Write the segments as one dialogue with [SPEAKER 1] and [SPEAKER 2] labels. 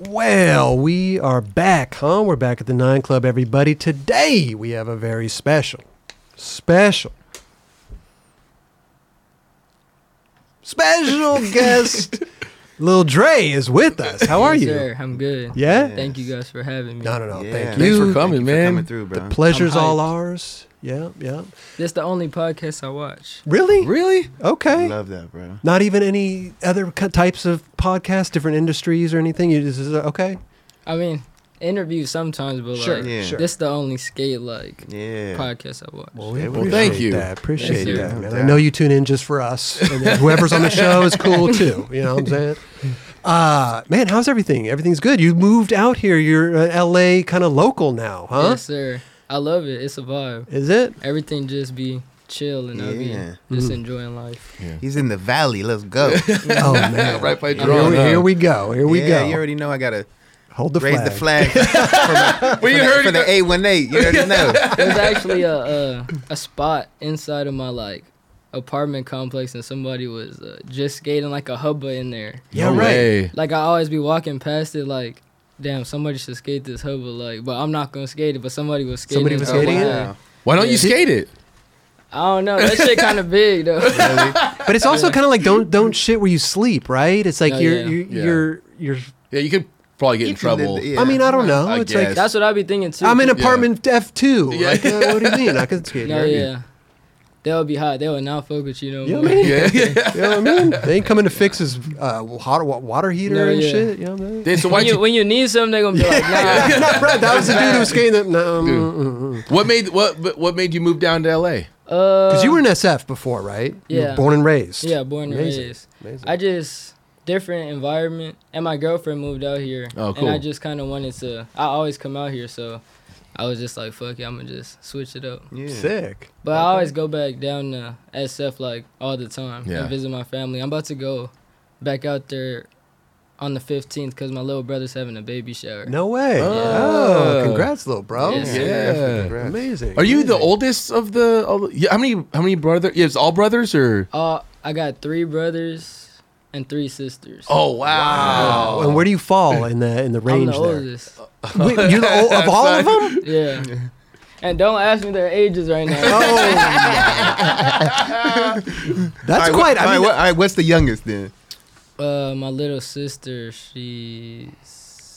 [SPEAKER 1] Well, we are back, huh? We're back at the Nine Club, everybody. Today we have a very special, special, special guest. Lil Dre is with us. How are
[SPEAKER 2] Yes,
[SPEAKER 1] you?
[SPEAKER 2] Sir, I'm good.
[SPEAKER 1] Yeah?
[SPEAKER 2] Thank you guys for having me.
[SPEAKER 1] No, no, no.
[SPEAKER 3] Yeah,
[SPEAKER 1] Thank
[SPEAKER 3] thanks
[SPEAKER 1] you.
[SPEAKER 3] for coming,
[SPEAKER 4] Thank you for
[SPEAKER 3] man.
[SPEAKER 4] coming through,
[SPEAKER 1] The
[SPEAKER 4] bro.
[SPEAKER 1] pleasure's
[SPEAKER 2] I'm hyped.
[SPEAKER 1] all ours. Yeah, yeah.
[SPEAKER 2] This the only podcast I watch.
[SPEAKER 1] Really?
[SPEAKER 3] Really?
[SPEAKER 1] Okay.
[SPEAKER 4] Love that, bro.
[SPEAKER 1] Not even any other cu- types of podcasts, different industries or anything. You just okay?
[SPEAKER 2] I mean, interviews sometimes, but
[SPEAKER 1] Sure,
[SPEAKER 2] like
[SPEAKER 4] yeah. sure.
[SPEAKER 2] this the only skate like
[SPEAKER 4] Yeah.
[SPEAKER 2] podcast I watch.
[SPEAKER 1] we
[SPEAKER 4] Yeah, well,
[SPEAKER 1] appreciate
[SPEAKER 3] thank you.
[SPEAKER 1] That. Appreciate
[SPEAKER 2] Yes,
[SPEAKER 1] that,
[SPEAKER 4] sir.
[SPEAKER 1] man. I know you tune in just for us. And then whoever's on the show is cool too. You know what I'm saying? Uh, man, how's everything? Everything's good. You moved out here. You're uh, LA kind of local now, huh?
[SPEAKER 2] Yes, sir. I love it. It's a vibe.
[SPEAKER 1] Is it?
[SPEAKER 2] Everything just be chill and I'll be
[SPEAKER 4] Yeah.
[SPEAKER 2] just
[SPEAKER 1] Mm-hmm.
[SPEAKER 2] enjoying life.
[SPEAKER 4] He's in the valley. Let's go.
[SPEAKER 1] Oh man,
[SPEAKER 3] Right by
[SPEAKER 1] Here,
[SPEAKER 3] Jerome.
[SPEAKER 1] we- here we go. Here we
[SPEAKER 4] yeah,
[SPEAKER 1] go.
[SPEAKER 4] You already know I gotta
[SPEAKER 1] Hold the
[SPEAKER 4] raise
[SPEAKER 1] flag.
[SPEAKER 4] the flag for, the-
[SPEAKER 3] Well, you
[SPEAKER 4] for the-
[SPEAKER 3] heard
[SPEAKER 4] for the
[SPEAKER 3] it.
[SPEAKER 4] eight one eight. You already know.
[SPEAKER 2] There's actually a, a a spot inside of my like apartment complex and somebody was uh, just skating like a hubba in there.
[SPEAKER 1] Yeah,
[SPEAKER 3] No
[SPEAKER 1] right.
[SPEAKER 3] way.
[SPEAKER 2] Like I always be walking past it like, damn, somebody should skate this hubba like, but I'm not gonna skate it, but somebody was skating.
[SPEAKER 1] Somebody was
[SPEAKER 2] it.
[SPEAKER 1] skating it?
[SPEAKER 2] Yeah.
[SPEAKER 3] Why don't you
[SPEAKER 2] Yeah.
[SPEAKER 3] skate it?
[SPEAKER 2] I don't know. That shit kind of big though.
[SPEAKER 1] But it's also kind of like don't don't shit where you sleep, right? It's like
[SPEAKER 2] No,
[SPEAKER 1] you're,
[SPEAKER 2] yeah.
[SPEAKER 1] you're
[SPEAKER 3] Yeah.
[SPEAKER 1] you're you're.
[SPEAKER 3] Yeah, you could probably get in
[SPEAKER 4] You can live
[SPEAKER 3] trouble.
[SPEAKER 4] the- yeah.
[SPEAKER 1] I mean, I don't know.
[SPEAKER 3] I
[SPEAKER 1] it's
[SPEAKER 3] guess.
[SPEAKER 1] like
[SPEAKER 2] That's what I be thinking too.
[SPEAKER 1] I'm in
[SPEAKER 2] a.
[SPEAKER 1] apartment F two.
[SPEAKER 3] Yeah.
[SPEAKER 1] Like, uh, what do you mean? I could skate.
[SPEAKER 2] No,
[SPEAKER 1] here.
[SPEAKER 2] yeah. They'll be hot. They will not fuck with you no
[SPEAKER 1] You know
[SPEAKER 2] more.
[SPEAKER 1] what I mean?
[SPEAKER 3] Yeah.
[SPEAKER 1] You know what I mean? They ain't coming to fix his uh, hot wa- water heater
[SPEAKER 2] No,
[SPEAKER 1] and
[SPEAKER 2] yeah.
[SPEAKER 1] shit. You know what I mean?
[SPEAKER 3] Then, so why
[SPEAKER 2] When
[SPEAKER 3] you,
[SPEAKER 2] you when you need something, they gonna be like, nah.
[SPEAKER 1] Not right. That was the mm, dude who was skating. That, no,
[SPEAKER 3] Dude.
[SPEAKER 1] because
[SPEAKER 3] what made what but what made you move down to L.A.
[SPEAKER 2] Uh,
[SPEAKER 1] you were in SF before, right? You were
[SPEAKER 2] yeah.
[SPEAKER 1] born and raised.
[SPEAKER 2] yeah, born and
[SPEAKER 1] Amazing.
[SPEAKER 2] raised.
[SPEAKER 1] Amazing.
[SPEAKER 2] I just different environment, and my girlfriend moved out here,
[SPEAKER 3] Oh,
[SPEAKER 2] and I
[SPEAKER 3] cool.
[SPEAKER 2] just kind of wanted to. I always come out here, so I was just like, fuck it, I'm gonna just switch it up.
[SPEAKER 4] Yeah.
[SPEAKER 1] Sick.
[SPEAKER 2] But I always go back down to SF like all the time
[SPEAKER 3] Yeah.
[SPEAKER 2] and visit my family. I'm about to go back out there on the 15th because my little brother's having a baby shower.
[SPEAKER 1] No way. Oh,
[SPEAKER 3] Oh.
[SPEAKER 1] congrats, little bro.
[SPEAKER 2] Yes, sir.
[SPEAKER 3] Yeah.
[SPEAKER 4] Congrats.
[SPEAKER 1] Amazing.
[SPEAKER 3] Are you the
[SPEAKER 1] amazing.
[SPEAKER 3] oldest of the? All the yeah, how many how many brother? Yeah, it's all brothers or?
[SPEAKER 2] Uh, I got three brothers and three sisters.
[SPEAKER 3] Oh wow!
[SPEAKER 1] And where do you fall in the in the
[SPEAKER 2] I'm
[SPEAKER 1] range
[SPEAKER 2] the
[SPEAKER 1] there?
[SPEAKER 2] oldest.
[SPEAKER 1] Wait, you're the old, of all of them.
[SPEAKER 2] Yeah. And don't ask me their ages right now.
[SPEAKER 1] That's
[SPEAKER 4] All right,
[SPEAKER 1] quite. I
[SPEAKER 4] What, all right,
[SPEAKER 1] mean,
[SPEAKER 4] what- all right, what's the youngest then?
[SPEAKER 2] Uh, my little sister, she's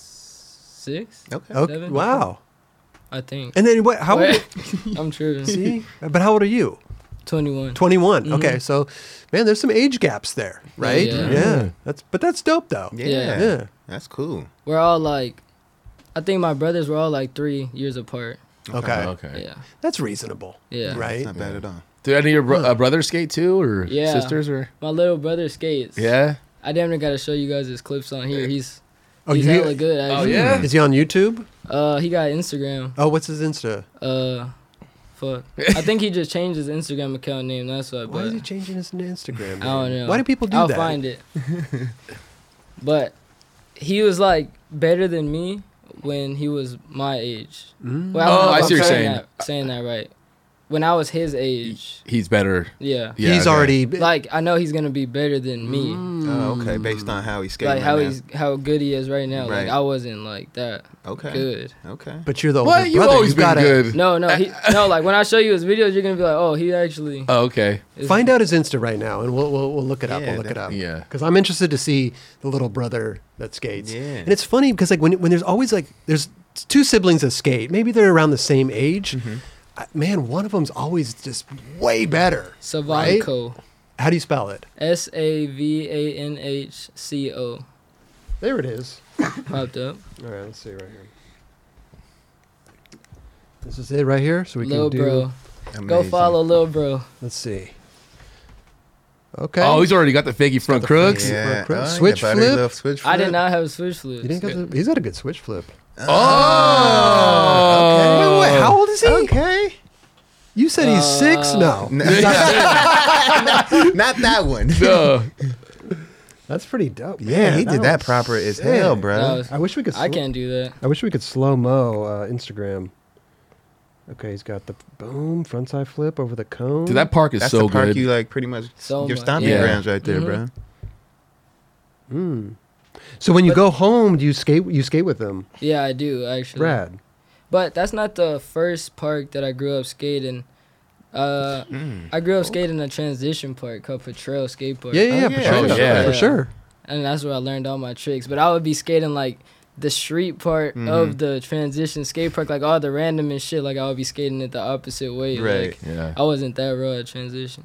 [SPEAKER 2] six,
[SPEAKER 4] Okay.
[SPEAKER 1] okay,
[SPEAKER 2] seven?
[SPEAKER 1] wow.
[SPEAKER 2] I think.
[SPEAKER 1] And then what? How old?
[SPEAKER 2] Wait, I'm tripping.
[SPEAKER 1] See, but how old are you?
[SPEAKER 2] 21.
[SPEAKER 1] 21. Okay, so man, there's some age gaps there, right?
[SPEAKER 2] Mm-hmm. Yeah.
[SPEAKER 1] That's but that's dope though.
[SPEAKER 4] Yeah.
[SPEAKER 2] Yeah.
[SPEAKER 1] Yeah.
[SPEAKER 4] That's cool.
[SPEAKER 2] We're all like, I think my brothers were all like three years apart.
[SPEAKER 1] Okay.
[SPEAKER 3] Okay.
[SPEAKER 2] Yeah.
[SPEAKER 1] That's reasonable.
[SPEAKER 2] Uh-huh. Yeah.
[SPEAKER 1] Right?
[SPEAKER 4] It's not bad at all.
[SPEAKER 3] Do any of your bro- uh, brothers skate too, or
[SPEAKER 2] Yeah.
[SPEAKER 3] sisters, or?
[SPEAKER 2] My little brother skates.
[SPEAKER 3] Yeah.
[SPEAKER 2] I damn near gotta show you guys his clips on here. He's
[SPEAKER 1] Oh,
[SPEAKER 2] he's
[SPEAKER 1] you-
[SPEAKER 2] hella good actually.
[SPEAKER 3] yeah?
[SPEAKER 1] Is he on YouTube?
[SPEAKER 2] Uh he got Instagram.
[SPEAKER 1] Oh, what's his Insta?
[SPEAKER 2] Uh fuck. I think he just changed his Instagram account name, that's
[SPEAKER 1] Why
[SPEAKER 2] why. But
[SPEAKER 1] is he changing his Instagram?
[SPEAKER 2] I don't know.
[SPEAKER 1] Why do people do
[SPEAKER 2] I'll
[SPEAKER 1] that?
[SPEAKER 2] I'll find it. but he was like better than me when he was my age.
[SPEAKER 1] Mm.
[SPEAKER 2] Well, don't
[SPEAKER 3] Oh,
[SPEAKER 2] know
[SPEAKER 3] I
[SPEAKER 2] if
[SPEAKER 3] see
[SPEAKER 2] I'm
[SPEAKER 3] what you're saying.
[SPEAKER 2] That, saying that right. When I was his age.
[SPEAKER 3] He's better.
[SPEAKER 2] Yeah.
[SPEAKER 3] Yeah,
[SPEAKER 1] he's
[SPEAKER 3] okay.
[SPEAKER 1] already
[SPEAKER 2] Like I know he's gonna be better than me.
[SPEAKER 1] Mm.
[SPEAKER 4] Oh, okay. Based on how he's skating.
[SPEAKER 2] like how
[SPEAKER 4] right
[SPEAKER 2] he's how good he is right now. Like
[SPEAKER 4] Right.
[SPEAKER 2] I wasn't like that
[SPEAKER 4] now. okay.
[SPEAKER 2] good.
[SPEAKER 4] Okay.
[SPEAKER 1] But you're the older
[SPEAKER 3] What? You've
[SPEAKER 1] brother.
[SPEAKER 3] always
[SPEAKER 1] You've
[SPEAKER 3] been
[SPEAKER 1] gotta
[SPEAKER 3] good.
[SPEAKER 2] No, no, he, no. Like when I show you his videos, you're gonna be like, oh, he actually.
[SPEAKER 3] Oh, okay.
[SPEAKER 2] is-
[SPEAKER 1] Uh, Find out his Insta right now, and we'll we'll, we'll look it up.
[SPEAKER 4] Yeah,
[SPEAKER 1] we'll look it
[SPEAKER 4] that-
[SPEAKER 1] up.
[SPEAKER 3] yeah.
[SPEAKER 1] because I'm interested to see the little brother that skates.
[SPEAKER 4] Yeah.
[SPEAKER 1] and it's funny because like when when there's always like there's two siblings that skate. Maybe they're around the same age. I- man, one of them's always just way better. right?
[SPEAKER 2] Savanko.
[SPEAKER 1] How do you spell it?
[SPEAKER 2] S a v a n h c o
[SPEAKER 1] There it is.
[SPEAKER 2] popped up.
[SPEAKER 1] All right, let's see right here. This is it right here. So we
[SPEAKER 2] Lil
[SPEAKER 1] can do.
[SPEAKER 2] bro, go
[SPEAKER 4] Amazing.
[SPEAKER 2] follow Lil bro.
[SPEAKER 1] Let's see. Okay.
[SPEAKER 3] Oh, he's already got the figgy front crooks.
[SPEAKER 4] Yeah.
[SPEAKER 1] Crooks.
[SPEAKER 4] Oh, yeah,
[SPEAKER 1] Switch
[SPEAKER 4] buddy,
[SPEAKER 1] flip.
[SPEAKER 4] love Switch flip.
[SPEAKER 2] I did not have a switch flip.
[SPEAKER 1] You didn't get the, he's got a good switch flip. Wait,
[SPEAKER 3] Oh.
[SPEAKER 1] wait, how old is he?
[SPEAKER 4] Okay.
[SPEAKER 1] You said he's six? No.
[SPEAKER 4] Not that one.
[SPEAKER 3] Duh.
[SPEAKER 1] That's pretty dope.
[SPEAKER 4] Yeah, he did that
[SPEAKER 1] was
[SPEAKER 4] proper as
[SPEAKER 1] sick.
[SPEAKER 4] hell, bro.
[SPEAKER 2] That was-
[SPEAKER 1] I wish we could.
[SPEAKER 2] I
[SPEAKER 1] sl-
[SPEAKER 2] can't do that.
[SPEAKER 1] I wish we could slow mo uh, Instagram. Okay, he's got the boom front side flip over the cone.
[SPEAKER 3] Dude, that park is
[SPEAKER 4] That's
[SPEAKER 3] so
[SPEAKER 4] the park
[SPEAKER 3] good.
[SPEAKER 4] you like pretty much
[SPEAKER 2] So
[SPEAKER 4] your
[SPEAKER 2] much. Mm-hmm.
[SPEAKER 4] stomping
[SPEAKER 3] Yeah.
[SPEAKER 4] grounds right there,
[SPEAKER 2] Mhm.
[SPEAKER 4] bro.
[SPEAKER 1] Mm. So when you
[SPEAKER 2] But-
[SPEAKER 1] go home, do you skate? You skate with them,
[SPEAKER 2] Yeah, I do actually.
[SPEAKER 1] Brad?
[SPEAKER 2] But that's not the first park that I grew up skating. Uh, I grew up skating a transition park called Patrol Skate Park.
[SPEAKER 1] Hmm. Oh. Yeah, yeah, yeah, for
[SPEAKER 4] yeah.
[SPEAKER 1] sure,
[SPEAKER 3] Oh, yeah.
[SPEAKER 1] for sure.
[SPEAKER 2] and that's where I learned all my tricks. But I would be skating like the street part
[SPEAKER 4] Mm-hmm.
[SPEAKER 2] of the transition skate park, like all the random and shit. Like I would be skating it the opposite way.
[SPEAKER 4] Right.
[SPEAKER 2] Like,
[SPEAKER 3] Yeah.
[SPEAKER 2] I wasn't that raw at transition.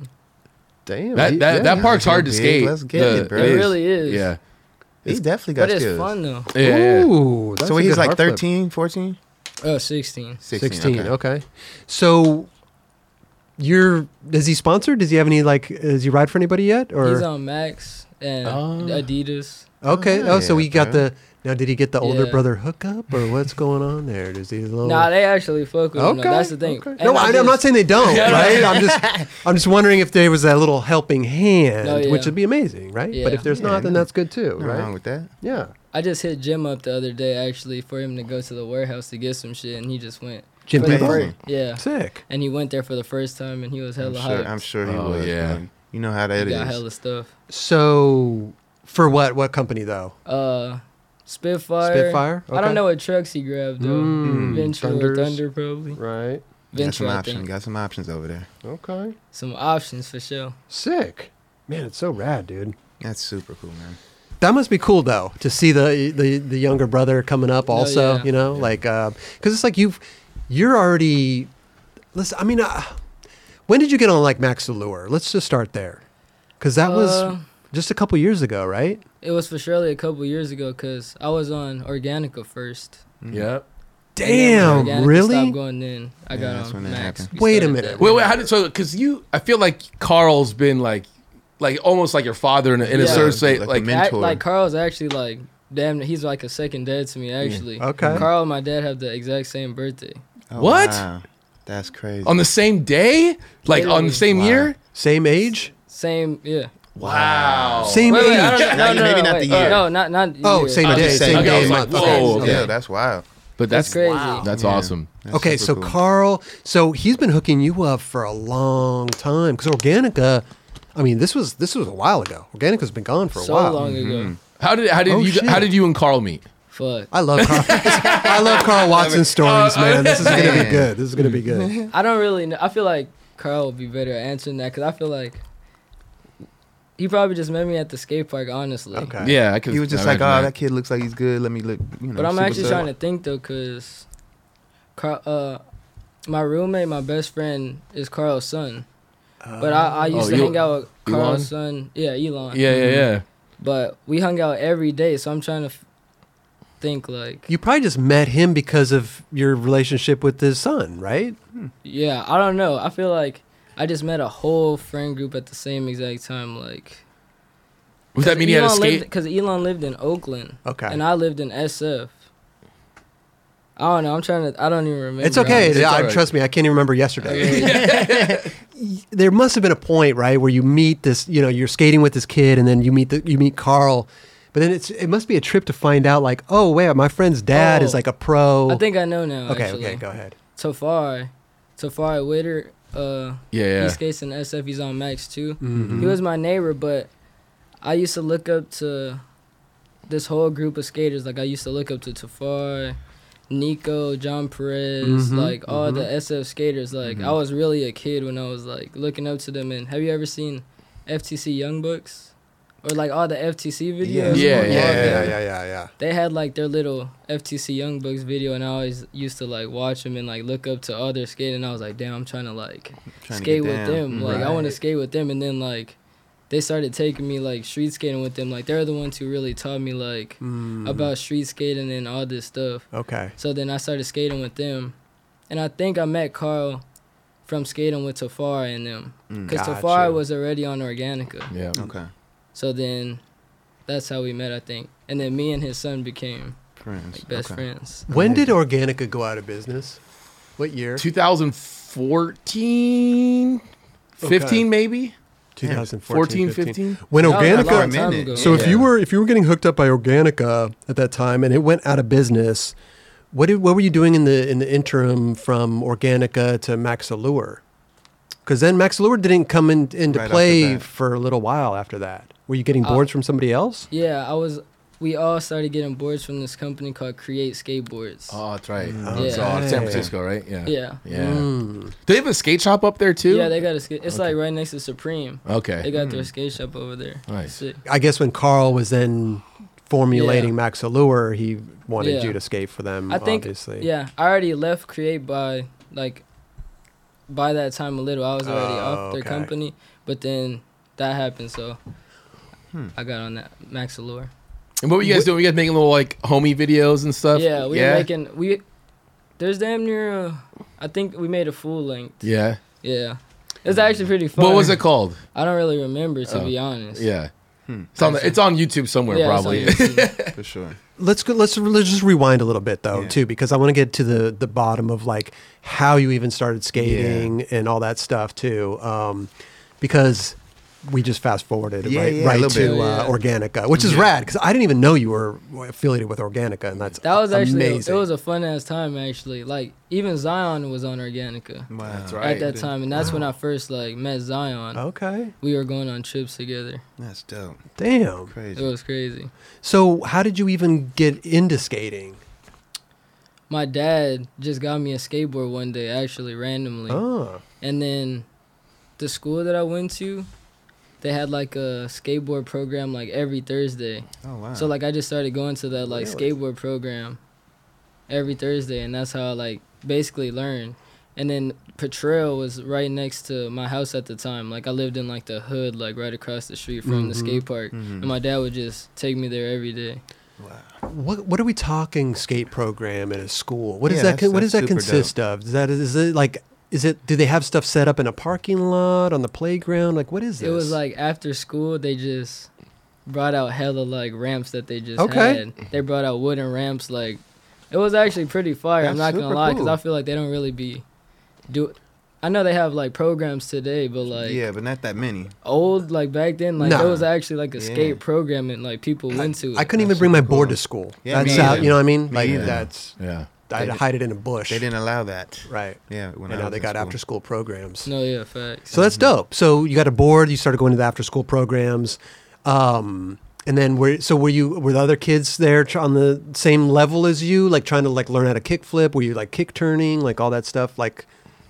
[SPEAKER 1] Damn,
[SPEAKER 3] That
[SPEAKER 1] he-
[SPEAKER 3] that,
[SPEAKER 1] yeah,
[SPEAKER 3] that
[SPEAKER 1] yeah.
[SPEAKER 3] park's hard to
[SPEAKER 4] Big,
[SPEAKER 3] skate.
[SPEAKER 4] let's get it, bro.
[SPEAKER 2] It,
[SPEAKER 4] It is.
[SPEAKER 2] really is.
[SPEAKER 3] Yeah.
[SPEAKER 4] He's definitely got
[SPEAKER 2] But it's
[SPEAKER 4] skills.
[SPEAKER 2] fun though.
[SPEAKER 3] Yeah. yeah.
[SPEAKER 1] Ooh, that's
[SPEAKER 4] So
[SPEAKER 1] a
[SPEAKER 4] he's
[SPEAKER 1] good
[SPEAKER 4] like
[SPEAKER 1] hard flip.
[SPEAKER 4] 13, 14?
[SPEAKER 2] Oh, 16.
[SPEAKER 4] 16.
[SPEAKER 1] 16
[SPEAKER 4] okay.
[SPEAKER 1] okay. So you're is he sponsored? Does he have any like does he ride for anybody yet or
[SPEAKER 2] He's on Max and
[SPEAKER 3] Ah.
[SPEAKER 2] Adidas.
[SPEAKER 1] Okay.
[SPEAKER 4] Oh,
[SPEAKER 1] Oh, so
[SPEAKER 4] yeah,
[SPEAKER 1] we got
[SPEAKER 4] okay.
[SPEAKER 1] the now did he get the older
[SPEAKER 2] Yeah.
[SPEAKER 1] brother hookup or what's going on there? Does he a
[SPEAKER 4] Oh.
[SPEAKER 1] little
[SPEAKER 2] Nah, they actually fuck with him. though. That's the thing.
[SPEAKER 1] okay.
[SPEAKER 2] And
[SPEAKER 1] No,
[SPEAKER 2] I
[SPEAKER 1] I am
[SPEAKER 2] just-
[SPEAKER 1] not saying they don't, right? I'm just I'm just wondering if there was that little helping hand,
[SPEAKER 2] No,
[SPEAKER 1] which
[SPEAKER 2] Oh, yeah.
[SPEAKER 1] would be amazing, right? But
[SPEAKER 2] Yeah.
[SPEAKER 1] if there's
[SPEAKER 4] Yeah,
[SPEAKER 1] not, then
[SPEAKER 4] no.
[SPEAKER 1] that's good too,
[SPEAKER 4] Nothing wrong
[SPEAKER 1] right?
[SPEAKER 4] with that.
[SPEAKER 1] Yeah.
[SPEAKER 2] I just hit Jim up the other day actually for him to go to the warehouse to get some shit, and he just went.
[SPEAKER 1] Jim
[SPEAKER 2] for the
[SPEAKER 4] Bevel?
[SPEAKER 2] fir- Yeah,
[SPEAKER 1] Sick.
[SPEAKER 2] and he went there for the first time, and he was
[SPEAKER 4] I'm
[SPEAKER 2] hella
[SPEAKER 4] sure,
[SPEAKER 2] hyped.
[SPEAKER 4] I'm sure he
[SPEAKER 3] Oh,
[SPEAKER 4] was.
[SPEAKER 3] yeah.
[SPEAKER 4] man. You know how
[SPEAKER 2] he
[SPEAKER 4] that is.
[SPEAKER 2] got hella stuff.
[SPEAKER 1] So for what what company though?
[SPEAKER 2] Uh, Spitfire.
[SPEAKER 1] Spitfire?
[SPEAKER 2] I
[SPEAKER 1] Okay.
[SPEAKER 2] don't know what trucks he grabbed though.
[SPEAKER 1] Mm,
[SPEAKER 2] Venture or
[SPEAKER 1] Thunders.
[SPEAKER 2] Thunder probably.
[SPEAKER 1] Right.
[SPEAKER 4] Got
[SPEAKER 2] Venture,
[SPEAKER 4] some
[SPEAKER 2] I
[SPEAKER 4] options.
[SPEAKER 2] think.
[SPEAKER 4] Got some options over there.
[SPEAKER 1] Okay.
[SPEAKER 2] Some options for sure.
[SPEAKER 1] Sick. Man, it's so rad, dude.
[SPEAKER 4] That's super cool, man.
[SPEAKER 1] That must be cool though to see the the, the younger brother coming up
[SPEAKER 2] No,
[SPEAKER 1] also,
[SPEAKER 2] yeah.
[SPEAKER 1] you know, like because it's like you've you're already listen, I mean, uh, when did you get on like Max Allure? Let's just start there. Cuz that was
[SPEAKER 2] Uh,
[SPEAKER 1] just a couple years ago, right?
[SPEAKER 2] It was for surely a couple years ago because I was on Organica first. And
[SPEAKER 3] Yep.
[SPEAKER 2] then when
[SPEAKER 1] Damn,
[SPEAKER 2] Organica
[SPEAKER 1] really?
[SPEAKER 2] stopped going then. I
[SPEAKER 4] Yeah,
[SPEAKER 2] got
[SPEAKER 4] that's
[SPEAKER 2] on
[SPEAKER 4] when that
[SPEAKER 2] Max.
[SPEAKER 4] happened.
[SPEAKER 2] We
[SPEAKER 1] Wait a
[SPEAKER 2] started
[SPEAKER 1] minute.
[SPEAKER 2] that.
[SPEAKER 3] Wait, wait. How did so? Because you, I feel like Carl's been like, like almost like your father in a, in a
[SPEAKER 2] Yeah.
[SPEAKER 3] certain state.
[SPEAKER 4] Like a
[SPEAKER 3] Like,
[SPEAKER 4] man-
[SPEAKER 2] Act-
[SPEAKER 4] mentor.
[SPEAKER 2] like Carl's actually like damn, he's like a second dad to me actually.
[SPEAKER 1] Okay.
[SPEAKER 2] Carl and my dad have the exact same birthday.
[SPEAKER 4] Oh,
[SPEAKER 3] What?
[SPEAKER 4] wow. That's crazy.
[SPEAKER 3] on the same day, like on the same
[SPEAKER 4] Wow.
[SPEAKER 3] year.
[SPEAKER 1] Same age?
[SPEAKER 2] Same yeah.
[SPEAKER 3] Wow.
[SPEAKER 1] Same
[SPEAKER 2] Oh. Wait, wait,
[SPEAKER 1] age.
[SPEAKER 2] I don't know.
[SPEAKER 4] Not-
[SPEAKER 2] No, no,
[SPEAKER 4] maybe
[SPEAKER 2] no,
[SPEAKER 4] not the
[SPEAKER 2] wait.
[SPEAKER 4] year.
[SPEAKER 2] No, not not.
[SPEAKER 1] Oh,
[SPEAKER 2] year.
[SPEAKER 1] same
[SPEAKER 3] I'm
[SPEAKER 1] day,
[SPEAKER 3] just
[SPEAKER 1] same
[SPEAKER 3] saying, okay, I
[SPEAKER 1] day,
[SPEAKER 3] was like,
[SPEAKER 1] month.
[SPEAKER 3] whoa,
[SPEAKER 1] okay.
[SPEAKER 3] okay.
[SPEAKER 4] Yeah, that's wild.
[SPEAKER 3] But
[SPEAKER 2] That's
[SPEAKER 3] that's
[SPEAKER 2] crazy.
[SPEAKER 3] That's
[SPEAKER 4] Yeah.
[SPEAKER 3] awesome.
[SPEAKER 4] That's
[SPEAKER 1] Okay,
[SPEAKER 4] super
[SPEAKER 1] so
[SPEAKER 4] cool.
[SPEAKER 1] Carl, so he's been hooking you up for a long time because Organica, I mean, this was this was a while ago. Organica's been gone for a
[SPEAKER 2] so
[SPEAKER 1] while.
[SPEAKER 2] long
[SPEAKER 4] Mm-hmm.
[SPEAKER 2] ago.
[SPEAKER 3] How did how did
[SPEAKER 1] Oh,
[SPEAKER 3] you
[SPEAKER 1] shit.
[SPEAKER 3] how did you and Carl meet?
[SPEAKER 2] Fuck.
[SPEAKER 1] I love Carl. I love Carl Watson stories, man. This is gonna be
[SPEAKER 4] Man.
[SPEAKER 1] good. This is gonna be good.
[SPEAKER 2] I don't really know. I feel like Carl would be better at answering that because I feel like he probably just met me at the skate park, honestly.
[SPEAKER 1] Okay.
[SPEAKER 3] Yeah, I could.
[SPEAKER 4] He was just
[SPEAKER 3] I
[SPEAKER 4] like,
[SPEAKER 3] imagine
[SPEAKER 4] oh, that kid looks like he's good. Let me look. You know,
[SPEAKER 2] But I'm
[SPEAKER 4] see
[SPEAKER 2] actually
[SPEAKER 4] what's
[SPEAKER 2] trying
[SPEAKER 4] up."
[SPEAKER 2] to think though, cause Carl, uh, my roommate, my best friend is Carl's son. But I, I used
[SPEAKER 3] Oh,
[SPEAKER 2] to
[SPEAKER 3] you-
[SPEAKER 2] hang out with Carl's son. Yeah, Elon.
[SPEAKER 3] Yeah, yeah, yeah.
[SPEAKER 2] But we hung out every day, so I'm trying to f- think like,
[SPEAKER 1] You probably just met him because of your relationship with his son, right?
[SPEAKER 2] yeah, I don't know. I feel like I just met a whole friend group at the same exact time, like.
[SPEAKER 3] Was that mean he had a skate?
[SPEAKER 2] Because Elon lived in Oakland.
[SPEAKER 1] Okay.
[SPEAKER 2] And I lived in SF. I don't know. I'm trying to. I don't even remember.
[SPEAKER 1] It's okay.
[SPEAKER 3] It's
[SPEAKER 1] Yeah,
[SPEAKER 3] all right.
[SPEAKER 1] Trust me, I can't even remember yesterday.
[SPEAKER 2] honestly. Yeah,
[SPEAKER 1] There must have been a point, right, where you meet this. You know, you're skating with this kid, and then you meet the, you meet Carl. But then it's it must be a trip to find out, like, oh wait, my friend's dad is
[SPEAKER 2] Oh.
[SPEAKER 1] like a pro.
[SPEAKER 2] I think I know now.
[SPEAKER 1] Okay,
[SPEAKER 2] actually.
[SPEAKER 1] okay, go ahead.
[SPEAKER 2] Tafari, Tafari Witter. Uh,
[SPEAKER 3] Yeah,
[SPEAKER 2] he
[SPEAKER 3] yeah.
[SPEAKER 2] skates in SF. He's on Max too.
[SPEAKER 1] Mm-hmm.
[SPEAKER 2] He was my neighbor, but I used to look up to this whole group of skaters. Like I used to look up to Tafari, Nico, John Perez,
[SPEAKER 1] Mhm,
[SPEAKER 2] like all the SF skaters. Like I was really a kid when I was like looking up to them. And have you ever seen FTC Young Bucks? Or like all the FTC videos.
[SPEAKER 3] Yeah,
[SPEAKER 2] on
[SPEAKER 3] yeah,
[SPEAKER 2] all
[SPEAKER 3] yeah,
[SPEAKER 2] the-
[SPEAKER 1] yeah, yeah, yeah.
[SPEAKER 2] they had like their little FTC Young Bucks video, and I always used to like watch them and like look up to other skating. And I was like, damn, I'm trying to like
[SPEAKER 4] Trying to get
[SPEAKER 2] skate with
[SPEAKER 4] down.
[SPEAKER 2] them. Like I want to
[SPEAKER 1] Right.
[SPEAKER 2] skate with them, and then like they started taking me like street skating with them. Like they're the ones who really taught me like
[SPEAKER 1] Mm,
[SPEAKER 2] about street skating and all this stuff.
[SPEAKER 1] okay.
[SPEAKER 2] So then I started skating with them, and I think I met Carl from skating with Tafari and them, because
[SPEAKER 1] Gotcha.
[SPEAKER 2] Tafari was already on Organica.
[SPEAKER 3] Yeah.
[SPEAKER 4] Okay.
[SPEAKER 2] So then that's how we met, I think. And then me and his son became
[SPEAKER 4] Friends.
[SPEAKER 2] like best
[SPEAKER 4] okay.
[SPEAKER 2] friends.
[SPEAKER 1] When did Organica go out of business? What year?
[SPEAKER 3] 2014, 15 maybe. 14, 15.
[SPEAKER 1] When
[SPEAKER 2] That was a
[SPEAKER 1] Organica,
[SPEAKER 2] long
[SPEAKER 4] minute.
[SPEAKER 2] time ago.
[SPEAKER 1] so if
[SPEAKER 3] Yeah.
[SPEAKER 1] you were if you were getting hooked up by Organica at that time and it went out of business, what did, what were you doing in the in the interim from Organica to Max Allure? Because then Max Allure didn't come in, into
[SPEAKER 4] Right after
[SPEAKER 1] play
[SPEAKER 4] that.
[SPEAKER 1] for a little while after that. Were you getting
[SPEAKER 2] Uh,
[SPEAKER 1] boards from somebody else?
[SPEAKER 2] Yeah, I was we all started getting boards from this company called Create Skateboards.
[SPEAKER 3] Oh, that's right.
[SPEAKER 1] Mm.
[SPEAKER 3] It's all
[SPEAKER 1] Okay.
[SPEAKER 3] San Francisco, right? Yeah.
[SPEAKER 2] yeah.
[SPEAKER 3] Yeah.
[SPEAKER 1] Mm.
[SPEAKER 3] Do they have a skate shop up there too?
[SPEAKER 2] Yeah, they got a skate. It's like right next to Supreme. They
[SPEAKER 3] okay.
[SPEAKER 2] got their skate shop over there.
[SPEAKER 3] Nice.
[SPEAKER 2] Sick.
[SPEAKER 1] I guess when Carl was then formulating
[SPEAKER 2] Yeah.
[SPEAKER 1] Max Allure, he wanted
[SPEAKER 2] Yeah.
[SPEAKER 1] you to skate for them,
[SPEAKER 2] I think-
[SPEAKER 1] obviously.
[SPEAKER 2] Yeah, I already left Create by like by that time a little. I was already
[SPEAKER 1] Oh,
[SPEAKER 2] off their
[SPEAKER 1] okay.
[SPEAKER 2] company, but then that happened, so
[SPEAKER 4] Hmm.
[SPEAKER 2] I got on that Max Allure.
[SPEAKER 3] And what were you guys doing? You guys making little like homie videos and stuff?
[SPEAKER 2] yeah, we
[SPEAKER 3] yeah?
[SPEAKER 2] were making we. There's damn near. Uh, I think we made a full length.
[SPEAKER 3] Yeah.
[SPEAKER 2] Yeah, it's actually pretty fun.
[SPEAKER 3] What was it called?
[SPEAKER 2] I don't really remember to
[SPEAKER 3] Oh,
[SPEAKER 2] be honest.
[SPEAKER 3] Yeah.
[SPEAKER 4] Hmm.
[SPEAKER 3] It's on the, it's on YouTube somewhere
[SPEAKER 2] Yeah, it's on
[SPEAKER 3] probably.
[SPEAKER 2] YouTube.
[SPEAKER 4] For sure.
[SPEAKER 1] Let's go, let's let's just rewind a little bit though
[SPEAKER 4] Yeah.
[SPEAKER 1] too because I want to get to the the bottom of like how you even started skating and all that stuff too um, because we just fast forwarded
[SPEAKER 4] Yeah,
[SPEAKER 1] right,
[SPEAKER 4] yeah, a
[SPEAKER 1] right
[SPEAKER 4] little
[SPEAKER 1] to
[SPEAKER 4] bit.
[SPEAKER 1] uh,
[SPEAKER 2] Yeah.
[SPEAKER 1] Organica which is rad because I didn't even know you were affiliated with Organica and that's
[SPEAKER 2] That was actually
[SPEAKER 1] amazing.
[SPEAKER 2] it was a fun ass time actually. Like even Zion was on Organica
[SPEAKER 4] Wow.
[SPEAKER 3] That's right.
[SPEAKER 2] at that time, and that's when I first like met Zion.
[SPEAKER 1] okay
[SPEAKER 2] We were going on trips together.
[SPEAKER 4] That's dope.
[SPEAKER 1] damn
[SPEAKER 2] It
[SPEAKER 4] Crazy.
[SPEAKER 2] was crazy.
[SPEAKER 1] so how did you even get into skating
[SPEAKER 2] My dad just got me a skateboard one day actually randomly,
[SPEAKER 1] oh
[SPEAKER 2] and then the school that I went to, they had like a skateboard program like every Thursday.
[SPEAKER 4] Oh wow.
[SPEAKER 2] So like I just started going to that like
[SPEAKER 1] Really?
[SPEAKER 2] skateboard program every Thursday, and that's how I like basically learned. And then Patrell was right next to my house at the time. Like I lived in like the hood, like right across the street from the
[SPEAKER 1] Mhm.
[SPEAKER 4] Mm-hmm.
[SPEAKER 2] skate park, and my dad would just take me there every day.
[SPEAKER 4] wow.
[SPEAKER 1] What what are we talking skate program at a school? What is
[SPEAKER 4] Yeah,
[SPEAKER 1] that? Con-
[SPEAKER 4] that's-
[SPEAKER 1] what does
[SPEAKER 4] that's
[SPEAKER 1] that
[SPEAKER 4] super
[SPEAKER 1] consist of? Is that is it like is it? Do they have stuff set up in a parking lot on the playground? Like what is this?
[SPEAKER 2] It was like after school, they just brought out hella like ramps that they just
[SPEAKER 1] Okay.
[SPEAKER 2] had. They brought out wooden ramps. Like it was actually pretty fire. I'm not
[SPEAKER 4] That's
[SPEAKER 2] gonna
[SPEAKER 4] super
[SPEAKER 2] lie, because
[SPEAKER 4] cool.
[SPEAKER 2] I feel like they don't really be do. I know they have like programs today, but like
[SPEAKER 4] yeah, but not that many.
[SPEAKER 2] old like back then like
[SPEAKER 1] Nah.
[SPEAKER 2] there was actually like a
[SPEAKER 4] Yeah.
[SPEAKER 2] skate program and like people went to it.
[SPEAKER 1] I couldn't even bring my board to school.
[SPEAKER 4] Yeah,
[SPEAKER 1] that's
[SPEAKER 4] me
[SPEAKER 1] how
[SPEAKER 4] either.
[SPEAKER 1] you know what I mean.
[SPEAKER 4] Me
[SPEAKER 1] Like
[SPEAKER 4] either.
[SPEAKER 1] that's
[SPEAKER 3] yeah.
[SPEAKER 1] I'd
[SPEAKER 4] didn't-
[SPEAKER 1] hide it in a bush.
[SPEAKER 4] They didn't allow that.
[SPEAKER 1] right.
[SPEAKER 4] Yeah. When
[SPEAKER 1] and now
[SPEAKER 4] was
[SPEAKER 1] they
[SPEAKER 4] in
[SPEAKER 1] got
[SPEAKER 4] school.
[SPEAKER 1] after school programs.
[SPEAKER 2] no yeah facts
[SPEAKER 1] So that's dope. So you got a board. You started going to the after school programs, um, and then were so were you were the other kids there tr- on the same level as you, like trying to like learn how to kickflip? Were you like kick turning, like all that stuff? Like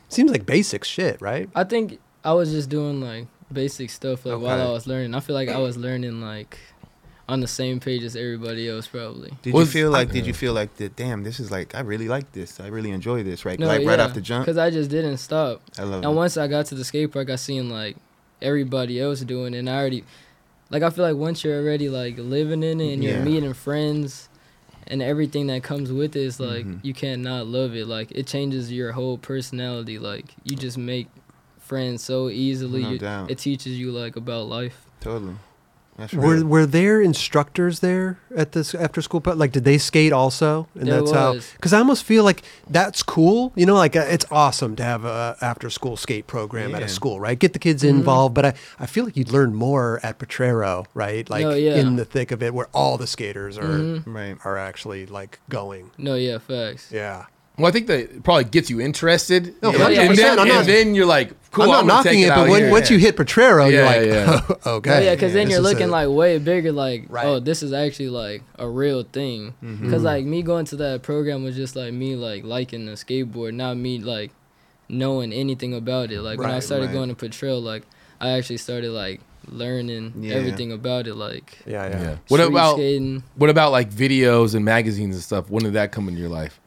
[SPEAKER 1] seems like basic shit, right?
[SPEAKER 2] I think I was just doing like basic stuff like while
[SPEAKER 1] Okay.
[SPEAKER 2] I was learning. I feel like I was learning like on the same page as everybody else probably.
[SPEAKER 4] Did
[SPEAKER 3] Was-
[SPEAKER 4] you feel like? did you feel like that? Damn, this is like I really like this. I really enjoy this. Right,
[SPEAKER 2] No,
[SPEAKER 4] like right
[SPEAKER 2] yeah,
[SPEAKER 4] off the jump.
[SPEAKER 2] Cuz I just didn't stop.
[SPEAKER 4] I love it.
[SPEAKER 2] And once I got to the skate park I seen like everybody else doing it and I already like I feel like once you're already like living in it and you're
[SPEAKER 4] Yeah.
[SPEAKER 2] meeting friends and everything that comes with it is like
[SPEAKER 4] Mhm.
[SPEAKER 2] you can't not love it. Like it changes your whole personality. Like you just make friends so easily.
[SPEAKER 4] No
[SPEAKER 2] You-
[SPEAKER 4] doubt.
[SPEAKER 2] It teaches you like about life.
[SPEAKER 4] totally. That's
[SPEAKER 1] Were
[SPEAKER 4] real.
[SPEAKER 1] were there instructors there at this after school? pro- Like, did they skate also? And
[SPEAKER 2] There
[SPEAKER 1] that's how.
[SPEAKER 2] was.
[SPEAKER 1] Because I almost feel like that's cool. You know, like uh, it's awesome to have a after school skate program at
[SPEAKER 4] Yeah.
[SPEAKER 1] a school, right? Get the kids involved. But I, I feel like you'd learn more at Potrero, right? Like
[SPEAKER 2] No, yeah.
[SPEAKER 1] in the thick of it, where all the skaters are
[SPEAKER 2] Mhm.
[SPEAKER 4] right.
[SPEAKER 1] are actually like going.
[SPEAKER 2] No, yeah, facts.
[SPEAKER 1] Yeah.
[SPEAKER 3] Well, I think that it probably gets you interested.
[SPEAKER 1] No,
[SPEAKER 3] and,
[SPEAKER 1] 100%,
[SPEAKER 3] then,
[SPEAKER 1] I'm not-
[SPEAKER 3] and then you're like, cool,
[SPEAKER 1] I'm not
[SPEAKER 3] gonna
[SPEAKER 1] knocking
[SPEAKER 3] take
[SPEAKER 1] it,
[SPEAKER 3] out
[SPEAKER 1] but when,
[SPEAKER 3] here.
[SPEAKER 1] once you hit Potrero,
[SPEAKER 3] Yeah,
[SPEAKER 1] you're
[SPEAKER 3] yeah.
[SPEAKER 1] like, oh, okay.
[SPEAKER 2] No, yeah, because then
[SPEAKER 1] this
[SPEAKER 2] you're
[SPEAKER 1] is
[SPEAKER 2] looking
[SPEAKER 1] it.
[SPEAKER 2] like way bigger. Like,
[SPEAKER 1] Right.
[SPEAKER 2] oh, this is actually like a real thing. Because like me going to that program was just like me like liking the skateboard, not me like knowing anything about it. Like when I
[SPEAKER 1] Right,
[SPEAKER 2] started
[SPEAKER 4] right.
[SPEAKER 2] going to patrol, like I actually started like learning
[SPEAKER 4] Yeah.
[SPEAKER 2] everything about it. Like
[SPEAKER 1] Yeah, yeah.
[SPEAKER 3] Yeah. What
[SPEAKER 2] street
[SPEAKER 3] about
[SPEAKER 2] skating?
[SPEAKER 3] what about like videos and magazines and stuff? When did that come into your life?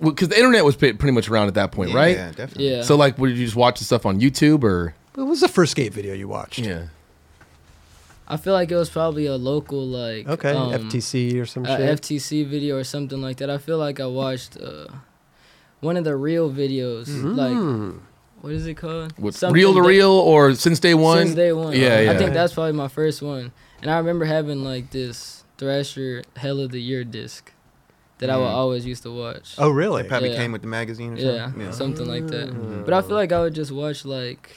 [SPEAKER 3] Because the internet was pre- pretty much around at that point,
[SPEAKER 4] Yeah,
[SPEAKER 3] right?
[SPEAKER 4] Yeah, definitely.
[SPEAKER 2] Yeah.
[SPEAKER 3] So like, would you just watch the stuff on YouTube or?
[SPEAKER 1] What was the first skate video you watched?
[SPEAKER 3] Yeah.
[SPEAKER 2] I feel like it was probably a local like
[SPEAKER 1] Okay,
[SPEAKER 2] um,
[SPEAKER 1] FTC or some
[SPEAKER 2] a
[SPEAKER 1] shit.
[SPEAKER 2] FTC video or something like that. I feel like I watched uh, one of the real videos. Like
[SPEAKER 1] Mm.
[SPEAKER 2] what is it called?
[SPEAKER 3] What's
[SPEAKER 2] Something
[SPEAKER 3] real to
[SPEAKER 2] that-
[SPEAKER 3] real or since day one?
[SPEAKER 2] Since day one.
[SPEAKER 3] Yeah, yeah.
[SPEAKER 2] I think that's probably my first one. And I remember having like this Thrasher Hell of the Year disc that I would
[SPEAKER 4] Mm.
[SPEAKER 2] always used to watch.
[SPEAKER 1] Oh, really?
[SPEAKER 4] It probably
[SPEAKER 2] Yeah.
[SPEAKER 4] came with the magazine. Or
[SPEAKER 2] yeah,
[SPEAKER 4] something.
[SPEAKER 2] something like that.
[SPEAKER 1] Mm.
[SPEAKER 2] But I feel like I would just watch like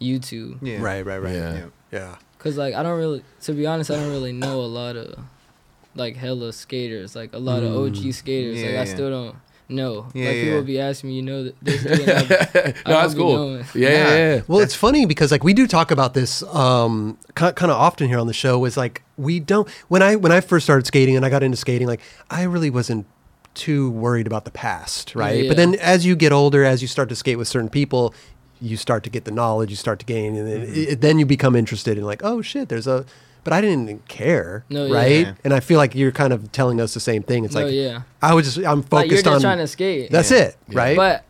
[SPEAKER 2] YouTube.
[SPEAKER 4] Yeah.
[SPEAKER 1] Right, right, right. Yeah.
[SPEAKER 3] Yeah.
[SPEAKER 4] Yeah.
[SPEAKER 2] Cause like I don't really, to be honest, I don't really know a lot of like hella skaters, like a lot of
[SPEAKER 1] Mm.
[SPEAKER 2] OG skaters. like
[SPEAKER 4] Yeah,
[SPEAKER 2] I
[SPEAKER 4] yeah.
[SPEAKER 2] still don't. No,
[SPEAKER 4] Yeah,
[SPEAKER 2] like people
[SPEAKER 4] yeah.
[SPEAKER 2] will be asking me, you know, th- this. Day, and I,
[SPEAKER 3] no,
[SPEAKER 2] I don't
[SPEAKER 3] that's
[SPEAKER 2] be
[SPEAKER 3] cool.
[SPEAKER 2] knowing.
[SPEAKER 4] Yeah.
[SPEAKER 3] Yeah, yeah, yeah.
[SPEAKER 1] Well, it's funny because like we do talk about this um, kind of often here on the show. Is like we don't when I when I first started skating and I got into skating, like I really wasn't too worried about the past, right?
[SPEAKER 2] Yeah.
[SPEAKER 1] But then as you get older, as you start to skate with certain people, you start to get the knowledge, you start to gain, and then,
[SPEAKER 2] Mm-hmm.
[SPEAKER 1] it, then you become interested in like, oh shit, there's a. But I didn't care,
[SPEAKER 2] No, yeah.
[SPEAKER 1] right?
[SPEAKER 4] Yeah.
[SPEAKER 1] And I feel like you're kind of telling us the same thing. It's
[SPEAKER 2] No,
[SPEAKER 1] like
[SPEAKER 2] yeah.
[SPEAKER 1] I was just I'm focused
[SPEAKER 2] like you're just
[SPEAKER 1] on
[SPEAKER 2] trying to skate.
[SPEAKER 1] that's it, right?
[SPEAKER 2] But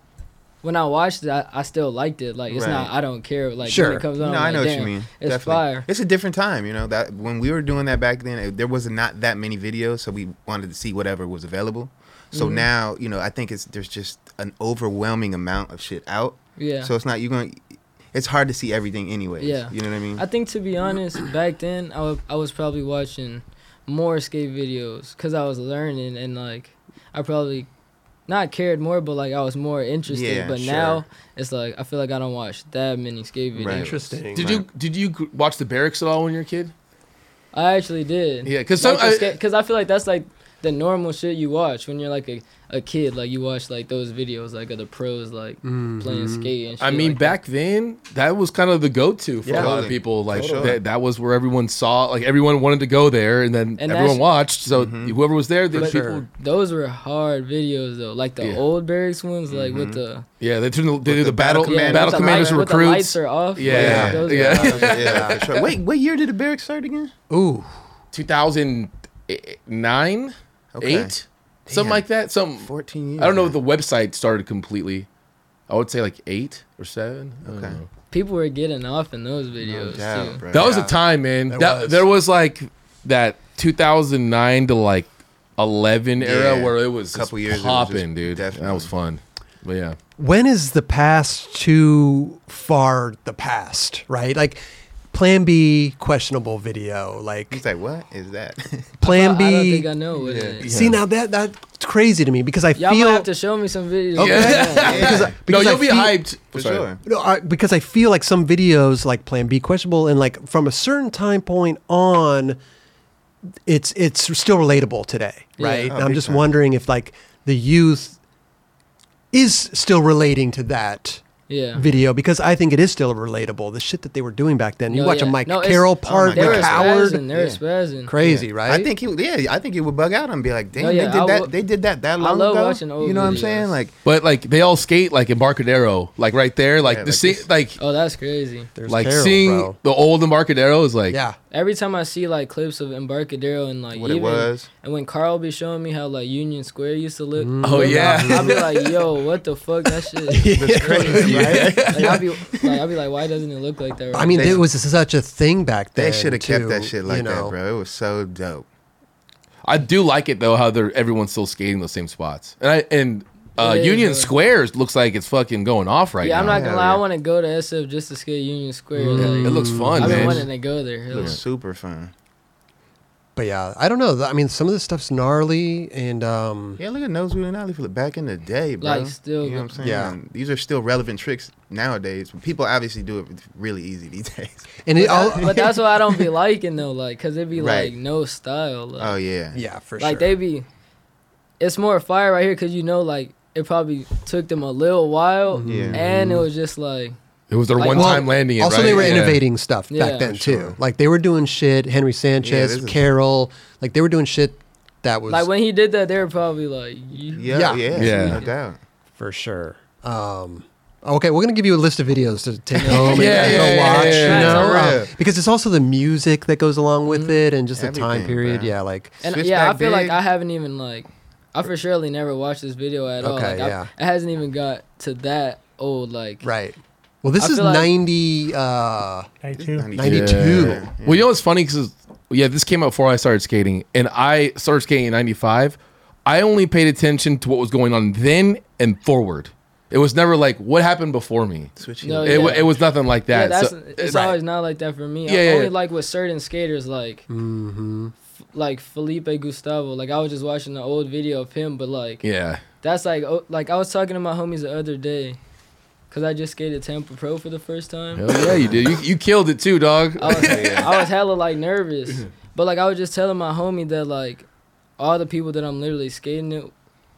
[SPEAKER 2] when I watched it, I, I still liked it. Like it's
[SPEAKER 4] Right.
[SPEAKER 2] not. I don't care. Like
[SPEAKER 1] Sure.
[SPEAKER 2] when it comes
[SPEAKER 4] No,
[SPEAKER 2] on,
[SPEAKER 4] I
[SPEAKER 2] I'm
[SPEAKER 4] know
[SPEAKER 2] like,
[SPEAKER 4] what you
[SPEAKER 2] "Damn,
[SPEAKER 4] mean.
[SPEAKER 2] It's
[SPEAKER 4] Definitely.
[SPEAKER 2] fire.
[SPEAKER 4] It's a different time, you know. That when we were doing that back then, it, there was not that many videos, so we wanted to see whatever was available. So
[SPEAKER 2] Mm-hmm.
[SPEAKER 4] now, you know, I think it's there's just an overwhelming amount of shit out.
[SPEAKER 2] Yeah.
[SPEAKER 4] So it's not you're going. to It's hard to see everything anyway.
[SPEAKER 2] Yeah.
[SPEAKER 4] You know what I mean?
[SPEAKER 2] I think to be honest, back then I wa- I was probably watching more skate videos because I was learning and like I probably not cared more, but like I was more interested.
[SPEAKER 4] Yeah,
[SPEAKER 2] but
[SPEAKER 4] sure.
[SPEAKER 2] now it's like I feel like I don't watch that many skate videos.
[SPEAKER 4] Right.
[SPEAKER 1] Interesting.
[SPEAKER 3] Did you did you gr- watch the barracks at all when you were a kid?
[SPEAKER 2] I actually did.
[SPEAKER 3] Yeah, 'cause some- I-
[SPEAKER 2] because I feel like that's like the normal shit you watch when you're like a, a kid. Like you watch like those videos like of the pros like playing skate and shit.
[SPEAKER 3] Mm-hmm. I mean,
[SPEAKER 2] like
[SPEAKER 3] back then, that was kind of the go-to for
[SPEAKER 1] Yeah.
[SPEAKER 3] a lot of
[SPEAKER 4] Totally.
[SPEAKER 3] people. Like
[SPEAKER 4] Totally.
[SPEAKER 3] that, that was where everyone saw. Like everyone wanted to go there, and then
[SPEAKER 2] And
[SPEAKER 3] everyone
[SPEAKER 2] that's-
[SPEAKER 3] watched. So whoever was there, the
[SPEAKER 1] For
[SPEAKER 3] people,
[SPEAKER 1] sure.
[SPEAKER 2] those were hard videos though. Like the
[SPEAKER 3] Yeah.
[SPEAKER 2] old barracks ones, like with the
[SPEAKER 3] yeah, they turned. The, they
[SPEAKER 4] With
[SPEAKER 3] did the,
[SPEAKER 4] the
[SPEAKER 3] battle
[SPEAKER 4] battle
[SPEAKER 3] Mm-hmm. battle,
[SPEAKER 4] command-
[SPEAKER 2] with the
[SPEAKER 3] commanders
[SPEAKER 2] light- with the
[SPEAKER 3] recruits.
[SPEAKER 2] lights are off. like,
[SPEAKER 3] Yeah.
[SPEAKER 2] those
[SPEAKER 3] Yeah.
[SPEAKER 2] are hard.
[SPEAKER 4] yeah, for sure. Wait, what year did the barracks start again?
[SPEAKER 1] Ooh,
[SPEAKER 3] Two thousand nine,
[SPEAKER 4] Okay.
[SPEAKER 3] eight, something
[SPEAKER 4] Damn.
[SPEAKER 3] like that. Some
[SPEAKER 4] Fourteen years.
[SPEAKER 3] I don't know if
[SPEAKER 4] man.
[SPEAKER 3] the website started completely. I would say like eight or seven. I don't
[SPEAKER 4] Okay.
[SPEAKER 3] know.
[SPEAKER 2] People were getting off in those
[SPEAKER 4] No
[SPEAKER 2] videos
[SPEAKER 4] doubt,
[SPEAKER 2] too.
[SPEAKER 4] bro.
[SPEAKER 3] That was a
[SPEAKER 4] Yeah.
[SPEAKER 3] time, man.
[SPEAKER 1] There
[SPEAKER 3] that
[SPEAKER 1] was.
[SPEAKER 3] there was like that 2009 to like 11 era
[SPEAKER 4] Yeah.
[SPEAKER 3] where it was
[SPEAKER 4] Couple
[SPEAKER 3] just
[SPEAKER 4] years it was just
[SPEAKER 3] popping, dude. That was
[SPEAKER 4] definitely.
[SPEAKER 3] fun. But yeah,
[SPEAKER 1] when is the past too far the past right like plan b questionable video like
[SPEAKER 4] He's like, what is that?
[SPEAKER 1] plan
[SPEAKER 2] I don't
[SPEAKER 1] b
[SPEAKER 2] think I know what it is.
[SPEAKER 1] see now that that's crazy to me because i
[SPEAKER 2] Y'all
[SPEAKER 1] feel
[SPEAKER 2] might have to show me some videos.
[SPEAKER 3] Okay.
[SPEAKER 2] Yeah.
[SPEAKER 4] Yeah.
[SPEAKER 1] I- because
[SPEAKER 3] no,
[SPEAKER 1] I
[SPEAKER 3] you'll be
[SPEAKER 1] feel-
[SPEAKER 3] hyped
[SPEAKER 4] for
[SPEAKER 3] Sorry.
[SPEAKER 4] sure.
[SPEAKER 1] No, I, because I feel like some videos like Plan B questionable, and like from a certain time point on, it's it's still relatable today,
[SPEAKER 2] Yeah.
[SPEAKER 1] right?
[SPEAKER 4] Oh,
[SPEAKER 1] And I'm
[SPEAKER 4] big
[SPEAKER 1] just
[SPEAKER 4] time.
[SPEAKER 1] wondering if like the youth is still relating to that
[SPEAKER 2] yeah.
[SPEAKER 1] video because I think it is still relatable. The shit that they were doing back then. You
[SPEAKER 2] No,
[SPEAKER 1] watch a
[SPEAKER 2] yeah.
[SPEAKER 1] Mike
[SPEAKER 2] No, it's- oh
[SPEAKER 1] Carroll
[SPEAKER 4] my
[SPEAKER 1] part,
[SPEAKER 4] God.
[SPEAKER 2] They were
[SPEAKER 1] Nick Howard,
[SPEAKER 2] spazzing. They were
[SPEAKER 4] Yeah.
[SPEAKER 2] spazzing.
[SPEAKER 1] crazy,
[SPEAKER 4] Yeah.
[SPEAKER 1] right?
[SPEAKER 4] I think he, yeah, I think it would bug out and be like, damn,
[SPEAKER 2] No, Oh, yeah,
[SPEAKER 4] they did
[SPEAKER 2] I
[SPEAKER 4] that.
[SPEAKER 2] wo-
[SPEAKER 4] they did that that
[SPEAKER 2] I
[SPEAKER 4] long
[SPEAKER 2] love
[SPEAKER 4] ago.
[SPEAKER 2] watching old
[SPEAKER 4] you know what I'm
[SPEAKER 2] videos.
[SPEAKER 4] saying? Like,
[SPEAKER 3] But like they all skate like Embarcadero, like right there, like
[SPEAKER 4] Yeah,
[SPEAKER 3] the
[SPEAKER 4] like
[SPEAKER 3] scene,
[SPEAKER 4] this.
[SPEAKER 3] like
[SPEAKER 2] Oh, that's crazy.
[SPEAKER 1] There's
[SPEAKER 3] like
[SPEAKER 1] Carroll,
[SPEAKER 3] seeing
[SPEAKER 1] bro.
[SPEAKER 3] the old Embarcadero is like
[SPEAKER 1] yeah,
[SPEAKER 2] Every time I see like clips of Embarcadero and like
[SPEAKER 4] What it
[SPEAKER 2] even
[SPEAKER 4] was.
[SPEAKER 2] and when Carl be showing me how like Union Square used to look,
[SPEAKER 3] Oh,
[SPEAKER 2] look,
[SPEAKER 3] yeah.
[SPEAKER 2] I- I'll be like, yo, what the fuck, that shit.
[SPEAKER 4] it's crazy, right?
[SPEAKER 2] Like, I'll be like, I'll be like, why doesn't it look like that? Right
[SPEAKER 1] I mean,
[SPEAKER 4] They-
[SPEAKER 1] it was such a thing back then.
[SPEAKER 4] They should have kept
[SPEAKER 1] too,
[SPEAKER 4] that shit
[SPEAKER 1] you
[SPEAKER 4] like
[SPEAKER 1] know.
[SPEAKER 4] that, bro. It was so dope.
[SPEAKER 3] I do like it though how they're everyone's still skating those same spots, and I and uh,
[SPEAKER 2] It is,
[SPEAKER 3] Union
[SPEAKER 2] uh,
[SPEAKER 3] Squares looks like it's fucking going off right
[SPEAKER 2] yeah, I'm
[SPEAKER 3] now.
[SPEAKER 2] not gonna
[SPEAKER 4] Hell
[SPEAKER 2] lie, I
[SPEAKER 4] yeah.
[SPEAKER 2] want to go to SF just to skate Union Square.
[SPEAKER 3] Mm. it
[SPEAKER 2] Like,
[SPEAKER 3] looks fun,
[SPEAKER 2] I've been
[SPEAKER 3] man.
[SPEAKER 2] wanting to go there.
[SPEAKER 4] It
[SPEAKER 2] like,
[SPEAKER 4] was super fun.
[SPEAKER 1] But yeah, I don't know. I mean, some of this stuff's gnarly, and um,
[SPEAKER 4] Yeah, look at Nose Wheel and Alley Flip back in the day, bro.
[SPEAKER 2] Like, still
[SPEAKER 4] you know what I'm
[SPEAKER 2] good.
[SPEAKER 4] saying?
[SPEAKER 1] Yeah.
[SPEAKER 4] And These are still relevant tricks nowadays. People obviously do it really easy these days.
[SPEAKER 1] and it all.
[SPEAKER 2] But that's what I don't be liking though, like, cause it be
[SPEAKER 4] Right.
[SPEAKER 2] like no style. Like,
[SPEAKER 4] Oh yeah.
[SPEAKER 1] Yeah, for
[SPEAKER 2] like
[SPEAKER 1] sure.
[SPEAKER 2] they be, it's more fire right here, cause you know, like it probably took them a little while,
[SPEAKER 4] Yeah.
[SPEAKER 2] and it was just like,
[SPEAKER 3] It was their
[SPEAKER 2] Like,
[SPEAKER 3] one
[SPEAKER 1] Well,
[SPEAKER 3] time landing. It,
[SPEAKER 1] Also,
[SPEAKER 3] right?
[SPEAKER 1] they were
[SPEAKER 3] Yeah.
[SPEAKER 1] innovating stuff
[SPEAKER 2] Yeah,
[SPEAKER 1] back then
[SPEAKER 4] for sure.
[SPEAKER 1] too. Like they were doing shit. Henry
[SPEAKER 4] this
[SPEAKER 1] Sanchez,
[SPEAKER 4] is-
[SPEAKER 1] Carroll, like they were doing shit that was
[SPEAKER 2] like when he did that, they were probably like, you-
[SPEAKER 1] Yeah.
[SPEAKER 4] Yeah. Yeah.
[SPEAKER 3] Yeah.
[SPEAKER 4] No doubt.
[SPEAKER 1] for sure. Um, okay, we're gonna give you a list of videos to take home
[SPEAKER 3] Yeah,
[SPEAKER 1] and
[SPEAKER 3] yeah,
[SPEAKER 1] go
[SPEAKER 3] yeah,
[SPEAKER 1] watch.
[SPEAKER 3] yeah,
[SPEAKER 1] you know,
[SPEAKER 4] yeah.
[SPEAKER 1] Um, because it's also the music that goes along
[SPEAKER 2] Mm-hmm.
[SPEAKER 1] with it, and just the time
[SPEAKER 4] Everything,
[SPEAKER 1] period.
[SPEAKER 4] bro.
[SPEAKER 1] Yeah, like
[SPEAKER 2] And
[SPEAKER 4] Switch
[SPEAKER 2] yeah, I
[SPEAKER 4] back
[SPEAKER 2] feel like
[SPEAKER 4] big.
[SPEAKER 2] I haven't even like I for surely never watched this video at all.
[SPEAKER 1] Okay,
[SPEAKER 2] Like
[SPEAKER 1] yeah.
[SPEAKER 2] I, it hasn't even got to that old like
[SPEAKER 1] right. Well, this
[SPEAKER 2] I
[SPEAKER 1] is
[SPEAKER 2] feel like-
[SPEAKER 1] ninety. Uh,
[SPEAKER 4] It's
[SPEAKER 5] 92.
[SPEAKER 1] 92.
[SPEAKER 4] Yeah.
[SPEAKER 3] Well, you know what's funny? Because, yeah, this came out before I started skating, and I started skating in 95. I only paid attention to what was going on then and forward. It was never like, what happened before me?
[SPEAKER 4] Switching.
[SPEAKER 2] No,
[SPEAKER 4] up.
[SPEAKER 3] It, wa-
[SPEAKER 2] yeah.
[SPEAKER 3] it was nothing like
[SPEAKER 2] Yeah,
[SPEAKER 3] that.
[SPEAKER 2] that's
[SPEAKER 3] So-
[SPEAKER 2] it's
[SPEAKER 3] right.
[SPEAKER 2] always not like that for me.
[SPEAKER 3] Yeah,
[SPEAKER 2] I
[SPEAKER 3] yeah,
[SPEAKER 2] only
[SPEAKER 3] yeah.
[SPEAKER 2] like with certain skaters like f- like Felipe Gustavo. Like I was just watching the old video of him, but like
[SPEAKER 3] Yeah.
[SPEAKER 2] that's like oh, like I was talking to my homies the other day, cause I just skated Tampa Pro for the first time.
[SPEAKER 3] Hell yeah, you did. You, you killed it too, dog.
[SPEAKER 2] I was, I was hella like nervous, but like I was just telling my homie that like all the people that I'm literally skating it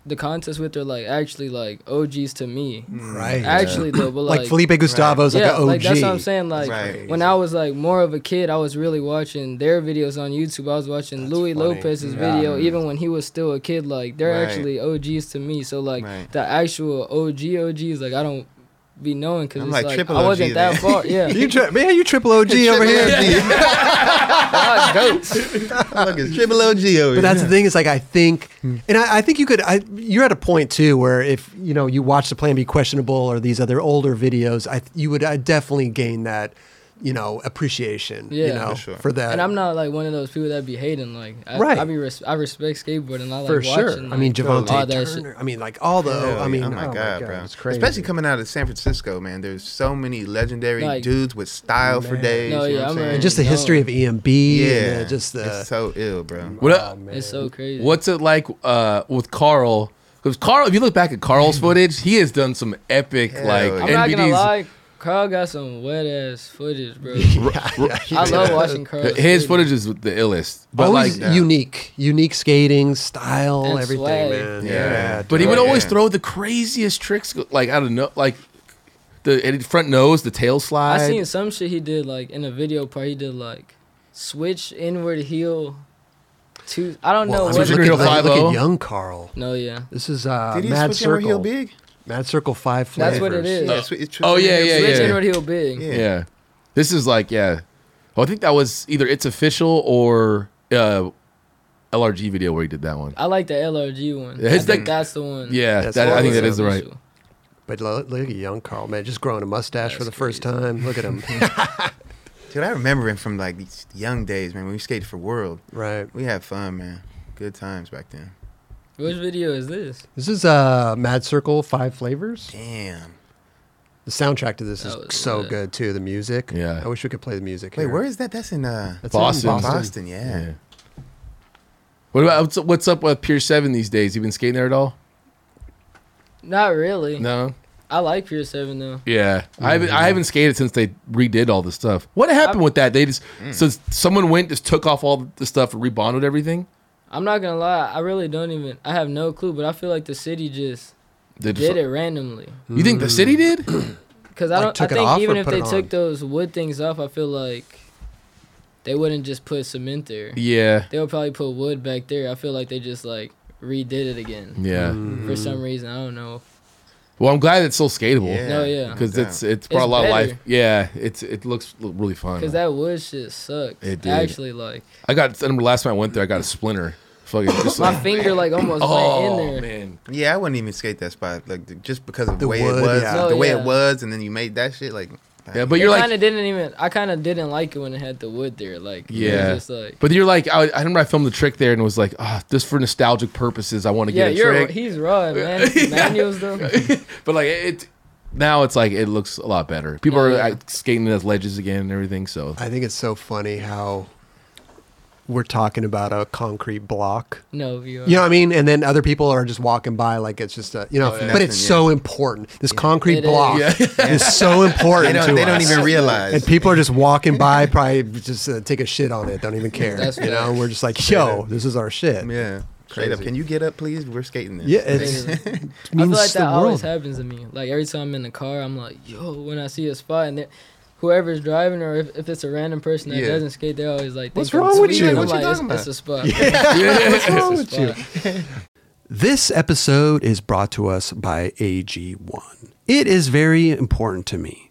[SPEAKER 2] the contests with are like actually like OGs to me.
[SPEAKER 1] Right.
[SPEAKER 2] Mm, Actually though, but like,
[SPEAKER 1] like, Felipe Gustavo's like
[SPEAKER 2] yeah,
[SPEAKER 1] an OG.
[SPEAKER 2] like that's what I'm saying. Like
[SPEAKER 4] Right.
[SPEAKER 2] when I was like more of a kid, I was really watching their videos on YouTube. I was watching Louis
[SPEAKER 1] funny.
[SPEAKER 2] Lopez's
[SPEAKER 5] Yeah.
[SPEAKER 2] video even when he was still a kid. Like they're
[SPEAKER 4] Right.
[SPEAKER 2] actually OGs to me. So like
[SPEAKER 4] Right.
[SPEAKER 2] the actual OG OGs, like I don't be knowing because
[SPEAKER 4] I'm
[SPEAKER 2] it's
[SPEAKER 4] like
[SPEAKER 2] like,
[SPEAKER 4] triple
[SPEAKER 2] I
[SPEAKER 4] OG
[SPEAKER 2] wasn't
[SPEAKER 4] then.
[SPEAKER 2] that far. Yeah,
[SPEAKER 1] You tri- man, you triple OG over here.
[SPEAKER 2] I goats.
[SPEAKER 4] Ah, Look, it's triple OG over
[SPEAKER 1] But that's the thing. Is like I think,
[SPEAKER 4] Hmm.
[SPEAKER 1] and I, I think you could. I, you're at a point too where if you know you watch the Plan B questionable or these other older videos, I you would I definitely gain that you know appreciation. you
[SPEAKER 2] Yeah.
[SPEAKER 1] know,
[SPEAKER 4] For sure.
[SPEAKER 1] for that.
[SPEAKER 2] And I'm not like one of those people that be hating. Like, I,
[SPEAKER 1] Right.
[SPEAKER 2] I be res- I respect skateboarding. I like
[SPEAKER 1] for
[SPEAKER 2] watching.
[SPEAKER 1] sure. I
[SPEAKER 2] like,
[SPEAKER 1] mean
[SPEAKER 2] all
[SPEAKER 1] Javante
[SPEAKER 2] that shit.
[SPEAKER 1] Turner. I mean like all the.
[SPEAKER 4] Hell
[SPEAKER 1] I mean,
[SPEAKER 4] yeah. oh my,
[SPEAKER 5] oh my
[SPEAKER 4] god,
[SPEAKER 5] God,
[SPEAKER 4] bro,
[SPEAKER 5] it's crazy.
[SPEAKER 4] Especially coming out of San Francisco, man. There's so many legendary
[SPEAKER 2] Like-
[SPEAKER 4] dudes with style for days.
[SPEAKER 2] No,
[SPEAKER 4] you know
[SPEAKER 2] yeah,
[SPEAKER 4] what
[SPEAKER 2] I'm
[SPEAKER 4] I'm saying?
[SPEAKER 2] already-
[SPEAKER 1] and just the
[SPEAKER 2] No.
[SPEAKER 1] history of EMB. Yeah, and, uh, just the.
[SPEAKER 4] it's so ill, bro.
[SPEAKER 3] What,
[SPEAKER 1] Oh,
[SPEAKER 3] uh,
[SPEAKER 1] man.
[SPEAKER 2] it's so crazy.
[SPEAKER 3] what's it like uh, with Carl? Because Carl, if you look back at Carl's footage, he has done some epic
[SPEAKER 4] Hell
[SPEAKER 3] like
[SPEAKER 4] yeah.
[SPEAKER 2] I'm not gonna
[SPEAKER 3] NBDs.
[SPEAKER 2] lie. Carl got some wet ass footage, bro. I love watching Carl.
[SPEAKER 3] His footage is the illest, but
[SPEAKER 1] always
[SPEAKER 3] like,
[SPEAKER 4] yeah.
[SPEAKER 1] unique, unique skating style,
[SPEAKER 2] And
[SPEAKER 1] everything,
[SPEAKER 2] swag.
[SPEAKER 1] man.
[SPEAKER 4] Yeah.
[SPEAKER 3] but he
[SPEAKER 1] dude.
[SPEAKER 3] would
[SPEAKER 4] Oh,
[SPEAKER 3] always
[SPEAKER 4] yeah.
[SPEAKER 3] throw the craziest tricks, like I don't know, like the and front nose, the tail slide.
[SPEAKER 2] I seen some shit he did like in a video part. He did like switch inward heel. Two. I don't
[SPEAKER 1] Well,
[SPEAKER 2] know
[SPEAKER 1] I
[SPEAKER 2] what.
[SPEAKER 3] mean,
[SPEAKER 1] mean,
[SPEAKER 3] Super
[SPEAKER 1] look,
[SPEAKER 3] Hero
[SPEAKER 1] at, look
[SPEAKER 3] 5-0.
[SPEAKER 1] at young Carl.
[SPEAKER 2] no, yeah.
[SPEAKER 1] This is uh,
[SPEAKER 4] Did he
[SPEAKER 1] Mad
[SPEAKER 4] switch over
[SPEAKER 1] Circle.
[SPEAKER 4] heel big?
[SPEAKER 1] Mad Circle Five Flavors.
[SPEAKER 2] That's what it is.
[SPEAKER 4] Yeah, swi- it's
[SPEAKER 3] Oh,
[SPEAKER 4] switch
[SPEAKER 3] yeah,
[SPEAKER 4] over heel
[SPEAKER 3] yeah,
[SPEAKER 2] switch
[SPEAKER 4] big.
[SPEAKER 2] inward heel big.
[SPEAKER 4] Yeah.
[SPEAKER 3] yeah. this is like yeah. Well, I think that was either it's official or uh, LRG video where he did that one.
[SPEAKER 2] I like the LRG one.
[SPEAKER 3] Yeah,
[SPEAKER 2] I think
[SPEAKER 3] his thing-
[SPEAKER 2] Uh, that's the one.
[SPEAKER 3] Yeah,
[SPEAKER 1] That's
[SPEAKER 3] that, I
[SPEAKER 1] always
[SPEAKER 3] think that is the right.
[SPEAKER 2] Official.
[SPEAKER 1] But lo- look, at young Carl, man, just growing a mustache for the
[SPEAKER 2] That's
[SPEAKER 1] first
[SPEAKER 2] crazy.
[SPEAKER 1] time. Look at him,
[SPEAKER 4] Dude, I remember him from like these young days, man. When we skated for World,
[SPEAKER 1] right?
[SPEAKER 4] we had fun, man. Good times back then.
[SPEAKER 2] Which video is this?
[SPEAKER 1] This is uh, Mad Circle Five Flavors.
[SPEAKER 4] Damn.
[SPEAKER 1] The soundtrack to this is
[SPEAKER 2] That was
[SPEAKER 1] so
[SPEAKER 2] lit.
[SPEAKER 1] good too. The music,
[SPEAKER 3] Yeah.
[SPEAKER 1] I wish we could play the music.
[SPEAKER 4] Wait,
[SPEAKER 1] here.
[SPEAKER 4] where is that? That's in uh,
[SPEAKER 1] That's
[SPEAKER 3] Boston.
[SPEAKER 1] in
[SPEAKER 4] Boston.
[SPEAKER 1] Boston.
[SPEAKER 4] yeah.
[SPEAKER 3] Yeah. What about what's, what's up with Pier Seven these days? You been skating there at all?
[SPEAKER 2] Not really.
[SPEAKER 3] No.
[SPEAKER 2] I like Pure Seven though.
[SPEAKER 3] Yeah, I haven't
[SPEAKER 4] Mm-hmm.
[SPEAKER 3] I haven't skated since they redid all the stuff. What happened
[SPEAKER 2] I-
[SPEAKER 3] with that? They just
[SPEAKER 4] Mm.
[SPEAKER 3] so someone went just took off all the stuff and rebonded everything.
[SPEAKER 2] I'm not gonna lie, I really don't even. I have no clue, but I feel like the city just
[SPEAKER 3] They just,
[SPEAKER 2] did it randomly.
[SPEAKER 3] You think the city did?
[SPEAKER 4] Mm.
[SPEAKER 2] Cause I
[SPEAKER 1] Like,
[SPEAKER 2] don't.
[SPEAKER 1] took it
[SPEAKER 2] I think
[SPEAKER 1] off
[SPEAKER 2] even
[SPEAKER 1] or
[SPEAKER 2] if
[SPEAKER 1] put
[SPEAKER 2] they
[SPEAKER 1] it
[SPEAKER 2] took
[SPEAKER 1] on?
[SPEAKER 2] those wood things off, I feel like they wouldn't just put cement there.
[SPEAKER 3] yeah,
[SPEAKER 2] They would probably put wood back there. I feel like they just like redid it again
[SPEAKER 3] yeah.
[SPEAKER 4] Mm.
[SPEAKER 2] for some reason. I don't know.
[SPEAKER 3] Well, I'm glad it's still skatable.
[SPEAKER 4] Yeah.
[SPEAKER 2] No, Oh, yeah.
[SPEAKER 3] because
[SPEAKER 4] Yeah.
[SPEAKER 3] it's it's brought
[SPEAKER 2] It's
[SPEAKER 3] a lot of
[SPEAKER 2] better.
[SPEAKER 3] life. Yeah, it's it looks l- really fun.
[SPEAKER 2] Cause that wood shit sucked.
[SPEAKER 3] It did.
[SPEAKER 2] Actually, like
[SPEAKER 3] I got I remember last time I went there, I got a splinter. Fucking just
[SPEAKER 2] my
[SPEAKER 3] like,
[SPEAKER 2] finger like almost
[SPEAKER 3] oh
[SPEAKER 2] went in there.
[SPEAKER 3] man,
[SPEAKER 4] Yeah, I wouldn't even skate that spot, like the, just because of the,
[SPEAKER 1] The
[SPEAKER 4] way it
[SPEAKER 1] wood,
[SPEAKER 4] was,
[SPEAKER 1] yeah.
[SPEAKER 4] the
[SPEAKER 2] Oh,
[SPEAKER 4] way
[SPEAKER 2] yeah.
[SPEAKER 4] it was, and then you made that shit like.
[SPEAKER 3] yeah. But
[SPEAKER 2] It
[SPEAKER 3] you're
[SPEAKER 2] kind
[SPEAKER 3] like,
[SPEAKER 2] of didn't even. I kind of didn't like it when it had the wood there. Like it was
[SPEAKER 3] Yeah.
[SPEAKER 2] just like
[SPEAKER 3] but you're like, I, I remember I filmed the trick there and was like, ah, just for nostalgic purposes, I want to
[SPEAKER 2] yeah,
[SPEAKER 3] get a
[SPEAKER 2] you're
[SPEAKER 3] trick.
[SPEAKER 2] he's raw, man. Manuals though.
[SPEAKER 3] but like it now it's like it looks a lot better people are
[SPEAKER 2] Oh, Yeah.
[SPEAKER 3] like, skating as ledges again and everything so
[SPEAKER 1] I think it's so funny how we're talking about a concrete block.
[SPEAKER 2] No, uh, you are.
[SPEAKER 1] You know what I mean? And then other people are just walking by like it's just a you know.
[SPEAKER 4] yeah.
[SPEAKER 1] But it's
[SPEAKER 4] Nothing,
[SPEAKER 1] so important. This concrete
[SPEAKER 2] It is.
[SPEAKER 1] block
[SPEAKER 3] Yeah.
[SPEAKER 1] is, so
[SPEAKER 4] They
[SPEAKER 1] important
[SPEAKER 4] don't,
[SPEAKER 1] to
[SPEAKER 4] they
[SPEAKER 1] us.
[SPEAKER 4] don't even realize.
[SPEAKER 1] And people are just walking by, probably just uh, take a shit on it, don't even care.
[SPEAKER 2] That's
[SPEAKER 1] you know,
[SPEAKER 2] facts.
[SPEAKER 1] we're just like, yo, this is our shit.
[SPEAKER 4] yeah, straight up.
[SPEAKER 1] Crazy.
[SPEAKER 4] Can you get up, please? We're skating this.
[SPEAKER 1] Yeah, it's,
[SPEAKER 2] Crazy.
[SPEAKER 1] it
[SPEAKER 2] I feel
[SPEAKER 1] means
[SPEAKER 2] like
[SPEAKER 1] the
[SPEAKER 2] that always
[SPEAKER 1] world.
[SPEAKER 2] happens to me. Like every time I'm in the car, I'm like, yo, when I see a spot and there- whoever's driving or if, if it's a random person that
[SPEAKER 4] Yeah.
[SPEAKER 2] doesn't skate, they're always like,
[SPEAKER 1] What's
[SPEAKER 2] think I'm
[SPEAKER 1] wrong with
[SPEAKER 2] tweaking.
[SPEAKER 1] you?
[SPEAKER 2] I'm
[SPEAKER 1] What you
[SPEAKER 2] like,
[SPEAKER 4] talking
[SPEAKER 2] it's, it's a spot.
[SPEAKER 3] yeah.
[SPEAKER 2] It's a
[SPEAKER 1] with you?
[SPEAKER 2] spot.
[SPEAKER 1] This episode is brought to us by AG1. It is very important to me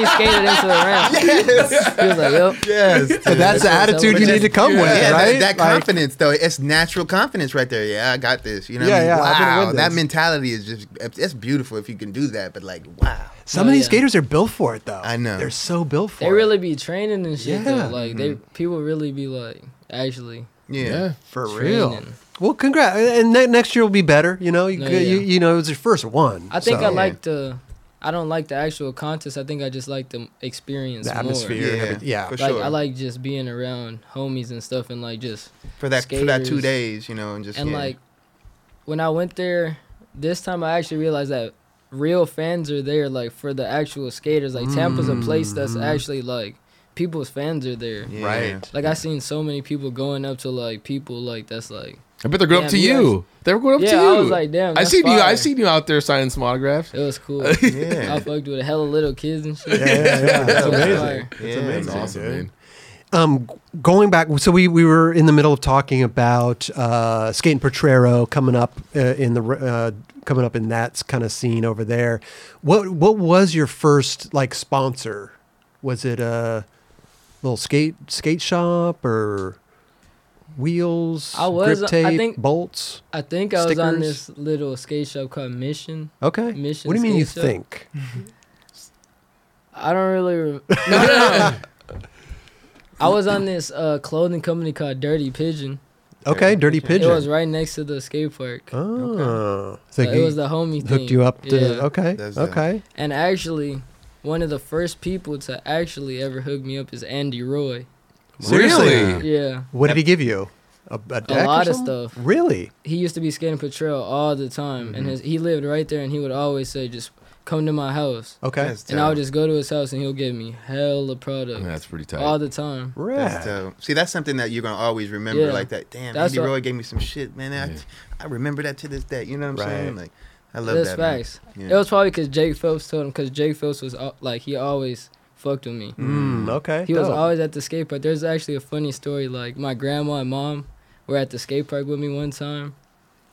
[SPEAKER 2] he skated into the ramp. He was like, yep.
[SPEAKER 4] Yes. dude.
[SPEAKER 1] So that's the
[SPEAKER 2] That's what-
[SPEAKER 1] attitude you
[SPEAKER 2] but
[SPEAKER 1] need to come with,
[SPEAKER 4] Yeah,
[SPEAKER 1] right?
[SPEAKER 4] that, that
[SPEAKER 1] Like,
[SPEAKER 4] confidence though, it's natural confidence right there. Yeah, I got this. You know, what
[SPEAKER 1] Yeah,
[SPEAKER 4] I mean?
[SPEAKER 1] yeah, I've been
[SPEAKER 4] wow,
[SPEAKER 1] with
[SPEAKER 4] that
[SPEAKER 1] this.
[SPEAKER 4] mentality is just—it's beautiful if you can do that. But like, wow,
[SPEAKER 1] some
[SPEAKER 2] Oh,
[SPEAKER 1] of these
[SPEAKER 2] yeah.
[SPEAKER 1] skaters are built for it, though.
[SPEAKER 4] I know.
[SPEAKER 1] they're so built for
[SPEAKER 2] They
[SPEAKER 1] it.
[SPEAKER 2] really be training and shit.
[SPEAKER 1] Yeah.
[SPEAKER 2] Though. Like they people really be like actually.
[SPEAKER 4] yeah,
[SPEAKER 3] yeah.
[SPEAKER 1] For
[SPEAKER 2] Training.
[SPEAKER 1] real. Well, congrats. And ne- next year will be better. You know, you,
[SPEAKER 2] No,
[SPEAKER 1] you,
[SPEAKER 2] yeah.
[SPEAKER 1] you know, it was your first one.
[SPEAKER 2] I think
[SPEAKER 1] so-
[SPEAKER 2] I like the I don't like the actual contest. I think I just like the experience
[SPEAKER 1] The
[SPEAKER 2] more.
[SPEAKER 1] atmosphere.
[SPEAKER 4] Yeah,
[SPEAKER 1] and everything. yeah.
[SPEAKER 4] for
[SPEAKER 2] Like
[SPEAKER 4] sure.
[SPEAKER 2] I like just being around homies and stuff, and like just
[SPEAKER 4] for that for that two
[SPEAKER 2] skaters.
[SPEAKER 4] days, you know, and just
[SPEAKER 2] and
[SPEAKER 4] yeah.
[SPEAKER 2] like when I went there this time, I actually realized that real fans are there, like for the actual skaters. Like Tampa's a place that's
[SPEAKER 1] Mm.
[SPEAKER 2] actually like people's fans are there.
[SPEAKER 4] Yeah.
[SPEAKER 1] Right.
[SPEAKER 2] Like I seen so many people going up to like people like that's like
[SPEAKER 3] I bet they're going up
[SPEAKER 2] Damn,
[SPEAKER 3] to
[SPEAKER 2] you
[SPEAKER 3] you.
[SPEAKER 2] guys-
[SPEAKER 3] They were going up to
[SPEAKER 2] Yeah,
[SPEAKER 3] you.
[SPEAKER 2] I was like, damn,
[SPEAKER 3] I
[SPEAKER 2] that's
[SPEAKER 3] seen you. I
[SPEAKER 2] fire.
[SPEAKER 3] seen you out there signing some autographs.
[SPEAKER 2] it was cool.
[SPEAKER 4] Yeah.
[SPEAKER 2] I fucked with a hella little kids and shit.
[SPEAKER 1] Yeah, yeah, yeah. That's
[SPEAKER 2] It was
[SPEAKER 1] amazing.
[SPEAKER 2] fire.
[SPEAKER 4] Yeah,
[SPEAKER 1] amazing.
[SPEAKER 3] That's
[SPEAKER 1] Amazing,
[SPEAKER 3] awesome,
[SPEAKER 1] dude.
[SPEAKER 3] man.
[SPEAKER 1] Um, g- going back, so we, we were in the middle of talking about uh, Skate and Portrero coming up uh, in the r- uh, coming up in that kind of scene over there. What what was your first like sponsor? Was it a little skate skate shop or wheels?
[SPEAKER 2] I was-
[SPEAKER 1] grip
[SPEAKER 2] I
[SPEAKER 1] tape,
[SPEAKER 2] think-
[SPEAKER 1] bolts.
[SPEAKER 2] I think I was on
[SPEAKER 1] Stickers.
[SPEAKER 2] this little skate shop called Mission.
[SPEAKER 1] Okay.
[SPEAKER 2] Mission
[SPEAKER 1] what do you mean
[SPEAKER 2] skate
[SPEAKER 1] you
[SPEAKER 2] shop?
[SPEAKER 1] think?
[SPEAKER 2] I don't really. Re- I was on this uh, clothing company called Dirty Pigeon.
[SPEAKER 1] Okay, Dirty Pigeon.
[SPEAKER 2] It was right next to the skate park.
[SPEAKER 1] oh, so
[SPEAKER 2] So
[SPEAKER 1] he
[SPEAKER 2] it was the homie thing.
[SPEAKER 1] hooked you up to
[SPEAKER 2] Yeah.
[SPEAKER 1] okay,
[SPEAKER 4] That's dope.
[SPEAKER 1] okay.
[SPEAKER 2] And actually, one of the first people to actually ever hook me up is Andy Roy.
[SPEAKER 3] Really?
[SPEAKER 2] Yeah.
[SPEAKER 1] What did he give you? A, a, deck or
[SPEAKER 2] lot of
[SPEAKER 1] something?
[SPEAKER 2] stuff.
[SPEAKER 1] Really?
[SPEAKER 2] He used to be skating patrol all the time. And his, he lived right there, and he would always say, just come to my house.
[SPEAKER 1] Okay.
[SPEAKER 4] That's
[SPEAKER 2] And I would
[SPEAKER 4] dope.
[SPEAKER 2] just go to his house, and he'll give me hella product
[SPEAKER 3] That's pretty tight.
[SPEAKER 2] all the time.
[SPEAKER 1] Rad.
[SPEAKER 4] That's dope. See, that's something that you're gonna always remember.
[SPEAKER 2] Yeah.
[SPEAKER 4] Like that. Damn,
[SPEAKER 2] That's
[SPEAKER 4] Andy
[SPEAKER 2] what-
[SPEAKER 4] Roy gave me some shit, man. I, I remember that to this day. You know what I'm saying?
[SPEAKER 1] Right.
[SPEAKER 4] Like, I love
[SPEAKER 2] That's
[SPEAKER 4] that. man.
[SPEAKER 2] facts.
[SPEAKER 4] Yeah.
[SPEAKER 2] It was probably because Jake Phelps told him, because Jake Phelps was al- like, he always fucked with me.
[SPEAKER 1] Mm, okay.
[SPEAKER 2] He was
[SPEAKER 1] dope.
[SPEAKER 2] always at the skate park. There's actually a funny story. Like my grandma and mom were at the skate park with me one time,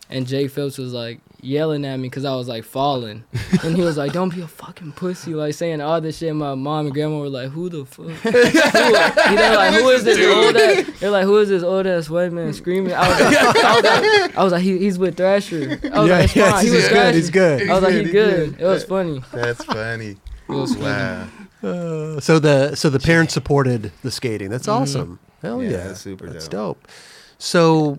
[SPEAKER 2] and Jake Phelps was like yelling at me because I was like falling, and he was like, "Don't be a fucking pussy," like saying all this shit. My mom and grandma were like, "Who the fuck?" who, you know, like who is this old? Ass? They're like, "Who is this old ass white man screaming?" I was like, I was like, I was like he, "He's with Thrasher." I was
[SPEAKER 1] Yeah,
[SPEAKER 2] like, "It's
[SPEAKER 1] yeah,
[SPEAKER 2] fine. oh, He
[SPEAKER 1] he's
[SPEAKER 2] was
[SPEAKER 1] good, he's
[SPEAKER 2] Thrasher."
[SPEAKER 1] good.
[SPEAKER 2] I was like,
[SPEAKER 4] He's
[SPEAKER 2] "He
[SPEAKER 4] good,
[SPEAKER 2] good."
[SPEAKER 4] he's
[SPEAKER 2] It was funny.
[SPEAKER 4] That's funny.
[SPEAKER 2] It was funny.
[SPEAKER 4] wow.
[SPEAKER 1] Uh, so the so the parents supported the skating. That's
[SPEAKER 2] Mm-hmm.
[SPEAKER 1] awesome. Hell yeah,
[SPEAKER 4] Yeah, that's super
[SPEAKER 1] That's
[SPEAKER 4] dope.
[SPEAKER 1] dope. So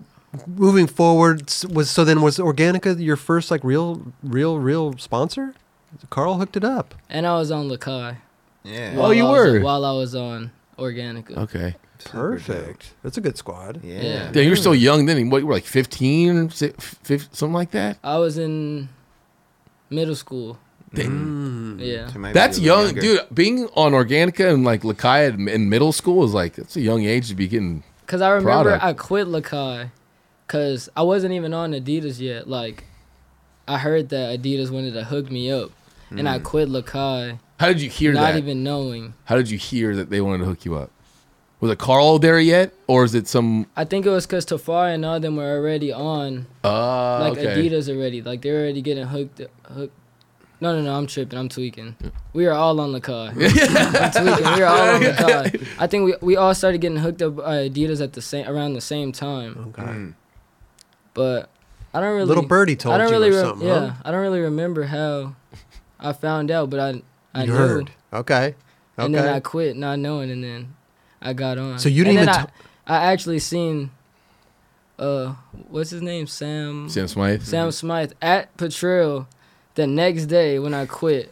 [SPEAKER 1] moving forward s- was so then was Organica your first like real real real sponsor? Carl hooked it up.
[SPEAKER 2] And I was on Lakai.
[SPEAKER 4] Yeah.
[SPEAKER 3] Well, Oh, you
[SPEAKER 2] I was-
[SPEAKER 3] were?
[SPEAKER 2] while I was on Organica.
[SPEAKER 3] okay.
[SPEAKER 4] Super dope.
[SPEAKER 1] That's a good squad.
[SPEAKER 4] Yeah.
[SPEAKER 2] Yeah.
[SPEAKER 3] Damn, you're still young then. What, you were like 15, si- fif- something like that?
[SPEAKER 2] I was in middle school. Mm.
[SPEAKER 1] Hmm,
[SPEAKER 3] Mm-hmm.
[SPEAKER 2] Yeah,
[SPEAKER 4] So maybe
[SPEAKER 3] That's
[SPEAKER 4] a little
[SPEAKER 3] young.
[SPEAKER 4] younger.
[SPEAKER 3] Dude, being on Organica and like Lakaya in- in middle school is like, that's a young age to be getting.
[SPEAKER 2] cause I remember
[SPEAKER 3] Product.
[SPEAKER 2] I quit Lakai, cause I wasn't even on Adidas yet. Like, I heard that Adidas wanted to hook me up, and I quit Lakai,
[SPEAKER 3] How did you Mm. hear
[SPEAKER 2] not
[SPEAKER 3] that?
[SPEAKER 2] even knowing.
[SPEAKER 3] How did you hear that they wanted to hook you up? Was it Carl there yet? Or is it some.
[SPEAKER 2] I think it was cause Tafari and all them were already on
[SPEAKER 3] Uh,
[SPEAKER 2] like
[SPEAKER 3] okay.
[SPEAKER 2] Adidas already. Like they're already getting hooked. Hooked. No, no, no. I'm tripping. I'm tweaking. We are all on the car. I'm tweaking. We are all on the car. I think we we all started getting hooked up by Adidas at the same around the same time.
[SPEAKER 1] Okay.
[SPEAKER 4] Hmm.
[SPEAKER 2] But I don't really.
[SPEAKER 1] Little birdie told
[SPEAKER 2] I don't
[SPEAKER 1] you
[SPEAKER 2] really.
[SPEAKER 1] or
[SPEAKER 2] re-
[SPEAKER 1] something,
[SPEAKER 2] yeah,
[SPEAKER 1] huh?
[SPEAKER 2] I don't really remember how I found out, but I I
[SPEAKER 1] you
[SPEAKER 2] knew,
[SPEAKER 1] heard. Okay. Okay.
[SPEAKER 2] and then I quit not knowing, and then I got on.
[SPEAKER 1] So you
[SPEAKER 2] And
[SPEAKER 1] didn't
[SPEAKER 2] then
[SPEAKER 1] even
[SPEAKER 2] I I actually seen. Uh, what's his name? Sam.
[SPEAKER 3] Sam Smythe.
[SPEAKER 2] Sam Smythe at Patrol the next day when I quit.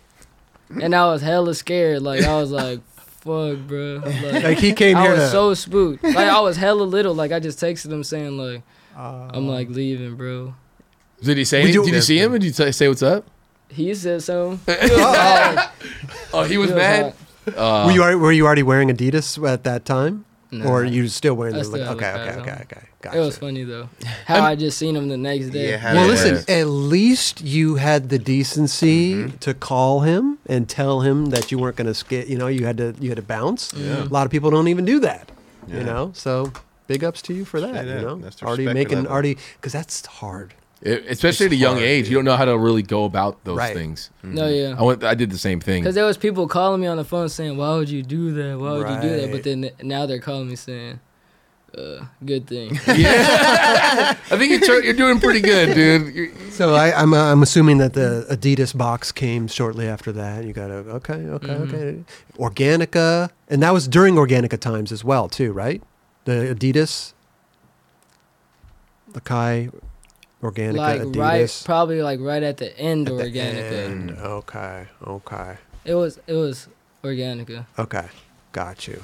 [SPEAKER 2] And I was hella scared. Like, I was like, fuck, bro.
[SPEAKER 1] like
[SPEAKER 2] Like,
[SPEAKER 1] he came
[SPEAKER 2] I
[SPEAKER 1] here
[SPEAKER 2] was
[SPEAKER 1] to
[SPEAKER 2] so spooked. Like, I was hella little. Like, I just texted him saying, like,
[SPEAKER 1] Oh.
[SPEAKER 2] I'm like leaving, bro.
[SPEAKER 3] Did he say
[SPEAKER 1] We
[SPEAKER 3] anything?
[SPEAKER 1] do-
[SPEAKER 3] Did you see him? Did you t- say what's up?
[SPEAKER 2] He said so. He was mad.
[SPEAKER 3] Oh, he
[SPEAKER 2] He
[SPEAKER 3] was
[SPEAKER 2] was
[SPEAKER 3] mad? Uh,
[SPEAKER 1] were you already, were you already wearing Adidas at that time,
[SPEAKER 2] "Oh." Nah.
[SPEAKER 1] or you still wearing
[SPEAKER 2] I
[SPEAKER 1] the?
[SPEAKER 2] still have
[SPEAKER 1] okay,
[SPEAKER 2] Lakai
[SPEAKER 1] okay,
[SPEAKER 2] on.
[SPEAKER 1] okay, okay.
[SPEAKER 2] hot.
[SPEAKER 1] Gotcha.
[SPEAKER 2] It was funny, though. How i just seen him the next day.
[SPEAKER 4] Yeah. How
[SPEAKER 1] Well,
[SPEAKER 4] did
[SPEAKER 1] listen,
[SPEAKER 4] that-
[SPEAKER 1] at least you had the decency to call him and tell him that you weren't going to skip, you know, you had to you had to bounce. A lot of people don't even do that. You
[SPEAKER 4] Yeah.
[SPEAKER 1] know? So big ups to you for that,
[SPEAKER 4] Straight
[SPEAKER 1] you
[SPEAKER 4] up.
[SPEAKER 1] know.
[SPEAKER 4] That's the
[SPEAKER 1] already
[SPEAKER 4] respect
[SPEAKER 1] making
[SPEAKER 4] level.
[SPEAKER 1] already cuz that's hard.
[SPEAKER 3] It- e, especially at a
[SPEAKER 1] It's
[SPEAKER 3] young
[SPEAKER 1] hard,
[SPEAKER 3] age, you don't know how to really go about those
[SPEAKER 1] Right.
[SPEAKER 3] things.
[SPEAKER 2] No, yeah.
[SPEAKER 3] I went. I did the same thing.
[SPEAKER 2] Cause there was people calling me on the phone saying, "Why would you do that? Why would you do that?"
[SPEAKER 1] Right.
[SPEAKER 2] But then now they're calling me saying, uh, "Good thing."
[SPEAKER 3] I think you're, you're doing pretty good, dude. You're-
[SPEAKER 1] So I I'm uh, I'm assuming that the Adidas box came shortly after that. You got to okay, okay,
[SPEAKER 2] Mm-hmm.
[SPEAKER 1] okay. Organica, and that was during Organica times as well, too, right? The Adidas the Kai Organica,
[SPEAKER 2] like right,
[SPEAKER 1] Adidas.
[SPEAKER 2] probably like right at the end of
[SPEAKER 1] At the
[SPEAKER 2] Organica.
[SPEAKER 1] end. Okay, okay,
[SPEAKER 2] It was it was Organica
[SPEAKER 1] okay. Got you.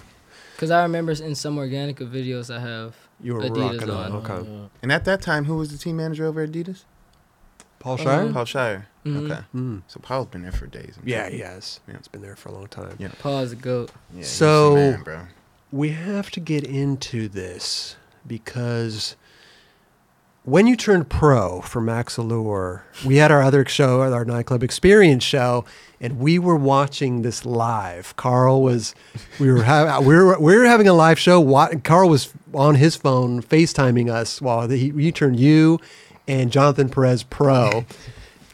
[SPEAKER 2] because I remember in some Organica videos I have
[SPEAKER 1] You were
[SPEAKER 2] Adidas
[SPEAKER 1] rocking on.
[SPEAKER 2] on.
[SPEAKER 1] Okay.
[SPEAKER 4] And at that time, who was the team manager over at Adidas?
[SPEAKER 1] Paul
[SPEAKER 2] Uh-huh.
[SPEAKER 1] Shire?
[SPEAKER 4] Paul Shire.
[SPEAKER 2] Mhm.
[SPEAKER 4] Okay.
[SPEAKER 1] Mm.
[SPEAKER 4] So Paul's been there for days. I'm
[SPEAKER 1] Yeah,
[SPEAKER 4] sure.
[SPEAKER 1] he has.
[SPEAKER 4] Yeah.
[SPEAKER 1] It's been there for a long time.
[SPEAKER 4] Yeah.
[SPEAKER 2] Pause the goat.
[SPEAKER 4] Yeah, he's
[SPEAKER 1] So-
[SPEAKER 4] the man, bro.
[SPEAKER 1] We have to get into this because when you turned pro for Max Allure, we had our other show, our nightclub experience show, and we were watching this live. Carl was, we were having, we were, we were having a live show. wa- Carl was on his phone, FaceTiming us while he, he turned you and Jonathan Perez pro.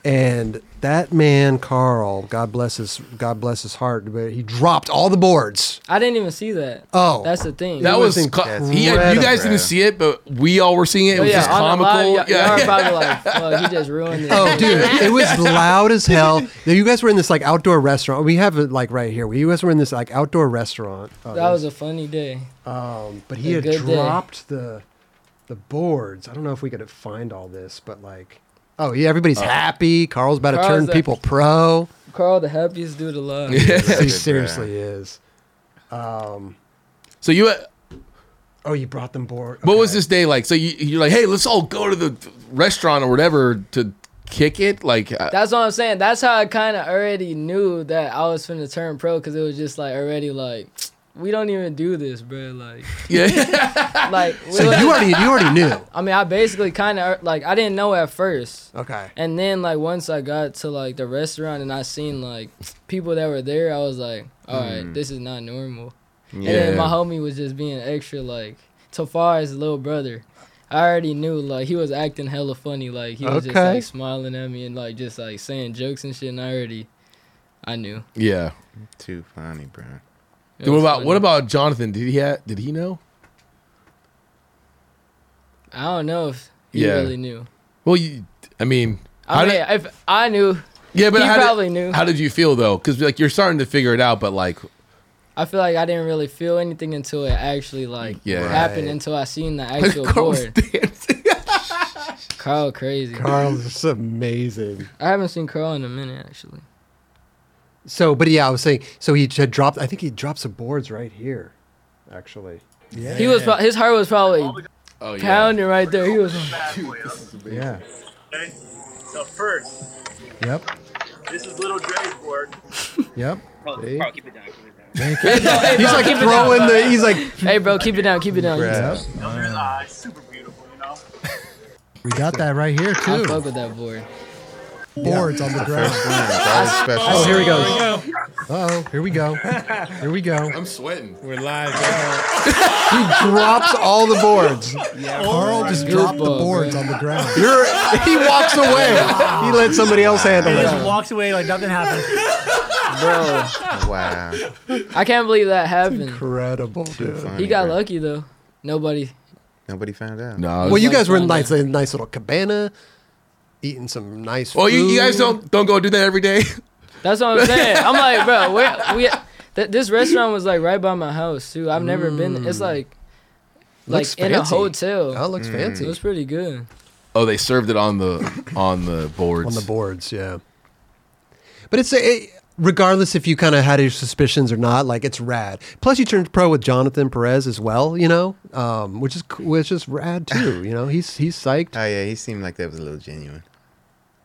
[SPEAKER 1] And that man, Carl, God bless his, God bless his heart, but he dropped all the boards.
[SPEAKER 2] I didn't even see that.
[SPEAKER 1] Oh,
[SPEAKER 2] That's the thing.
[SPEAKER 3] That was,
[SPEAKER 1] was
[SPEAKER 3] co-
[SPEAKER 4] incredible.
[SPEAKER 3] he had, you guys
[SPEAKER 4] Incredible.
[SPEAKER 3] didn't see it, but we all were seeing it. It
[SPEAKER 2] But Oh,
[SPEAKER 3] was
[SPEAKER 2] yeah,
[SPEAKER 3] just
[SPEAKER 2] on the live,
[SPEAKER 3] comical.
[SPEAKER 2] y'all-
[SPEAKER 3] yeah,
[SPEAKER 2] y'all are probably like, "Fuck, he just ruined it."
[SPEAKER 1] Oh, dude, it was loud as hell. Now, You guys were in this like outdoor restaurant. We have it like right here. We you guys were in this like outdoor restaurant. Uh,
[SPEAKER 2] that was a funny day.
[SPEAKER 1] um, but he
[SPEAKER 2] a
[SPEAKER 1] had
[SPEAKER 2] good day.
[SPEAKER 1] dropped the the boards. I don't know if we could find all this, but like, oh yeah, everybody's happy. Carl's about to
[SPEAKER 2] Carl's
[SPEAKER 1] turn
[SPEAKER 2] the-
[SPEAKER 1] people pro.
[SPEAKER 2] Carl, the happiest dude alive.
[SPEAKER 4] That's
[SPEAKER 1] he
[SPEAKER 4] good,
[SPEAKER 1] seriously is. Um,
[SPEAKER 3] So you,
[SPEAKER 1] oh, you brought them board.
[SPEAKER 3] what was
[SPEAKER 1] okay.
[SPEAKER 3] this day like? So you, you're like, hey, let's all go to the restaurant or whatever to kick it. Like, uh,
[SPEAKER 2] That's what I'm saying. That's how I kind of already knew that I was finna turn pro because it was just like already like we don't even do this, bro. Like,
[SPEAKER 3] yeah,
[SPEAKER 2] like
[SPEAKER 1] So
[SPEAKER 2] we-
[SPEAKER 1] you already you already knew.
[SPEAKER 2] I mean, I basically kind of like I didn't know at first,
[SPEAKER 1] Okay.
[SPEAKER 2] and then like once I got to like the restaurant and I seen like people that were there, I was like, all right,
[SPEAKER 3] Hmm.
[SPEAKER 2] this is not normal. And
[SPEAKER 4] Yeah.
[SPEAKER 2] then my
[SPEAKER 3] Yeah.
[SPEAKER 2] homie was just being extra like Tafar's little brother. I already knew like he was acting hella funny, like he was just
[SPEAKER 1] Okay.
[SPEAKER 2] like smiling at me and like just like saying jokes and shit and I already I knew.
[SPEAKER 3] yeah.
[SPEAKER 4] Too funny, bro.
[SPEAKER 2] It
[SPEAKER 3] Dude, what
[SPEAKER 2] was
[SPEAKER 3] about what
[SPEAKER 2] funny.
[SPEAKER 3] about Jonathan? Did he ha- did he know?
[SPEAKER 2] I don't know if he
[SPEAKER 3] Yeah.
[SPEAKER 2] really knew.
[SPEAKER 3] Well, you, I mean,
[SPEAKER 2] I
[SPEAKER 3] how
[SPEAKER 2] mean,
[SPEAKER 3] did-
[SPEAKER 2] if I knew,
[SPEAKER 3] yeah, but
[SPEAKER 2] he
[SPEAKER 3] how
[SPEAKER 2] probably
[SPEAKER 3] did,
[SPEAKER 2] knew.
[SPEAKER 3] How did you feel though? Because like you're starting to figure it out, but like,
[SPEAKER 2] I feel like I didn't really feel anything until it actually like
[SPEAKER 3] Yeah.
[SPEAKER 2] happened.
[SPEAKER 1] Right.
[SPEAKER 2] Until I seen the actual
[SPEAKER 3] Carl was
[SPEAKER 2] board.
[SPEAKER 3] dancing.
[SPEAKER 2] Carl crazy.
[SPEAKER 1] Carl's just amazing.
[SPEAKER 2] I haven't seen Carl in a minute actually.
[SPEAKER 1] So, but yeah, I was saying. So he had dropped. I think he dropped some boards right here, actually. Yeah,
[SPEAKER 2] He was pro- his heart was probably
[SPEAKER 3] Oh yeah.
[SPEAKER 2] pounding right there. He was. like,
[SPEAKER 6] bad boy up,
[SPEAKER 1] Yeah.
[SPEAKER 6] okay? So first,
[SPEAKER 1] Yep.
[SPEAKER 6] this is little Dre's board.
[SPEAKER 1] Yep. See?
[SPEAKER 6] keep it down, keep it down.
[SPEAKER 1] He's like throwing the. He's like.
[SPEAKER 2] Hey bro, keep it down, keep it down.
[SPEAKER 1] Yep.
[SPEAKER 6] Those are his eyes, super beautiful, you know?
[SPEAKER 7] We got that right here
[SPEAKER 2] I
[SPEAKER 7] too.
[SPEAKER 2] fuck with that board.
[SPEAKER 7] Boards on the ground.
[SPEAKER 1] Oh, here we go.
[SPEAKER 7] Oh, here we go. Here we go.
[SPEAKER 3] I'm sweating.
[SPEAKER 8] We're live.
[SPEAKER 1] He drops all the boards.
[SPEAKER 7] Carl just dropped the
[SPEAKER 2] Goofball,
[SPEAKER 7] boards
[SPEAKER 2] man.
[SPEAKER 7] on the ground.
[SPEAKER 1] Oh You're. He walks away. He lets somebody else handle
[SPEAKER 8] He
[SPEAKER 1] it.
[SPEAKER 8] just walks away like nothing happened.
[SPEAKER 2] Bro,
[SPEAKER 4] Wow.
[SPEAKER 2] I can't believe that happened.
[SPEAKER 1] Incredible, dude.
[SPEAKER 4] Funny,
[SPEAKER 2] He got
[SPEAKER 4] bro.
[SPEAKER 2] lucky though. Nobody.
[SPEAKER 4] Nobody found out.
[SPEAKER 3] No.
[SPEAKER 1] Well,
[SPEAKER 3] Well, you,
[SPEAKER 1] you guys were in nice, a nice little cabana, eating some nice.
[SPEAKER 3] you,
[SPEAKER 1] food.
[SPEAKER 3] guys don't don't go do that every day.
[SPEAKER 2] That's what I'm saying. I'm like, bro, where we? Th- this restaurant was like right by my house too. I've never been. It's like, like
[SPEAKER 1] Looks
[SPEAKER 2] in a
[SPEAKER 1] fancy.
[SPEAKER 2] hotel.
[SPEAKER 1] Oh, it looks
[SPEAKER 2] It was
[SPEAKER 1] fancy
[SPEAKER 2] pretty good.
[SPEAKER 3] Oh, they served it on the on the boards.
[SPEAKER 1] on the boards. Yeah. But it's a. It, regardless if you kind of had your suspicions or not, like it's rad. Plus, you turned pro with Jonathan Perez as well, you know, um, which is c- which is rad too. You know, he's he's psyched.
[SPEAKER 4] Oh yeah, he seemed like that was a little genuine.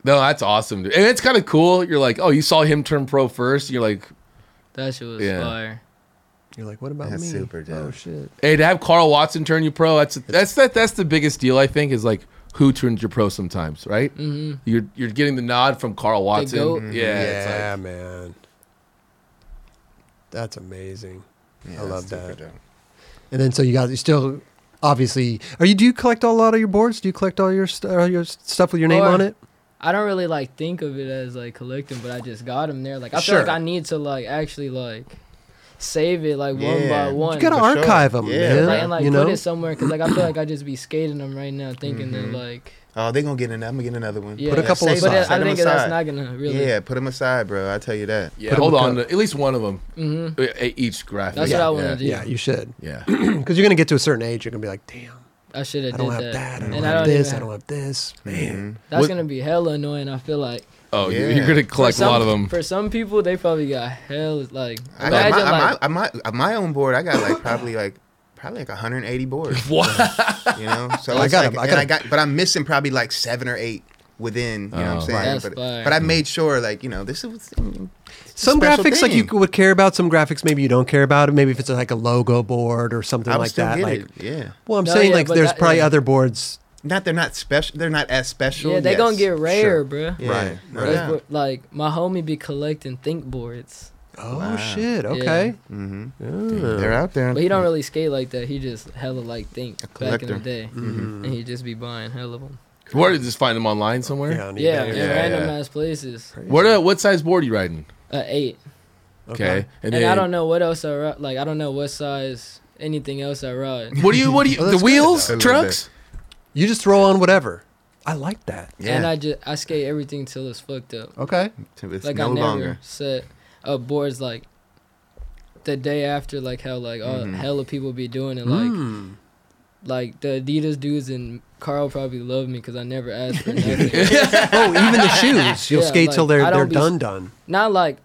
[SPEAKER 3] No, that's awesome. Dude. And it's kind of cool. You're like, oh, you saw him turn pro first. You're like,
[SPEAKER 2] That shit was
[SPEAKER 3] Yeah.
[SPEAKER 2] fire.
[SPEAKER 1] You're like, what about
[SPEAKER 4] That's
[SPEAKER 1] me?
[SPEAKER 4] super dope.
[SPEAKER 1] Oh shit!
[SPEAKER 3] hey, to have Carl Watson turn you pro, that's that's that that's the biggest deal I think is like who turns you pro sometimes, right? Mm-hmm. You're you're getting the nod from Carl Watson.
[SPEAKER 2] goat. Mm-hmm.
[SPEAKER 3] Yeah, it's like-
[SPEAKER 1] yeah, man, that's amazing.
[SPEAKER 4] Yeah,
[SPEAKER 1] I love
[SPEAKER 4] that's super
[SPEAKER 1] that.
[SPEAKER 4] dope.
[SPEAKER 1] And then so you guys, you still obviously are you? Do you collect a lot of your boards? Do you collect all your st- all your stuff with your name
[SPEAKER 2] Or-
[SPEAKER 1] on it?
[SPEAKER 2] I don't really like think of it as like collecting, but I just got them there. Like I
[SPEAKER 1] Sure.
[SPEAKER 2] feel like I need to like actually like save it like one
[SPEAKER 4] Yeah.
[SPEAKER 2] by
[SPEAKER 4] You
[SPEAKER 2] one.
[SPEAKER 1] You gotta
[SPEAKER 4] for sure.
[SPEAKER 1] archive them,
[SPEAKER 4] Yeah,
[SPEAKER 1] man.
[SPEAKER 2] Like, and like
[SPEAKER 1] you
[SPEAKER 2] put
[SPEAKER 1] know,
[SPEAKER 2] it somewhere because like I feel like I just be skating them right now, thinking
[SPEAKER 1] Mm-hmm.
[SPEAKER 2] they're like
[SPEAKER 4] Oh, they gonna get another. I'm gonna get another one.
[SPEAKER 2] yeah.
[SPEAKER 1] Put a couple
[SPEAKER 2] But
[SPEAKER 1] aside.
[SPEAKER 2] it-
[SPEAKER 4] Set
[SPEAKER 2] I
[SPEAKER 4] 'em
[SPEAKER 2] think that's
[SPEAKER 4] aside.
[SPEAKER 2] not gonna really.
[SPEAKER 4] Yeah, put them aside, bro. I tell you that.
[SPEAKER 3] yeah.
[SPEAKER 1] Put
[SPEAKER 3] Hold
[SPEAKER 1] him a
[SPEAKER 3] on, at least one of them. Mm-hmm. Each graphic.
[SPEAKER 2] That's
[SPEAKER 3] yeah.
[SPEAKER 2] what I want to do.
[SPEAKER 3] yeah.
[SPEAKER 1] yeah, you should
[SPEAKER 3] Yeah.
[SPEAKER 1] because you're gonna get to a certain age. You're gonna be like, damn,
[SPEAKER 2] I should have
[SPEAKER 1] I
[SPEAKER 2] did
[SPEAKER 1] don't have
[SPEAKER 2] that.
[SPEAKER 1] that. I
[SPEAKER 2] And
[SPEAKER 1] don't
[SPEAKER 2] I
[SPEAKER 1] have
[SPEAKER 2] don't even
[SPEAKER 1] this. I
[SPEAKER 2] have-
[SPEAKER 1] don't have this. Man,
[SPEAKER 2] That's
[SPEAKER 3] What-
[SPEAKER 2] gonna be hella annoying. I feel like
[SPEAKER 3] Oh, you're,
[SPEAKER 4] Yeah.
[SPEAKER 3] you're gonna collect
[SPEAKER 2] For some-
[SPEAKER 3] a lot of them.
[SPEAKER 2] For some people, they probably got hell. Like
[SPEAKER 4] I got
[SPEAKER 2] imagine
[SPEAKER 4] my,
[SPEAKER 2] like
[SPEAKER 4] on, my, on my own board, I got like probably like probably like 180 boards.
[SPEAKER 3] What?
[SPEAKER 4] You know, so
[SPEAKER 1] I got
[SPEAKER 4] it's like-
[SPEAKER 1] him, I
[SPEAKER 4] and
[SPEAKER 1] got
[SPEAKER 4] I got, but I'm missing probably like seven or eight within. You know what I'm
[SPEAKER 3] Oh.
[SPEAKER 4] saying?
[SPEAKER 2] That's
[SPEAKER 4] But,
[SPEAKER 2] fire.
[SPEAKER 4] but I made sure, like you know, this is
[SPEAKER 1] some
[SPEAKER 4] special
[SPEAKER 1] graphics like you
[SPEAKER 4] thing.
[SPEAKER 1] would care about. Some graphics maybe you don't care about. Maybe if it's like a logo board or something
[SPEAKER 4] I would
[SPEAKER 1] like
[SPEAKER 4] still
[SPEAKER 1] that.
[SPEAKER 4] get
[SPEAKER 1] Like,
[SPEAKER 4] it. Yeah,
[SPEAKER 1] well, I'm
[SPEAKER 2] No,
[SPEAKER 1] saying
[SPEAKER 2] yeah,
[SPEAKER 1] like
[SPEAKER 2] but
[SPEAKER 1] there's
[SPEAKER 2] that-
[SPEAKER 1] probably
[SPEAKER 2] yeah.
[SPEAKER 1] other boards.
[SPEAKER 4] not they're not special. They're not as special.
[SPEAKER 2] yeah, they
[SPEAKER 4] yes.
[SPEAKER 2] gonna get rare,
[SPEAKER 4] Sure.
[SPEAKER 2] bruh.
[SPEAKER 4] Yeah.
[SPEAKER 5] Right,
[SPEAKER 4] No
[SPEAKER 2] That's
[SPEAKER 4] doubt.
[SPEAKER 2] what- like my homie be collecting think boards,
[SPEAKER 1] Oh
[SPEAKER 4] Wow.
[SPEAKER 1] shit!
[SPEAKER 2] Yeah.
[SPEAKER 1] Okay.
[SPEAKER 4] Mhm.
[SPEAKER 1] Yeah.
[SPEAKER 4] They're out there.
[SPEAKER 2] but he don't really skate like that. He just hella like think back in
[SPEAKER 4] collector.
[SPEAKER 2] the day, and he just be buying hella of them.
[SPEAKER 3] Where did you just find them online somewhere?
[SPEAKER 1] Yeah, on
[SPEAKER 2] Yeah,
[SPEAKER 1] eBay
[SPEAKER 2] in
[SPEAKER 1] or
[SPEAKER 3] yeah,
[SPEAKER 1] something.
[SPEAKER 2] random
[SPEAKER 3] yeah.
[SPEAKER 2] ass places.
[SPEAKER 3] What uh, what size board are you riding?
[SPEAKER 2] Uh, eight.
[SPEAKER 3] Okay,
[SPEAKER 2] And, I don't know what else I ride. Like I don't know what size anything else I ride.
[SPEAKER 3] What do you? What do you?
[SPEAKER 1] Well, Oh,
[SPEAKER 3] the
[SPEAKER 1] that's good,
[SPEAKER 3] wheels,
[SPEAKER 4] though. A little
[SPEAKER 3] trucks.
[SPEAKER 1] You just throw on whatever. I like that.
[SPEAKER 4] Yeah.
[SPEAKER 2] And I just I skate everything till it's fucked up.
[SPEAKER 1] Okay.
[SPEAKER 4] it's
[SPEAKER 2] Like
[SPEAKER 4] no
[SPEAKER 2] I never
[SPEAKER 4] longer.
[SPEAKER 2] set up boards like the day after, like how like all
[SPEAKER 4] Mm-hmm.
[SPEAKER 2] hella people be doing it. Like
[SPEAKER 1] Mm.
[SPEAKER 2] like the Adidas dudes and Carl probably love me because I never asked for nothing.
[SPEAKER 1] oh, even the shoes. You'll
[SPEAKER 2] Yeah,
[SPEAKER 1] skate till
[SPEAKER 2] like,
[SPEAKER 1] they're
[SPEAKER 2] I
[SPEAKER 1] they're
[SPEAKER 2] don't be-
[SPEAKER 1] done done.
[SPEAKER 2] Not like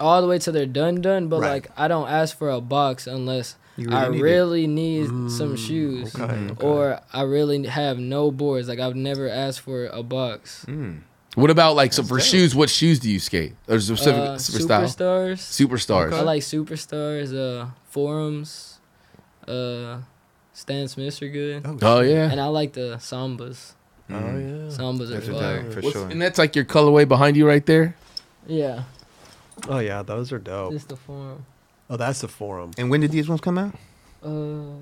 [SPEAKER 2] all the way till they're done done, but
[SPEAKER 1] Right.
[SPEAKER 2] like I don't ask for a box unless
[SPEAKER 4] You
[SPEAKER 2] I
[SPEAKER 4] really need it. Mm,
[SPEAKER 2] really need some shoes.
[SPEAKER 1] Okay. okay.
[SPEAKER 2] Or I really have no boards. Like I've never asked for a box.
[SPEAKER 4] Mm,
[SPEAKER 3] What about like so for shoes? What shoes do you skate? Or specific
[SPEAKER 2] Uh,
[SPEAKER 3] for style?
[SPEAKER 2] Superstars.
[SPEAKER 3] Superstars.
[SPEAKER 2] I like superstars. Uh, forums. Uh, Stan Smiths are good.
[SPEAKER 3] Oh yeah.
[SPEAKER 2] And I like the sambas.
[SPEAKER 1] Oh
[SPEAKER 4] Mm.
[SPEAKER 1] yeah.
[SPEAKER 2] Sambas are
[SPEAKER 4] That's a
[SPEAKER 2] fire.
[SPEAKER 4] dog, for
[SPEAKER 3] What's-
[SPEAKER 4] sure.
[SPEAKER 3] And that's like your colorway behind you right there.
[SPEAKER 2] Yeah,
[SPEAKER 1] Oh yeah. Those are dope.
[SPEAKER 2] just the forum.
[SPEAKER 1] Oh, that's the forum.
[SPEAKER 4] And when did these ones come out?
[SPEAKER 2] Uh,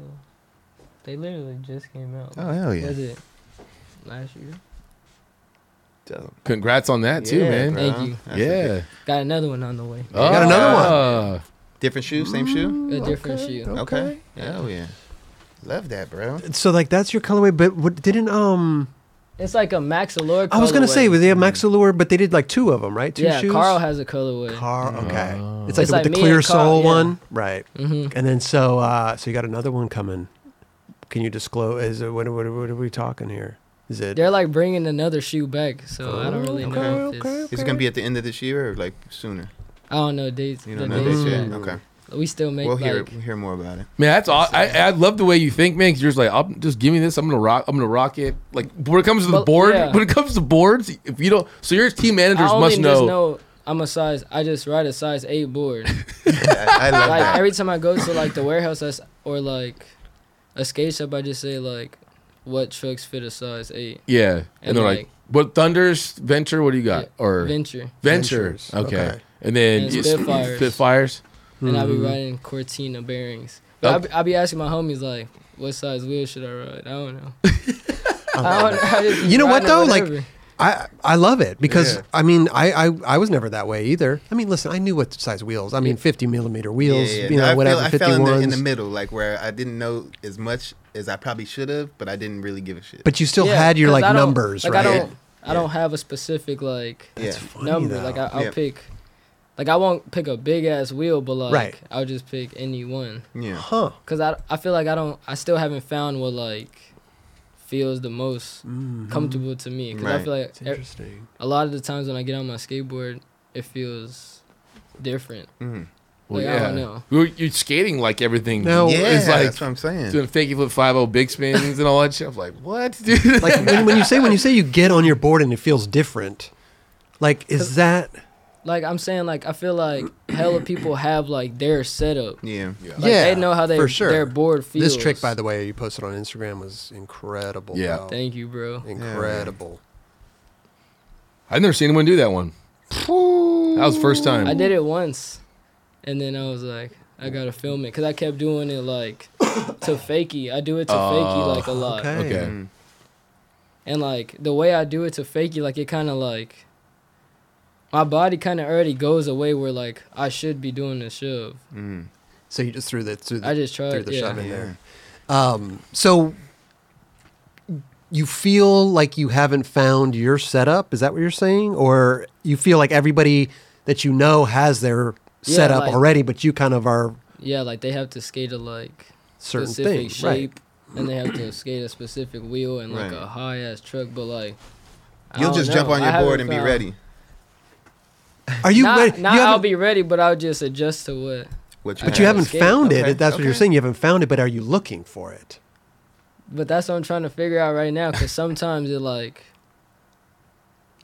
[SPEAKER 2] they literally just came out.
[SPEAKER 4] Oh hell yeah!
[SPEAKER 2] Was it last year?
[SPEAKER 4] Dope.
[SPEAKER 3] Congrats on that too,
[SPEAKER 2] Yeah,
[SPEAKER 3] man.
[SPEAKER 2] Thank
[SPEAKER 4] Bro,
[SPEAKER 2] you.
[SPEAKER 4] that's a
[SPEAKER 3] Yeah.
[SPEAKER 2] Got another one on the way.
[SPEAKER 3] Oh,
[SPEAKER 1] got another one.
[SPEAKER 3] uh,
[SPEAKER 4] Different shoe, same shoe.
[SPEAKER 2] A different shoe.
[SPEAKER 4] Mm-hmm. Okay. Hell yeah! Love that, bro.
[SPEAKER 1] So like that's your colorway, but what didn't um?
[SPEAKER 2] It's like a Max Allure.
[SPEAKER 1] I was gonna say
[SPEAKER 2] colorway.
[SPEAKER 1] was they a Maxilure, but they did like two of them, right? Two
[SPEAKER 2] yeah,
[SPEAKER 1] shoes.
[SPEAKER 2] Carl has a colorway.
[SPEAKER 1] Car. Okay. It's like
[SPEAKER 2] It's
[SPEAKER 1] with
[SPEAKER 2] like
[SPEAKER 1] the
[SPEAKER 2] me
[SPEAKER 1] clear
[SPEAKER 2] and Carl,
[SPEAKER 1] sole
[SPEAKER 2] yeah.
[SPEAKER 1] one, right?
[SPEAKER 2] hmm
[SPEAKER 1] And then so uh so you got another one coming. Can you disclose? Is it what? What, what are we talking here? Is it?
[SPEAKER 2] They're like bringing another shoe back, so I don't really know.
[SPEAKER 1] Oh, Okay,
[SPEAKER 2] If it's,
[SPEAKER 4] Is it gonna be at the end of this year or like sooner?
[SPEAKER 2] I don't know dates.
[SPEAKER 4] You don't
[SPEAKER 2] the
[SPEAKER 4] know this
[SPEAKER 2] dates
[SPEAKER 4] yet.
[SPEAKER 2] yet.
[SPEAKER 4] Okay.
[SPEAKER 2] We still make
[SPEAKER 4] We'll
[SPEAKER 2] like
[SPEAKER 4] hear we'll hear more about it.
[SPEAKER 3] Man, that's all. I, I love the way you think, man. Cause you're just like, I'll, just give me this. I'm gonna rock. I'm gonna rock it. Like when it comes to the
[SPEAKER 2] But-
[SPEAKER 3] board,
[SPEAKER 2] yeah.
[SPEAKER 3] when it comes to boards, if you don't, so your team
[SPEAKER 2] I
[SPEAKER 3] managers
[SPEAKER 2] only
[SPEAKER 3] must
[SPEAKER 2] just
[SPEAKER 3] know.
[SPEAKER 2] know I'm a size. I just ride a size eight board.
[SPEAKER 4] I, I love
[SPEAKER 2] like
[SPEAKER 4] that.
[SPEAKER 2] every time I go to like the warehouse I s- or like a skate shop, I just say like, "What trucks fit a size 8?
[SPEAKER 3] Yeah, and,
[SPEAKER 2] And,
[SPEAKER 3] they're like,
[SPEAKER 2] like-
[SPEAKER 3] what Thunders Venture? What do you got? Or
[SPEAKER 2] Venture,
[SPEAKER 3] Venture?
[SPEAKER 1] Ventures,
[SPEAKER 3] Okay.
[SPEAKER 1] okay.
[SPEAKER 3] and then
[SPEAKER 2] And
[SPEAKER 3] you-
[SPEAKER 2] Spitfires.
[SPEAKER 3] Spitfires.
[SPEAKER 2] and I be
[SPEAKER 1] Mm-hmm.
[SPEAKER 2] riding Cortina bearings. But I, be, I be asking my homies like, "What size wheel should I ride?" I don't know. I don't, I just be
[SPEAKER 1] You know what,
[SPEAKER 2] riding
[SPEAKER 1] though? Like,
[SPEAKER 2] whatever.
[SPEAKER 1] I I love it because
[SPEAKER 4] Yeah.
[SPEAKER 1] I mean I, I I was never that way either. I mean, listen, I knew what size wheels. I mean, fifty millimeter wheels, you
[SPEAKER 4] No,
[SPEAKER 1] know,
[SPEAKER 4] I feel-
[SPEAKER 1] whatever,
[SPEAKER 4] I
[SPEAKER 1] fifty
[SPEAKER 4] fell in the, in the
[SPEAKER 1] ones.
[SPEAKER 4] middle, like where I didn't know as much as I probably should have, but I didn't really give a shit.
[SPEAKER 1] But you still
[SPEAKER 2] Yeah,
[SPEAKER 1] had your
[SPEAKER 2] 'cause I
[SPEAKER 1] like
[SPEAKER 2] don't-
[SPEAKER 1] numbers,
[SPEAKER 2] like,
[SPEAKER 1] right?
[SPEAKER 2] I don't, I don't have a specific like
[SPEAKER 4] yeah,
[SPEAKER 1] Funny,
[SPEAKER 2] number.
[SPEAKER 1] though.
[SPEAKER 2] Like I, I'll
[SPEAKER 4] Yeah.
[SPEAKER 2] pick, like I won't pick a big ass wheel, but like
[SPEAKER 1] Right.
[SPEAKER 2] I'll just pick any one.
[SPEAKER 4] yeah,
[SPEAKER 1] huh?
[SPEAKER 2] Cause I, I feel like I don't I still haven't found what like feels the most comfortable to me. Cause I feel like e-
[SPEAKER 1] Mm-hmm. Interesting.
[SPEAKER 2] a lot of the times when I get on my skateboard, it feels different.
[SPEAKER 3] Well,
[SPEAKER 2] Like, I don't know.
[SPEAKER 3] You're, you're skating like everything.
[SPEAKER 1] No.
[SPEAKER 4] yeah.
[SPEAKER 3] it's like
[SPEAKER 4] that's what I'm saying.
[SPEAKER 3] doing fakie flip five zero big spins and all that shit. I'm like, what, dude?
[SPEAKER 1] Like when, when you say when you say you get on your board and it feels different, like is that
[SPEAKER 2] Like I'm saying, like I feel like hella people have like their setup.
[SPEAKER 4] yeah, yeah.
[SPEAKER 2] Like,
[SPEAKER 1] yeah?
[SPEAKER 2] they know how they
[SPEAKER 1] for sure.
[SPEAKER 2] their board feels.
[SPEAKER 1] This trick, by the way, you posted on Instagram was incredible.
[SPEAKER 3] Yeah.
[SPEAKER 1] bro.
[SPEAKER 2] Thank you, bro.
[SPEAKER 1] incredible.
[SPEAKER 3] I've never seen anyone do that one. That was the first time.
[SPEAKER 2] I did it once, and then I was like, I gotta film it because I kept doing it like to fakie. I do it to
[SPEAKER 3] Oh,
[SPEAKER 2] fakie like a lot,
[SPEAKER 1] okay.
[SPEAKER 3] Okay.
[SPEAKER 4] Mm.
[SPEAKER 2] and like the way I do it to fakie, like it kind of like my body kind of already goes away where like I should be doing the shove.
[SPEAKER 4] Mm.
[SPEAKER 1] So you just threw the threw the,
[SPEAKER 2] I just tried,
[SPEAKER 1] threw the
[SPEAKER 2] yeah.
[SPEAKER 1] shove in
[SPEAKER 4] Yeah.
[SPEAKER 1] there. Um, so you feel like you haven't found your setup. Is that what you're saying, or you feel like everybody that you know has their
[SPEAKER 2] Yeah,
[SPEAKER 1] setup
[SPEAKER 2] like-
[SPEAKER 1] already, but you kind of are
[SPEAKER 2] Yeah, like they have to skate a like
[SPEAKER 1] certain
[SPEAKER 2] specific
[SPEAKER 1] things, right?
[SPEAKER 2] shape and they have to skate a specific wheel and like
[SPEAKER 4] Right.
[SPEAKER 2] a high ass truck. But like, I
[SPEAKER 4] You'll
[SPEAKER 2] don't
[SPEAKER 4] just jump
[SPEAKER 2] know.
[SPEAKER 4] on
[SPEAKER 2] I
[SPEAKER 4] your
[SPEAKER 2] haven't
[SPEAKER 4] board and be
[SPEAKER 2] found-
[SPEAKER 4] ready.
[SPEAKER 1] Are you
[SPEAKER 2] not,
[SPEAKER 1] ready?
[SPEAKER 2] Not
[SPEAKER 1] you
[SPEAKER 2] I'll
[SPEAKER 1] haven't-
[SPEAKER 2] be ready, but I'll just adjust to what.
[SPEAKER 4] What
[SPEAKER 1] but you
[SPEAKER 2] have
[SPEAKER 1] haven't
[SPEAKER 2] escape.
[SPEAKER 1] found
[SPEAKER 4] Okay,
[SPEAKER 1] it. That's what you're
[SPEAKER 4] okay.
[SPEAKER 1] saying. You haven't found it, but are you looking for it?
[SPEAKER 2] But that's what I'm trying to figure out right now. Cause sometimes it like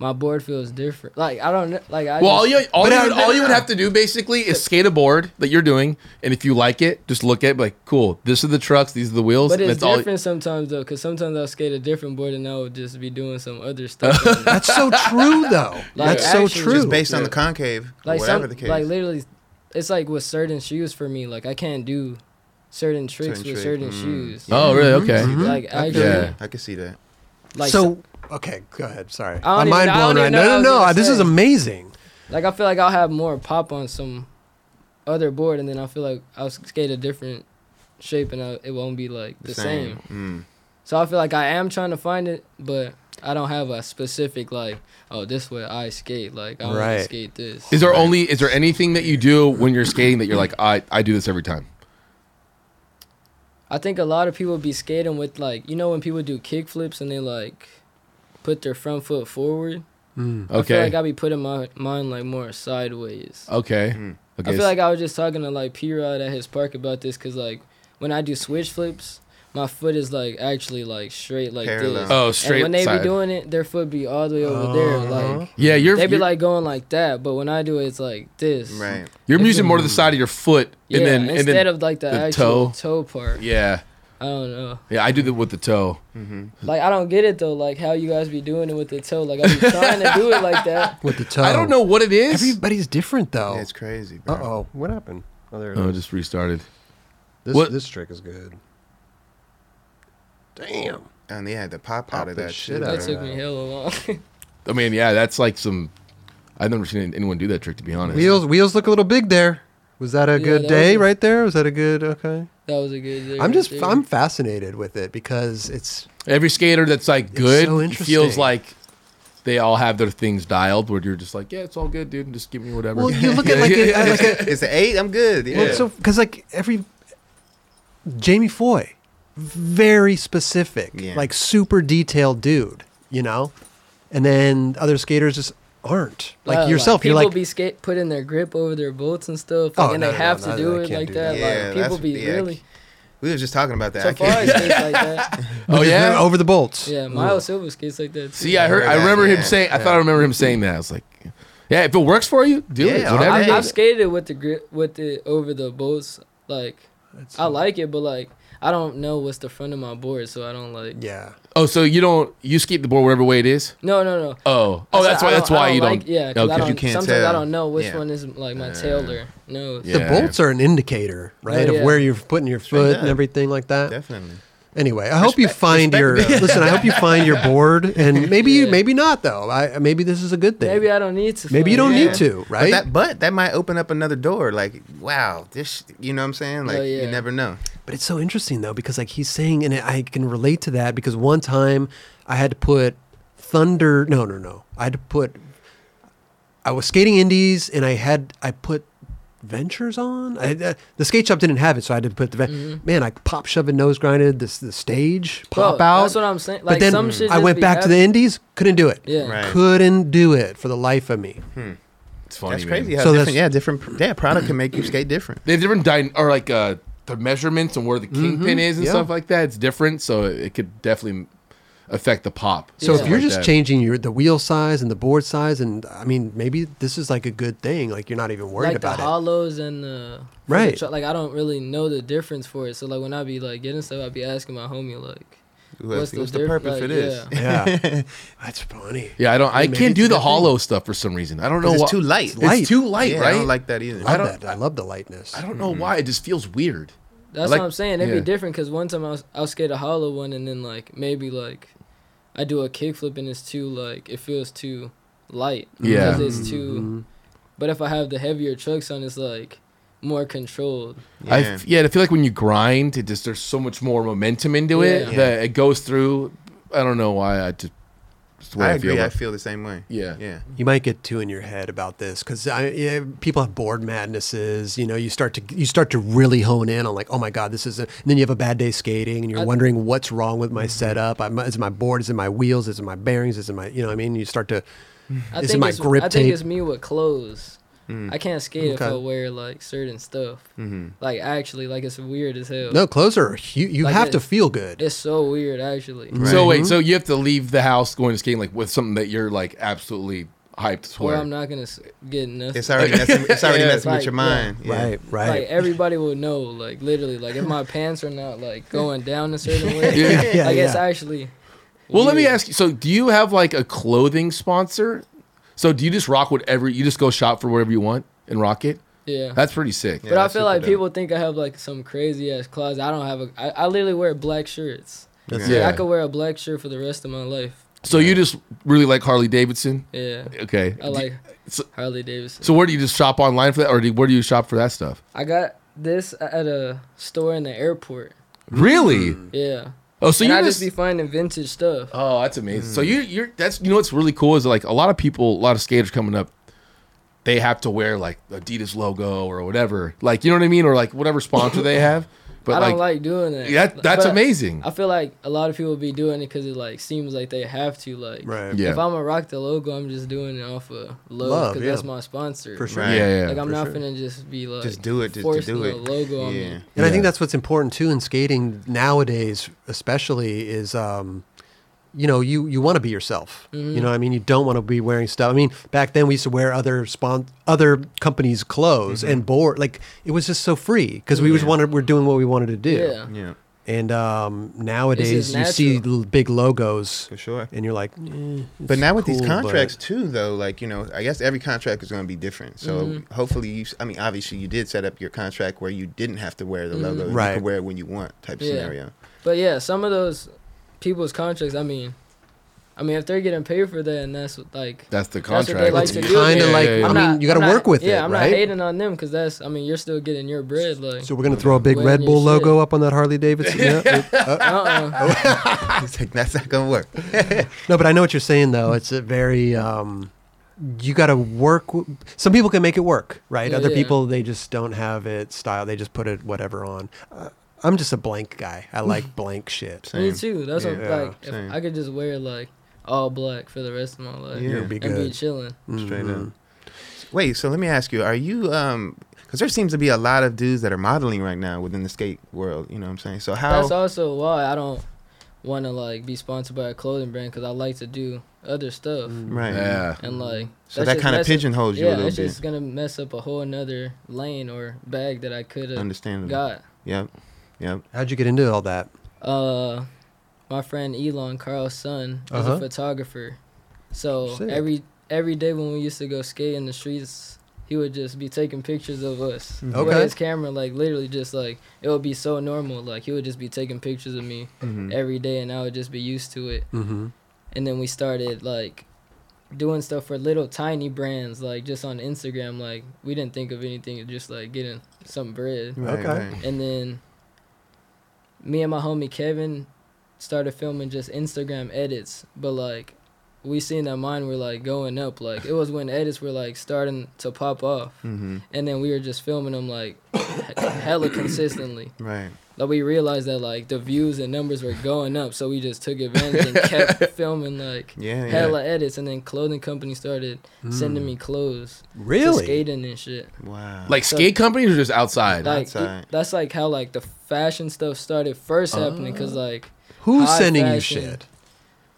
[SPEAKER 2] my board feels different. Like I don't kn- like I.
[SPEAKER 3] Well, all
[SPEAKER 2] just-
[SPEAKER 3] you all
[SPEAKER 1] But
[SPEAKER 3] you,
[SPEAKER 1] I-
[SPEAKER 3] would, all you would have to do basically is skate a board that you're doing, and if you like it, just look at it, be like, cool. This are the trucks, these are the wheels.
[SPEAKER 2] But
[SPEAKER 3] and
[SPEAKER 2] it's
[SPEAKER 3] that's all-
[SPEAKER 2] different sometimes though, cause sometimes I'll skate a different board and I would just be doing some other stuff.
[SPEAKER 1] That's so true, though.
[SPEAKER 2] Like,
[SPEAKER 1] That's so
[SPEAKER 2] actually,
[SPEAKER 1] true.
[SPEAKER 4] Just based on
[SPEAKER 2] Yeah.
[SPEAKER 4] the concave,
[SPEAKER 2] like
[SPEAKER 4] whatever
[SPEAKER 2] some,
[SPEAKER 4] the case.
[SPEAKER 2] like literally, it's like with certain shoes for me. Like I can't do certain tricks
[SPEAKER 4] Certain
[SPEAKER 2] with
[SPEAKER 4] trick,
[SPEAKER 2] certain
[SPEAKER 4] mm.
[SPEAKER 2] shoes.
[SPEAKER 3] Oh, really?
[SPEAKER 2] Mm-hmm.
[SPEAKER 3] Okay.
[SPEAKER 2] Like
[SPEAKER 4] I
[SPEAKER 2] actually,
[SPEAKER 4] feel
[SPEAKER 3] Yeah.
[SPEAKER 4] you. I can see that.
[SPEAKER 2] like so,
[SPEAKER 1] so, okay, go ahead. Sorry,
[SPEAKER 2] don't
[SPEAKER 1] I'm
[SPEAKER 2] even-
[SPEAKER 1] mind
[SPEAKER 2] I don't
[SPEAKER 1] blown
[SPEAKER 2] even
[SPEAKER 1] right
[SPEAKER 2] know
[SPEAKER 1] now.
[SPEAKER 2] what I
[SPEAKER 1] No,
[SPEAKER 2] was
[SPEAKER 1] no, no.
[SPEAKER 2] gonna
[SPEAKER 1] This is
[SPEAKER 2] say.
[SPEAKER 1] amazing.
[SPEAKER 2] like I feel like I'll have more pop on some other board, and then I feel like I'll skate a different shape, and I, it won't be like the same.
[SPEAKER 4] Mm.
[SPEAKER 2] So I feel like I am trying to find it, but I don't have a specific like, oh, this way I skate. Like I want
[SPEAKER 1] Right.
[SPEAKER 2] to skate this.
[SPEAKER 3] Is there only is there anything that you do when you're skating that you're like, I I do this every time?
[SPEAKER 2] I think a lot of people be skating with like, you know, when people do kick flips and they like put their front foot forward. I feel
[SPEAKER 3] Okay.
[SPEAKER 2] like I be putting my mine like more sideways.
[SPEAKER 3] okay. Okay.
[SPEAKER 2] Mm. I feel like I was just talking to like P Rod at his park about this because like when I do switch flips, my foot is like actually like straight like
[SPEAKER 4] Parallel.
[SPEAKER 2] this.
[SPEAKER 3] oh, straight
[SPEAKER 2] and when they
[SPEAKER 3] side.
[SPEAKER 2] be doing it, their foot be all the way over there. Like
[SPEAKER 3] yeah, you're
[SPEAKER 2] they be
[SPEAKER 3] you're,
[SPEAKER 2] like going like that, but when I do it, it's like this.
[SPEAKER 4] Right.
[SPEAKER 3] you're using more to the side of your foot,
[SPEAKER 2] Mm. Yeah,
[SPEAKER 3] and then
[SPEAKER 2] instead
[SPEAKER 3] and then
[SPEAKER 2] of like the,
[SPEAKER 3] the
[SPEAKER 2] actual
[SPEAKER 3] toe.
[SPEAKER 2] toe, part.
[SPEAKER 3] yeah,
[SPEAKER 2] I don't know.
[SPEAKER 3] yeah. I do that with the toe.
[SPEAKER 2] Like I don't get it though. Like how you guys be doing it with the toe. Like I be trying to do it like that.
[SPEAKER 1] With the toe,
[SPEAKER 3] I don't
[SPEAKER 2] Oh.
[SPEAKER 3] know what it is.
[SPEAKER 1] Everybody's different, though.
[SPEAKER 4] Yeah, it's crazy,
[SPEAKER 1] uh
[SPEAKER 4] bro.
[SPEAKER 1] oh,
[SPEAKER 8] What happened? Oh, there it is.
[SPEAKER 3] oh, it just restarted.
[SPEAKER 8] This,
[SPEAKER 3] what-
[SPEAKER 8] this trick is good. Damn.
[SPEAKER 4] And they had the pop
[SPEAKER 8] Pop
[SPEAKER 4] out of
[SPEAKER 8] the
[SPEAKER 4] that
[SPEAKER 8] shit
[SPEAKER 4] shit.
[SPEAKER 8] out
[SPEAKER 2] That
[SPEAKER 8] of
[SPEAKER 2] took me hella long.
[SPEAKER 3] I mean, yeah, that's like some. I've never seen anyone do that trick to be honest.
[SPEAKER 1] wheels wheels look a little big there. Was that a
[SPEAKER 2] Yeah,
[SPEAKER 1] good
[SPEAKER 2] that
[SPEAKER 1] day
[SPEAKER 2] was a-
[SPEAKER 1] right there? Was that a good okay?
[SPEAKER 2] that was a good. day
[SPEAKER 1] I'm just
[SPEAKER 2] right there.
[SPEAKER 1] I'm fascinated with it because it's
[SPEAKER 3] Every skater that's like good
[SPEAKER 1] so
[SPEAKER 3] feels
[SPEAKER 1] interesting.
[SPEAKER 3] like they all have their things dialed. Where you're just like, yeah, it's all good, dude. Just give me whatever.
[SPEAKER 1] well you look at like a,
[SPEAKER 3] Yeah.
[SPEAKER 1] like a
[SPEAKER 4] It's the eight. I'm good. Yeah.
[SPEAKER 1] Well, so because like every Jamie Foy, very specific,
[SPEAKER 4] Yeah.
[SPEAKER 1] like super detailed dude, you know, and then other skaters just aren't like
[SPEAKER 2] Uh,
[SPEAKER 1] yourself. you're
[SPEAKER 2] people
[SPEAKER 1] like,
[SPEAKER 2] be skate putting their grip over their bolts and stuff, like,
[SPEAKER 1] Oh,
[SPEAKER 2] and
[SPEAKER 1] no,
[SPEAKER 2] they
[SPEAKER 1] no,
[SPEAKER 2] have
[SPEAKER 1] no,
[SPEAKER 2] to
[SPEAKER 1] no,
[SPEAKER 2] do
[SPEAKER 1] I
[SPEAKER 2] it
[SPEAKER 1] can't
[SPEAKER 2] like
[SPEAKER 1] do
[SPEAKER 2] that.
[SPEAKER 1] that.
[SPEAKER 4] Yeah,
[SPEAKER 2] like
[SPEAKER 4] that's
[SPEAKER 2] people
[SPEAKER 4] what-
[SPEAKER 2] be
[SPEAKER 4] yeah, I
[SPEAKER 2] really
[SPEAKER 4] we were just talking about that. I
[SPEAKER 2] safari
[SPEAKER 4] can't.
[SPEAKER 2] skates like that.
[SPEAKER 3] oh yeah,
[SPEAKER 1] over the bolts.
[SPEAKER 2] Yeah, Miles Silva skates like that. Too.
[SPEAKER 3] See, I heard. I
[SPEAKER 4] Yeah,
[SPEAKER 3] remember him
[SPEAKER 4] yeah,
[SPEAKER 3] saying. I thought I remember him saying that. I was like, "Yeah, if it works for you, do it.
[SPEAKER 4] Yeah,
[SPEAKER 3] Whatever."
[SPEAKER 4] I-
[SPEAKER 2] I've,
[SPEAKER 4] day.
[SPEAKER 2] I've skated with the grip with the over the bolts. Like I like it, but like I don't know what's the front of my board, so I don't like.
[SPEAKER 1] yeah.
[SPEAKER 3] oh, so you don't you skate the board whatever way it is?
[SPEAKER 2] No, no, no.
[SPEAKER 3] Oh, oh,
[SPEAKER 2] I said
[SPEAKER 3] that's
[SPEAKER 2] I
[SPEAKER 3] why.
[SPEAKER 2] don't-
[SPEAKER 3] That's
[SPEAKER 2] I
[SPEAKER 3] why you don't.
[SPEAKER 2] like- Yeah, 'cause I
[SPEAKER 3] okay.
[SPEAKER 2] don't,
[SPEAKER 4] You can't
[SPEAKER 2] sometimes I
[SPEAKER 4] tell.
[SPEAKER 2] don't know which
[SPEAKER 4] Yeah.
[SPEAKER 2] one is like my tailor. No,
[SPEAKER 3] Yeah.
[SPEAKER 1] The bolts are an indicator, right,
[SPEAKER 2] Oh, yeah.
[SPEAKER 1] of where you're putting your foot
[SPEAKER 4] up.
[SPEAKER 1] and everything like that.
[SPEAKER 4] Definitely.
[SPEAKER 1] Anyway, I hope you find your listen. I hope you find your board, and maybe you, maybe not though. I maybe this is a good thing.
[SPEAKER 2] maybe I don't need to.
[SPEAKER 1] Maybe you
[SPEAKER 2] find
[SPEAKER 1] don't
[SPEAKER 2] it.
[SPEAKER 1] need to, right?
[SPEAKER 4] But that, but that might open up another door. Like, wow, this, you know what I'm saying? Like,
[SPEAKER 2] Oh, yeah.
[SPEAKER 4] you never know.
[SPEAKER 1] But it's so interesting though because like he's saying, and I can relate to that because one time I had to put thunder. No, no, no. I had to put. I was skating indies, and I had I put ventures on. I, uh, the skate shop didn't have it, so I had to put the ven- man. I pop shove and nose grinded this the stage pop
[SPEAKER 2] Mm-hmm. Well,
[SPEAKER 1] out.
[SPEAKER 2] That's what I'm saying. Like
[SPEAKER 1] but then
[SPEAKER 2] some shit
[SPEAKER 1] I
[SPEAKER 2] just
[SPEAKER 1] went
[SPEAKER 2] be
[SPEAKER 1] back to the
[SPEAKER 2] happening.
[SPEAKER 1] indies, couldn't do it.
[SPEAKER 2] Yeah.
[SPEAKER 4] Right.
[SPEAKER 1] Couldn't do it for the life of me.
[SPEAKER 3] It's funny.
[SPEAKER 4] That's
[SPEAKER 3] man.
[SPEAKER 4] crazy. How
[SPEAKER 1] So
[SPEAKER 4] different,
[SPEAKER 1] that's-
[SPEAKER 4] yeah, different. Yeah, product can make you skate different.
[SPEAKER 3] They have different dy- or like uh, the measurements and where the kingpin is and
[SPEAKER 1] yeah.
[SPEAKER 3] stuff like that. It's different, so it could definitely affect the pop.
[SPEAKER 1] So
[SPEAKER 2] Yeah.
[SPEAKER 1] if you're
[SPEAKER 3] Like
[SPEAKER 1] just
[SPEAKER 3] that.
[SPEAKER 1] changing your the wheel size and the board size, and I mean maybe this is like a good thing. Like you're not even worried
[SPEAKER 2] like
[SPEAKER 1] about
[SPEAKER 2] the
[SPEAKER 1] it.
[SPEAKER 2] hollows and the for the
[SPEAKER 1] Right.
[SPEAKER 2] tr- like I don't really know the difference for it. So like when I be like getting stuff, I be asking my homie like,
[SPEAKER 4] What's, what's the,
[SPEAKER 2] diff-
[SPEAKER 4] purpose
[SPEAKER 2] like,
[SPEAKER 4] for this?
[SPEAKER 2] Yeah.
[SPEAKER 1] Yeah, that's funny.
[SPEAKER 3] Yeah, I don't. I
[SPEAKER 1] Maybe
[SPEAKER 3] can't
[SPEAKER 1] it's
[SPEAKER 3] do
[SPEAKER 1] a good
[SPEAKER 3] the
[SPEAKER 1] thing.
[SPEAKER 3] hollow stuff for some reason. I don't know.
[SPEAKER 4] Because
[SPEAKER 3] why.
[SPEAKER 4] it's too light.
[SPEAKER 1] It's light.
[SPEAKER 3] too light,
[SPEAKER 4] Yeah,
[SPEAKER 3] right?
[SPEAKER 4] I don't like that either.
[SPEAKER 1] I
[SPEAKER 3] don't-
[SPEAKER 1] love that. I love the lightness.
[SPEAKER 3] I don't know why. It just feels weird.
[SPEAKER 2] That's
[SPEAKER 3] like-
[SPEAKER 2] what I'm saying. It'd
[SPEAKER 3] yeah.
[SPEAKER 2] be different because one time I was I was skate a hollow one and then like maybe like I do a kickflip and it's too like it feels too light.
[SPEAKER 3] Yeah.
[SPEAKER 2] Because it's too. But if I have the heavier trucks on, it's like more controlled.
[SPEAKER 3] I
[SPEAKER 4] Yeah.
[SPEAKER 3] f- yeah, I feel like when you grind, it just there's so much more momentum into it
[SPEAKER 2] Yeah.
[SPEAKER 3] that it goes through. I don't know why I just It's the way
[SPEAKER 4] I
[SPEAKER 3] I,
[SPEAKER 4] agree.
[SPEAKER 3] feel.
[SPEAKER 4] I
[SPEAKER 3] about-
[SPEAKER 4] feel the same way.
[SPEAKER 3] Yeah.
[SPEAKER 4] Yeah.
[SPEAKER 1] You might get two in your head about this because yeah, people have board madnesses. You know, you start to you start to really hone in on like, oh my god, this is. A, and then you have a bad day skating, and you're
[SPEAKER 2] I-
[SPEAKER 1] wondering what's wrong with my setup. I'm, is it my board? Is it my wheels? Is it my bearings? Is it my you know? what I mean, you start to.
[SPEAKER 2] I
[SPEAKER 1] Is it
[SPEAKER 2] think
[SPEAKER 1] my
[SPEAKER 2] it's,
[SPEAKER 1] grip
[SPEAKER 2] I think
[SPEAKER 1] tape?
[SPEAKER 2] it's me with clothes. I can't skate if
[SPEAKER 1] Okay.
[SPEAKER 2] I wear like certain stuff. Like actually, like it's weird as hell.
[SPEAKER 1] No, clothes are. You, you
[SPEAKER 2] Like
[SPEAKER 1] have
[SPEAKER 2] it-
[SPEAKER 1] to feel good.
[SPEAKER 2] it's so weird actually.
[SPEAKER 3] So wait, so you have to leave the house going to skating like with something that you're like absolutely hyped to
[SPEAKER 2] Or
[SPEAKER 3] wear.
[SPEAKER 2] I'm not gonna s- get nothing.
[SPEAKER 4] It's already messing, it's already
[SPEAKER 3] Yeah.
[SPEAKER 4] messing
[SPEAKER 2] Like,
[SPEAKER 4] with your
[SPEAKER 2] yeah.
[SPEAKER 4] mind. Yeah.
[SPEAKER 1] Right,
[SPEAKER 2] like
[SPEAKER 1] right.
[SPEAKER 2] everybody will know. Like literally, like if my pants are not like going down a certain way,
[SPEAKER 3] Yeah.
[SPEAKER 1] Yeah,
[SPEAKER 2] like it's
[SPEAKER 1] yeah.
[SPEAKER 2] actually.
[SPEAKER 3] well, let me
[SPEAKER 2] weird.
[SPEAKER 3] ask you. So do you have like a clothing sponsor? So do you just rock whatever you just go shop for whatever you want and rock it?
[SPEAKER 2] Yeah.
[SPEAKER 3] That's pretty sick.
[SPEAKER 4] Yeah.
[SPEAKER 2] but I
[SPEAKER 4] that's
[SPEAKER 2] feel
[SPEAKER 4] super
[SPEAKER 2] like
[SPEAKER 4] dope.
[SPEAKER 2] people think I have like some crazy ass closet. I don't have a. I, I literally wear black shirts.
[SPEAKER 1] That's
[SPEAKER 4] Yeah.
[SPEAKER 2] Like, I could wear a black shirt for the rest of my life.
[SPEAKER 3] So you just really like Harley Davidson?
[SPEAKER 2] Yeah.
[SPEAKER 3] Okay.
[SPEAKER 2] I like
[SPEAKER 3] so-
[SPEAKER 2] Harley Davidson.
[SPEAKER 3] So where do you just shop online for that, or do, where do you shop for that stuff?
[SPEAKER 2] I got this at a store in the airport.
[SPEAKER 3] Really?
[SPEAKER 2] Yeah.
[SPEAKER 3] Oh,
[SPEAKER 2] Mm.
[SPEAKER 3] so
[SPEAKER 2] and
[SPEAKER 3] you
[SPEAKER 2] I just
[SPEAKER 3] just,
[SPEAKER 2] be Mm. finding vintage stuff.
[SPEAKER 3] oh, that's amazing. So you you're that's you know what's really cool is like a lot of people, a lot of skaters coming up, they have to wear like Adidas logo or whatever, like you know what I mean, or like whatever sponsor they have. But
[SPEAKER 2] I
[SPEAKER 3] like,
[SPEAKER 2] don't like doing that.
[SPEAKER 3] Yeah, that- that's
[SPEAKER 2] But
[SPEAKER 3] amazing.
[SPEAKER 2] I feel like a lot of people be doing it because it like seems like they have to. Like,
[SPEAKER 1] right.
[SPEAKER 3] yeah,
[SPEAKER 2] if I'm gonna rock the logo, I'm just doing it off of love
[SPEAKER 1] Love,
[SPEAKER 2] because
[SPEAKER 1] yeah.
[SPEAKER 2] that's my sponsor.
[SPEAKER 1] For sure.
[SPEAKER 4] Right.
[SPEAKER 3] yeah, yeah.
[SPEAKER 2] Like, I'm
[SPEAKER 1] for
[SPEAKER 2] not
[SPEAKER 1] sure.
[SPEAKER 2] finna just be like
[SPEAKER 4] Just do it just to
[SPEAKER 2] forcing
[SPEAKER 4] do
[SPEAKER 2] a
[SPEAKER 4] it.
[SPEAKER 2] logo on
[SPEAKER 4] yeah.
[SPEAKER 2] me.
[SPEAKER 1] And I think
[SPEAKER 3] Yeah.
[SPEAKER 1] that's what's important too in skating nowadays, especially is, um, you know, you, you want to be yourself.
[SPEAKER 4] Mm-hmm.
[SPEAKER 1] You know, what I mean, you don't want to be wearing stuff. I mean, back then we used to wear other spon- other companies' clothes
[SPEAKER 4] Mm-hmm.
[SPEAKER 1] and board. Like it was just so free because we was wanted we're doing what we wanted to do.
[SPEAKER 2] Yeah.
[SPEAKER 4] Yeah.
[SPEAKER 1] And um, nowadays you
[SPEAKER 2] natural.
[SPEAKER 1] see l- big logos,
[SPEAKER 4] For sure.
[SPEAKER 1] and you're like, eh,
[SPEAKER 4] But
[SPEAKER 1] it's
[SPEAKER 4] now with these
[SPEAKER 1] cool, but-
[SPEAKER 4] contracts too, though, like you know, I guess every contract is going to be different. So
[SPEAKER 2] Mm-hmm.
[SPEAKER 4] hopefully, you. I mean, obviously, you did set up your contract where you didn't have to wear the logo. and You
[SPEAKER 1] Right.
[SPEAKER 4] could wear it when you want, type
[SPEAKER 2] Mm-hmm. Yeah.
[SPEAKER 4] scenario.
[SPEAKER 2] But yeah, some of those people's contracts. I mean, I mean, if they're getting paid for that, and that's what, like
[SPEAKER 3] that's the
[SPEAKER 2] That's what
[SPEAKER 3] contract.
[SPEAKER 2] they like to
[SPEAKER 1] It's
[SPEAKER 2] do.
[SPEAKER 1] kinda
[SPEAKER 2] man.
[SPEAKER 1] like-
[SPEAKER 3] Yeah, yeah, yeah.
[SPEAKER 1] I mean, you gotta
[SPEAKER 2] I'm not-
[SPEAKER 1] work with it,
[SPEAKER 2] Yeah, I'm not
[SPEAKER 1] right?
[SPEAKER 2] hating on them because that's. I mean, you're still getting your bread. Like,
[SPEAKER 1] So we're gonna throw a big
[SPEAKER 2] Wearing
[SPEAKER 1] Red
[SPEAKER 2] your
[SPEAKER 1] Bull
[SPEAKER 2] shit.
[SPEAKER 1] logo up on that Harley Davidson. Yeah.
[SPEAKER 2] uh-uh.
[SPEAKER 4] It's like, that's not going to work.
[SPEAKER 1] No, but I know what you're saying though. It's a very um, you got to work. W- Some people can make it work, right?
[SPEAKER 2] Yeah,
[SPEAKER 1] Other
[SPEAKER 2] yeah.
[SPEAKER 1] people they just don't have it style. They just put it whatever on. Uh, I'm just a blank guy. I like blank shit.
[SPEAKER 4] Same.
[SPEAKER 2] me too. That's what,
[SPEAKER 1] Yeah,
[SPEAKER 2] like. If
[SPEAKER 4] same.
[SPEAKER 2] I could just wear like all black for the rest of my life
[SPEAKER 4] Yeah.
[SPEAKER 1] It'd be
[SPEAKER 2] and be
[SPEAKER 1] good.
[SPEAKER 2] chilling.
[SPEAKER 4] Straight up. Mm-hmm. Wait, so let me ask you: Are you um? Because there seems to be a lot of dudes that are modeling right now within the skate world. You know what I'm saying? So how?
[SPEAKER 2] That's also why I don't want to like be sponsored by a clothing brand because I like to do other stuff
[SPEAKER 4] right.
[SPEAKER 3] Yeah.
[SPEAKER 2] and like.
[SPEAKER 4] Mm. So
[SPEAKER 2] that's
[SPEAKER 4] that
[SPEAKER 2] just
[SPEAKER 4] kind of
[SPEAKER 2] messing-
[SPEAKER 4] pigeonholes you a
[SPEAKER 2] Yeah,
[SPEAKER 4] little
[SPEAKER 2] it's
[SPEAKER 4] bit.
[SPEAKER 2] just gonna mess up a whole another lane or bag that I could have
[SPEAKER 4] Understandable.
[SPEAKER 2] got.
[SPEAKER 4] Yep. Yep.
[SPEAKER 1] How'd you get into all that?
[SPEAKER 2] uh my friend Elon Carl's son is
[SPEAKER 1] Uh-huh.
[SPEAKER 2] a photographer. So
[SPEAKER 1] Sick.
[SPEAKER 2] every every day when we used to go skate in the streets, he would just be taking pictures of us. with
[SPEAKER 1] Okay.
[SPEAKER 2] his camera like literally just like it would be so normal. Like he would just be taking pictures of me every day and I would just be used to it.
[SPEAKER 1] Mm-hmm.
[SPEAKER 2] And then we started like doing stuff for little tiny brands like just on Instagram like we didn't think of anything it's just like getting some bread
[SPEAKER 4] Right,
[SPEAKER 1] Okay.
[SPEAKER 4] right.
[SPEAKER 2] and then me and my homie Kevin started filming just Instagram edits, but like we seen that mine were like going up. Like it was when edits were like starting to pop off,
[SPEAKER 4] Mhm.
[SPEAKER 2] and then we were just filming them like hella consistently.
[SPEAKER 4] Right.
[SPEAKER 2] Like we realized that like the views and numbers were going up, so we just took advantage and kept filming like
[SPEAKER 4] Yeah. Mm. yeah.
[SPEAKER 2] hella edits, and then clothing company started sending me clothes, to
[SPEAKER 1] Really?
[SPEAKER 2] skating and shit.
[SPEAKER 4] Wow.
[SPEAKER 3] Like skate companies or just outside?
[SPEAKER 2] Like
[SPEAKER 4] outside.
[SPEAKER 2] it- that's like how like the fashion stuff started first happening 'cause happening because
[SPEAKER 1] Oh.
[SPEAKER 2] like
[SPEAKER 1] Who's
[SPEAKER 2] High
[SPEAKER 1] sending you
[SPEAKER 2] fashion.
[SPEAKER 1] shit?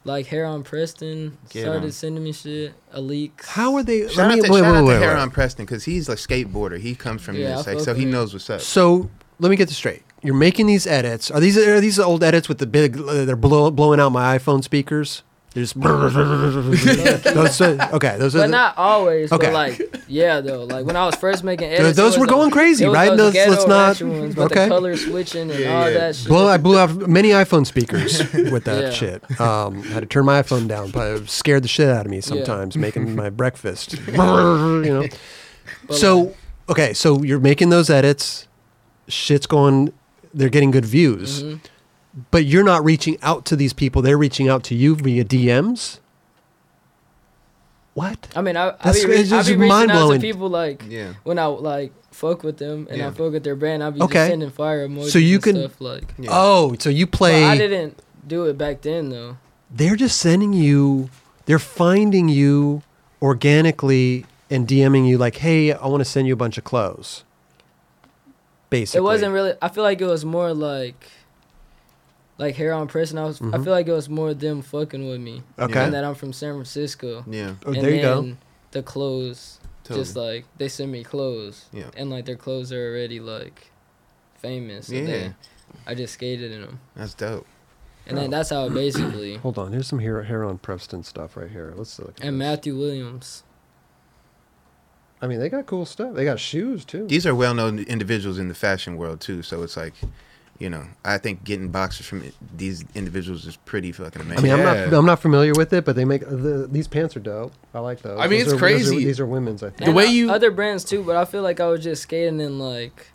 [SPEAKER 2] like Heron Preston
[SPEAKER 4] Get
[SPEAKER 2] started
[SPEAKER 4] 'em.
[SPEAKER 2] sending me shit, a leaks.
[SPEAKER 1] How are they?
[SPEAKER 4] Shout
[SPEAKER 1] let me-
[SPEAKER 4] out to,
[SPEAKER 1] wait,
[SPEAKER 4] shout
[SPEAKER 1] wait,
[SPEAKER 4] out to
[SPEAKER 1] wait, wait.
[SPEAKER 4] Heron Preston because he's a skateboarder. He comes from
[SPEAKER 2] Yeah, I
[SPEAKER 4] this, like,
[SPEAKER 2] fuck
[SPEAKER 4] so he
[SPEAKER 2] with him.
[SPEAKER 4] knows what's up.
[SPEAKER 1] So let me get this straight. You're making these edits. Are these are these old edits with the big? uh, They're blow, blowing out my iPhone speakers. They're just those, uh, okay. Those are
[SPEAKER 2] but
[SPEAKER 1] the-
[SPEAKER 2] not always. But
[SPEAKER 1] Okay.
[SPEAKER 2] like yeah though, like when I was first making edits, it
[SPEAKER 1] those
[SPEAKER 2] was
[SPEAKER 1] were going
[SPEAKER 2] those-
[SPEAKER 1] crazy,
[SPEAKER 2] it was
[SPEAKER 1] right?
[SPEAKER 2] Those
[SPEAKER 1] Those-
[SPEAKER 2] ghetto
[SPEAKER 1] let's not-
[SPEAKER 2] ratchet ones with
[SPEAKER 1] okay.
[SPEAKER 2] the color switching and all that shit.
[SPEAKER 1] Blow, I blew out many iPhone speakers with that
[SPEAKER 2] Yeah.
[SPEAKER 1] shit. Um, had to turn my iPhone down, but it scared the shit out of me sometimes making my breakfast. you know.
[SPEAKER 2] But,
[SPEAKER 1] so okay, so you're making those edits. Shit's going. They're getting good
[SPEAKER 2] Mm-hmm.
[SPEAKER 1] views, but you're not reaching out to these people. They're reaching out to you via DMs.
[SPEAKER 5] What?
[SPEAKER 2] I mean, I, I
[SPEAKER 1] That's-
[SPEAKER 2] be, re-
[SPEAKER 1] it's
[SPEAKER 2] I
[SPEAKER 1] just
[SPEAKER 2] be reaching out to
[SPEAKER 1] mind-blowing.
[SPEAKER 2] people like
[SPEAKER 4] Yeah.
[SPEAKER 2] when I like fuck with them and
[SPEAKER 4] Yeah.
[SPEAKER 2] I fuck with their brand, I be
[SPEAKER 1] Okay.
[SPEAKER 2] just sending fire emojis
[SPEAKER 1] So you
[SPEAKER 2] and
[SPEAKER 1] can-
[SPEAKER 2] stuff like.
[SPEAKER 4] Yeah.
[SPEAKER 1] Oh, so you
[SPEAKER 2] But
[SPEAKER 1] play?
[SPEAKER 2] I didn't do it back then though.
[SPEAKER 1] they're just sending you they're finding you organically and DMing you like, hey, I want to send you a bunch of clothes. Basically.
[SPEAKER 2] It wasn't really. I feel like it was more like, like hair on press, and I was. I feel like it was more them fucking with me,
[SPEAKER 1] Okay.
[SPEAKER 2] and that I'm from San Francisco.
[SPEAKER 4] Yeah.
[SPEAKER 1] Oh,
[SPEAKER 2] and
[SPEAKER 1] there you
[SPEAKER 2] then
[SPEAKER 1] go.
[SPEAKER 2] The clothes,
[SPEAKER 4] Totally.
[SPEAKER 2] just like they send me clothes,
[SPEAKER 4] Yeah.
[SPEAKER 2] and like their clothes are already like famous.
[SPEAKER 4] Yeah.
[SPEAKER 2] And then I just skated in them,
[SPEAKER 4] That's dope.
[SPEAKER 2] and then that's how it basically.
[SPEAKER 8] Hold on. Here's some hair, hair on Preston stuff right here. Let's look. At
[SPEAKER 2] and
[SPEAKER 8] this.
[SPEAKER 2] Matthew Williams.
[SPEAKER 8] I mean, they got cool stuff. They got shoes too.
[SPEAKER 4] These are well-known individuals in the fashion world too, so it's like, you know, I think getting boxers from i- these individuals is pretty fucking
[SPEAKER 8] I
[SPEAKER 4] amazing.
[SPEAKER 8] mean, I'm not
[SPEAKER 3] Yeah.
[SPEAKER 8] I'm not familiar with it, but they make the, these pants are dope. I like those.
[SPEAKER 3] I mean,
[SPEAKER 8] Those
[SPEAKER 3] it's
[SPEAKER 8] are- those are-
[SPEAKER 3] crazy.
[SPEAKER 8] These are women's. I think.
[SPEAKER 3] The
[SPEAKER 2] And
[SPEAKER 3] way
[SPEAKER 2] o-
[SPEAKER 3] you-
[SPEAKER 2] other brands too, but I feel like I was just skating in like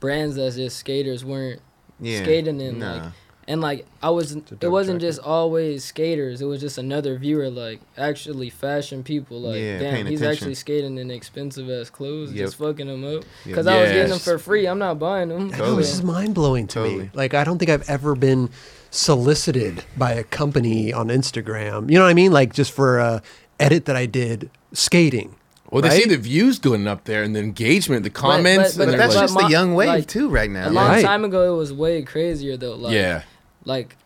[SPEAKER 2] brands that just skaters weren't
[SPEAKER 4] yeah.
[SPEAKER 2] skating in,
[SPEAKER 4] Nah.
[SPEAKER 2] like, and like I was it
[SPEAKER 8] double
[SPEAKER 2] wasn't
[SPEAKER 8] check
[SPEAKER 2] just always skaters, it was just another viewer like actually fashion people like
[SPEAKER 4] Yeah,
[SPEAKER 2] damn
[SPEAKER 4] paying
[SPEAKER 2] he's
[SPEAKER 4] attention.
[SPEAKER 2] actually skating in expensive ass clothes
[SPEAKER 4] Yep.
[SPEAKER 2] just fucking them up
[SPEAKER 4] Yep.
[SPEAKER 2] cuz I was getting them
[SPEAKER 3] Yes.
[SPEAKER 2] for free. I'm not buying them.
[SPEAKER 1] I know, this is mind blowing to me.
[SPEAKER 4] Totally.
[SPEAKER 1] Like I don't think I've ever been solicited by a company on Instagram. You know what I mean? Like just for a edit that I did skating.
[SPEAKER 3] Well, they see
[SPEAKER 1] Right?
[SPEAKER 3] the views going up there and the engagement, the comments.
[SPEAKER 2] but-
[SPEAKER 3] and
[SPEAKER 4] But
[SPEAKER 3] they're
[SPEAKER 4] that's
[SPEAKER 3] like-
[SPEAKER 4] just the
[SPEAKER 2] my-
[SPEAKER 4] young wave
[SPEAKER 2] like,
[SPEAKER 4] too right now.
[SPEAKER 2] A long
[SPEAKER 1] Right.
[SPEAKER 2] time ago it was way crazier though like
[SPEAKER 3] yeah.
[SPEAKER 2] like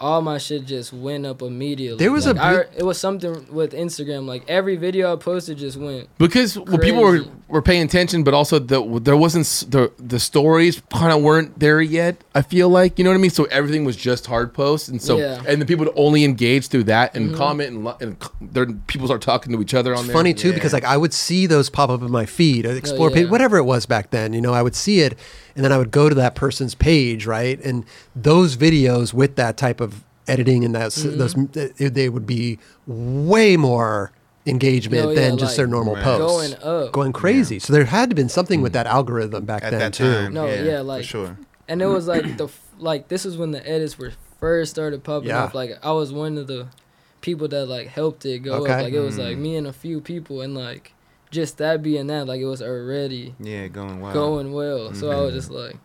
[SPEAKER 2] all my shit just went up immediately.
[SPEAKER 1] There was a
[SPEAKER 2] like, I-
[SPEAKER 1] big-
[SPEAKER 2] it was something with Instagram like every video I posted just went
[SPEAKER 3] because well, people were,
[SPEAKER 2] Crazy.
[SPEAKER 3] were paying attention, but also the, there wasn't s- the the stories kind of weren't there yet. I feel like you know what I mean. So everything was just hard posts, and so
[SPEAKER 2] Yeah. Mm-hmm.
[SPEAKER 3] and the people would only engage through that and comment and, li- and c- their people start talking to each other on
[SPEAKER 1] It's
[SPEAKER 3] there.
[SPEAKER 1] funny too
[SPEAKER 4] Yeah.
[SPEAKER 1] because like I would see those pop up in my feed, I'd explore
[SPEAKER 2] Oh, yeah.
[SPEAKER 1] page, whatever it was back then. You know, I would see it, and then I would go to that person's page, right? And those videos with that type of editing and that
[SPEAKER 2] Mm-hmm.
[SPEAKER 1] those they- they would be way more engagement
[SPEAKER 2] No, Oh, yeah,
[SPEAKER 1] than just
[SPEAKER 2] like,
[SPEAKER 1] their normal
[SPEAKER 4] Right.
[SPEAKER 1] posts,
[SPEAKER 2] going up.
[SPEAKER 1] going crazy. So there had to been something with that algorithm back
[SPEAKER 4] Mm. at
[SPEAKER 1] then
[SPEAKER 4] that
[SPEAKER 1] too.
[SPEAKER 4] time.
[SPEAKER 2] No, yeah, like-
[SPEAKER 4] for sure.
[SPEAKER 2] and it was like the f- like this was when the edits were first started popping
[SPEAKER 1] Yeah.
[SPEAKER 2] up. Like I was one of the people that like helped it go
[SPEAKER 1] Okay.
[SPEAKER 2] up. Like it was
[SPEAKER 4] Mm.
[SPEAKER 2] like me and a few people, and like just that being that, like it was already
[SPEAKER 4] Yeah, going wild.
[SPEAKER 2] going well. So I was just like,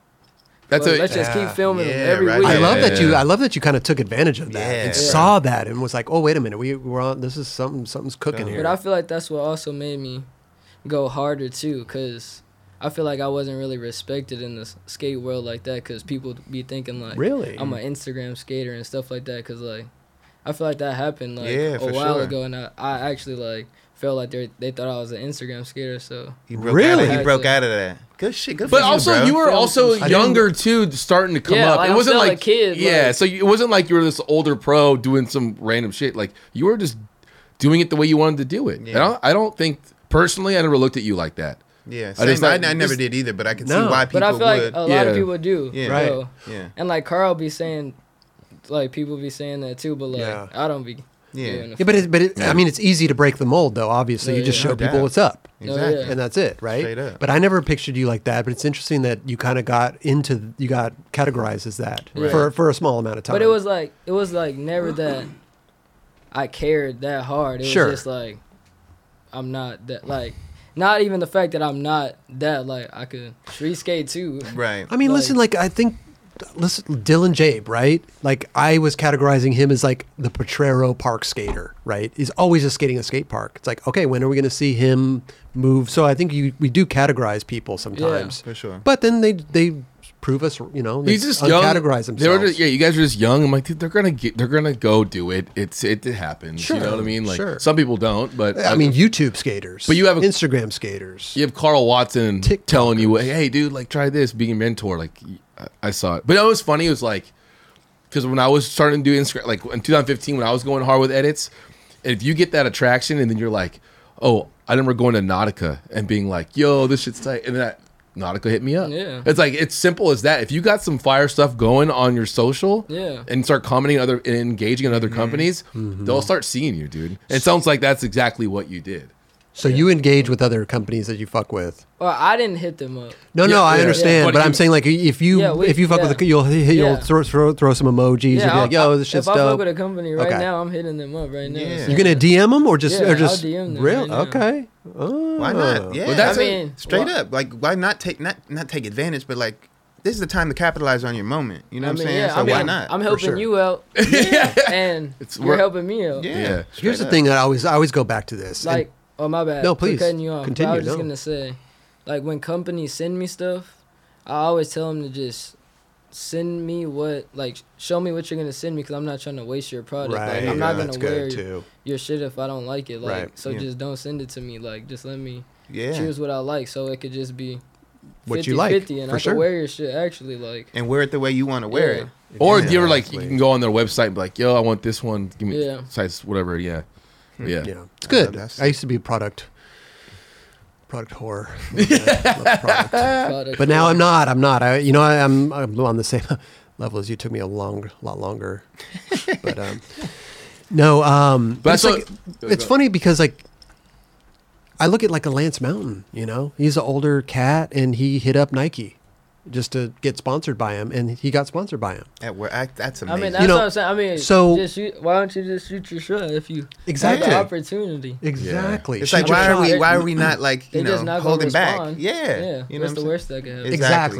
[SPEAKER 3] That's
[SPEAKER 2] "Fuck,
[SPEAKER 3] a
[SPEAKER 2] let's just
[SPEAKER 4] Mm-hmm. Yeah.
[SPEAKER 2] keep filming them
[SPEAKER 4] Yeah,
[SPEAKER 2] every
[SPEAKER 4] right.
[SPEAKER 2] week.
[SPEAKER 1] I love that you.
[SPEAKER 3] Yeah.
[SPEAKER 1] I love that you kind of took advantage of that and
[SPEAKER 4] Yeah.
[SPEAKER 1] saw that and was like, "Oh, wait a minute, we we're on. This is something. Something's cooking
[SPEAKER 4] Yeah.
[SPEAKER 1] here."
[SPEAKER 2] But I feel like that's what also made me go harder too, cause I feel like I wasn't really respected in the s- skate world like that, cause people be thinking like,
[SPEAKER 1] Really?
[SPEAKER 2] I'm an Instagram skater and stuff like that, cause like, I feel like that happened like
[SPEAKER 4] Yeah,
[SPEAKER 2] a
[SPEAKER 4] for
[SPEAKER 2] while
[SPEAKER 4] sure.
[SPEAKER 2] ago, and I, I actually like felt like they they thought I was an Instagram skater, so
[SPEAKER 4] He broke
[SPEAKER 1] Really?
[SPEAKER 4] Out of, he broke
[SPEAKER 2] Exactly.
[SPEAKER 4] out of that. Good shit. Good.
[SPEAKER 3] But
[SPEAKER 4] for
[SPEAKER 3] also,
[SPEAKER 4] you,
[SPEAKER 3] you were
[SPEAKER 2] Film
[SPEAKER 3] also
[SPEAKER 2] some-
[SPEAKER 1] I
[SPEAKER 3] younger too, starting to come
[SPEAKER 2] Yeah,
[SPEAKER 3] up.
[SPEAKER 2] like,
[SPEAKER 3] it
[SPEAKER 2] I'm
[SPEAKER 3] wasn't
[SPEAKER 2] still a
[SPEAKER 3] like
[SPEAKER 2] kid,
[SPEAKER 3] Yeah,
[SPEAKER 2] like-
[SPEAKER 3] so you, it wasn't like you were this older pro doing some random shit. Like you were just doing it the way you wanted to do it. And I,
[SPEAKER 4] Yeah.
[SPEAKER 3] don't, I don't think personally, I never looked at you like that.
[SPEAKER 4] Yeah,
[SPEAKER 3] I
[SPEAKER 4] same, I,
[SPEAKER 3] just
[SPEAKER 4] I,
[SPEAKER 3] like-
[SPEAKER 4] never
[SPEAKER 3] just-
[SPEAKER 4] did either, but I can
[SPEAKER 1] No.
[SPEAKER 4] see why
[SPEAKER 1] But
[SPEAKER 4] people
[SPEAKER 2] but I feel
[SPEAKER 4] would.
[SPEAKER 2] like uh, a lot
[SPEAKER 3] Yeah.
[SPEAKER 2] of people do,
[SPEAKER 4] Yeah.
[SPEAKER 1] Right.
[SPEAKER 2] bro.
[SPEAKER 4] yeah,
[SPEAKER 2] And like Carl be saying, like people be saying that too, but like
[SPEAKER 1] Yeah.
[SPEAKER 2] I don't be.
[SPEAKER 4] Yeah.
[SPEAKER 2] doing it.
[SPEAKER 1] Yeah, but it, but it, I mean, it's easy to break the mold, though. Obviously,
[SPEAKER 2] Yeah,
[SPEAKER 1] you just
[SPEAKER 2] yeah.
[SPEAKER 1] show
[SPEAKER 4] No
[SPEAKER 1] people
[SPEAKER 4] doubt.
[SPEAKER 1] what's up,
[SPEAKER 4] exactly.
[SPEAKER 2] yeah.
[SPEAKER 1] and that's it, right?
[SPEAKER 4] Straight up.
[SPEAKER 1] But I never pictured you like that. But it's interesting that you kind of got into you got categorized as that
[SPEAKER 2] Right.
[SPEAKER 1] for for a small amount of time.
[SPEAKER 2] But it was like it was like never that I cared that hard. It
[SPEAKER 1] Sure.
[SPEAKER 2] was just like I'm not that like not even the fact that I'm not that like I could street skate too.
[SPEAKER 4] Right.
[SPEAKER 1] I mean,
[SPEAKER 2] like-
[SPEAKER 1] listen, like I think, listen, Dylan Jabe, right? Like I was categorizing him as like the Potrero Park skater, right? He's always just skating a skate park. It's like, okay, when are we going to see him move? So I think you we do categorize people sometimes,
[SPEAKER 4] for sure.
[SPEAKER 1] But then they they prove us, you know, they
[SPEAKER 3] He's just young.
[SPEAKER 1] uncategorize
[SPEAKER 3] They were
[SPEAKER 1] themselves.
[SPEAKER 3] just- yeah, you guys are just young. I'm like, dude, they're gonna get, they're gonna go do it. It's it, happens.
[SPEAKER 1] Sure,
[SPEAKER 3] You know what I mean? Like
[SPEAKER 1] sure.
[SPEAKER 3] some people don't, but
[SPEAKER 1] I mean, YouTube skaters,
[SPEAKER 3] But you have a-
[SPEAKER 1] Instagram skaters.
[SPEAKER 3] you have Carl Watson
[SPEAKER 1] TikTokers.
[SPEAKER 3] telling you, "Hey, dude, like try this, being a mentor." Like I, I saw it, but it was funny. It was like because when I was starting to do Instagram, like in 2015, when I was going hard with edits, if you get that attraction and then you're like, "Oh, I remember going to Nautica and being like, yo, this shit's tight," and then I, Nautica hit me up.
[SPEAKER 2] Yeah.
[SPEAKER 3] it's like it's simple as that. If you got some fire stuff going on your social,
[SPEAKER 2] Yeah. Mm-hmm.
[SPEAKER 3] and start commenting other and engaging in other companies, they'll start seeing you, dude. It sounds like that's exactly what you did.
[SPEAKER 1] So you engage with other companies that you fuck with.
[SPEAKER 2] Or I didn't hit them up.
[SPEAKER 1] No,
[SPEAKER 3] Yeah,
[SPEAKER 1] no, I
[SPEAKER 3] yeah.
[SPEAKER 1] understand,
[SPEAKER 3] But
[SPEAKER 1] but, I'm
[SPEAKER 3] you-
[SPEAKER 1] saying like if you
[SPEAKER 2] Yeah, we-
[SPEAKER 1] if you fuck
[SPEAKER 2] yeah.
[SPEAKER 1] with a, you'll hit- you'll
[SPEAKER 2] Yeah.
[SPEAKER 1] throw, throw throw some emojis. you'll be like,
[SPEAKER 2] I'll-
[SPEAKER 1] yo, this shit's
[SPEAKER 2] if I fuck
[SPEAKER 1] dope.
[SPEAKER 2] with a company right
[SPEAKER 1] Okay.
[SPEAKER 2] now, I'm hitting them up right now.
[SPEAKER 4] Yeah.
[SPEAKER 2] so-
[SPEAKER 1] You're gonna DM them or just
[SPEAKER 2] Yeah,
[SPEAKER 1] or
[SPEAKER 2] I'll
[SPEAKER 1] just
[SPEAKER 2] DM them
[SPEAKER 1] real?
[SPEAKER 2] right now.
[SPEAKER 1] okay. Oh.
[SPEAKER 4] Why
[SPEAKER 2] uh,
[SPEAKER 4] not? Yeah,
[SPEAKER 3] Well, that's
[SPEAKER 4] I
[SPEAKER 3] a-
[SPEAKER 4] mean,
[SPEAKER 2] I mean,
[SPEAKER 4] straight
[SPEAKER 2] wha-
[SPEAKER 4] up. Like, why not take not not take advantage, but like, this is the time to capitalize on your moment. You know what I'm saying? so
[SPEAKER 2] I mean,
[SPEAKER 4] why
[SPEAKER 2] I'm-
[SPEAKER 4] not?
[SPEAKER 2] I'm helping
[SPEAKER 1] sure.
[SPEAKER 2] you out, and
[SPEAKER 3] It's
[SPEAKER 2] you're
[SPEAKER 3] work-
[SPEAKER 2] helping me out.
[SPEAKER 4] Yeah.
[SPEAKER 3] Yeah.
[SPEAKER 4] straight
[SPEAKER 1] Here's the
[SPEAKER 4] up.
[SPEAKER 1] thing that I always I always go back to this. and-
[SPEAKER 2] Like, oh my bad.
[SPEAKER 1] No,
[SPEAKER 2] for
[SPEAKER 1] please.
[SPEAKER 2] Cutting you off. But I
[SPEAKER 1] Continue,
[SPEAKER 2] was just
[SPEAKER 1] no.
[SPEAKER 2] gonna say, like when companies send me stuff, I always tell them to just send me what, like, show me what you're gonna send me, because I'm not trying to waste your product.
[SPEAKER 1] right,
[SPEAKER 2] Like, I'm not
[SPEAKER 1] yeah, that's
[SPEAKER 2] gonna wear
[SPEAKER 1] good too.
[SPEAKER 2] your shit if I don't like it. Like,
[SPEAKER 1] Right,
[SPEAKER 2] so
[SPEAKER 4] yeah.
[SPEAKER 2] just don't send it to me. Like, just let me
[SPEAKER 4] Yeah.
[SPEAKER 2] choose what I like, so it could just be.
[SPEAKER 1] What
[SPEAKER 2] 50,
[SPEAKER 1] you like,
[SPEAKER 2] 50, and
[SPEAKER 1] for
[SPEAKER 2] I
[SPEAKER 1] sure.
[SPEAKER 2] can wear your shit actually like
[SPEAKER 4] and wear it the way you want to wear
[SPEAKER 2] Yeah.
[SPEAKER 4] it.
[SPEAKER 3] Or if
[SPEAKER 1] Yeah,
[SPEAKER 3] you ever like, you
[SPEAKER 1] honestly.
[SPEAKER 3] can go on their website and be like, yo, I want this one. Give me
[SPEAKER 2] Yeah.
[SPEAKER 3] size, whatever. Yeah. Yeah.
[SPEAKER 1] Yeah, it's good.
[SPEAKER 4] that's-
[SPEAKER 1] I used to be a product product whore, Love the product.
[SPEAKER 2] product.
[SPEAKER 1] but now I'm not. I'm not. I, you know, I, I'm I'm on the same level as you. Took me a long, lot longer, but um, no. Um,
[SPEAKER 3] But
[SPEAKER 1] it's,
[SPEAKER 3] I
[SPEAKER 1] like,
[SPEAKER 3] thought-
[SPEAKER 1] it's funny because like. I look at like a Lance Mountain, you know. He's an older cat, and he hit up Nike just to get sponsored by him, and he got sponsored by him.
[SPEAKER 4] At where I, that's
[SPEAKER 2] I
[SPEAKER 4] amazing.
[SPEAKER 2] mean, that's
[SPEAKER 1] know,
[SPEAKER 2] what I'm saying. I mean,
[SPEAKER 1] so-
[SPEAKER 2] just shoot, why don't you just shoot your shot if you
[SPEAKER 1] Exactly.
[SPEAKER 2] have the opportunity?
[SPEAKER 1] Exactly.
[SPEAKER 4] it's
[SPEAKER 1] Shoot
[SPEAKER 4] like
[SPEAKER 1] your
[SPEAKER 4] why are
[SPEAKER 1] shot.
[SPEAKER 4] we
[SPEAKER 2] shot.
[SPEAKER 4] why are we not like
[SPEAKER 2] They
[SPEAKER 4] you know
[SPEAKER 2] just not gonna
[SPEAKER 4] holding back?
[SPEAKER 2] respond.
[SPEAKER 4] Yeah,
[SPEAKER 2] Yeah,
[SPEAKER 4] You know
[SPEAKER 2] what's
[SPEAKER 4] what
[SPEAKER 2] the
[SPEAKER 4] I'm
[SPEAKER 2] worst that could happen?
[SPEAKER 4] Exactly.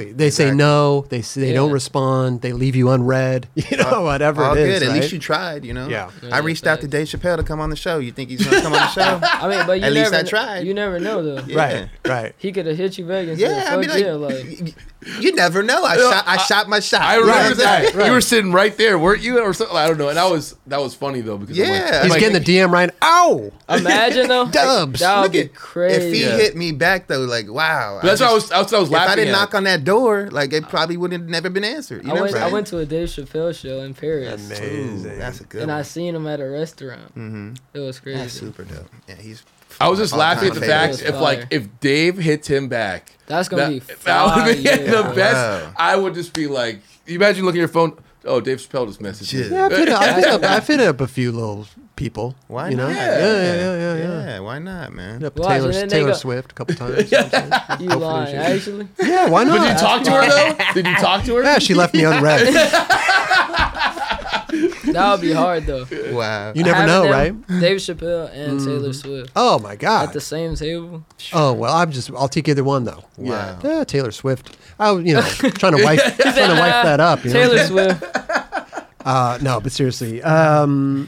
[SPEAKER 1] Exactly. They say
[SPEAKER 4] Exactly.
[SPEAKER 1] no. They s- they don't
[SPEAKER 2] Yeah.
[SPEAKER 1] respond. They leave you unread. You
[SPEAKER 3] Oh,
[SPEAKER 1] know, whatever
[SPEAKER 4] All
[SPEAKER 1] it is.
[SPEAKER 4] good. At
[SPEAKER 1] right?
[SPEAKER 4] least you tried. You know.
[SPEAKER 1] Yeah.
[SPEAKER 4] I reached out to Dave Chappelle to come on the show. You think he's gonna come on the show?
[SPEAKER 2] I mean, but you
[SPEAKER 4] At
[SPEAKER 2] never,
[SPEAKER 4] least I tried.
[SPEAKER 2] You never know though.
[SPEAKER 4] Yeah.
[SPEAKER 1] right, right.
[SPEAKER 2] He could have hit you back and said,
[SPEAKER 4] Yeah, I
[SPEAKER 2] "Fuck
[SPEAKER 4] mean, like,
[SPEAKER 2] yeah!" Like,
[SPEAKER 4] you never know. I shot. I, shot my shot.
[SPEAKER 3] I
[SPEAKER 4] You know what
[SPEAKER 3] remember
[SPEAKER 4] I'm saying?
[SPEAKER 3] that. You were sitting right there, weren't you? Or something. I don't know. And that was that was funny though because I'm like-
[SPEAKER 4] Yeah.
[SPEAKER 3] I'm
[SPEAKER 1] He's
[SPEAKER 3] like-
[SPEAKER 1] getting the DM right. Ow!
[SPEAKER 2] imagine though,
[SPEAKER 1] Dubs.
[SPEAKER 2] that would
[SPEAKER 4] Look
[SPEAKER 2] be
[SPEAKER 4] at- If he
[SPEAKER 2] crazy.
[SPEAKER 3] Yeah.
[SPEAKER 4] hit me back though, like wow.
[SPEAKER 3] But That's
[SPEAKER 4] I
[SPEAKER 3] what I
[SPEAKER 4] just-
[SPEAKER 3] was. That's what I was
[SPEAKER 4] If
[SPEAKER 3] laughing.
[SPEAKER 4] I didn't
[SPEAKER 3] at.
[SPEAKER 4] knock on that door, like it probably would have never been answered. You know
[SPEAKER 2] I went,
[SPEAKER 4] what I'm
[SPEAKER 2] I
[SPEAKER 4] saying?
[SPEAKER 2] went to a Dave Chappelle show in Paris,
[SPEAKER 4] Ooh, that's a good.
[SPEAKER 2] and I
[SPEAKER 4] one.
[SPEAKER 2] seen him at a restaurant. Mm-hmm. It was
[SPEAKER 4] That's
[SPEAKER 2] crazy.
[SPEAKER 4] super dope. Yeah, he's.
[SPEAKER 3] I was just
[SPEAKER 4] All
[SPEAKER 3] laughing at
[SPEAKER 4] time
[SPEAKER 3] the
[SPEAKER 4] favorites.
[SPEAKER 3] fact if like
[SPEAKER 2] Fire.
[SPEAKER 3] if Dave hits him back,
[SPEAKER 2] That's gonna
[SPEAKER 3] that-
[SPEAKER 2] be
[SPEAKER 3] that would be
[SPEAKER 2] fire.
[SPEAKER 3] the best.
[SPEAKER 4] Wow.
[SPEAKER 3] I would just be like, you imagine looking at your phone. Oh, Dave Chappelle just messaged
[SPEAKER 4] Shit.
[SPEAKER 1] Yeah, I've hit, up, I've, hit up, I've hit up a few little people.
[SPEAKER 4] Why
[SPEAKER 1] you know?
[SPEAKER 4] not?
[SPEAKER 1] Yeah, yeah, yeah, yeah. yeah.
[SPEAKER 4] Yeah, why not, man?
[SPEAKER 1] Hit up
[SPEAKER 2] Watch,
[SPEAKER 1] Taylor,
[SPEAKER 2] and then they
[SPEAKER 1] Taylor
[SPEAKER 2] go-
[SPEAKER 1] Swift a couple times. you know what I'm saying?
[SPEAKER 2] You lying? Actually,
[SPEAKER 1] yeah, why
[SPEAKER 3] me. Did you
[SPEAKER 1] not?
[SPEAKER 3] talk to her though? Did you talk to her?
[SPEAKER 1] Yeah, she left me unread.
[SPEAKER 2] that would be hard though. You
[SPEAKER 4] Wow.
[SPEAKER 1] You never know, right?
[SPEAKER 2] Dave Chappelle and
[SPEAKER 4] Mm-hmm.
[SPEAKER 2] Taylor Swift
[SPEAKER 1] Oh my
[SPEAKER 2] at
[SPEAKER 1] God.
[SPEAKER 2] the same table.
[SPEAKER 1] Oh well, I'm just. I'll take either one though.
[SPEAKER 4] Wow.
[SPEAKER 1] Yeah, Taylor Swift. I, was, you know, trying to wipe, trying to wipe that up. You know?
[SPEAKER 2] "Ah, Taylor Swift.
[SPEAKER 1] Uh, no, but seriously. Um,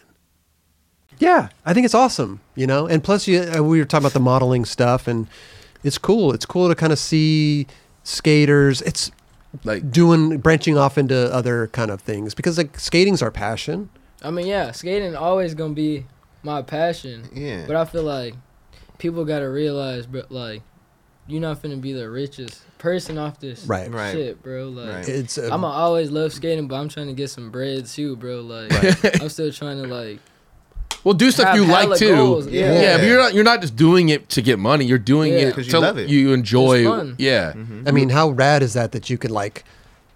[SPEAKER 1] Yeah, I think it's awesome, you know. And plus, you, uh, we were talking about the modeling stuff, and it's cool. It's cool to kind of see skaters. It's
[SPEAKER 3] Like,
[SPEAKER 1] doing branching off into other kind of things because like skating's our passion.
[SPEAKER 2] I mean, yeah, skating always gonna be my passion.
[SPEAKER 4] Yeah.
[SPEAKER 2] But I feel like people gotta realize, bro, like you're not finna be the richest person off this
[SPEAKER 1] Right.
[SPEAKER 4] Right.
[SPEAKER 2] shit, bro. Like
[SPEAKER 4] Right.
[SPEAKER 1] It's a,
[SPEAKER 2] I'ma always love skating, but I'm trying to get some bread too, bro. Like I'm still trying to like
[SPEAKER 3] well, do stuff
[SPEAKER 2] have
[SPEAKER 3] you
[SPEAKER 2] hella
[SPEAKER 3] like too.
[SPEAKER 2] goals.
[SPEAKER 3] Yeah,
[SPEAKER 2] Yeah.
[SPEAKER 3] but you're not you're not just doing it to get money. You're doing
[SPEAKER 2] Yeah.
[SPEAKER 3] it
[SPEAKER 4] 'Cause you
[SPEAKER 3] to-
[SPEAKER 4] love it. Mm-hmm.
[SPEAKER 3] You enjoy.
[SPEAKER 2] It's fun.
[SPEAKER 3] Yeah.
[SPEAKER 1] I mean, how rad is that that you can like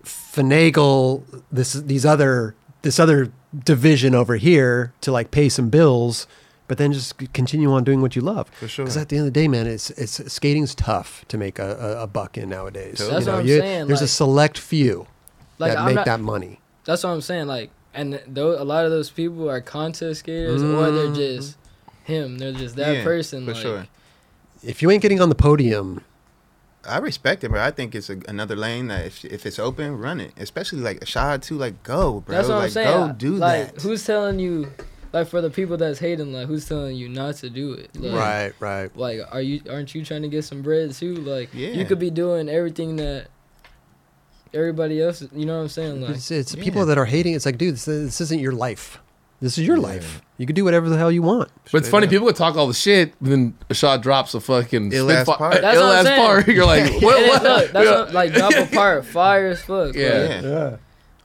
[SPEAKER 1] finagle this these other this other division over here to like pay some bills, but then just c- continue on doing what you love. For
[SPEAKER 4] sure.
[SPEAKER 1] Because at the end of the day, man, it's it's skating's tough to make a, a, a buck in nowadays.
[SPEAKER 2] That's what I'm saying,
[SPEAKER 1] There's a
[SPEAKER 2] like-
[SPEAKER 1] select few
[SPEAKER 2] like
[SPEAKER 1] that
[SPEAKER 2] I'm
[SPEAKER 1] make
[SPEAKER 2] not,
[SPEAKER 1] that money.
[SPEAKER 2] That's what I'm saying. Like and though a lot of those people are contest skaters or they're
[SPEAKER 1] Mm-hmm.
[SPEAKER 2] just him. They're just that
[SPEAKER 4] Yeah,
[SPEAKER 2] person.
[SPEAKER 4] for
[SPEAKER 2] like,
[SPEAKER 4] sure.
[SPEAKER 1] If you ain't getting on the podium,
[SPEAKER 4] I respect it, but I think it's a, another lane that if, if it's open, run it. Especially like a shot too, like go, bro.
[SPEAKER 2] That's what
[SPEAKER 4] like
[SPEAKER 2] I'm saying.
[SPEAKER 4] go do
[SPEAKER 2] like,
[SPEAKER 4] that.
[SPEAKER 2] Who's telling you? Like for the people that's hating, like who's telling you not to do it? Like,
[SPEAKER 1] right, right.
[SPEAKER 2] Like, are you? Aren't you trying to get some bread too? Like,
[SPEAKER 4] Yeah.
[SPEAKER 2] you could be doing everything that everybody else. You know what I'm saying? Like,
[SPEAKER 1] It's, it's people that are hating. It's like, dude, this, this isn't your life. This is your life. You can do whatever the hell you want.
[SPEAKER 3] But it's funny, people would talk all the shit, but then Ashad drops a fucking
[SPEAKER 4] Ill ass
[SPEAKER 3] Spitfire-
[SPEAKER 4] part.
[SPEAKER 3] Ill ass part. You're like, what?
[SPEAKER 2] It is,
[SPEAKER 3] what?
[SPEAKER 2] look, that's
[SPEAKER 3] Yeah.
[SPEAKER 2] what, like drop apart, fire as fuck. bro.
[SPEAKER 3] Yeah.
[SPEAKER 4] Yeah.
[SPEAKER 8] Yeah.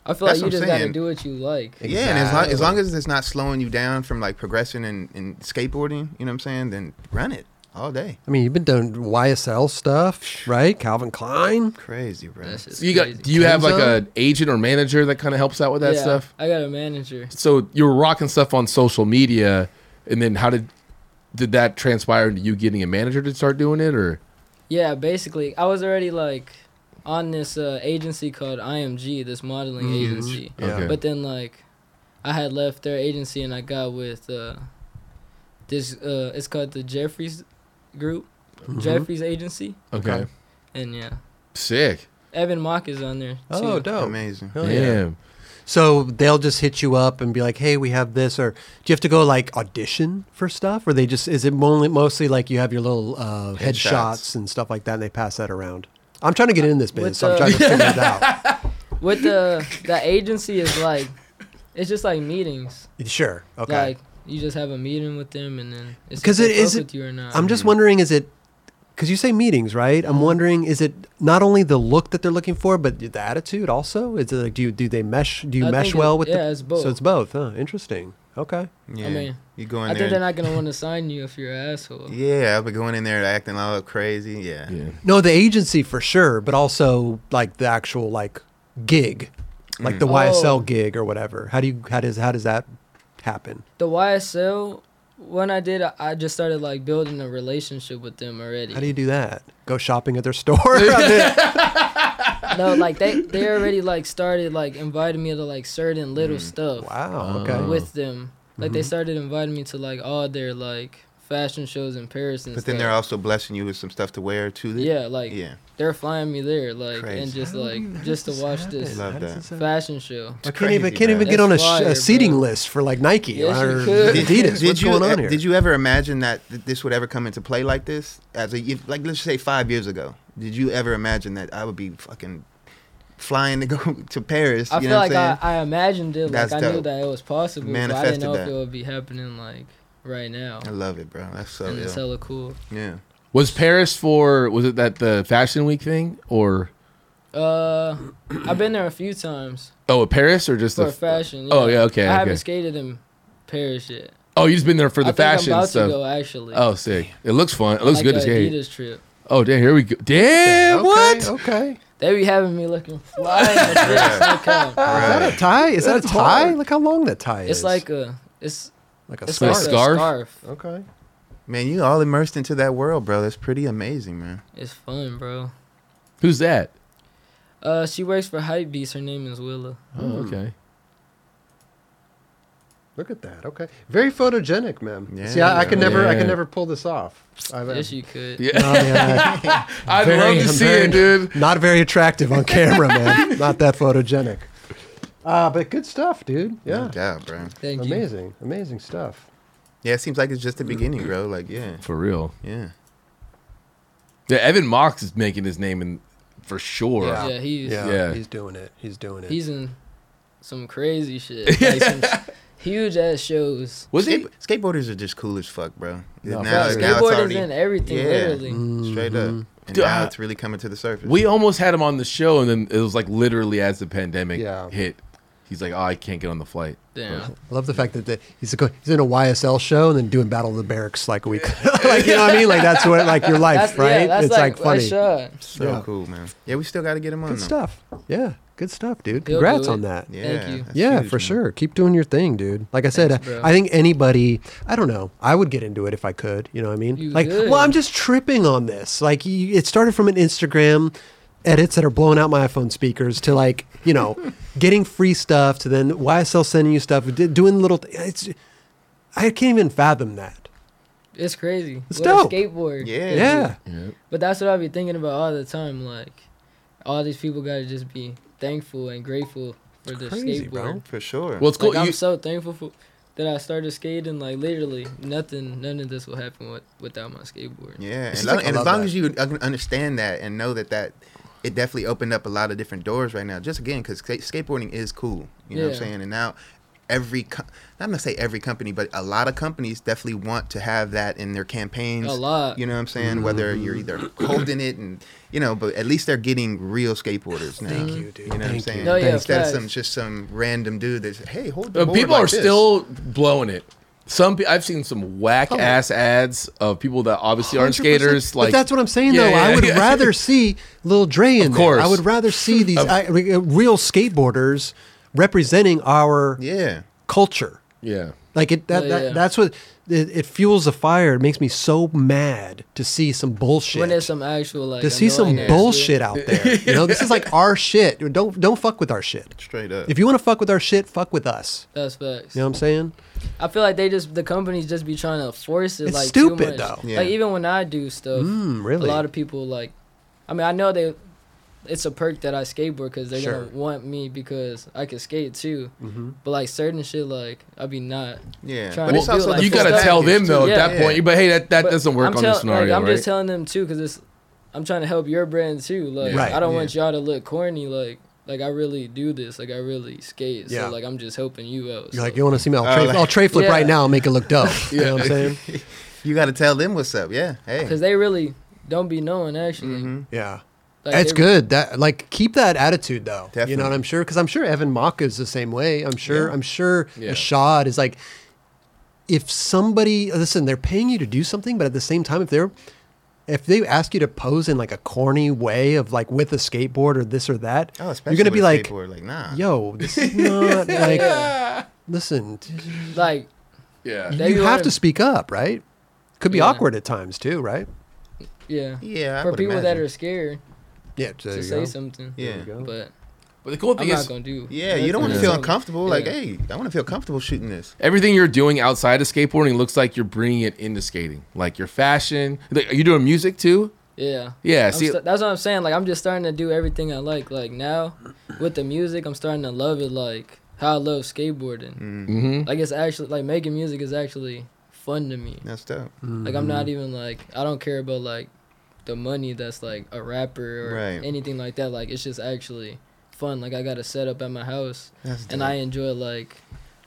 [SPEAKER 2] I feel like
[SPEAKER 4] That's
[SPEAKER 2] you
[SPEAKER 4] what I'm
[SPEAKER 2] just gotta
[SPEAKER 4] saying.
[SPEAKER 2] do what you like.
[SPEAKER 4] Yeah, and as long, as long as it's not slowing you down from like progressing in, in skateboarding, you know what I'm saying? Then run it all day.
[SPEAKER 1] I mean, you've been doing YSL stuff, right? Calvin Klein.
[SPEAKER 4] Crazy, bro.
[SPEAKER 2] That's just
[SPEAKER 3] So you got?
[SPEAKER 2] crazy.
[SPEAKER 3] Do you have like
[SPEAKER 1] Kenzo?
[SPEAKER 3] an agent or manager that kind of helps out with that
[SPEAKER 2] Yeah,
[SPEAKER 3] stuff?
[SPEAKER 2] I got a manager.
[SPEAKER 3] So you were rocking stuff on social media, and then how did did that transpire into you getting a manager to start doing it, or
[SPEAKER 2] Yeah, basically, I was already like on this uh, agency called IMG, this modeling
[SPEAKER 1] Mm-hmm.
[SPEAKER 2] agency.
[SPEAKER 1] Yeah.
[SPEAKER 3] Okay.
[SPEAKER 2] But then like, I had left their agency and I got with uh, this. Uh, it's called the Jeffries Group,
[SPEAKER 1] Mm-hmm.
[SPEAKER 2] Jeffries Agency,
[SPEAKER 3] okay,
[SPEAKER 2] and yeah,
[SPEAKER 3] sick,
[SPEAKER 2] Evan Mock is on there. Too.
[SPEAKER 1] Oh, dope.
[SPEAKER 4] Amazing.
[SPEAKER 1] Hell
[SPEAKER 3] damn.
[SPEAKER 1] So they'll just hit you up and be like, "Hey, we have this," or do you have to go like audition for stuff, or they just is it only mostly like you have your little uh, headshots.
[SPEAKER 4] Headshots.
[SPEAKER 1] and stuff like that, and they pass that around? I'm trying to get in this business. so I'm
[SPEAKER 2] the-
[SPEAKER 1] trying to figure it out.
[SPEAKER 2] With the the agency is like, it's just like meetings.
[SPEAKER 1] Sure, okay.
[SPEAKER 2] Like you just have a meeting with them and then it's
[SPEAKER 1] 'Cause
[SPEAKER 2] because
[SPEAKER 1] it
[SPEAKER 2] it is
[SPEAKER 1] isn't-
[SPEAKER 2] with you or not.
[SPEAKER 1] I'm
[SPEAKER 4] Mm-hmm.
[SPEAKER 1] just wondering, is it because you say meetings, right?
[SPEAKER 2] Mm-hmm.
[SPEAKER 1] I'm wondering, is it not only the look that they're looking for, but the attitude also? Is it like, do you do they mesh? Do you
[SPEAKER 2] I
[SPEAKER 1] mesh
[SPEAKER 2] think it-
[SPEAKER 1] well with? the,
[SPEAKER 2] yeah, it's both.
[SPEAKER 1] So it's both. Huh? Interesting. Okay.
[SPEAKER 4] Yeah.
[SPEAKER 2] mean,
[SPEAKER 4] you go in
[SPEAKER 2] I
[SPEAKER 4] there.
[SPEAKER 2] think they're not gonna want to sign you if you're an asshole.
[SPEAKER 4] yeah, I'll be going in there acting all crazy. Yeah.
[SPEAKER 3] Yeah.
[SPEAKER 1] No, the agency for sure, but also like the actual like gig, like
[SPEAKER 4] Mm.
[SPEAKER 1] the
[SPEAKER 2] Oh.
[SPEAKER 1] YSL gig or whatever. How do you how does how does that happen?
[SPEAKER 2] The YSL, when I did, I- I just started like building a relationship with them already.
[SPEAKER 1] How do you do that? Go shopping at their store. I mean,
[SPEAKER 2] no, like they they already like started like inviting me to like certain little
[SPEAKER 4] Mm.
[SPEAKER 2] stuff
[SPEAKER 1] wow.
[SPEAKER 4] Oh.
[SPEAKER 1] Okay.
[SPEAKER 2] with them. Like
[SPEAKER 4] Mm-hmm.
[SPEAKER 2] they started inviting me to like all their like fashion shows in Paris and
[SPEAKER 4] But then
[SPEAKER 2] stuff.
[SPEAKER 4] they're also blessing you with some stuff to wear too.
[SPEAKER 2] yeah, like
[SPEAKER 4] Yeah.
[SPEAKER 2] they're flying me there, like and
[SPEAKER 4] Crazy.
[SPEAKER 2] just like just to watch this
[SPEAKER 4] Love that.
[SPEAKER 2] fashion show.
[SPEAKER 1] I can't even
[SPEAKER 4] crazy,
[SPEAKER 1] can't even
[SPEAKER 4] man.
[SPEAKER 1] get on a,
[SPEAKER 2] That's
[SPEAKER 1] sh- a
[SPEAKER 2] fire,
[SPEAKER 1] seating
[SPEAKER 2] bro.
[SPEAKER 1] list for like Nike
[SPEAKER 2] Yes, you
[SPEAKER 1] or
[SPEAKER 2] could.
[SPEAKER 1] Adidas. What's
[SPEAKER 4] you
[SPEAKER 1] going on
[SPEAKER 4] uh,
[SPEAKER 1] here?
[SPEAKER 4] did you ever imagine that th- this would ever come into play like this? As a if- like, let's say five years ago, did you ever imagine that I would be fucking flying to go to Paris?
[SPEAKER 2] I
[SPEAKER 4] you
[SPEAKER 2] feel
[SPEAKER 4] know
[SPEAKER 2] like
[SPEAKER 4] what I'm
[SPEAKER 2] I, I imagined it, like
[SPEAKER 4] That's
[SPEAKER 2] I knew
[SPEAKER 4] dope.
[SPEAKER 2] that it was possible, but I
[SPEAKER 4] Manifested
[SPEAKER 2] didn't know if
[SPEAKER 4] that.
[SPEAKER 2] it would be happening like right now.
[SPEAKER 4] saying? I love it, bro. That's so
[SPEAKER 2] and
[SPEAKER 4] ill.
[SPEAKER 2] it's hella cool.
[SPEAKER 4] yeah.
[SPEAKER 3] Was Paris for was it that the Fashion Week thing or
[SPEAKER 2] Uh, I've been there a few times
[SPEAKER 3] oh Paris or just
[SPEAKER 2] for
[SPEAKER 3] the
[SPEAKER 2] fashion.
[SPEAKER 3] Oh, yeah, okay,
[SPEAKER 2] I
[SPEAKER 3] okay.
[SPEAKER 2] haven't skated in Paris yet.
[SPEAKER 3] oh you just been there for the
[SPEAKER 2] I think
[SPEAKER 3] fashion
[SPEAKER 2] I'm about
[SPEAKER 3] stuff.
[SPEAKER 2] to go actually.
[SPEAKER 3] Oh sick! It looks fun. It looks
[SPEAKER 2] like
[SPEAKER 3] good
[SPEAKER 2] a
[SPEAKER 3] as hell.
[SPEAKER 2] Adidas trip.
[SPEAKER 3] Oh damn! Here we go. Damn!
[SPEAKER 1] Okay,
[SPEAKER 3] what?
[SPEAKER 1] Okay.
[SPEAKER 2] They be having me looking fly. as shit, look out.
[SPEAKER 1] Is that a tie? Is that a tie? Look how long that tie is.
[SPEAKER 2] It's like a it's
[SPEAKER 1] like a
[SPEAKER 2] it's
[SPEAKER 1] scarf.
[SPEAKER 2] like
[SPEAKER 3] scarf?
[SPEAKER 2] a scarf.
[SPEAKER 8] Okay.
[SPEAKER 4] Man, you all immersed into that world, bro. That's pretty amazing, man.
[SPEAKER 2] It's fun, bro.
[SPEAKER 3] Who's that?
[SPEAKER 2] Uh, she works for Hypebeast. Her name is Willa.
[SPEAKER 3] Oh, okay.
[SPEAKER 8] Look at that. Okay. Very photogenic, man.
[SPEAKER 4] Yeah.
[SPEAKER 8] See, I, I can never, I
[SPEAKER 3] Yeah.
[SPEAKER 8] can never pull this off. I've, uh,
[SPEAKER 2] Yes, you could.
[SPEAKER 3] Yeah,
[SPEAKER 1] Oh, yeah.
[SPEAKER 3] I'd
[SPEAKER 1] Very-
[SPEAKER 3] love to
[SPEAKER 1] I'm
[SPEAKER 3] see
[SPEAKER 1] very-
[SPEAKER 3] it, dude.
[SPEAKER 1] Not very attractive on camera, man. Not that photogenic.
[SPEAKER 8] uh, but good stuff, dude.
[SPEAKER 4] No
[SPEAKER 8] Yeah.
[SPEAKER 4] doubt, bro.
[SPEAKER 2] Thank you.
[SPEAKER 8] Amazing, amazing stuff.
[SPEAKER 4] Yeah, it seems like it's just the beginning, bro. Like, yeah,
[SPEAKER 3] For real.
[SPEAKER 4] yeah.
[SPEAKER 3] Yeah, Evan Mox is making his name in for sure.
[SPEAKER 1] Yeah.
[SPEAKER 2] Yeah, he's
[SPEAKER 1] Yeah,
[SPEAKER 3] Yeah.
[SPEAKER 1] he's doing it. He's doing it.
[SPEAKER 2] he's in some crazy shit. Like some huge ass shows.
[SPEAKER 3] Was he?
[SPEAKER 4] Skate- skateboarders are just cool as fuck, bro.
[SPEAKER 1] No,
[SPEAKER 2] Bro,
[SPEAKER 4] now, now it's
[SPEAKER 2] skateboard
[SPEAKER 4] already
[SPEAKER 2] is in everything,
[SPEAKER 4] Yeah.
[SPEAKER 2] literally.
[SPEAKER 3] Mm.
[SPEAKER 4] straight up, and
[SPEAKER 3] Dude,
[SPEAKER 4] now
[SPEAKER 3] I-
[SPEAKER 4] it's really coming to the surface.
[SPEAKER 3] We almost had him on the show, and then it was like literally as the pandemic
[SPEAKER 8] Yeah.
[SPEAKER 3] hit, he's like, "Oh, I can't get on the flight."
[SPEAKER 2] Damn.
[SPEAKER 1] I love the fact that the, he's go- he's in a YSL show and then doing Battle of the Barracks like a week. like you know what I mean? Like that's what like your life,
[SPEAKER 2] That's,
[SPEAKER 1] right?
[SPEAKER 2] Yeah, that's
[SPEAKER 1] it's
[SPEAKER 2] like,
[SPEAKER 1] like,
[SPEAKER 2] like
[SPEAKER 1] funny.
[SPEAKER 2] shot.
[SPEAKER 4] so
[SPEAKER 1] yeah.
[SPEAKER 4] cool, man. Yeah, we still got to get him on.
[SPEAKER 1] Good
[SPEAKER 4] though.
[SPEAKER 1] stuff. Yeah, good stuff, dude.
[SPEAKER 2] He'll do
[SPEAKER 1] Congrats
[SPEAKER 2] it.
[SPEAKER 1] on that.
[SPEAKER 4] Yeah,
[SPEAKER 2] you.
[SPEAKER 4] that's
[SPEAKER 1] Yeah,
[SPEAKER 4] huge,
[SPEAKER 1] for
[SPEAKER 4] man.
[SPEAKER 1] sure. Keep doing your thing, dude. Like I said,
[SPEAKER 2] Thanks,
[SPEAKER 1] I-
[SPEAKER 2] bro.
[SPEAKER 1] I think anybody, I don't know, I would get into it if I could. You know what I mean?
[SPEAKER 2] You
[SPEAKER 1] like,
[SPEAKER 2] would.
[SPEAKER 1] well, I'm just tripping on this. Like, you, it started from an Instagram edits that are blowing out my iPhone speakers to like, you know, getting free stuff to then YSL sending you stuff, di- doing little. Th- it's, I can't even fathom that.
[SPEAKER 2] It's crazy.
[SPEAKER 1] It's
[SPEAKER 2] What a
[SPEAKER 1] dope.
[SPEAKER 2] skateboard.
[SPEAKER 4] Yeah.
[SPEAKER 1] Yeah.
[SPEAKER 2] But that's what I be thinking about all the time. Like, all these people gotta just be thankful and grateful for the
[SPEAKER 1] crazy,
[SPEAKER 2] skateboard.
[SPEAKER 1] bro.
[SPEAKER 2] Like,
[SPEAKER 4] For sure.
[SPEAKER 3] Well, it's cool.
[SPEAKER 2] I'm
[SPEAKER 3] you,
[SPEAKER 2] so thankful for that I started skating. Like, literally, nothing, none of this would happen with, without my skateboard.
[SPEAKER 4] yeah,
[SPEAKER 1] It's just
[SPEAKER 4] and, long-
[SPEAKER 1] like, I
[SPEAKER 4] and as
[SPEAKER 1] love
[SPEAKER 4] long
[SPEAKER 1] that.
[SPEAKER 4] as you un- understand that and know that that it definitely opened up a lot of different doors right now. Just again, because skateboarding is cool. You know what I'm
[SPEAKER 2] Yeah.
[SPEAKER 4] saying? And now every co- not gonna say every company, but a lot of companies definitely want to have that in their campaigns.
[SPEAKER 2] A lot.
[SPEAKER 4] You know what I'm saying? Whether you're either holding it and you know, but at least they're getting real skateboarders now. Thank you, dude. You know what I'm saying?
[SPEAKER 2] No, yeah,
[SPEAKER 4] Instead of
[SPEAKER 2] facts.
[SPEAKER 4] some just some random dude that's hey, hold the
[SPEAKER 3] But
[SPEAKER 4] board
[SPEAKER 3] people
[SPEAKER 4] like
[SPEAKER 3] are
[SPEAKER 4] this."
[SPEAKER 3] still blowing it. Some pe- I've seen some whack ass ads of people that obviously aren't
[SPEAKER 1] 100%.
[SPEAKER 3] skaters. Like
[SPEAKER 1] but that's what I'm saying
[SPEAKER 3] Yeah,
[SPEAKER 1] though. I
[SPEAKER 3] yeah,
[SPEAKER 1] would
[SPEAKER 3] yeah.
[SPEAKER 1] rather see Lil Dre in
[SPEAKER 3] Of
[SPEAKER 1] there. I
[SPEAKER 3] course.
[SPEAKER 1] would rather see these I, re- uh, real skateboarders representing our
[SPEAKER 4] Yeah.
[SPEAKER 1] culture.
[SPEAKER 3] yeah.
[SPEAKER 1] Like it that,
[SPEAKER 2] Yeah,
[SPEAKER 1] that
[SPEAKER 2] yeah.
[SPEAKER 1] that's what it, it fuels the fire. It makes me so mad to see some bullshit.
[SPEAKER 2] When there's some actual like
[SPEAKER 1] to see some
[SPEAKER 2] annoying ass
[SPEAKER 1] bullshit out there. You know, this is like our shit. Don't don't fuck with our shit.
[SPEAKER 4] Straight up.
[SPEAKER 1] If you want to fuck with our shit, fuck with us.
[SPEAKER 2] shit. That's facts.
[SPEAKER 1] You know what I'm saying?
[SPEAKER 2] I feel like they just the companies just be trying to force it
[SPEAKER 1] It's
[SPEAKER 2] like
[SPEAKER 1] stupid,
[SPEAKER 2] too much.
[SPEAKER 1] though.
[SPEAKER 4] Yeah.
[SPEAKER 2] Like even when I do stuff,
[SPEAKER 1] Mm, really?
[SPEAKER 2] a lot of people like, I mean I know they, it's a perk that I skateboard because they're
[SPEAKER 1] Sure. Mm-hmm.
[SPEAKER 2] gonna want me because I can skate too. But like certain shit like I be not.
[SPEAKER 4] Yeah.
[SPEAKER 2] trying
[SPEAKER 4] But
[SPEAKER 2] to
[SPEAKER 4] it's
[SPEAKER 2] do
[SPEAKER 4] also
[SPEAKER 2] like
[SPEAKER 4] the
[SPEAKER 3] you
[SPEAKER 2] full
[SPEAKER 3] gotta
[SPEAKER 2] package,
[SPEAKER 3] tell them though
[SPEAKER 2] too.
[SPEAKER 3] at
[SPEAKER 2] Yeah.
[SPEAKER 3] that
[SPEAKER 4] Yeah.
[SPEAKER 3] point. you- But hey, that, that
[SPEAKER 2] But
[SPEAKER 3] doesn't work
[SPEAKER 2] I'm
[SPEAKER 3] on
[SPEAKER 2] tell-
[SPEAKER 3] this scenario,
[SPEAKER 2] Like, I'm
[SPEAKER 3] right?
[SPEAKER 2] just telling them too because it's I'm trying to help your brand too. Like
[SPEAKER 1] Right.
[SPEAKER 2] I don't want y'all to look corny. Like like I really do this. Like I really skate.
[SPEAKER 1] Yeah.
[SPEAKER 2] So like I'm just helping you out.
[SPEAKER 1] You're like,
[SPEAKER 2] so-
[SPEAKER 1] you want to see me? I'll tray,
[SPEAKER 4] like-
[SPEAKER 1] I'll tray flip
[SPEAKER 2] Yeah.
[SPEAKER 1] right now and make it look dope. You know what I'm saying?
[SPEAKER 4] You got to tell them what's up. Yeah. Hey.
[SPEAKER 2] Cause they really don't be knowing actually.
[SPEAKER 1] Yeah.
[SPEAKER 2] Like,
[SPEAKER 1] That's
[SPEAKER 2] they-
[SPEAKER 1] good. That like keep that attitude though. You know
[SPEAKER 4] Definitely.
[SPEAKER 1] what I'm sure because I'm sure Evan Mock is the same way. I'm sure. I'm sure
[SPEAKER 3] Yeah.
[SPEAKER 1] Ashad is like. If somebody listen, they're paying you to do something, but at the same time, if they're if they ask you to pose in like a corny way of like with a skateboard or this or that,
[SPEAKER 4] Oh, especially
[SPEAKER 1] you're gonna
[SPEAKER 4] with
[SPEAKER 1] be
[SPEAKER 4] a
[SPEAKER 1] like,
[SPEAKER 4] skateboard, like nah.
[SPEAKER 1] "Yo, this is not like." Listen, t-
[SPEAKER 2] Like
[SPEAKER 3] yeah.
[SPEAKER 2] They
[SPEAKER 1] you
[SPEAKER 2] be
[SPEAKER 1] have
[SPEAKER 2] wanting-
[SPEAKER 1] to speak up, right? Could be
[SPEAKER 2] Yeah.
[SPEAKER 1] awkward at times too, right?
[SPEAKER 2] yeah.
[SPEAKER 4] Yeah. I
[SPEAKER 2] For
[SPEAKER 4] would
[SPEAKER 2] people that
[SPEAKER 4] imagine.
[SPEAKER 2] are scared
[SPEAKER 1] Yeah, there
[SPEAKER 2] to
[SPEAKER 1] you
[SPEAKER 2] say
[SPEAKER 1] go.
[SPEAKER 2] something.
[SPEAKER 4] Yeah.
[SPEAKER 2] But
[SPEAKER 3] But the cool
[SPEAKER 2] I'm
[SPEAKER 3] thing
[SPEAKER 2] not
[SPEAKER 3] is,
[SPEAKER 2] gonna do.
[SPEAKER 4] Yeah, you don't want to
[SPEAKER 2] nothing.
[SPEAKER 4] feel uncomfortable. Like,
[SPEAKER 2] Yeah.
[SPEAKER 4] hey, I want to feel comfortable shooting this.
[SPEAKER 3] everything you're doing outside of skateboarding looks like you're bringing it into skating. Like your fashion. Like, are you doing music too?
[SPEAKER 2] Yeah.
[SPEAKER 3] Yeah.
[SPEAKER 2] I'm
[SPEAKER 3] see,
[SPEAKER 2] sta- that's what I'm saying. Like I'm just starting to do everything I like. Like now, with the music, I'm starting to love it. Like how I love skateboarding.
[SPEAKER 4] Mm.
[SPEAKER 3] Mhm.
[SPEAKER 2] Like it's actually like making music is actually fun to me.
[SPEAKER 4] That's dope.
[SPEAKER 2] Like I'm
[SPEAKER 3] Mm-hmm.
[SPEAKER 2] not even like I don't care about like the money that's like a rapper or
[SPEAKER 4] Right.
[SPEAKER 2] anything like that. Like it's just actually fun. Like I got a setup at my house
[SPEAKER 4] That's dope.
[SPEAKER 2] and I enjoy like.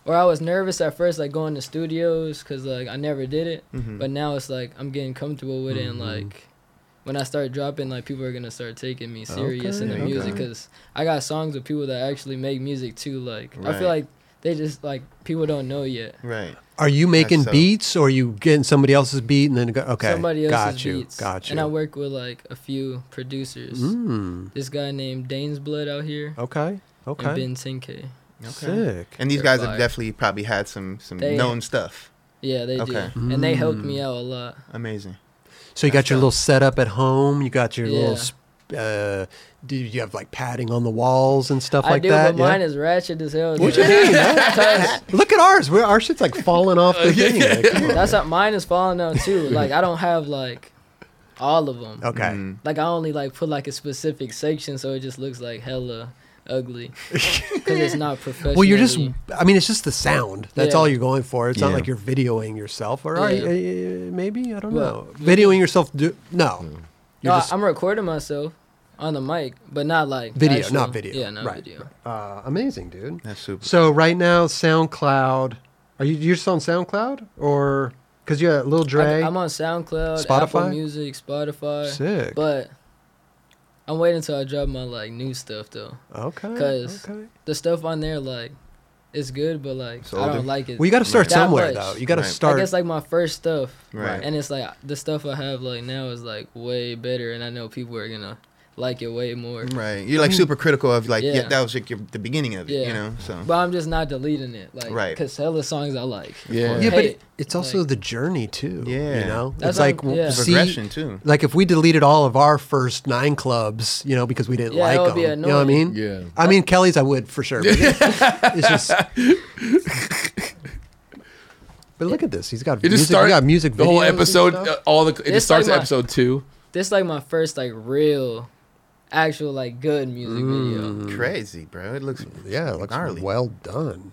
[SPEAKER 2] Or I was nervous at first, like going to studios, cause like I never did it.
[SPEAKER 1] Mm-hmm.
[SPEAKER 2] But now it's like I'm getting comfortable with it, and like when I start dropping, like people are gonna start taking me serious in the
[SPEAKER 4] Okay,
[SPEAKER 2] music,
[SPEAKER 4] okay.
[SPEAKER 2] cause I got songs with people that actually make music too. Like I feel
[SPEAKER 4] Right.
[SPEAKER 2] like they just like people don't know yet.
[SPEAKER 4] right.
[SPEAKER 1] Are you making
[SPEAKER 4] so.
[SPEAKER 1] beats or are you getting somebody else's beat and then go, okay,
[SPEAKER 2] somebody else's
[SPEAKER 1] got you,
[SPEAKER 2] beats.
[SPEAKER 1] got you. Mm-hmm. Hmm,
[SPEAKER 2] And I work with like a few producers. This guy named Dane's Blood out here
[SPEAKER 1] okay, okay,
[SPEAKER 2] and Ben 10K.
[SPEAKER 1] sick.
[SPEAKER 4] And these
[SPEAKER 2] They're
[SPEAKER 4] guys
[SPEAKER 2] fire.
[SPEAKER 4] have definitely probably had some some
[SPEAKER 2] They-
[SPEAKER 4] known stuff.
[SPEAKER 2] Yeah, they
[SPEAKER 4] Okay.
[SPEAKER 2] do. And they helped
[SPEAKER 1] Mm.
[SPEAKER 2] me out a lot.
[SPEAKER 4] Amazing.
[SPEAKER 1] So you got your little setup at home. You got your
[SPEAKER 2] Yeah.
[SPEAKER 1] little. sp- Uh, do you have like padding on the walls and stuff
[SPEAKER 2] I
[SPEAKER 1] like
[SPEAKER 2] do,
[SPEAKER 1] that?
[SPEAKER 2] but
[SPEAKER 1] yeah?
[SPEAKER 2] mine is ratchet as hell.
[SPEAKER 1] What
[SPEAKER 2] dude.
[SPEAKER 1] you mean? man? Look at ours. We're, our shit's like falling off the thing. Like, come on.
[SPEAKER 2] That's how mine is falling down too. Like I don't have like all of them.
[SPEAKER 1] Okay.
[SPEAKER 4] Mm.
[SPEAKER 2] Like I only like put like a specific section, so it just looks like hella ugly because it's not professional.
[SPEAKER 1] Well, you're just. I mean, it's just the sound. That's
[SPEAKER 2] Yeah.
[SPEAKER 1] all you're going for. It's not
[SPEAKER 4] Yeah.
[SPEAKER 1] like you're videoing yourself, or are
[SPEAKER 2] Yeah.
[SPEAKER 1] you- uh, maybe I don't
[SPEAKER 2] Well,
[SPEAKER 1] know. Videoing yourself? Do
[SPEAKER 4] Mm.
[SPEAKER 1] no.
[SPEAKER 2] no,
[SPEAKER 1] You're just-
[SPEAKER 2] I'm recording myself on the mic, but not like
[SPEAKER 1] Video,
[SPEAKER 2] actual-
[SPEAKER 1] not video.
[SPEAKER 2] Yeah, not
[SPEAKER 1] Right.
[SPEAKER 2] video.
[SPEAKER 1] Uh, amazing, dude.
[SPEAKER 4] That's super.
[SPEAKER 1] So right now, SoundCloud. Are you you're just on SoundCloud or because you're at Lil Dre?
[SPEAKER 2] I'm, I'm on SoundCloud,
[SPEAKER 1] Spotify?
[SPEAKER 2] Apple Music, Spotify.
[SPEAKER 1] Sick.
[SPEAKER 2] But I'm waiting until I drop my like new stuff though.
[SPEAKER 1] okay.
[SPEAKER 2] 'cause-
[SPEAKER 1] okay.
[SPEAKER 2] The stuff on there like it's good, but like
[SPEAKER 4] So
[SPEAKER 2] I
[SPEAKER 4] the-
[SPEAKER 2] don't like it.
[SPEAKER 1] Well, you got to start
[SPEAKER 2] that
[SPEAKER 1] somewhere
[SPEAKER 2] much.
[SPEAKER 1] though. You got to
[SPEAKER 4] Right. I
[SPEAKER 1] start.
[SPEAKER 2] I guess like my first stuff,
[SPEAKER 4] Right.
[SPEAKER 2] And it's like the stuff I have like now is like way better, and I know people are gonna like it way more.
[SPEAKER 4] Right. You're like super critical of like yeah.
[SPEAKER 2] Yeah.
[SPEAKER 4] that was like your, the beginning of it. You
[SPEAKER 2] Yeah.
[SPEAKER 4] know. So
[SPEAKER 2] But I'm just not deleting it, like,
[SPEAKER 4] Right.
[SPEAKER 2] Cause hella songs I like.
[SPEAKER 3] yeah.
[SPEAKER 1] yeah, but
[SPEAKER 2] hey,
[SPEAKER 1] it- it's also
[SPEAKER 2] like-
[SPEAKER 1] the journey too. you
[SPEAKER 4] Yeah.
[SPEAKER 1] know,
[SPEAKER 2] That's
[SPEAKER 1] it's like
[SPEAKER 2] what I'm- yeah.
[SPEAKER 1] see-
[SPEAKER 4] progression too.
[SPEAKER 1] Like if we deleted all of our first nine clubs, you know, because we didn't
[SPEAKER 2] Yeah,
[SPEAKER 1] like
[SPEAKER 2] that would
[SPEAKER 1] them.
[SPEAKER 2] be
[SPEAKER 1] you know what I mean?
[SPEAKER 2] annoying.
[SPEAKER 3] Yeah.
[SPEAKER 1] I mean Kelly's, I would for sure. But it's just. But look at this. He's got
[SPEAKER 3] It
[SPEAKER 1] music.
[SPEAKER 3] just starts
[SPEAKER 1] we got music.
[SPEAKER 3] the whole
[SPEAKER 1] videos and
[SPEAKER 3] episode.
[SPEAKER 1] stuff.
[SPEAKER 3] uh, all the it
[SPEAKER 2] It's
[SPEAKER 3] just starts
[SPEAKER 2] like
[SPEAKER 3] at
[SPEAKER 2] my-
[SPEAKER 3] episode two.
[SPEAKER 2] This like my first like real, actual like good music
[SPEAKER 1] Mm.
[SPEAKER 2] video.
[SPEAKER 4] Crazy, bro. It looks
[SPEAKER 1] yeah, it looks
[SPEAKER 4] gnarly.
[SPEAKER 1] well done.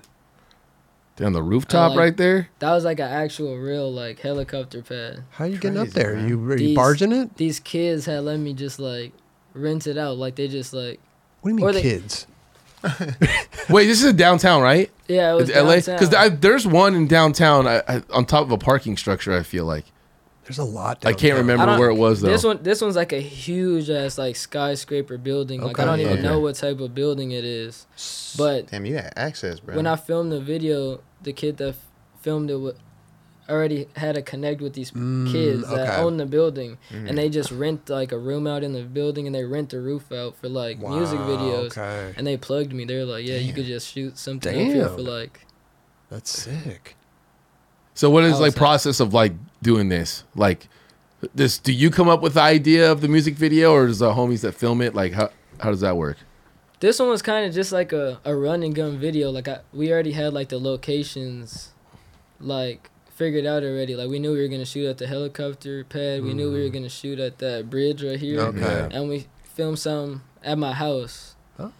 [SPEAKER 3] Down the rooftop
[SPEAKER 2] like-
[SPEAKER 3] right there.
[SPEAKER 2] That was like an actual real like helicopter pad.
[SPEAKER 1] How you getting up
[SPEAKER 4] Crazy,
[SPEAKER 1] there?
[SPEAKER 4] man.
[SPEAKER 1] You are you
[SPEAKER 2] These-
[SPEAKER 1] barging it?
[SPEAKER 2] These kids had let me just like rent it out, like they just like
[SPEAKER 1] What do you
[SPEAKER 2] or
[SPEAKER 1] mean
[SPEAKER 2] they-
[SPEAKER 1] kids?
[SPEAKER 3] Wait, this is downtown, right?
[SPEAKER 2] Yeah, it was
[SPEAKER 3] It's LA. Because
[SPEAKER 2] downtown.
[SPEAKER 3] there's one in downtown I, I, on top of a parking structure. I feel like
[SPEAKER 1] There's a lot.
[SPEAKER 3] I can't
[SPEAKER 1] downtown.
[SPEAKER 2] I
[SPEAKER 3] remember
[SPEAKER 2] don't-
[SPEAKER 3] where it was though.
[SPEAKER 2] This one, this one's like a huge ass like skyscraper building. Like I
[SPEAKER 1] Okay.
[SPEAKER 2] don't even
[SPEAKER 3] Okay.
[SPEAKER 2] know what type of building it is. But
[SPEAKER 4] Damn, you had access, bro.
[SPEAKER 2] when I filmed the video, the kid that f- filmed it wa already had a connect with these kids that
[SPEAKER 1] okay.
[SPEAKER 2] own the building, and they just rent like a room out in the building, and they rent the roof out for like music
[SPEAKER 1] Wow,
[SPEAKER 2] videos.
[SPEAKER 1] okay.
[SPEAKER 2] And they plugged me. They were like, "Yeah, you could just shoot something up here for
[SPEAKER 1] Damn.
[SPEAKER 2] like."
[SPEAKER 1] That's sick.
[SPEAKER 3] So what is like
[SPEAKER 2] Outside.
[SPEAKER 3] process of like doing this? Like this do you come up with the idea of the music video or is the homies that film it like how how does that work?
[SPEAKER 2] This one was kind of just like a, a run and gun video. Like I, we already had like the locations, like figured out already. Like we knew we were gonna shoot at the helicopter pad. We knew we were gonna shoot at that bridge right here.
[SPEAKER 1] Okay.
[SPEAKER 2] And we filmed some at my house.
[SPEAKER 1] Oh.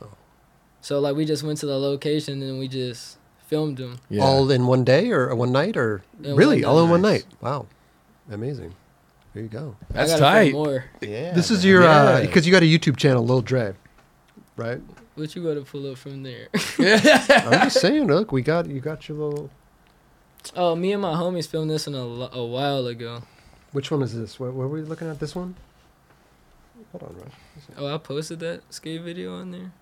[SPEAKER 2] So like we just went to the location and we just filmed them.
[SPEAKER 3] Yeah.
[SPEAKER 1] All in one day or one night or
[SPEAKER 2] In
[SPEAKER 1] really
[SPEAKER 2] one
[SPEAKER 1] all in one
[SPEAKER 4] night.
[SPEAKER 1] night. Wow, amazing. There you go.
[SPEAKER 3] That's
[SPEAKER 2] I gotta film
[SPEAKER 3] tight.
[SPEAKER 2] More.
[SPEAKER 4] yeah,
[SPEAKER 1] This is your
[SPEAKER 3] Yeah.
[SPEAKER 1] because you got a YouTube channel, Lil Dre, right?
[SPEAKER 2] What you gotta pull up from there?
[SPEAKER 8] I'm just saying, look, we got you got your little.
[SPEAKER 2] oh, me and my homies filmed this one a, lo- a while ago.
[SPEAKER 1] Which one is this? What, what were we looking at? This one?
[SPEAKER 8] Hold on, Rush.
[SPEAKER 2] Oh, I posted that skate video on there.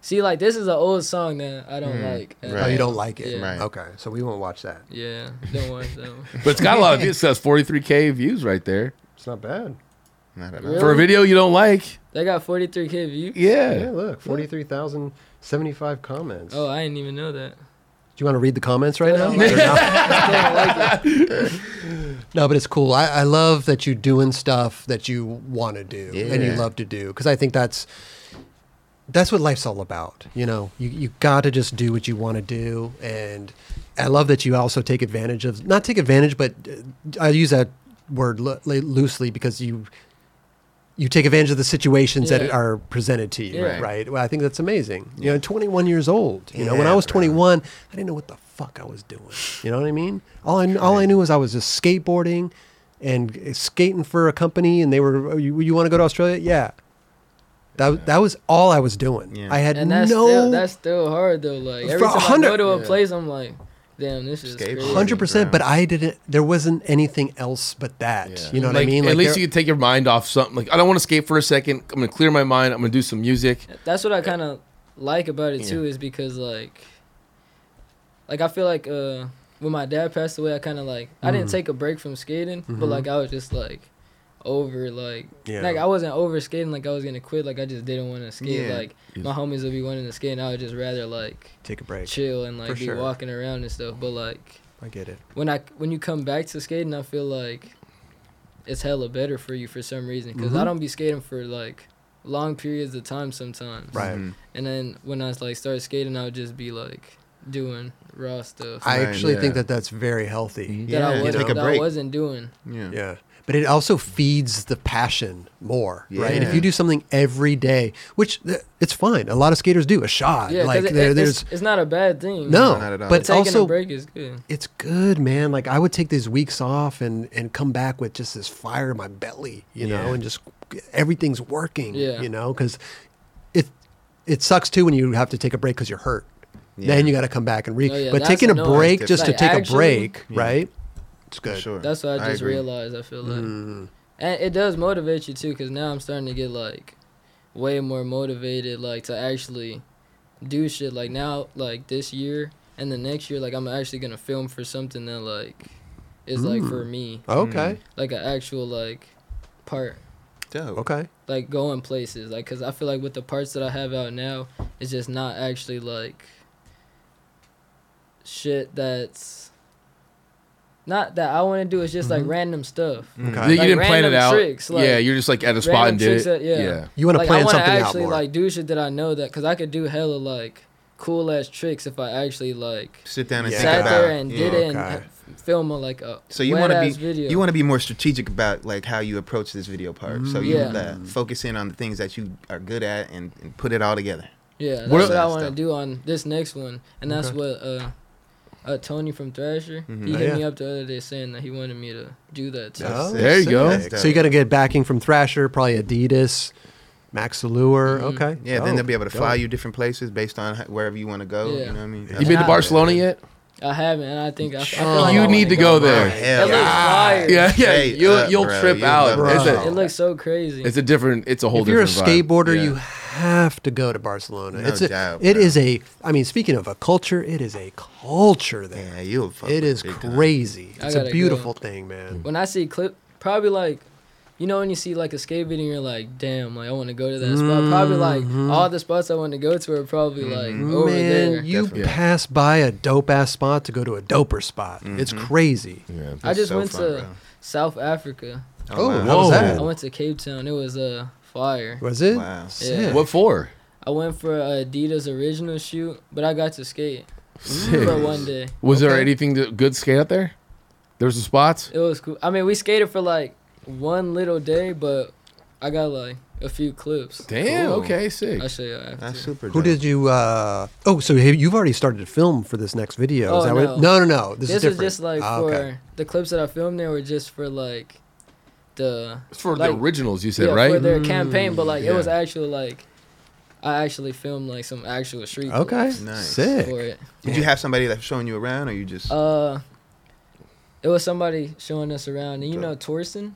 [SPEAKER 2] See, like this is an old song that I don't
[SPEAKER 4] Mm,
[SPEAKER 2] like.
[SPEAKER 4] right.
[SPEAKER 1] Oh, you don't like it.
[SPEAKER 2] Yeah.
[SPEAKER 4] Right.
[SPEAKER 1] Okay, so we won't watch that.
[SPEAKER 2] Yeah, don't watch that one.
[SPEAKER 3] But it's got a lot of views. It has 43k views right there.
[SPEAKER 8] It's not bad.
[SPEAKER 4] Not at all.
[SPEAKER 2] Really?
[SPEAKER 3] For a video you don't like.
[SPEAKER 2] They got 43k views.
[SPEAKER 8] Yeah,
[SPEAKER 3] Yeah.
[SPEAKER 8] look, forty-three thousand seventy-five comments.
[SPEAKER 2] Oh, I didn't even know that.
[SPEAKER 1] Do you want to read the comments right now?
[SPEAKER 2] don't
[SPEAKER 1] Or no?
[SPEAKER 2] I don't like it.
[SPEAKER 1] No, but it's cool. I, I love that you're doing stuff that you want to do and you
[SPEAKER 4] Yeah.
[SPEAKER 1] love to do because I think that's that's what life's all about. You know, you you got to just do what you want to do, and I love that you also take advantage of not take advantage, but uh, I use that word lo- lo- loosely because you you take advantage of the situations that
[SPEAKER 2] Yeah.
[SPEAKER 1] are presented to you,
[SPEAKER 2] Yeah.
[SPEAKER 1] right? Well, I think that's amazing. You know, 21 years old. You know, when
[SPEAKER 4] Yeah,
[SPEAKER 1] I was
[SPEAKER 4] bro.
[SPEAKER 1] 21, I didn't know what the fuck I was doing. You know what I mean? All I all I knew was I was just skateboarding and skating for a company, and they were, "Oh, you, you want to go to Australia? Yeah. That, that was all I was doing.
[SPEAKER 4] Yeah.
[SPEAKER 1] I had
[SPEAKER 2] And that's
[SPEAKER 1] no
[SPEAKER 2] still that's still hard though. Like every
[SPEAKER 1] For
[SPEAKER 2] time I
[SPEAKER 1] 100
[SPEAKER 2] go to a place, I'm like, damn, this is
[SPEAKER 4] Skateboard.
[SPEAKER 2] crazy.
[SPEAKER 1] hundred percent. But
[SPEAKER 4] Bro.
[SPEAKER 1] I didn't. There wasn't anything else but that.
[SPEAKER 3] Yeah.
[SPEAKER 1] You know what
[SPEAKER 3] Like,
[SPEAKER 1] I mean?
[SPEAKER 3] at least
[SPEAKER 1] there-
[SPEAKER 3] you can take your mind off something. Like I don't want to skate for a second. I'm gonna clear my mind. I'm gonna do some music.
[SPEAKER 2] That's what I kind of like about it too, is because like, like I feel like uh when my dad passed away, I kind of like I
[SPEAKER 1] Mm.
[SPEAKER 2] didn't take a break from skating, but like I was just like over like
[SPEAKER 1] Mm-hmm. Yeah.
[SPEAKER 2] like I wasn't over skating like I was gonna quit like I just didn't want to skate
[SPEAKER 4] Yeah.
[SPEAKER 2] like my homies would be wanting to skate and I would just rather like
[SPEAKER 1] take a break.
[SPEAKER 2] chill and like
[SPEAKER 1] For
[SPEAKER 2] be
[SPEAKER 1] sure.
[SPEAKER 2] walking around and stuff but like
[SPEAKER 1] I get it.
[SPEAKER 2] when I when you come back to skating I feel like it's hella better for you for some reason because
[SPEAKER 1] Mm-hmm.
[SPEAKER 2] I don't be skating for like long periods of time sometimes
[SPEAKER 1] Right.
[SPEAKER 4] Mhm.
[SPEAKER 2] and then when I like started skating, I would just be like doing raw stuff
[SPEAKER 1] I
[SPEAKER 4] Right,
[SPEAKER 1] actually think
[SPEAKER 3] yeah.
[SPEAKER 1] that that's very healthy.
[SPEAKER 2] that,
[SPEAKER 4] Yeah,
[SPEAKER 2] I,
[SPEAKER 4] you
[SPEAKER 2] wasn't,
[SPEAKER 4] take a
[SPEAKER 2] that I
[SPEAKER 4] break.
[SPEAKER 2] wasn't doing.
[SPEAKER 4] Yeah.
[SPEAKER 1] Yeah. But it also feeds the passion more, right? If
[SPEAKER 4] Yeah.
[SPEAKER 1] you do something every day, which th- it's fine. A lot of skaters do a shot.
[SPEAKER 2] Yeah,
[SPEAKER 1] like
[SPEAKER 2] because
[SPEAKER 1] there,
[SPEAKER 2] it's,
[SPEAKER 1] there's
[SPEAKER 2] it's not a bad thing.
[SPEAKER 1] no,
[SPEAKER 4] Not at all.
[SPEAKER 1] but
[SPEAKER 2] taking a
[SPEAKER 1] also
[SPEAKER 2] break is good.
[SPEAKER 1] it's good, man. Like I would take these weeks off and and come back with just this fire in my belly, you know,
[SPEAKER 4] Yeah.
[SPEAKER 1] and just everything's working,
[SPEAKER 2] Yeah.
[SPEAKER 1] you know, because it it sucks too when you have to take a break because you're hurt.
[SPEAKER 4] Yeah.
[SPEAKER 1] Then you got to come back and re.
[SPEAKER 2] Oh, yeah,
[SPEAKER 1] but
[SPEAKER 2] that's
[SPEAKER 1] taking a
[SPEAKER 2] annoying.
[SPEAKER 1] break
[SPEAKER 4] That's
[SPEAKER 1] just to
[SPEAKER 2] different.
[SPEAKER 1] take
[SPEAKER 2] Like,
[SPEAKER 1] a
[SPEAKER 2] actually,
[SPEAKER 1] break,
[SPEAKER 4] yeah.
[SPEAKER 1] right? It's good.
[SPEAKER 4] Sure.
[SPEAKER 2] That's what I just
[SPEAKER 4] agree.
[SPEAKER 2] realized. I feel like, and it does motivate you too, because now I'm starting to get like way more motivated, like to actually do shit. Like now, like this year and the next year, like I'm actually gonna film for something that like is like for me,
[SPEAKER 1] Okay.
[SPEAKER 2] like an actual like part. Mm.
[SPEAKER 4] Dope.
[SPEAKER 1] Okay.
[SPEAKER 2] like going places like because i feel like with the parts that i have out now it's just not actually like shit that's not that i want to do it's just
[SPEAKER 4] Mm-hmm.
[SPEAKER 2] like random stuff
[SPEAKER 1] Okay.
[SPEAKER 3] You- you
[SPEAKER 2] Like
[SPEAKER 3] didn't plan it
[SPEAKER 2] random
[SPEAKER 3] out.
[SPEAKER 2] tricks, like-
[SPEAKER 3] yeah, you're just like at a spot and
[SPEAKER 2] random
[SPEAKER 3] did it.
[SPEAKER 2] tricks that- yeah.
[SPEAKER 3] yeah.
[SPEAKER 1] You want to
[SPEAKER 2] like,
[SPEAKER 1] plan
[SPEAKER 2] I wanna
[SPEAKER 1] something
[SPEAKER 2] actually
[SPEAKER 1] out more.
[SPEAKER 2] like do shit that i know that because i could do hella like cool ass tricks if i actually like
[SPEAKER 4] Sit down and
[SPEAKER 1] Yeah.
[SPEAKER 4] think
[SPEAKER 2] sat
[SPEAKER 4] about
[SPEAKER 2] there and did
[SPEAKER 4] Yeah.
[SPEAKER 2] it and
[SPEAKER 1] Okay.
[SPEAKER 2] ha- film a, like a
[SPEAKER 4] So you
[SPEAKER 2] want to
[SPEAKER 4] be
[SPEAKER 2] video.
[SPEAKER 4] you want to be more strategic about like how you approach this video part. So you
[SPEAKER 2] Yeah.
[SPEAKER 4] uh, focus in on the things that you are good at and, and put it all together.
[SPEAKER 2] Yeah, that's
[SPEAKER 4] What
[SPEAKER 2] what,
[SPEAKER 4] are-
[SPEAKER 2] I want to
[SPEAKER 4] stuff.
[SPEAKER 2] do on this next one, and that's what uh, uh, Tony from Thrasher
[SPEAKER 4] Mm-hmm.
[SPEAKER 2] he
[SPEAKER 1] Oh,
[SPEAKER 2] hit me
[SPEAKER 1] yeah.
[SPEAKER 2] up the other day saying that he wanted me to do that too.
[SPEAKER 1] Oh,
[SPEAKER 4] That's
[SPEAKER 3] There you
[SPEAKER 1] sick.
[SPEAKER 3] go.
[SPEAKER 4] That's
[SPEAKER 1] So you
[SPEAKER 4] dope.
[SPEAKER 1] got to get backing from Thrasher, probably Adidas, Max Allure.
[SPEAKER 2] Mm-hmm.
[SPEAKER 1] Okay.
[SPEAKER 4] Yeah, then
[SPEAKER 1] Oh,
[SPEAKER 4] they'll be able to
[SPEAKER 1] dope.
[SPEAKER 4] fly you different places based on h- wherever you want to go.
[SPEAKER 2] Yeah.
[SPEAKER 4] You know what I mean?
[SPEAKER 3] You been to
[SPEAKER 2] I-
[SPEAKER 3] Barcelona yet?
[SPEAKER 2] I haven't, and I think I. I feel
[SPEAKER 1] Oh,
[SPEAKER 2] like I
[SPEAKER 3] you
[SPEAKER 2] wanna
[SPEAKER 3] need to go there.
[SPEAKER 4] Hell
[SPEAKER 2] That looks fire.
[SPEAKER 3] Yeah, yeah.
[SPEAKER 4] Hey,
[SPEAKER 3] you'll
[SPEAKER 4] up,
[SPEAKER 3] you'll
[SPEAKER 4] bro.
[SPEAKER 3] trip
[SPEAKER 4] You'll
[SPEAKER 3] out.
[SPEAKER 4] love
[SPEAKER 2] It
[SPEAKER 3] It's a,
[SPEAKER 2] looks so crazy.
[SPEAKER 3] it's a different. It's a whole
[SPEAKER 1] If you're a
[SPEAKER 3] different vibe.
[SPEAKER 1] skateboarder,
[SPEAKER 3] Yeah.
[SPEAKER 1] you have to go to Barcelona.
[SPEAKER 4] No
[SPEAKER 1] it's a,
[SPEAKER 4] doubt,
[SPEAKER 1] it
[SPEAKER 4] bro.
[SPEAKER 1] is a. I mean, speaking of a culture, it is a culture there.
[SPEAKER 4] Yeah, you'll fuck
[SPEAKER 1] it
[SPEAKER 4] with
[SPEAKER 1] is
[SPEAKER 4] big time. Mm-hmm.
[SPEAKER 1] crazy.
[SPEAKER 2] I
[SPEAKER 1] It's a
[SPEAKER 2] gotta
[SPEAKER 1] beautiful thing, man.
[SPEAKER 2] when I see clip, probably like, you know, when you see like a skate video, and you're like, damn, like I want to go to that spot. Probably like all the spots I want to go to are probably
[SPEAKER 4] Mm-hmm.
[SPEAKER 2] like over
[SPEAKER 1] man,
[SPEAKER 2] there.
[SPEAKER 1] you
[SPEAKER 4] Definitely.
[SPEAKER 3] Yeah.
[SPEAKER 1] pass by a dope ass spot to go to a doper spot. It's
[SPEAKER 4] Mm-hmm.
[SPEAKER 1] crazy.
[SPEAKER 3] Yeah.
[SPEAKER 2] I just
[SPEAKER 4] so
[SPEAKER 2] went
[SPEAKER 4] fun,
[SPEAKER 2] to
[SPEAKER 4] bro.
[SPEAKER 2] South Africa.
[SPEAKER 1] Oh,
[SPEAKER 4] wow.
[SPEAKER 1] how was
[SPEAKER 2] I
[SPEAKER 1] that?
[SPEAKER 2] went to Cape Town. It was a uh, fire.
[SPEAKER 1] Was it?
[SPEAKER 4] Wow.
[SPEAKER 1] Sick.
[SPEAKER 2] Yeah.
[SPEAKER 3] What for?
[SPEAKER 2] I went for uh, Adidas original shoot, but I got to skate for one day.
[SPEAKER 3] Was there anything to, good skate out there? There was some spots.
[SPEAKER 2] It was cool. I mean, we skated for like one little day, but I got like a few clips.
[SPEAKER 3] Damn.
[SPEAKER 4] Cool.
[SPEAKER 3] Okay. Sick.
[SPEAKER 2] I'll show you after.
[SPEAKER 4] That's super.
[SPEAKER 1] Who
[SPEAKER 4] dope.
[SPEAKER 1] did you? uh Oh, so have- you've already started to film for this next video. is
[SPEAKER 2] Oh,
[SPEAKER 1] that what? No, no,
[SPEAKER 2] no.
[SPEAKER 1] no. This,
[SPEAKER 2] This,
[SPEAKER 1] is
[SPEAKER 2] was
[SPEAKER 1] different.
[SPEAKER 2] just like
[SPEAKER 1] Ah,
[SPEAKER 2] for
[SPEAKER 1] okay.
[SPEAKER 2] the clips that I filmed there were just for like the
[SPEAKER 3] It's for
[SPEAKER 2] like,
[SPEAKER 3] the originals, you said,
[SPEAKER 2] yeah,
[SPEAKER 3] right?
[SPEAKER 2] for their campaign, but like
[SPEAKER 3] yeah.
[SPEAKER 2] it was actually like I actually filmed like some actual street
[SPEAKER 1] Okay.
[SPEAKER 2] clips
[SPEAKER 4] Nice.
[SPEAKER 1] Sick.
[SPEAKER 2] for it.
[SPEAKER 4] Did you have somebody that's showing you around, or you just?
[SPEAKER 2] Uh, it was somebody showing us around, and you know Torsten.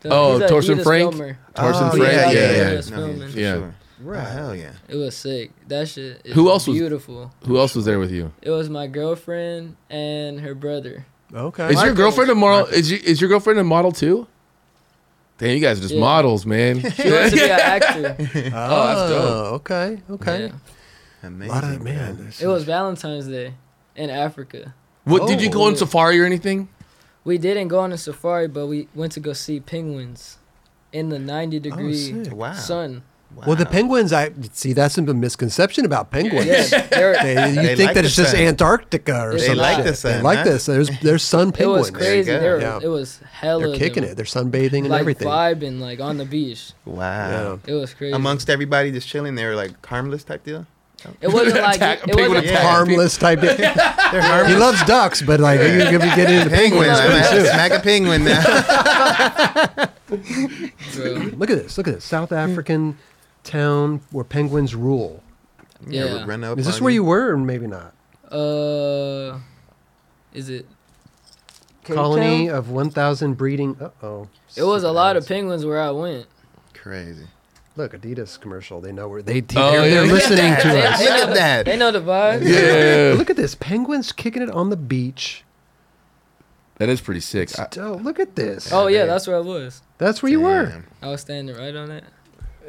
[SPEAKER 2] The-
[SPEAKER 3] Oh,
[SPEAKER 2] he's a
[SPEAKER 3] Torsten
[SPEAKER 2] Adidas
[SPEAKER 3] Frank?
[SPEAKER 2] filmer.
[SPEAKER 3] Torsten
[SPEAKER 1] Oh,
[SPEAKER 3] Frank. Mm. Yeah,
[SPEAKER 2] yeah,
[SPEAKER 3] yeah,
[SPEAKER 2] yeah. Just
[SPEAKER 4] No,
[SPEAKER 2] filming.
[SPEAKER 4] for
[SPEAKER 3] Yeah.
[SPEAKER 4] sure. Oh, hell yeah.
[SPEAKER 2] It was sick. That shit. Is
[SPEAKER 3] Who else was-
[SPEAKER 2] beautiful?
[SPEAKER 3] Who else was there with you?
[SPEAKER 2] It was my girlfriend and her brother.
[SPEAKER 1] Okay.
[SPEAKER 3] Is your girlfriend a model? Is you, is your girlfriend a model too? Damn, you guys are just
[SPEAKER 2] Yeah.
[SPEAKER 3] models, man.
[SPEAKER 2] She wants to be an actor.
[SPEAKER 1] oh, okay. Okay.
[SPEAKER 2] Yeah.
[SPEAKER 4] Amazing.
[SPEAKER 1] A lot of
[SPEAKER 4] bro.
[SPEAKER 1] man.
[SPEAKER 2] It was Valentine's Day in Africa.
[SPEAKER 3] What did you go on
[SPEAKER 2] Oh.
[SPEAKER 3] safari or anything?
[SPEAKER 2] We didn't go on a safari, but we went to go see penguins in the 90 degree
[SPEAKER 1] Oh, sick.
[SPEAKER 4] Wow.
[SPEAKER 2] sun.
[SPEAKER 4] Wow.
[SPEAKER 1] Well, the penguins, I see. That's a misconception about penguins.
[SPEAKER 2] Yeah, they're-
[SPEAKER 1] They, you
[SPEAKER 4] They
[SPEAKER 1] think
[SPEAKER 4] like
[SPEAKER 1] that
[SPEAKER 4] the
[SPEAKER 1] it's just
[SPEAKER 4] sun.
[SPEAKER 1] Antarctica or
[SPEAKER 2] They
[SPEAKER 1] some
[SPEAKER 2] like
[SPEAKER 1] shit.
[SPEAKER 4] the
[SPEAKER 1] They
[SPEAKER 4] sun,
[SPEAKER 1] like
[SPEAKER 4] huh?
[SPEAKER 1] this. There's there's sun
[SPEAKER 2] it
[SPEAKER 1] penguins.
[SPEAKER 2] was crazy.
[SPEAKER 4] go.
[SPEAKER 2] They were,
[SPEAKER 1] Yeah.
[SPEAKER 2] It was hella.
[SPEAKER 1] They're kicking it. They're sunbathing and
[SPEAKER 2] like
[SPEAKER 1] everything.
[SPEAKER 2] vibing, like on the beach.
[SPEAKER 1] Yeah.
[SPEAKER 4] wow.
[SPEAKER 2] It was crazy.
[SPEAKER 4] Amongst everybody just chilling, they were like harmless type deal.
[SPEAKER 2] it wasn't like
[SPEAKER 3] Attack-
[SPEAKER 2] it wasn't.
[SPEAKER 4] attack.
[SPEAKER 2] like-
[SPEAKER 1] Harmless type. of-
[SPEAKER 4] They're harmless.
[SPEAKER 1] he loves ducks, but like you you get into
[SPEAKER 4] Penguins,
[SPEAKER 1] penguins.
[SPEAKER 4] I'm gonna have to smack a penguin now.
[SPEAKER 2] bro.
[SPEAKER 1] Look at this. Look at this.
[SPEAKER 2] Hmm.
[SPEAKER 1] South African town where penguins rule.
[SPEAKER 4] They would
[SPEAKER 2] Yeah.
[SPEAKER 4] run up
[SPEAKER 1] Is this
[SPEAKER 4] on
[SPEAKER 1] where you were, or maybe not?
[SPEAKER 2] Uh, is it?
[SPEAKER 1] Colony of 1,000 breeding. Uh oh.
[SPEAKER 2] It was a lot of penguins where I went.
[SPEAKER 4] Crazy.
[SPEAKER 1] Look, Adidas commercial. They know where they. they
[SPEAKER 3] Oh,
[SPEAKER 1] are
[SPEAKER 3] yeah.
[SPEAKER 1] they're
[SPEAKER 3] Look at
[SPEAKER 1] listening
[SPEAKER 4] that.
[SPEAKER 1] to
[SPEAKER 4] Look
[SPEAKER 1] us.
[SPEAKER 4] at that.
[SPEAKER 2] They know the vibe.
[SPEAKER 3] Yeah,
[SPEAKER 1] Look at this. Penguins kicking it on the beach.
[SPEAKER 3] that is pretty sick. I-
[SPEAKER 1] It's dope. Look at this.
[SPEAKER 2] Oh yeah, that's where I was.
[SPEAKER 1] That's where you were.
[SPEAKER 4] Damn.
[SPEAKER 2] I was standing right on it.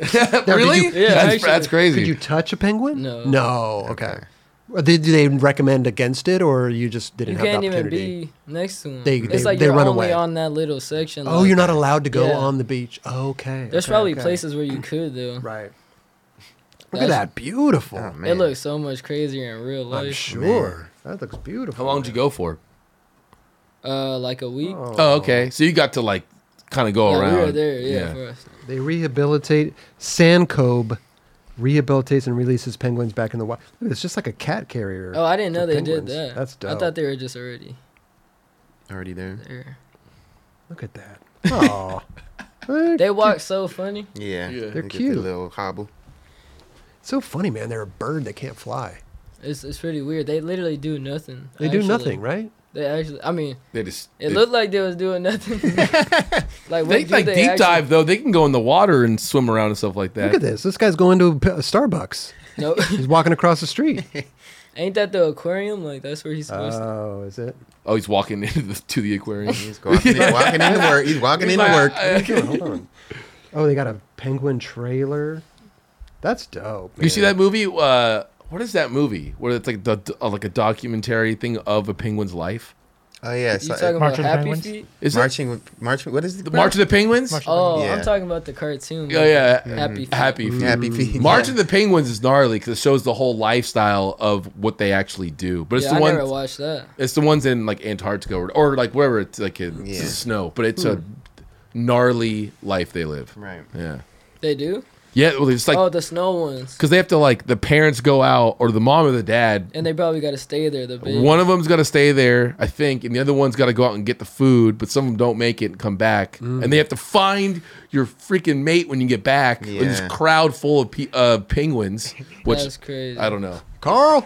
[SPEAKER 1] Now, did
[SPEAKER 3] really?
[SPEAKER 1] you-
[SPEAKER 2] Yeah,
[SPEAKER 3] that's,
[SPEAKER 2] actually.
[SPEAKER 3] that's crazy.
[SPEAKER 1] Did you touch a penguin?
[SPEAKER 2] No.
[SPEAKER 1] No. Okay. Well, Did, did they recommend against it, or you just didn't
[SPEAKER 2] You
[SPEAKER 1] have
[SPEAKER 2] can't
[SPEAKER 1] the
[SPEAKER 2] even
[SPEAKER 1] opportunity?
[SPEAKER 2] be next to them.
[SPEAKER 1] They-
[SPEAKER 2] it's
[SPEAKER 1] they-
[SPEAKER 2] like
[SPEAKER 1] they
[SPEAKER 2] you're
[SPEAKER 1] run
[SPEAKER 2] only
[SPEAKER 1] away.
[SPEAKER 2] on that little section.
[SPEAKER 1] oh,
[SPEAKER 2] like-
[SPEAKER 1] you're not allowed to go
[SPEAKER 2] Yeah.
[SPEAKER 1] on the beach. Okay.
[SPEAKER 2] There's
[SPEAKER 1] okay,
[SPEAKER 2] probably
[SPEAKER 1] okay.
[SPEAKER 2] places where you could though.
[SPEAKER 1] Right. Look
[SPEAKER 2] That's-
[SPEAKER 1] at that. Beautiful.
[SPEAKER 4] Oh, man.
[SPEAKER 2] It looks so much crazier in real
[SPEAKER 1] I'm
[SPEAKER 2] life.
[SPEAKER 1] sure. That looks beautiful.
[SPEAKER 3] How long did you go for?
[SPEAKER 2] Uh, like a week.
[SPEAKER 1] Oh.
[SPEAKER 3] Oh, okay. So you got to like kind of go
[SPEAKER 2] yeah,
[SPEAKER 3] around.
[SPEAKER 2] we were there. Yeah, for us.
[SPEAKER 1] They rehabilitate Sankobe rehabilitates and releases penguins back in the wild. Look, it's just like a cat carrier.
[SPEAKER 2] Oh, I didn't know
[SPEAKER 1] for
[SPEAKER 2] they
[SPEAKER 1] penguins.
[SPEAKER 2] did that.
[SPEAKER 1] That's dope.
[SPEAKER 2] I thought they were just already
[SPEAKER 4] Already there.
[SPEAKER 2] there.
[SPEAKER 1] Look at that. Oh.
[SPEAKER 2] They walk so funny.
[SPEAKER 4] Yeah.
[SPEAKER 3] Yeah.
[SPEAKER 4] They
[SPEAKER 1] They're
[SPEAKER 4] get the
[SPEAKER 1] cute.
[SPEAKER 4] little hobble.
[SPEAKER 1] so funny, man. They're a bird that can't fly.
[SPEAKER 2] It's it's pretty weird. They literally do nothing.
[SPEAKER 1] They do
[SPEAKER 2] actually.
[SPEAKER 1] nothing, right?
[SPEAKER 2] They actually. I mean,
[SPEAKER 3] They just
[SPEAKER 2] it
[SPEAKER 3] they,
[SPEAKER 2] looked like they was doing nothing. like what
[SPEAKER 3] they,
[SPEAKER 2] do
[SPEAKER 3] like
[SPEAKER 2] they
[SPEAKER 3] deep
[SPEAKER 2] actually-
[SPEAKER 3] dive though. They can go in the water and swim around and stuff like that.
[SPEAKER 1] Look at this. This guy's going to a p- a Starbucks.
[SPEAKER 2] No,
[SPEAKER 1] He's walking across the street.
[SPEAKER 2] ain't that the aquarium? Like that's where he's supposed to.
[SPEAKER 1] oh, is it?
[SPEAKER 3] Oh, he's walking into the, to the aquarium.
[SPEAKER 4] He's walking, in, walking into work. He's walking into work.
[SPEAKER 1] Oh, hold on. Oh, they got a penguin trailer. That's dope.
[SPEAKER 3] You see
[SPEAKER 1] man.
[SPEAKER 3] that movie? Uh, what is that movie? Where it's like the, uh, like a documentary thing of a penguin's life.
[SPEAKER 4] Oh yeah.
[SPEAKER 2] You
[SPEAKER 4] So,
[SPEAKER 2] talking
[SPEAKER 7] March of
[SPEAKER 2] about
[SPEAKER 7] the
[SPEAKER 2] Happy
[SPEAKER 7] Penguins?
[SPEAKER 2] Feet?
[SPEAKER 3] Is it
[SPEAKER 4] marching with marching. What is it?
[SPEAKER 3] the March of the Penguins?
[SPEAKER 7] March of
[SPEAKER 2] Oh,
[SPEAKER 4] Yeah.
[SPEAKER 2] I'm talking about the cartoon.
[SPEAKER 3] Oh yeah,
[SPEAKER 1] Mm-hmm.
[SPEAKER 2] Happy Feet. Mm.
[SPEAKER 3] happy feet.
[SPEAKER 4] Happy feet.
[SPEAKER 3] March
[SPEAKER 4] Yeah.
[SPEAKER 3] of the Penguins is gnarly because it shows the whole lifestyle of what they actually do. But it's
[SPEAKER 2] yeah,
[SPEAKER 3] the
[SPEAKER 2] I
[SPEAKER 3] one.
[SPEAKER 2] never watched that.
[SPEAKER 3] It's the ones in like Antarctica or, or like wherever it's like in
[SPEAKER 4] Yeah.
[SPEAKER 2] Hmm.
[SPEAKER 3] snow, but it's a gnarly life they live.
[SPEAKER 4] Right.
[SPEAKER 3] Yeah.
[SPEAKER 2] They do.
[SPEAKER 3] Yeah, well, it's
[SPEAKER 2] oh,
[SPEAKER 3] like
[SPEAKER 2] the snow ones.
[SPEAKER 3] because they have to like the parents go out or the mom or the dad.
[SPEAKER 2] And they probably got to stay there. The big.
[SPEAKER 3] One of them's got to stay there, I think, and the other one's got to go out and get the food. But some of them don't make it and come back, and they have to find your freaking mate when you get back. with This
[SPEAKER 4] Yeah.
[SPEAKER 3] crowd full of pe- uh, penguins, which
[SPEAKER 2] That's crazy.
[SPEAKER 3] I don't know.
[SPEAKER 1] Carl.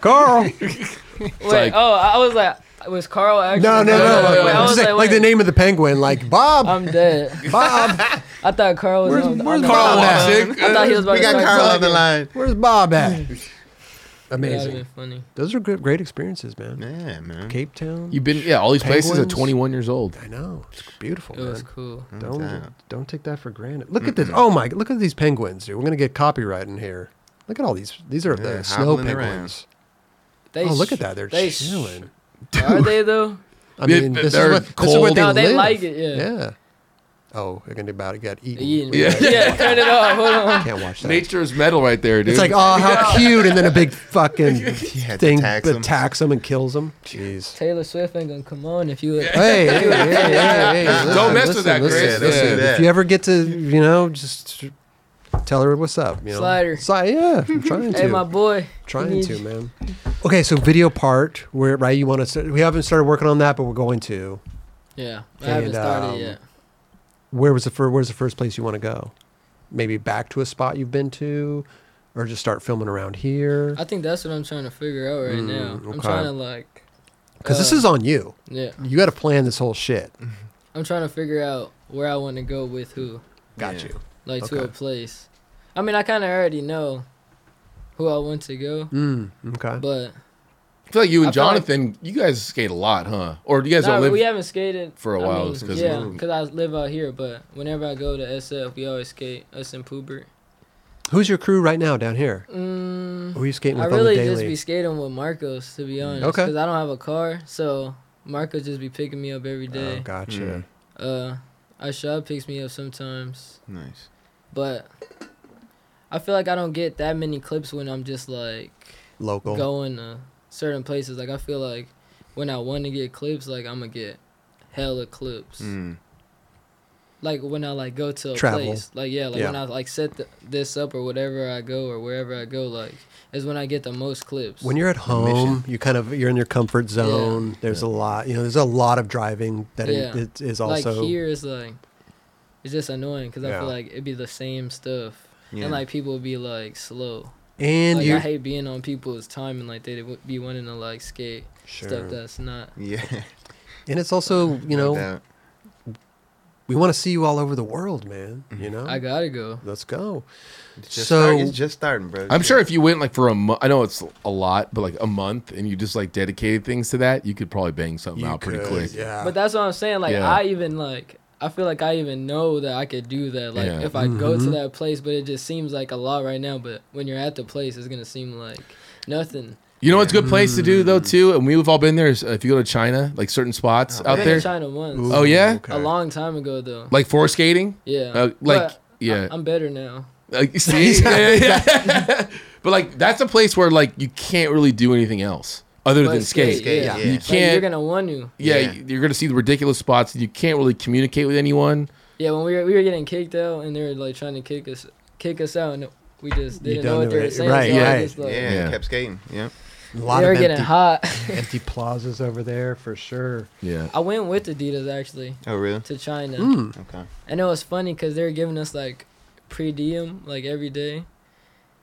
[SPEAKER 1] Carl.
[SPEAKER 2] Wait,
[SPEAKER 3] like-
[SPEAKER 2] oh, I was like, was Carl actually?
[SPEAKER 1] No, no, no.
[SPEAKER 3] no,
[SPEAKER 1] like,
[SPEAKER 3] no,
[SPEAKER 2] Wait, Um, I
[SPEAKER 3] no.
[SPEAKER 1] I'm
[SPEAKER 2] was
[SPEAKER 1] just
[SPEAKER 2] like,
[SPEAKER 1] saying, like the
[SPEAKER 2] wait,
[SPEAKER 1] name of the penguin, like Bob.
[SPEAKER 2] I'm dead.
[SPEAKER 1] Bob.
[SPEAKER 2] I thought Carl was.
[SPEAKER 1] Where's-
[SPEAKER 2] on,
[SPEAKER 1] where's
[SPEAKER 2] on the-
[SPEAKER 1] Carl
[SPEAKER 2] I
[SPEAKER 1] at?
[SPEAKER 2] thought he was about
[SPEAKER 4] We
[SPEAKER 2] to
[SPEAKER 4] got
[SPEAKER 2] start
[SPEAKER 4] Carl on the
[SPEAKER 2] talking.
[SPEAKER 4] line.
[SPEAKER 1] Where's Bob at?
[SPEAKER 2] That
[SPEAKER 1] Amazing.
[SPEAKER 2] would funny.
[SPEAKER 1] Those are good, great experiences, man.
[SPEAKER 4] Yeah, man.
[SPEAKER 1] Cape Town.
[SPEAKER 3] You've been yeah, all these places are
[SPEAKER 1] Penguins.
[SPEAKER 3] 21 years old.
[SPEAKER 1] I know. It's beautiful,
[SPEAKER 2] It was
[SPEAKER 1] man.
[SPEAKER 2] cool.
[SPEAKER 1] Don't don't take that for granted. Look at this. Oh my! Look at these penguins, dude. We're gonna get copyright in here. Look at all these. These are
[SPEAKER 4] Yeah,
[SPEAKER 1] the snow
[SPEAKER 4] hobbling around.
[SPEAKER 1] penguins.
[SPEAKER 2] They
[SPEAKER 1] oh, look
[SPEAKER 2] sh-
[SPEAKER 1] at that. They're
[SPEAKER 2] they sh-
[SPEAKER 1] chilling.
[SPEAKER 2] Are they though?
[SPEAKER 1] I
[SPEAKER 3] They-
[SPEAKER 1] mean, this is,
[SPEAKER 3] they're
[SPEAKER 1] what, this is what
[SPEAKER 3] cold.
[SPEAKER 1] they
[SPEAKER 2] No, they
[SPEAKER 1] live.
[SPEAKER 2] like it, yeah.
[SPEAKER 1] Oh, they're gonna about to get eaten.
[SPEAKER 2] Yeah,
[SPEAKER 3] Yeah.
[SPEAKER 2] yeah. turn it off. Hold on.
[SPEAKER 1] Can't watch that.
[SPEAKER 3] Nature's metal right there, dude.
[SPEAKER 1] It's like, oh, how cute, and then a big fucking
[SPEAKER 4] Yeah,
[SPEAKER 1] thing
[SPEAKER 4] attacks 'em.
[SPEAKER 1] attacks them and kills them. Jeez.
[SPEAKER 2] Taylor Swift ain't gonna come on if you.
[SPEAKER 1] Hey, hey, hey, hey, hey,
[SPEAKER 3] Don't
[SPEAKER 1] listen,
[SPEAKER 3] mess with
[SPEAKER 1] listen, listen,
[SPEAKER 3] that,
[SPEAKER 1] listen.
[SPEAKER 4] Yeah, don't
[SPEAKER 3] Chris.
[SPEAKER 4] do
[SPEAKER 1] If
[SPEAKER 4] that.
[SPEAKER 1] you ever get to, you know, just tell her what's up. You know?
[SPEAKER 2] Slider.
[SPEAKER 1] Sli- yeah, I'm trying to.
[SPEAKER 2] Hey, my boy.
[SPEAKER 1] trying
[SPEAKER 2] need
[SPEAKER 1] to,
[SPEAKER 2] you.
[SPEAKER 1] man. Okay, so video part, where right? You want to? We haven't started working on that, but we're going to.
[SPEAKER 2] Yeah, I
[SPEAKER 1] And,
[SPEAKER 2] haven't started
[SPEAKER 1] um,
[SPEAKER 2] yet.
[SPEAKER 1] Where was the first? Where's the first place you want to go? Maybe back to a spot you've been to, or just start filming around here.
[SPEAKER 2] I think that's what I'm trying to figure out right
[SPEAKER 1] Mm,
[SPEAKER 2] now.
[SPEAKER 1] okay.
[SPEAKER 2] I'm trying to like.
[SPEAKER 1] Because this
[SPEAKER 2] uh,
[SPEAKER 1] is on you.
[SPEAKER 2] Yeah,
[SPEAKER 1] You got to plan this whole shit.
[SPEAKER 2] I'm trying to figure out where I want to go with who,
[SPEAKER 1] Got
[SPEAKER 4] Yeah.
[SPEAKER 1] you.
[SPEAKER 2] like to
[SPEAKER 1] Okay.
[SPEAKER 2] a place. I mean, I kind of already know who I want to go,
[SPEAKER 1] Mm, okay.
[SPEAKER 2] but
[SPEAKER 3] I feel like you and
[SPEAKER 2] I feel like-
[SPEAKER 3] Jonathan, you guys skate a lot, huh? Or you guys
[SPEAKER 2] nah,
[SPEAKER 3] don't live?
[SPEAKER 2] we haven't skated
[SPEAKER 3] for a
[SPEAKER 2] I
[SPEAKER 3] while,
[SPEAKER 2] mean,
[SPEAKER 3] it's 'cause
[SPEAKER 2] yeah,
[SPEAKER 3] of-
[SPEAKER 2] because I live out here. But whenever I go to SF, we always skate us and Poober.
[SPEAKER 1] Who's your crew right now down here?
[SPEAKER 2] Mm,
[SPEAKER 1] Who are you skating
[SPEAKER 2] I
[SPEAKER 1] with on the
[SPEAKER 2] really
[SPEAKER 1] daily?
[SPEAKER 2] just be skating with Marcos to be honest,
[SPEAKER 1] Okay.
[SPEAKER 2] because I don't have a car, so Marcos just be picking me up every
[SPEAKER 1] Oh,
[SPEAKER 2] day.
[SPEAKER 1] gotcha.
[SPEAKER 4] Mm.
[SPEAKER 2] Uh, Ashad picks me up sometimes.
[SPEAKER 1] Hmm.
[SPEAKER 4] Nice.
[SPEAKER 2] but I feel like I don't get that many clips when I'm just like
[SPEAKER 1] Local.
[SPEAKER 2] going to certain places. Like I feel like when I want to get clips, like I'm gonna get hella clips.
[SPEAKER 4] Mm.
[SPEAKER 2] Like when I like go to a
[SPEAKER 1] Hmm. Travel.
[SPEAKER 2] place, like yeah, like
[SPEAKER 1] Yeah.
[SPEAKER 2] when I like set th- this up or whatever I go or wherever I go, like is when I get the most clips.
[SPEAKER 1] When you're at home, you kind of you're in your comfort zone. There's a lot, you know. There's a lot of driving that it,
[SPEAKER 2] Yeah.
[SPEAKER 1] it is
[SPEAKER 2] like
[SPEAKER 1] also.
[SPEAKER 2] here is like it's just annoying because I
[SPEAKER 1] Yeah.
[SPEAKER 2] feel like it'd be the same stuff.
[SPEAKER 4] Yeah.
[SPEAKER 2] And like people would be like slow.
[SPEAKER 1] and
[SPEAKER 2] like
[SPEAKER 1] you,
[SPEAKER 2] I hate being on people's time and like they'd be wanting to like skate
[SPEAKER 1] sure.
[SPEAKER 2] stuff that's not.
[SPEAKER 4] Yeah.
[SPEAKER 1] and it's also you know
[SPEAKER 4] That-
[SPEAKER 1] we want to see you all over the world, man. You know,
[SPEAKER 2] I gotta go.
[SPEAKER 1] let's go.
[SPEAKER 4] It's just
[SPEAKER 1] So-
[SPEAKER 4] starting- it's just starting, bro.
[SPEAKER 3] I'm sure if you went like for a month, I know it's a lot, but like a month, and you just like dedicated things to that, you could probably bang something
[SPEAKER 1] You
[SPEAKER 3] out pretty
[SPEAKER 1] could,
[SPEAKER 3] quick.
[SPEAKER 1] Yeah,
[SPEAKER 2] But that's what I'm saying. Like
[SPEAKER 3] Yeah.
[SPEAKER 2] I even like I feel like I even know that I could do that. Like
[SPEAKER 3] Yeah.
[SPEAKER 2] if I go to that place, but it just seems like a lot right now. But when you're at the place, it's gonna seem like nothing.
[SPEAKER 3] You know what's a good place to do though too, and we've all been there. Is uh, if you go to China, like certain spots
[SPEAKER 4] Oh,
[SPEAKER 3] out
[SPEAKER 2] I
[SPEAKER 3] there.
[SPEAKER 2] went to China once
[SPEAKER 1] Ooh,
[SPEAKER 3] Oh, yeah?
[SPEAKER 2] a long time ago though.
[SPEAKER 3] Like for skating,
[SPEAKER 2] yeah,
[SPEAKER 3] uh, like
[SPEAKER 2] But
[SPEAKER 3] yeah,
[SPEAKER 2] I, am better now.
[SPEAKER 3] like, see, yeah, yeah, yeah. but like that's a place where like you can't really do anything else other
[SPEAKER 2] But
[SPEAKER 3] than skate.
[SPEAKER 2] skate, yeah.
[SPEAKER 4] Yeah.
[SPEAKER 3] You
[SPEAKER 2] Like, you're
[SPEAKER 3] can't.
[SPEAKER 2] gonna want to.
[SPEAKER 3] yeah,
[SPEAKER 4] Yeah.
[SPEAKER 3] you're gonna see the ridiculous spots. You can't really communicate with anyone.
[SPEAKER 2] Yeah, when we were we were getting kicked out and they were like trying to kick us kick us out and we just
[SPEAKER 1] You don't
[SPEAKER 2] didn't know what
[SPEAKER 1] know
[SPEAKER 2] they were
[SPEAKER 1] it.
[SPEAKER 2] saying.
[SPEAKER 1] Right,
[SPEAKER 2] so I
[SPEAKER 1] right.
[SPEAKER 2] just,
[SPEAKER 4] Yeah,
[SPEAKER 2] like,
[SPEAKER 3] Yeah.
[SPEAKER 4] I kept skating. Yeah.
[SPEAKER 1] a
[SPEAKER 2] They
[SPEAKER 1] lot
[SPEAKER 2] were
[SPEAKER 1] of
[SPEAKER 2] getting
[SPEAKER 1] empty,
[SPEAKER 2] hot.
[SPEAKER 1] empty plazas over there for sure.
[SPEAKER 3] Yeah.
[SPEAKER 2] I went with Adidas actually
[SPEAKER 4] Oh, really?
[SPEAKER 2] to China,
[SPEAKER 1] Mm.
[SPEAKER 4] Okay.
[SPEAKER 2] and it was funny because they were giving us like pre diem like every day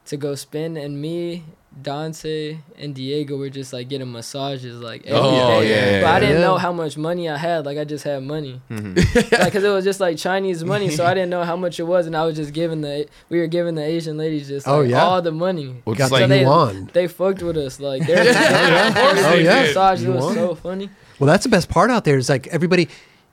[SPEAKER 2] to go spin, and me, Dante, and Diego were just like getting massages like every day.
[SPEAKER 3] Oh, yeah,
[SPEAKER 2] but
[SPEAKER 3] yeah,
[SPEAKER 2] I didn't
[SPEAKER 1] yeah.
[SPEAKER 2] know how much money I had. Like I just had money,
[SPEAKER 4] Mhm.
[SPEAKER 3] Mm-hmm.
[SPEAKER 2] like because it was just like Chinese money, so I didn't know how much it was, and I was just giving the we were giving the Asian ladies just like,
[SPEAKER 1] Oh, yeah?
[SPEAKER 2] all the money.
[SPEAKER 3] Well,
[SPEAKER 1] Got
[SPEAKER 3] just like
[SPEAKER 1] the
[SPEAKER 2] they-
[SPEAKER 1] yuan.
[SPEAKER 2] They fucked with us like they were just giving
[SPEAKER 1] Oh, yeah.
[SPEAKER 2] massages. It
[SPEAKER 1] You
[SPEAKER 2] was
[SPEAKER 1] won.
[SPEAKER 2] so funny.
[SPEAKER 1] Well, that's the best part out there is like everybody,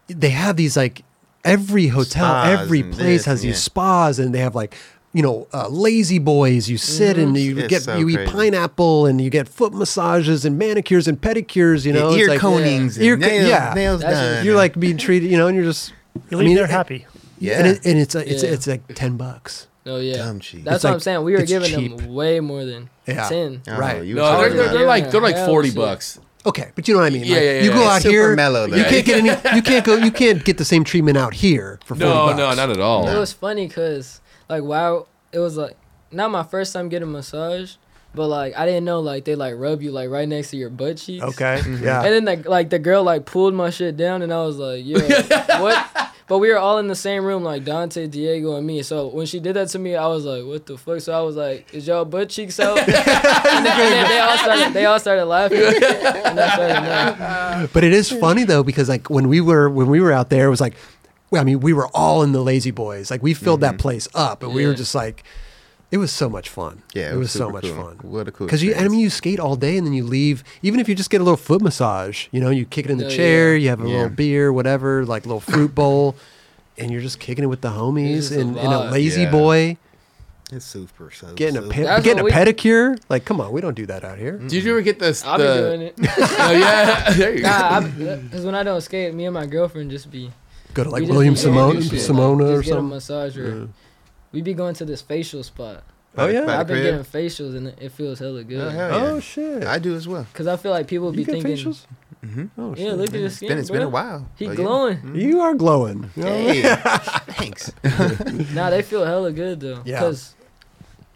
[SPEAKER 1] they have these like every hotel,
[SPEAKER 4] Spas
[SPEAKER 1] every
[SPEAKER 4] and
[SPEAKER 1] place
[SPEAKER 4] this
[SPEAKER 1] has
[SPEAKER 4] and
[SPEAKER 1] these
[SPEAKER 4] yeah.
[SPEAKER 1] spas, and they have like you know uh, lazy boys. You sit and you
[SPEAKER 4] Mm-hmm. It's
[SPEAKER 1] get
[SPEAKER 4] so
[SPEAKER 1] you eat
[SPEAKER 4] crazy.
[SPEAKER 1] pineapple and you get foot massages and manicures and pedicures. You know,
[SPEAKER 4] And
[SPEAKER 1] It's
[SPEAKER 4] ear
[SPEAKER 1] like-
[SPEAKER 4] conings.
[SPEAKER 1] Ear
[SPEAKER 4] and
[SPEAKER 1] co-
[SPEAKER 4] nails,
[SPEAKER 1] yeah.
[SPEAKER 4] Nails
[SPEAKER 2] That's
[SPEAKER 4] done.
[SPEAKER 1] You're like being treated, you know, and you're just
[SPEAKER 7] You leave there
[SPEAKER 1] it-
[SPEAKER 7] happy.
[SPEAKER 4] yeah.
[SPEAKER 1] and, it, and it's it's
[SPEAKER 2] Yeah.
[SPEAKER 1] it's like ten bucks.
[SPEAKER 2] Oh yeah,
[SPEAKER 4] Dumb cheese.
[SPEAKER 2] That's
[SPEAKER 1] It's
[SPEAKER 2] what
[SPEAKER 1] like-
[SPEAKER 2] I'm saying. We were
[SPEAKER 1] it's
[SPEAKER 2] giving
[SPEAKER 1] cheap.
[SPEAKER 2] them way more than
[SPEAKER 1] Yeah.
[SPEAKER 2] ten.
[SPEAKER 4] Oh,
[SPEAKER 1] right.
[SPEAKER 4] You
[SPEAKER 3] No, they're,
[SPEAKER 2] talking
[SPEAKER 3] they're,
[SPEAKER 2] about-
[SPEAKER 3] they're like they're like
[SPEAKER 2] Yeah,
[SPEAKER 3] forty
[SPEAKER 2] shit.
[SPEAKER 3] bucks.
[SPEAKER 1] Okay, but you know what I mean.
[SPEAKER 3] Yeah,
[SPEAKER 1] like,
[SPEAKER 3] yeah, yeah,
[SPEAKER 1] You go
[SPEAKER 3] yeah.
[SPEAKER 1] out
[SPEAKER 4] Super
[SPEAKER 1] here,
[SPEAKER 4] mellow, though.
[SPEAKER 1] you can't get any. You can't go. You can't get the same treatment out here for forty
[SPEAKER 3] No,
[SPEAKER 1] bucks.
[SPEAKER 3] no, not at all.
[SPEAKER 2] It was funny because like wow, it was like not my first time getting a massage, but like I didn't know like they like rub you like right next to your butt cheeks.
[SPEAKER 1] Okay,
[SPEAKER 3] Mm-hmm.
[SPEAKER 2] And
[SPEAKER 1] yeah.
[SPEAKER 2] then like like the girl like pulled my shit down and I was like yeah what. But we were all in the same room, like Dante, Diego, and me. So when she did that to me, I was like, "What the fuck?" So I was like, "Is y'all butt cheeks out?" and then, and then they all started, they all started laughing. And I started laughing.
[SPEAKER 1] But it
[SPEAKER 2] Hmm.
[SPEAKER 1] is funny though because like when we were when we were out there, it was like, well, I mean, we were all in the lazy boys. Like we filled
[SPEAKER 4] Mm-hmm.
[SPEAKER 1] that place up, and we were
[SPEAKER 2] Yeah.
[SPEAKER 1] just like, it was so much fun.
[SPEAKER 4] Yeah,
[SPEAKER 1] it, was, so
[SPEAKER 4] super
[SPEAKER 1] much
[SPEAKER 4] cool.
[SPEAKER 1] fun.
[SPEAKER 4] What a cool
[SPEAKER 1] Because you, I
[SPEAKER 4] experience.
[SPEAKER 1] mean, you skate all day and then you leave. Even if you just get a little foot massage, you know, you kick it in the
[SPEAKER 2] Oh,
[SPEAKER 1] chair, you have a
[SPEAKER 4] Yeah.
[SPEAKER 1] little beer, whatever, like little fruit bowl, and you're just kicking it with the
[SPEAKER 2] It's
[SPEAKER 1] homies
[SPEAKER 2] just a
[SPEAKER 1] and, and a
[SPEAKER 2] vibe.
[SPEAKER 1] lazy
[SPEAKER 3] Yeah.
[SPEAKER 1] boy.
[SPEAKER 4] It's super. So
[SPEAKER 1] getting a
[SPEAKER 4] so-
[SPEAKER 1] pe-
[SPEAKER 2] That's
[SPEAKER 1] getting a
[SPEAKER 2] what we-
[SPEAKER 1] pedicure. Like, come on, we don't do that out here.
[SPEAKER 3] Did you ever get this?
[SPEAKER 2] I've
[SPEAKER 3] the-
[SPEAKER 2] been doing it.
[SPEAKER 3] Oh, yeah, there you go.
[SPEAKER 2] Nah, because when I don't skate, me and my girlfriend just be
[SPEAKER 1] Go to like
[SPEAKER 2] we just
[SPEAKER 1] William
[SPEAKER 2] be going
[SPEAKER 1] Simone,
[SPEAKER 2] to shit, like,
[SPEAKER 1] Simona
[SPEAKER 2] just
[SPEAKER 1] or
[SPEAKER 2] get a
[SPEAKER 1] something.
[SPEAKER 2] massage or we be going to this facial spot.
[SPEAKER 1] Oh yeah.
[SPEAKER 4] By
[SPEAKER 2] I've
[SPEAKER 4] the
[SPEAKER 2] been
[SPEAKER 4] crib?
[SPEAKER 2] getting facials and it feels hella good.
[SPEAKER 4] Oh, hell yeah.
[SPEAKER 1] Oh shit.
[SPEAKER 4] I do as well.
[SPEAKER 2] Cause I feel like people
[SPEAKER 1] you
[SPEAKER 2] be
[SPEAKER 1] get
[SPEAKER 2] thinking,
[SPEAKER 1] facials?
[SPEAKER 4] Mhm.
[SPEAKER 1] Oh
[SPEAKER 2] yeah,
[SPEAKER 1] shit.
[SPEAKER 2] look at his
[SPEAKER 4] It's
[SPEAKER 2] skin.
[SPEAKER 4] been, it's been a
[SPEAKER 2] bruh.
[SPEAKER 4] while.
[SPEAKER 2] He
[SPEAKER 4] Oh, yeah.
[SPEAKER 2] glowing.
[SPEAKER 1] Mm-hmm. You are glowing. You know?
[SPEAKER 4] Hey, thanks.
[SPEAKER 2] Nah, they feel hella good though.
[SPEAKER 1] Yeah.
[SPEAKER 2] Cause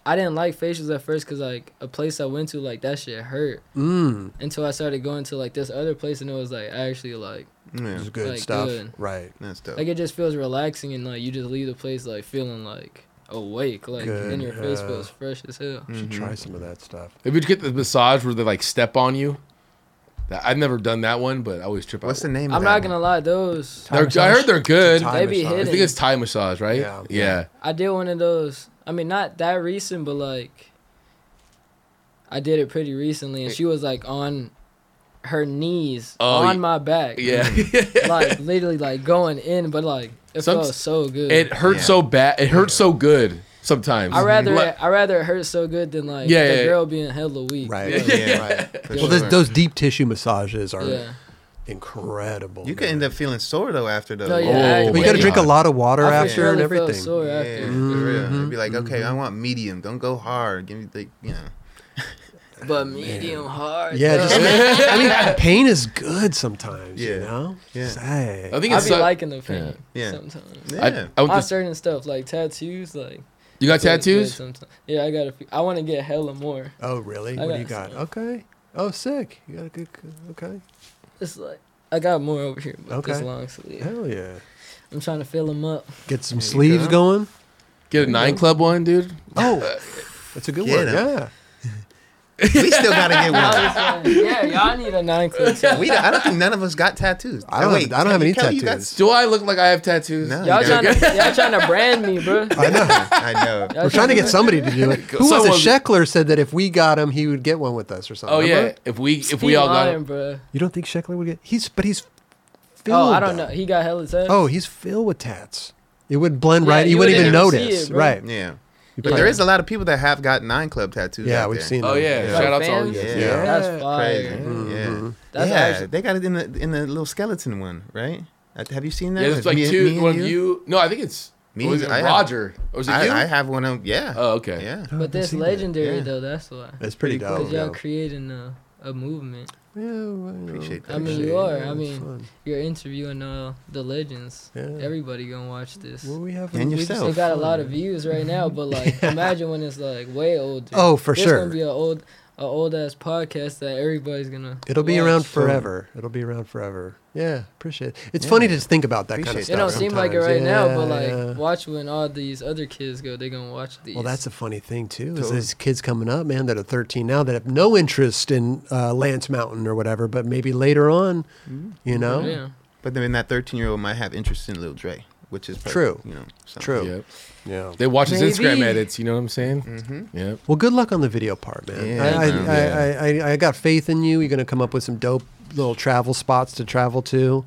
[SPEAKER 2] I didn't like facials at first, cause like a place I went to, like that shit hurt.
[SPEAKER 1] Mm,
[SPEAKER 2] Until I started going to like this other place, and it was like actually like
[SPEAKER 4] Yeah,
[SPEAKER 1] this is good
[SPEAKER 2] Like,
[SPEAKER 1] stuff.
[SPEAKER 2] good.
[SPEAKER 1] Right.
[SPEAKER 4] that's dope.
[SPEAKER 2] like it just feels relaxing, and like you just leave the place like feeling like awake, like
[SPEAKER 1] Good,
[SPEAKER 2] and your face
[SPEAKER 1] yeah.
[SPEAKER 2] feels fresh as hell.
[SPEAKER 4] Mm.
[SPEAKER 1] Should
[SPEAKER 4] Mm-hmm.
[SPEAKER 1] try some of that stuff.
[SPEAKER 3] If you get the massage where they like step on you, That- I've never done that one, but I always trip
[SPEAKER 4] What's the
[SPEAKER 3] out.
[SPEAKER 4] name?
[SPEAKER 2] I'm
[SPEAKER 4] of
[SPEAKER 2] not
[SPEAKER 4] that
[SPEAKER 2] gonna lie, those
[SPEAKER 1] Thai
[SPEAKER 3] They're- I heard they're good.
[SPEAKER 1] Thai
[SPEAKER 2] They be
[SPEAKER 1] massage.
[SPEAKER 3] I
[SPEAKER 2] hitting.
[SPEAKER 3] think it's Thai massage, right?
[SPEAKER 1] Yeah.
[SPEAKER 3] yeah.
[SPEAKER 2] I did one of those. I mean, not that recent, but like, I did it pretty recently, and she was like on her knees
[SPEAKER 3] Oh,
[SPEAKER 2] on
[SPEAKER 3] y-
[SPEAKER 2] my back.
[SPEAKER 3] Yeah.
[SPEAKER 2] like literally like going in, but like it
[SPEAKER 3] Some-
[SPEAKER 2] felt so good.
[SPEAKER 3] it hurts
[SPEAKER 4] Mm. Yeah.
[SPEAKER 3] so bad. It hurts so good sometimes.
[SPEAKER 2] I rather
[SPEAKER 3] Like-
[SPEAKER 2] it, I rather it hurt so good than like
[SPEAKER 3] Yeah,
[SPEAKER 2] the
[SPEAKER 3] yeah, yeah.
[SPEAKER 2] girl being hella weak.
[SPEAKER 1] Right.
[SPEAKER 4] one? Yeah, right. for
[SPEAKER 1] Well,
[SPEAKER 4] sure.
[SPEAKER 1] those, those deep tissue massages are
[SPEAKER 2] Yeah.
[SPEAKER 1] incredible.
[SPEAKER 4] you could end up feeling sore though after those.
[SPEAKER 2] No, yeah.
[SPEAKER 1] But
[SPEAKER 2] Oh,
[SPEAKER 1] you got to
[SPEAKER 3] my
[SPEAKER 1] drink a
[SPEAKER 3] God.
[SPEAKER 1] lot of water
[SPEAKER 2] I for
[SPEAKER 1] after
[SPEAKER 2] surely
[SPEAKER 1] and
[SPEAKER 2] felt
[SPEAKER 1] everything.
[SPEAKER 2] Sore
[SPEAKER 4] Yeah,
[SPEAKER 2] after.
[SPEAKER 4] for real. It'd be like, okay, I want medium. Don't go hard. Give me the, you know.
[SPEAKER 2] But medium hard.
[SPEAKER 1] Yeah. Just, I mean, pain is good sometimes. You
[SPEAKER 4] Yeah.
[SPEAKER 1] know.
[SPEAKER 4] Yeah.
[SPEAKER 1] Say.
[SPEAKER 3] I think
[SPEAKER 2] I
[SPEAKER 3] it's
[SPEAKER 2] be
[SPEAKER 3] so- Oh,
[SPEAKER 2] liking the pain
[SPEAKER 4] Yeah.
[SPEAKER 2] sometimes.
[SPEAKER 3] I,
[SPEAKER 4] Yeah.
[SPEAKER 3] I want
[SPEAKER 2] On
[SPEAKER 3] this-
[SPEAKER 2] certain stuff like tattoos, like
[SPEAKER 3] you got
[SPEAKER 2] feels good
[SPEAKER 3] tattoos?
[SPEAKER 2] sometimes. Yeah, I got a few. I want to get hella more.
[SPEAKER 1] Oh really?
[SPEAKER 2] I
[SPEAKER 1] What do
[SPEAKER 2] got
[SPEAKER 1] you got?
[SPEAKER 2] some.
[SPEAKER 1] Okay. Oh sick. You got a good. Okay.
[SPEAKER 2] It's like I got more over here, but this
[SPEAKER 1] Okay.
[SPEAKER 2] long sleeve.
[SPEAKER 1] Hell yeah.
[SPEAKER 2] I'm trying to fill them up.
[SPEAKER 1] Get some sleeves going.
[SPEAKER 3] Get a nine club one, dude.
[SPEAKER 1] Oh, that's a good
[SPEAKER 4] Get
[SPEAKER 1] one.
[SPEAKER 4] him.
[SPEAKER 1] Yeah.
[SPEAKER 4] We still gotta get one.
[SPEAKER 2] I was like, yeah, y'all need a nine clip. too.
[SPEAKER 4] We don't, I don't think none of us got tattoos.
[SPEAKER 1] I don't have- I don't have any
[SPEAKER 4] Kelly, you got-
[SPEAKER 1] tattoos.
[SPEAKER 3] Do I look like I have tattoos?
[SPEAKER 4] No.
[SPEAKER 2] Y'all
[SPEAKER 4] Yeah.
[SPEAKER 2] trying to y'all trying to brand me, bro.
[SPEAKER 1] I know.
[SPEAKER 4] I know.
[SPEAKER 2] Y'all
[SPEAKER 1] We're trying to get somebody to do it. Who was it?
[SPEAKER 3] Someone-
[SPEAKER 1] Scheckler said that if we got him, he would get one with us or something.
[SPEAKER 3] Oh yeah.
[SPEAKER 1] Remember?
[SPEAKER 3] If we if
[SPEAKER 2] If
[SPEAKER 3] we all got
[SPEAKER 2] lying,
[SPEAKER 3] them.
[SPEAKER 2] bro.
[SPEAKER 1] You don't think Scheckler would get? He's but he's filled.
[SPEAKER 2] Oh, I don't know.
[SPEAKER 1] though.
[SPEAKER 2] He got hella tats.
[SPEAKER 1] Oh, he's filled with tats. It would blend
[SPEAKER 2] Yeah,
[SPEAKER 1] right. You
[SPEAKER 2] you
[SPEAKER 1] wouldn't
[SPEAKER 2] would
[SPEAKER 1] even
[SPEAKER 2] never see
[SPEAKER 1] notice,
[SPEAKER 2] it, bro.
[SPEAKER 1] right?
[SPEAKER 4] Yeah. But
[SPEAKER 1] probably-
[SPEAKER 4] there is a lot of people that have got nine club tattoos.
[SPEAKER 1] Yeah,
[SPEAKER 4] out
[SPEAKER 1] we've
[SPEAKER 4] there.
[SPEAKER 1] seen.
[SPEAKER 3] Oh
[SPEAKER 1] them.
[SPEAKER 3] yeah.
[SPEAKER 2] Like
[SPEAKER 3] Shout out to all
[SPEAKER 2] fans?
[SPEAKER 3] you guys.
[SPEAKER 4] Yeah.
[SPEAKER 2] That's
[SPEAKER 4] Crazy.
[SPEAKER 2] fire.
[SPEAKER 3] Mm-hmm.
[SPEAKER 4] Yeah.
[SPEAKER 2] That's
[SPEAKER 4] yeah,
[SPEAKER 2] actually-
[SPEAKER 4] they got it in the in the little skeleton one, right? Uh, Have you seen that?
[SPEAKER 3] Yeah,
[SPEAKER 4] It's
[SPEAKER 3] there's like
[SPEAKER 4] me- me
[SPEAKER 3] two.
[SPEAKER 4] and
[SPEAKER 3] One of you. No, I think it's
[SPEAKER 4] Me
[SPEAKER 3] was
[SPEAKER 4] and-
[SPEAKER 3] it
[SPEAKER 4] I have-
[SPEAKER 3] Roger. Or was it
[SPEAKER 4] I,
[SPEAKER 3] you?
[SPEAKER 4] I have one of yeah.
[SPEAKER 3] Oh, okay.
[SPEAKER 4] Yeah.
[SPEAKER 1] I
[SPEAKER 2] But
[SPEAKER 1] haven't
[SPEAKER 2] that's
[SPEAKER 1] seen that.
[SPEAKER 2] legendary
[SPEAKER 4] Yeah.
[SPEAKER 2] though. That's why.
[SPEAKER 1] That's pretty,
[SPEAKER 4] Pretty
[SPEAKER 1] dope.
[SPEAKER 2] Cause y'all
[SPEAKER 1] Yeah.
[SPEAKER 2] creating a, a movement.
[SPEAKER 1] Yeah, well, you know,
[SPEAKER 4] Appreciate that.
[SPEAKER 2] I mean,
[SPEAKER 1] appreciate
[SPEAKER 2] you are.
[SPEAKER 1] it.
[SPEAKER 2] I
[SPEAKER 1] It's
[SPEAKER 2] mean,
[SPEAKER 1] fun.
[SPEAKER 2] you're interviewing all the legends.
[SPEAKER 1] Yeah.
[SPEAKER 2] Everybody gonna watch this.
[SPEAKER 1] What we have
[SPEAKER 4] And
[SPEAKER 1] we just-
[SPEAKER 4] yourself.
[SPEAKER 2] It got a lot of views right now, but like, imagine when it's like way older.
[SPEAKER 1] Oh, for
[SPEAKER 2] This
[SPEAKER 1] sure.
[SPEAKER 2] gonna be an old, a old ass podcast that everybody's gonna.
[SPEAKER 1] It'll be
[SPEAKER 2] watch.
[SPEAKER 1] around forever. It'll be around forever. Yeah, appreciate it. It's funny to just think about that kind of
[SPEAKER 4] Appreciate
[SPEAKER 1] stuff.
[SPEAKER 2] It don't seem like it right
[SPEAKER 1] sometimes.
[SPEAKER 2] now, but
[SPEAKER 1] Yeah,
[SPEAKER 2] like,
[SPEAKER 1] yeah.
[SPEAKER 2] watch when all these other kids go. They gonna watch these.
[SPEAKER 1] Well, that's a funny thing too. Is
[SPEAKER 4] Totally.
[SPEAKER 1] these kids coming up, man, that are 13 now that have no interest in uh, Lance Mountain or whatever, but maybe later on, you know,
[SPEAKER 2] yeah.
[SPEAKER 4] But then that thirteen year old might have interest in Lil Dre, which is perfect,
[SPEAKER 1] True.
[SPEAKER 4] You know. so-
[SPEAKER 1] true.
[SPEAKER 3] Yep.
[SPEAKER 1] Yeah.
[SPEAKER 3] They watch his Instagram
[SPEAKER 2] Maybe.
[SPEAKER 3] edits. You know what I'm saying? Mm-hmm. Yep.
[SPEAKER 1] Well, good luck on the video part, man.
[SPEAKER 4] Yeah,
[SPEAKER 1] I, I,
[SPEAKER 4] man.
[SPEAKER 1] I, I, I, I got faith in you. You're gonna come up with some dope little travel spots to travel to,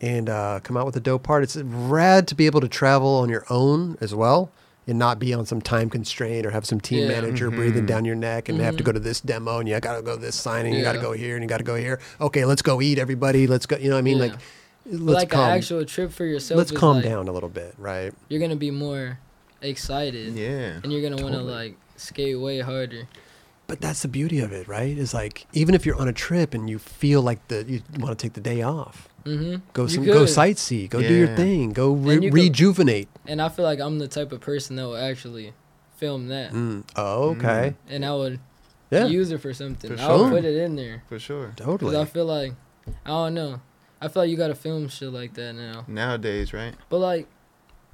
[SPEAKER 1] and uh, come out with a dope part. It's rad to be able to travel on your own as well. And not be on some time constraint or have some team
[SPEAKER 2] Yeah. Mm-hmm.
[SPEAKER 1] manager breathing down your neck and have to go to this demo and you got to go to this signing, you got to
[SPEAKER 2] Yeah.
[SPEAKER 1] go here and you got to go here. Okay, let's go eat, everybody. Let's go. You know what I mean?
[SPEAKER 2] Yeah.
[SPEAKER 1] Like,
[SPEAKER 2] But,
[SPEAKER 1] let's
[SPEAKER 2] like
[SPEAKER 1] calm,
[SPEAKER 2] an actual trip for yourself.
[SPEAKER 1] let's
[SPEAKER 2] is,
[SPEAKER 1] calm
[SPEAKER 2] like,
[SPEAKER 1] down a little bit, right?
[SPEAKER 2] You're gonna be more excited.
[SPEAKER 4] Yeah.
[SPEAKER 2] And you're gonna
[SPEAKER 1] Totally.
[SPEAKER 2] wanna like skate way harder.
[SPEAKER 1] but that's the beauty of it, right? Is like even if you're on a trip and you feel like the you want to take the day off,
[SPEAKER 2] hmm
[SPEAKER 1] go
[SPEAKER 2] You
[SPEAKER 1] some, go
[SPEAKER 2] could.
[SPEAKER 1] sightsee, go do your
[SPEAKER 4] Yeah.
[SPEAKER 1] thing, go re-
[SPEAKER 2] you could-
[SPEAKER 1] rejuvenate.
[SPEAKER 2] And I feel like I'm the type of person that will actually film that,
[SPEAKER 1] Mm. Oh, okay,
[SPEAKER 2] and I would
[SPEAKER 1] yeah,
[SPEAKER 2] use it for something.
[SPEAKER 4] For
[SPEAKER 2] I would
[SPEAKER 4] sure.
[SPEAKER 2] put it in there
[SPEAKER 4] for sure.
[SPEAKER 2] because
[SPEAKER 1] totally.
[SPEAKER 2] I feel like I don't know. I feel like you gotta film shit like that now,
[SPEAKER 4] Nowadays, right?
[SPEAKER 2] but like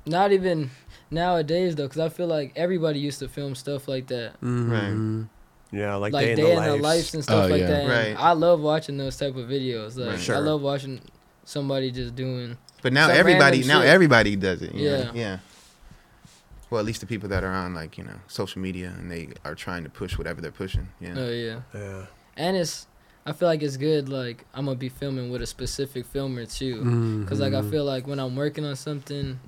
[SPEAKER 2] not even nowadays though, because I feel like everybody used to film stuff like that,
[SPEAKER 1] Mhm. Yeah, like,
[SPEAKER 2] like
[SPEAKER 1] day,
[SPEAKER 2] day
[SPEAKER 1] in the
[SPEAKER 2] in the life and
[SPEAKER 3] Oh,
[SPEAKER 2] stuff like
[SPEAKER 3] yeah.
[SPEAKER 2] that. And
[SPEAKER 4] Right.
[SPEAKER 2] I love watching those type of videos. Like
[SPEAKER 4] Right.
[SPEAKER 2] I
[SPEAKER 1] Sure.
[SPEAKER 2] love watching somebody just doing
[SPEAKER 4] But now
[SPEAKER 2] Some
[SPEAKER 4] everybody,
[SPEAKER 2] random
[SPEAKER 4] now
[SPEAKER 2] shit.
[SPEAKER 4] everybody does it. yeah,
[SPEAKER 2] Yeah.
[SPEAKER 4] yeah. Well, at least the people that are on like you know social media and they are trying to push whatever they're pushing. Yeah.
[SPEAKER 2] Oh yeah,
[SPEAKER 1] Yeah.
[SPEAKER 2] and it's I feel like it's good. Like I'm gonna be filming with a specific filmer too,
[SPEAKER 1] Mm-hmm.
[SPEAKER 2] because like I feel like when I'm working on something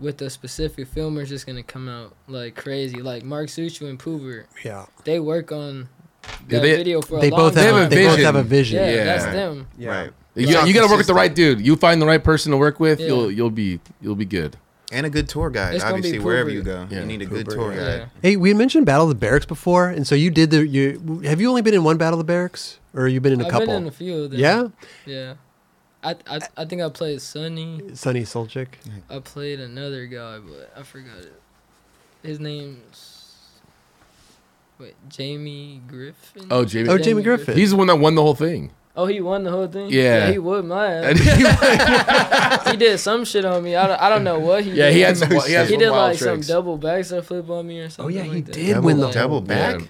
[SPEAKER 2] with a specific filmer, it's just gonna come out like crazy. Like Mark Suchu and Poover,
[SPEAKER 1] yeah,
[SPEAKER 2] they work on that
[SPEAKER 3] Yeah, they-
[SPEAKER 2] video for
[SPEAKER 1] they
[SPEAKER 2] a long
[SPEAKER 1] both have
[SPEAKER 2] time.
[SPEAKER 3] They
[SPEAKER 1] a,
[SPEAKER 3] have a
[SPEAKER 1] they both have a vision.
[SPEAKER 3] vision.
[SPEAKER 2] yeah,
[SPEAKER 3] yeah.
[SPEAKER 2] that's them.
[SPEAKER 4] Right.
[SPEAKER 3] You, got- you got to work with the right dude. You find the right person to work with.
[SPEAKER 2] Yeah.
[SPEAKER 3] You'll you'll be you'll be good.
[SPEAKER 4] And a good tour guide,
[SPEAKER 2] It's gonna be
[SPEAKER 4] obviously, wherever
[SPEAKER 2] Poober.
[SPEAKER 4] you go,
[SPEAKER 3] Yeah,
[SPEAKER 4] you need a good
[SPEAKER 1] Poober,
[SPEAKER 4] tour
[SPEAKER 1] yeah.
[SPEAKER 4] guide.
[SPEAKER 2] Yeah.
[SPEAKER 1] Hey, we had mentioned Battle of the Barracks before, and so you did the. You have you only been in one Battle of the Barracks, or you been in a
[SPEAKER 2] I've
[SPEAKER 1] couple?
[SPEAKER 2] been in a few of them.
[SPEAKER 1] yeah,
[SPEAKER 2] yeah. I, I I think I played Sonny.
[SPEAKER 1] Sonny Solchik.
[SPEAKER 2] I played another guy, but I forgot it. His name's wait Jamie Griffin.
[SPEAKER 3] Oh, Jamie-
[SPEAKER 1] Oh, Jamie Griffin.
[SPEAKER 3] He's the one that won the whole thing.
[SPEAKER 2] Oh, he won the whole thing.
[SPEAKER 3] Yeah.
[SPEAKER 2] he won my
[SPEAKER 3] And
[SPEAKER 2] ass.
[SPEAKER 3] he-
[SPEAKER 2] he did some shit on me. I don't, I don't know what he.
[SPEAKER 3] yeah,
[SPEAKER 2] did.
[SPEAKER 3] he had some. wi- He, had
[SPEAKER 2] He
[SPEAKER 3] some
[SPEAKER 2] did
[SPEAKER 3] wild
[SPEAKER 2] like
[SPEAKER 3] tricks.
[SPEAKER 2] some double backside flip on me or something.
[SPEAKER 1] Oh, yeah, he
[SPEAKER 2] like that.
[SPEAKER 1] did Double- win the-
[SPEAKER 4] Double back,
[SPEAKER 3] Yeah.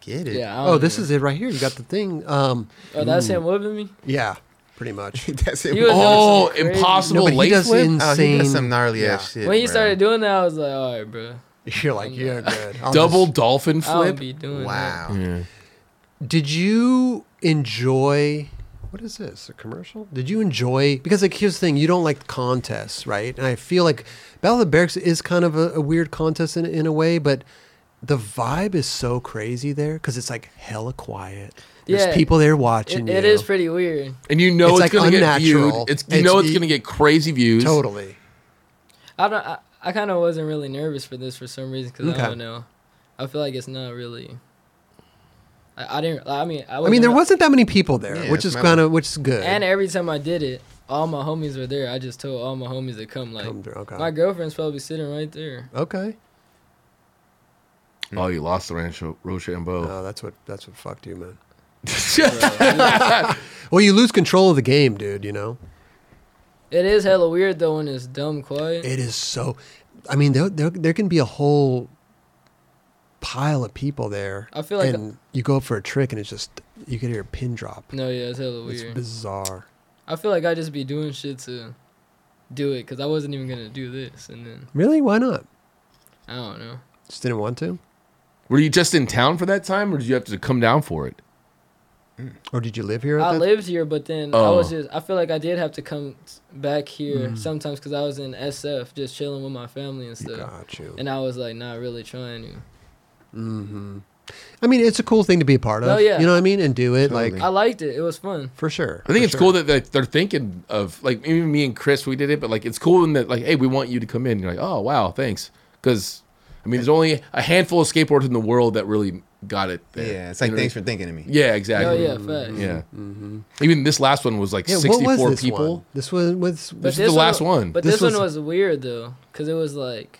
[SPEAKER 4] get it?
[SPEAKER 2] Yeah. I
[SPEAKER 1] Oh,
[SPEAKER 2] don't
[SPEAKER 1] this
[SPEAKER 2] know.
[SPEAKER 1] is it right here. You got the thing. Um,
[SPEAKER 2] Oh, that's him whooping me.
[SPEAKER 1] yeah, pretty much.
[SPEAKER 4] That's it.
[SPEAKER 2] You was
[SPEAKER 3] Oh,
[SPEAKER 2] doing some crazy-
[SPEAKER 3] impossible
[SPEAKER 1] No, but he
[SPEAKER 3] late
[SPEAKER 1] does
[SPEAKER 3] flip.
[SPEAKER 1] in-
[SPEAKER 4] Oh, he does
[SPEAKER 1] insane-
[SPEAKER 4] some gnarly
[SPEAKER 1] Yeah.
[SPEAKER 4] ass shit.
[SPEAKER 2] When he
[SPEAKER 4] bro.
[SPEAKER 2] started doing that, I was like, all right, bro.
[SPEAKER 1] You're like, you're good. I'll
[SPEAKER 3] double dolphin
[SPEAKER 2] I don't
[SPEAKER 3] flip.
[SPEAKER 2] be doing that.
[SPEAKER 4] wow,
[SPEAKER 3] Yeah.
[SPEAKER 1] Did you enjoy? What is this? A commercial? Did you enjoy? Because like here's the thing, you don't like contests, right? And I feel like Battle of the Barracks is kind of a, a weird contest in in a way, but the vibe is so crazy there because it's like hella quiet. There's
[SPEAKER 2] Yeah.
[SPEAKER 1] people there watching.
[SPEAKER 2] It, it
[SPEAKER 1] you.
[SPEAKER 2] is pretty weird.
[SPEAKER 3] And you know
[SPEAKER 1] It's,
[SPEAKER 3] it's,
[SPEAKER 1] like,
[SPEAKER 3] gonna
[SPEAKER 1] unnatural.
[SPEAKER 3] get viewed. It's you
[SPEAKER 1] It's
[SPEAKER 3] know it's
[SPEAKER 1] e-
[SPEAKER 3] gonna get crazy views.
[SPEAKER 1] totally.
[SPEAKER 2] I don't. I, I kind of wasn't really nervous for this for some reason because
[SPEAKER 1] Okay.
[SPEAKER 2] I don't know. I feel like it's not really. I, I didn't. I mean, I,
[SPEAKER 1] I mean, there
[SPEAKER 2] wasn't-
[SPEAKER 1] wasn't that many people there,
[SPEAKER 4] Yeah,
[SPEAKER 1] which
[SPEAKER 4] it's
[SPEAKER 1] is
[SPEAKER 4] mellow.
[SPEAKER 1] kind of which is good.
[SPEAKER 2] And every time I did it, all my homies were there. I just told all my homies to come. Like
[SPEAKER 1] Come through, okay.
[SPEAKER 2] my girlfriend's probably sitting right there.
[SPEAKER 1] okay.
[SPEAKER 3] Oh, you lost the Rancho Rochambeau.
[SPEAKER 1] No, Oh, that's what that's what fucked you, man.
[SPEAKER 2] Bro.
[SPEAKER 1] Well, you lose control of the game, dude. You know.
[SPEAKER 2] it is hella weird though when it's dumb quiet.
[SPEAKER 1] It is so. I mean, there, there, there can be a whole pile of people there.
[SPEAKER 2] I feel like-
[SPEAKER 1] and you go for a trick, and it's just you can hear a pin drop.
[SPEAKER 2] no, Oh, yeah, it's hella
[SPEAKER 1] It's
[SPEAKER 2] weird.
[SPEAKER 1] bizarre.
[SPEAKER 2] I feel like I just be doing shit to do it because I wasn't even gonna do this, and then
[SPEAKER 1] Really? Why not?
[SPEAKER 2] I don't know.
[SPEAKER 1] Just didn't want to,
[SPEAKER 3] Were you just in town for that time, or did you have to come down for it?
[SPEAKER 1] or did you live here? At
[SPEAKER 2] I
[SPEAKER 1] that-
[SPEAKER 2] lived here, but then I
[SPEAKER 3] Oh.
[SPEAKER 2] was just. I feel like I did have to come s- back here sometimes because I was in SF, just chilling with my family and stuff.
[SPEAKER 1] Got Mm. you.
[SPEAKER 2] And I was like not really trying to.
[SPEAKER 1] I mean, it's a cool thing to be a part of.
[SPEAKER 2] No, Oh, yeah.
[SPEAKER 1] You know what I mean? And do it like
[SPEAKER 2] I liked it. It was fun.
[SPEAKER 1] for sure.
[SPEAKER 3] I think it's cool that they- they're thinking of like even me and Chris we did it, but like it's cool in that like hey we want you to come in. You're like oh wow thanks because I mean there's only a handful of skateboarders in the world that really got it. There.
[SPEAKER 4] yeah, it's like
[SPEAKER 3] You know
[SPEAKER 4] thanks
[SPEAKER 3] what
[SPEAKER 4] for thinking of me.
[SPEAKER 3] I mean? Yeah,
[SPEAKER 2] Oh
[SPEAKER 3] exactly.
[SPEAKER 2] yeah, Mm-hmm. facts.
[SPEAKER 3] yeah. Even this last one was like
[SPEAKER 1] Yeah, what
[SPEAKER 3] 64
[SPEAKER 1] was this
[SPEAKER 3] people.
[SPEAKER 1] one? This was was
[SPEAKER 2] But
[SPEAKER 3] This is the last one.
[SPEAKER 2] But
[SPEAKER 1] This
[SPEAKER 2] this,
[SPEAKER 1] was-
[SPEAKER 2] one was weird though, cause it was like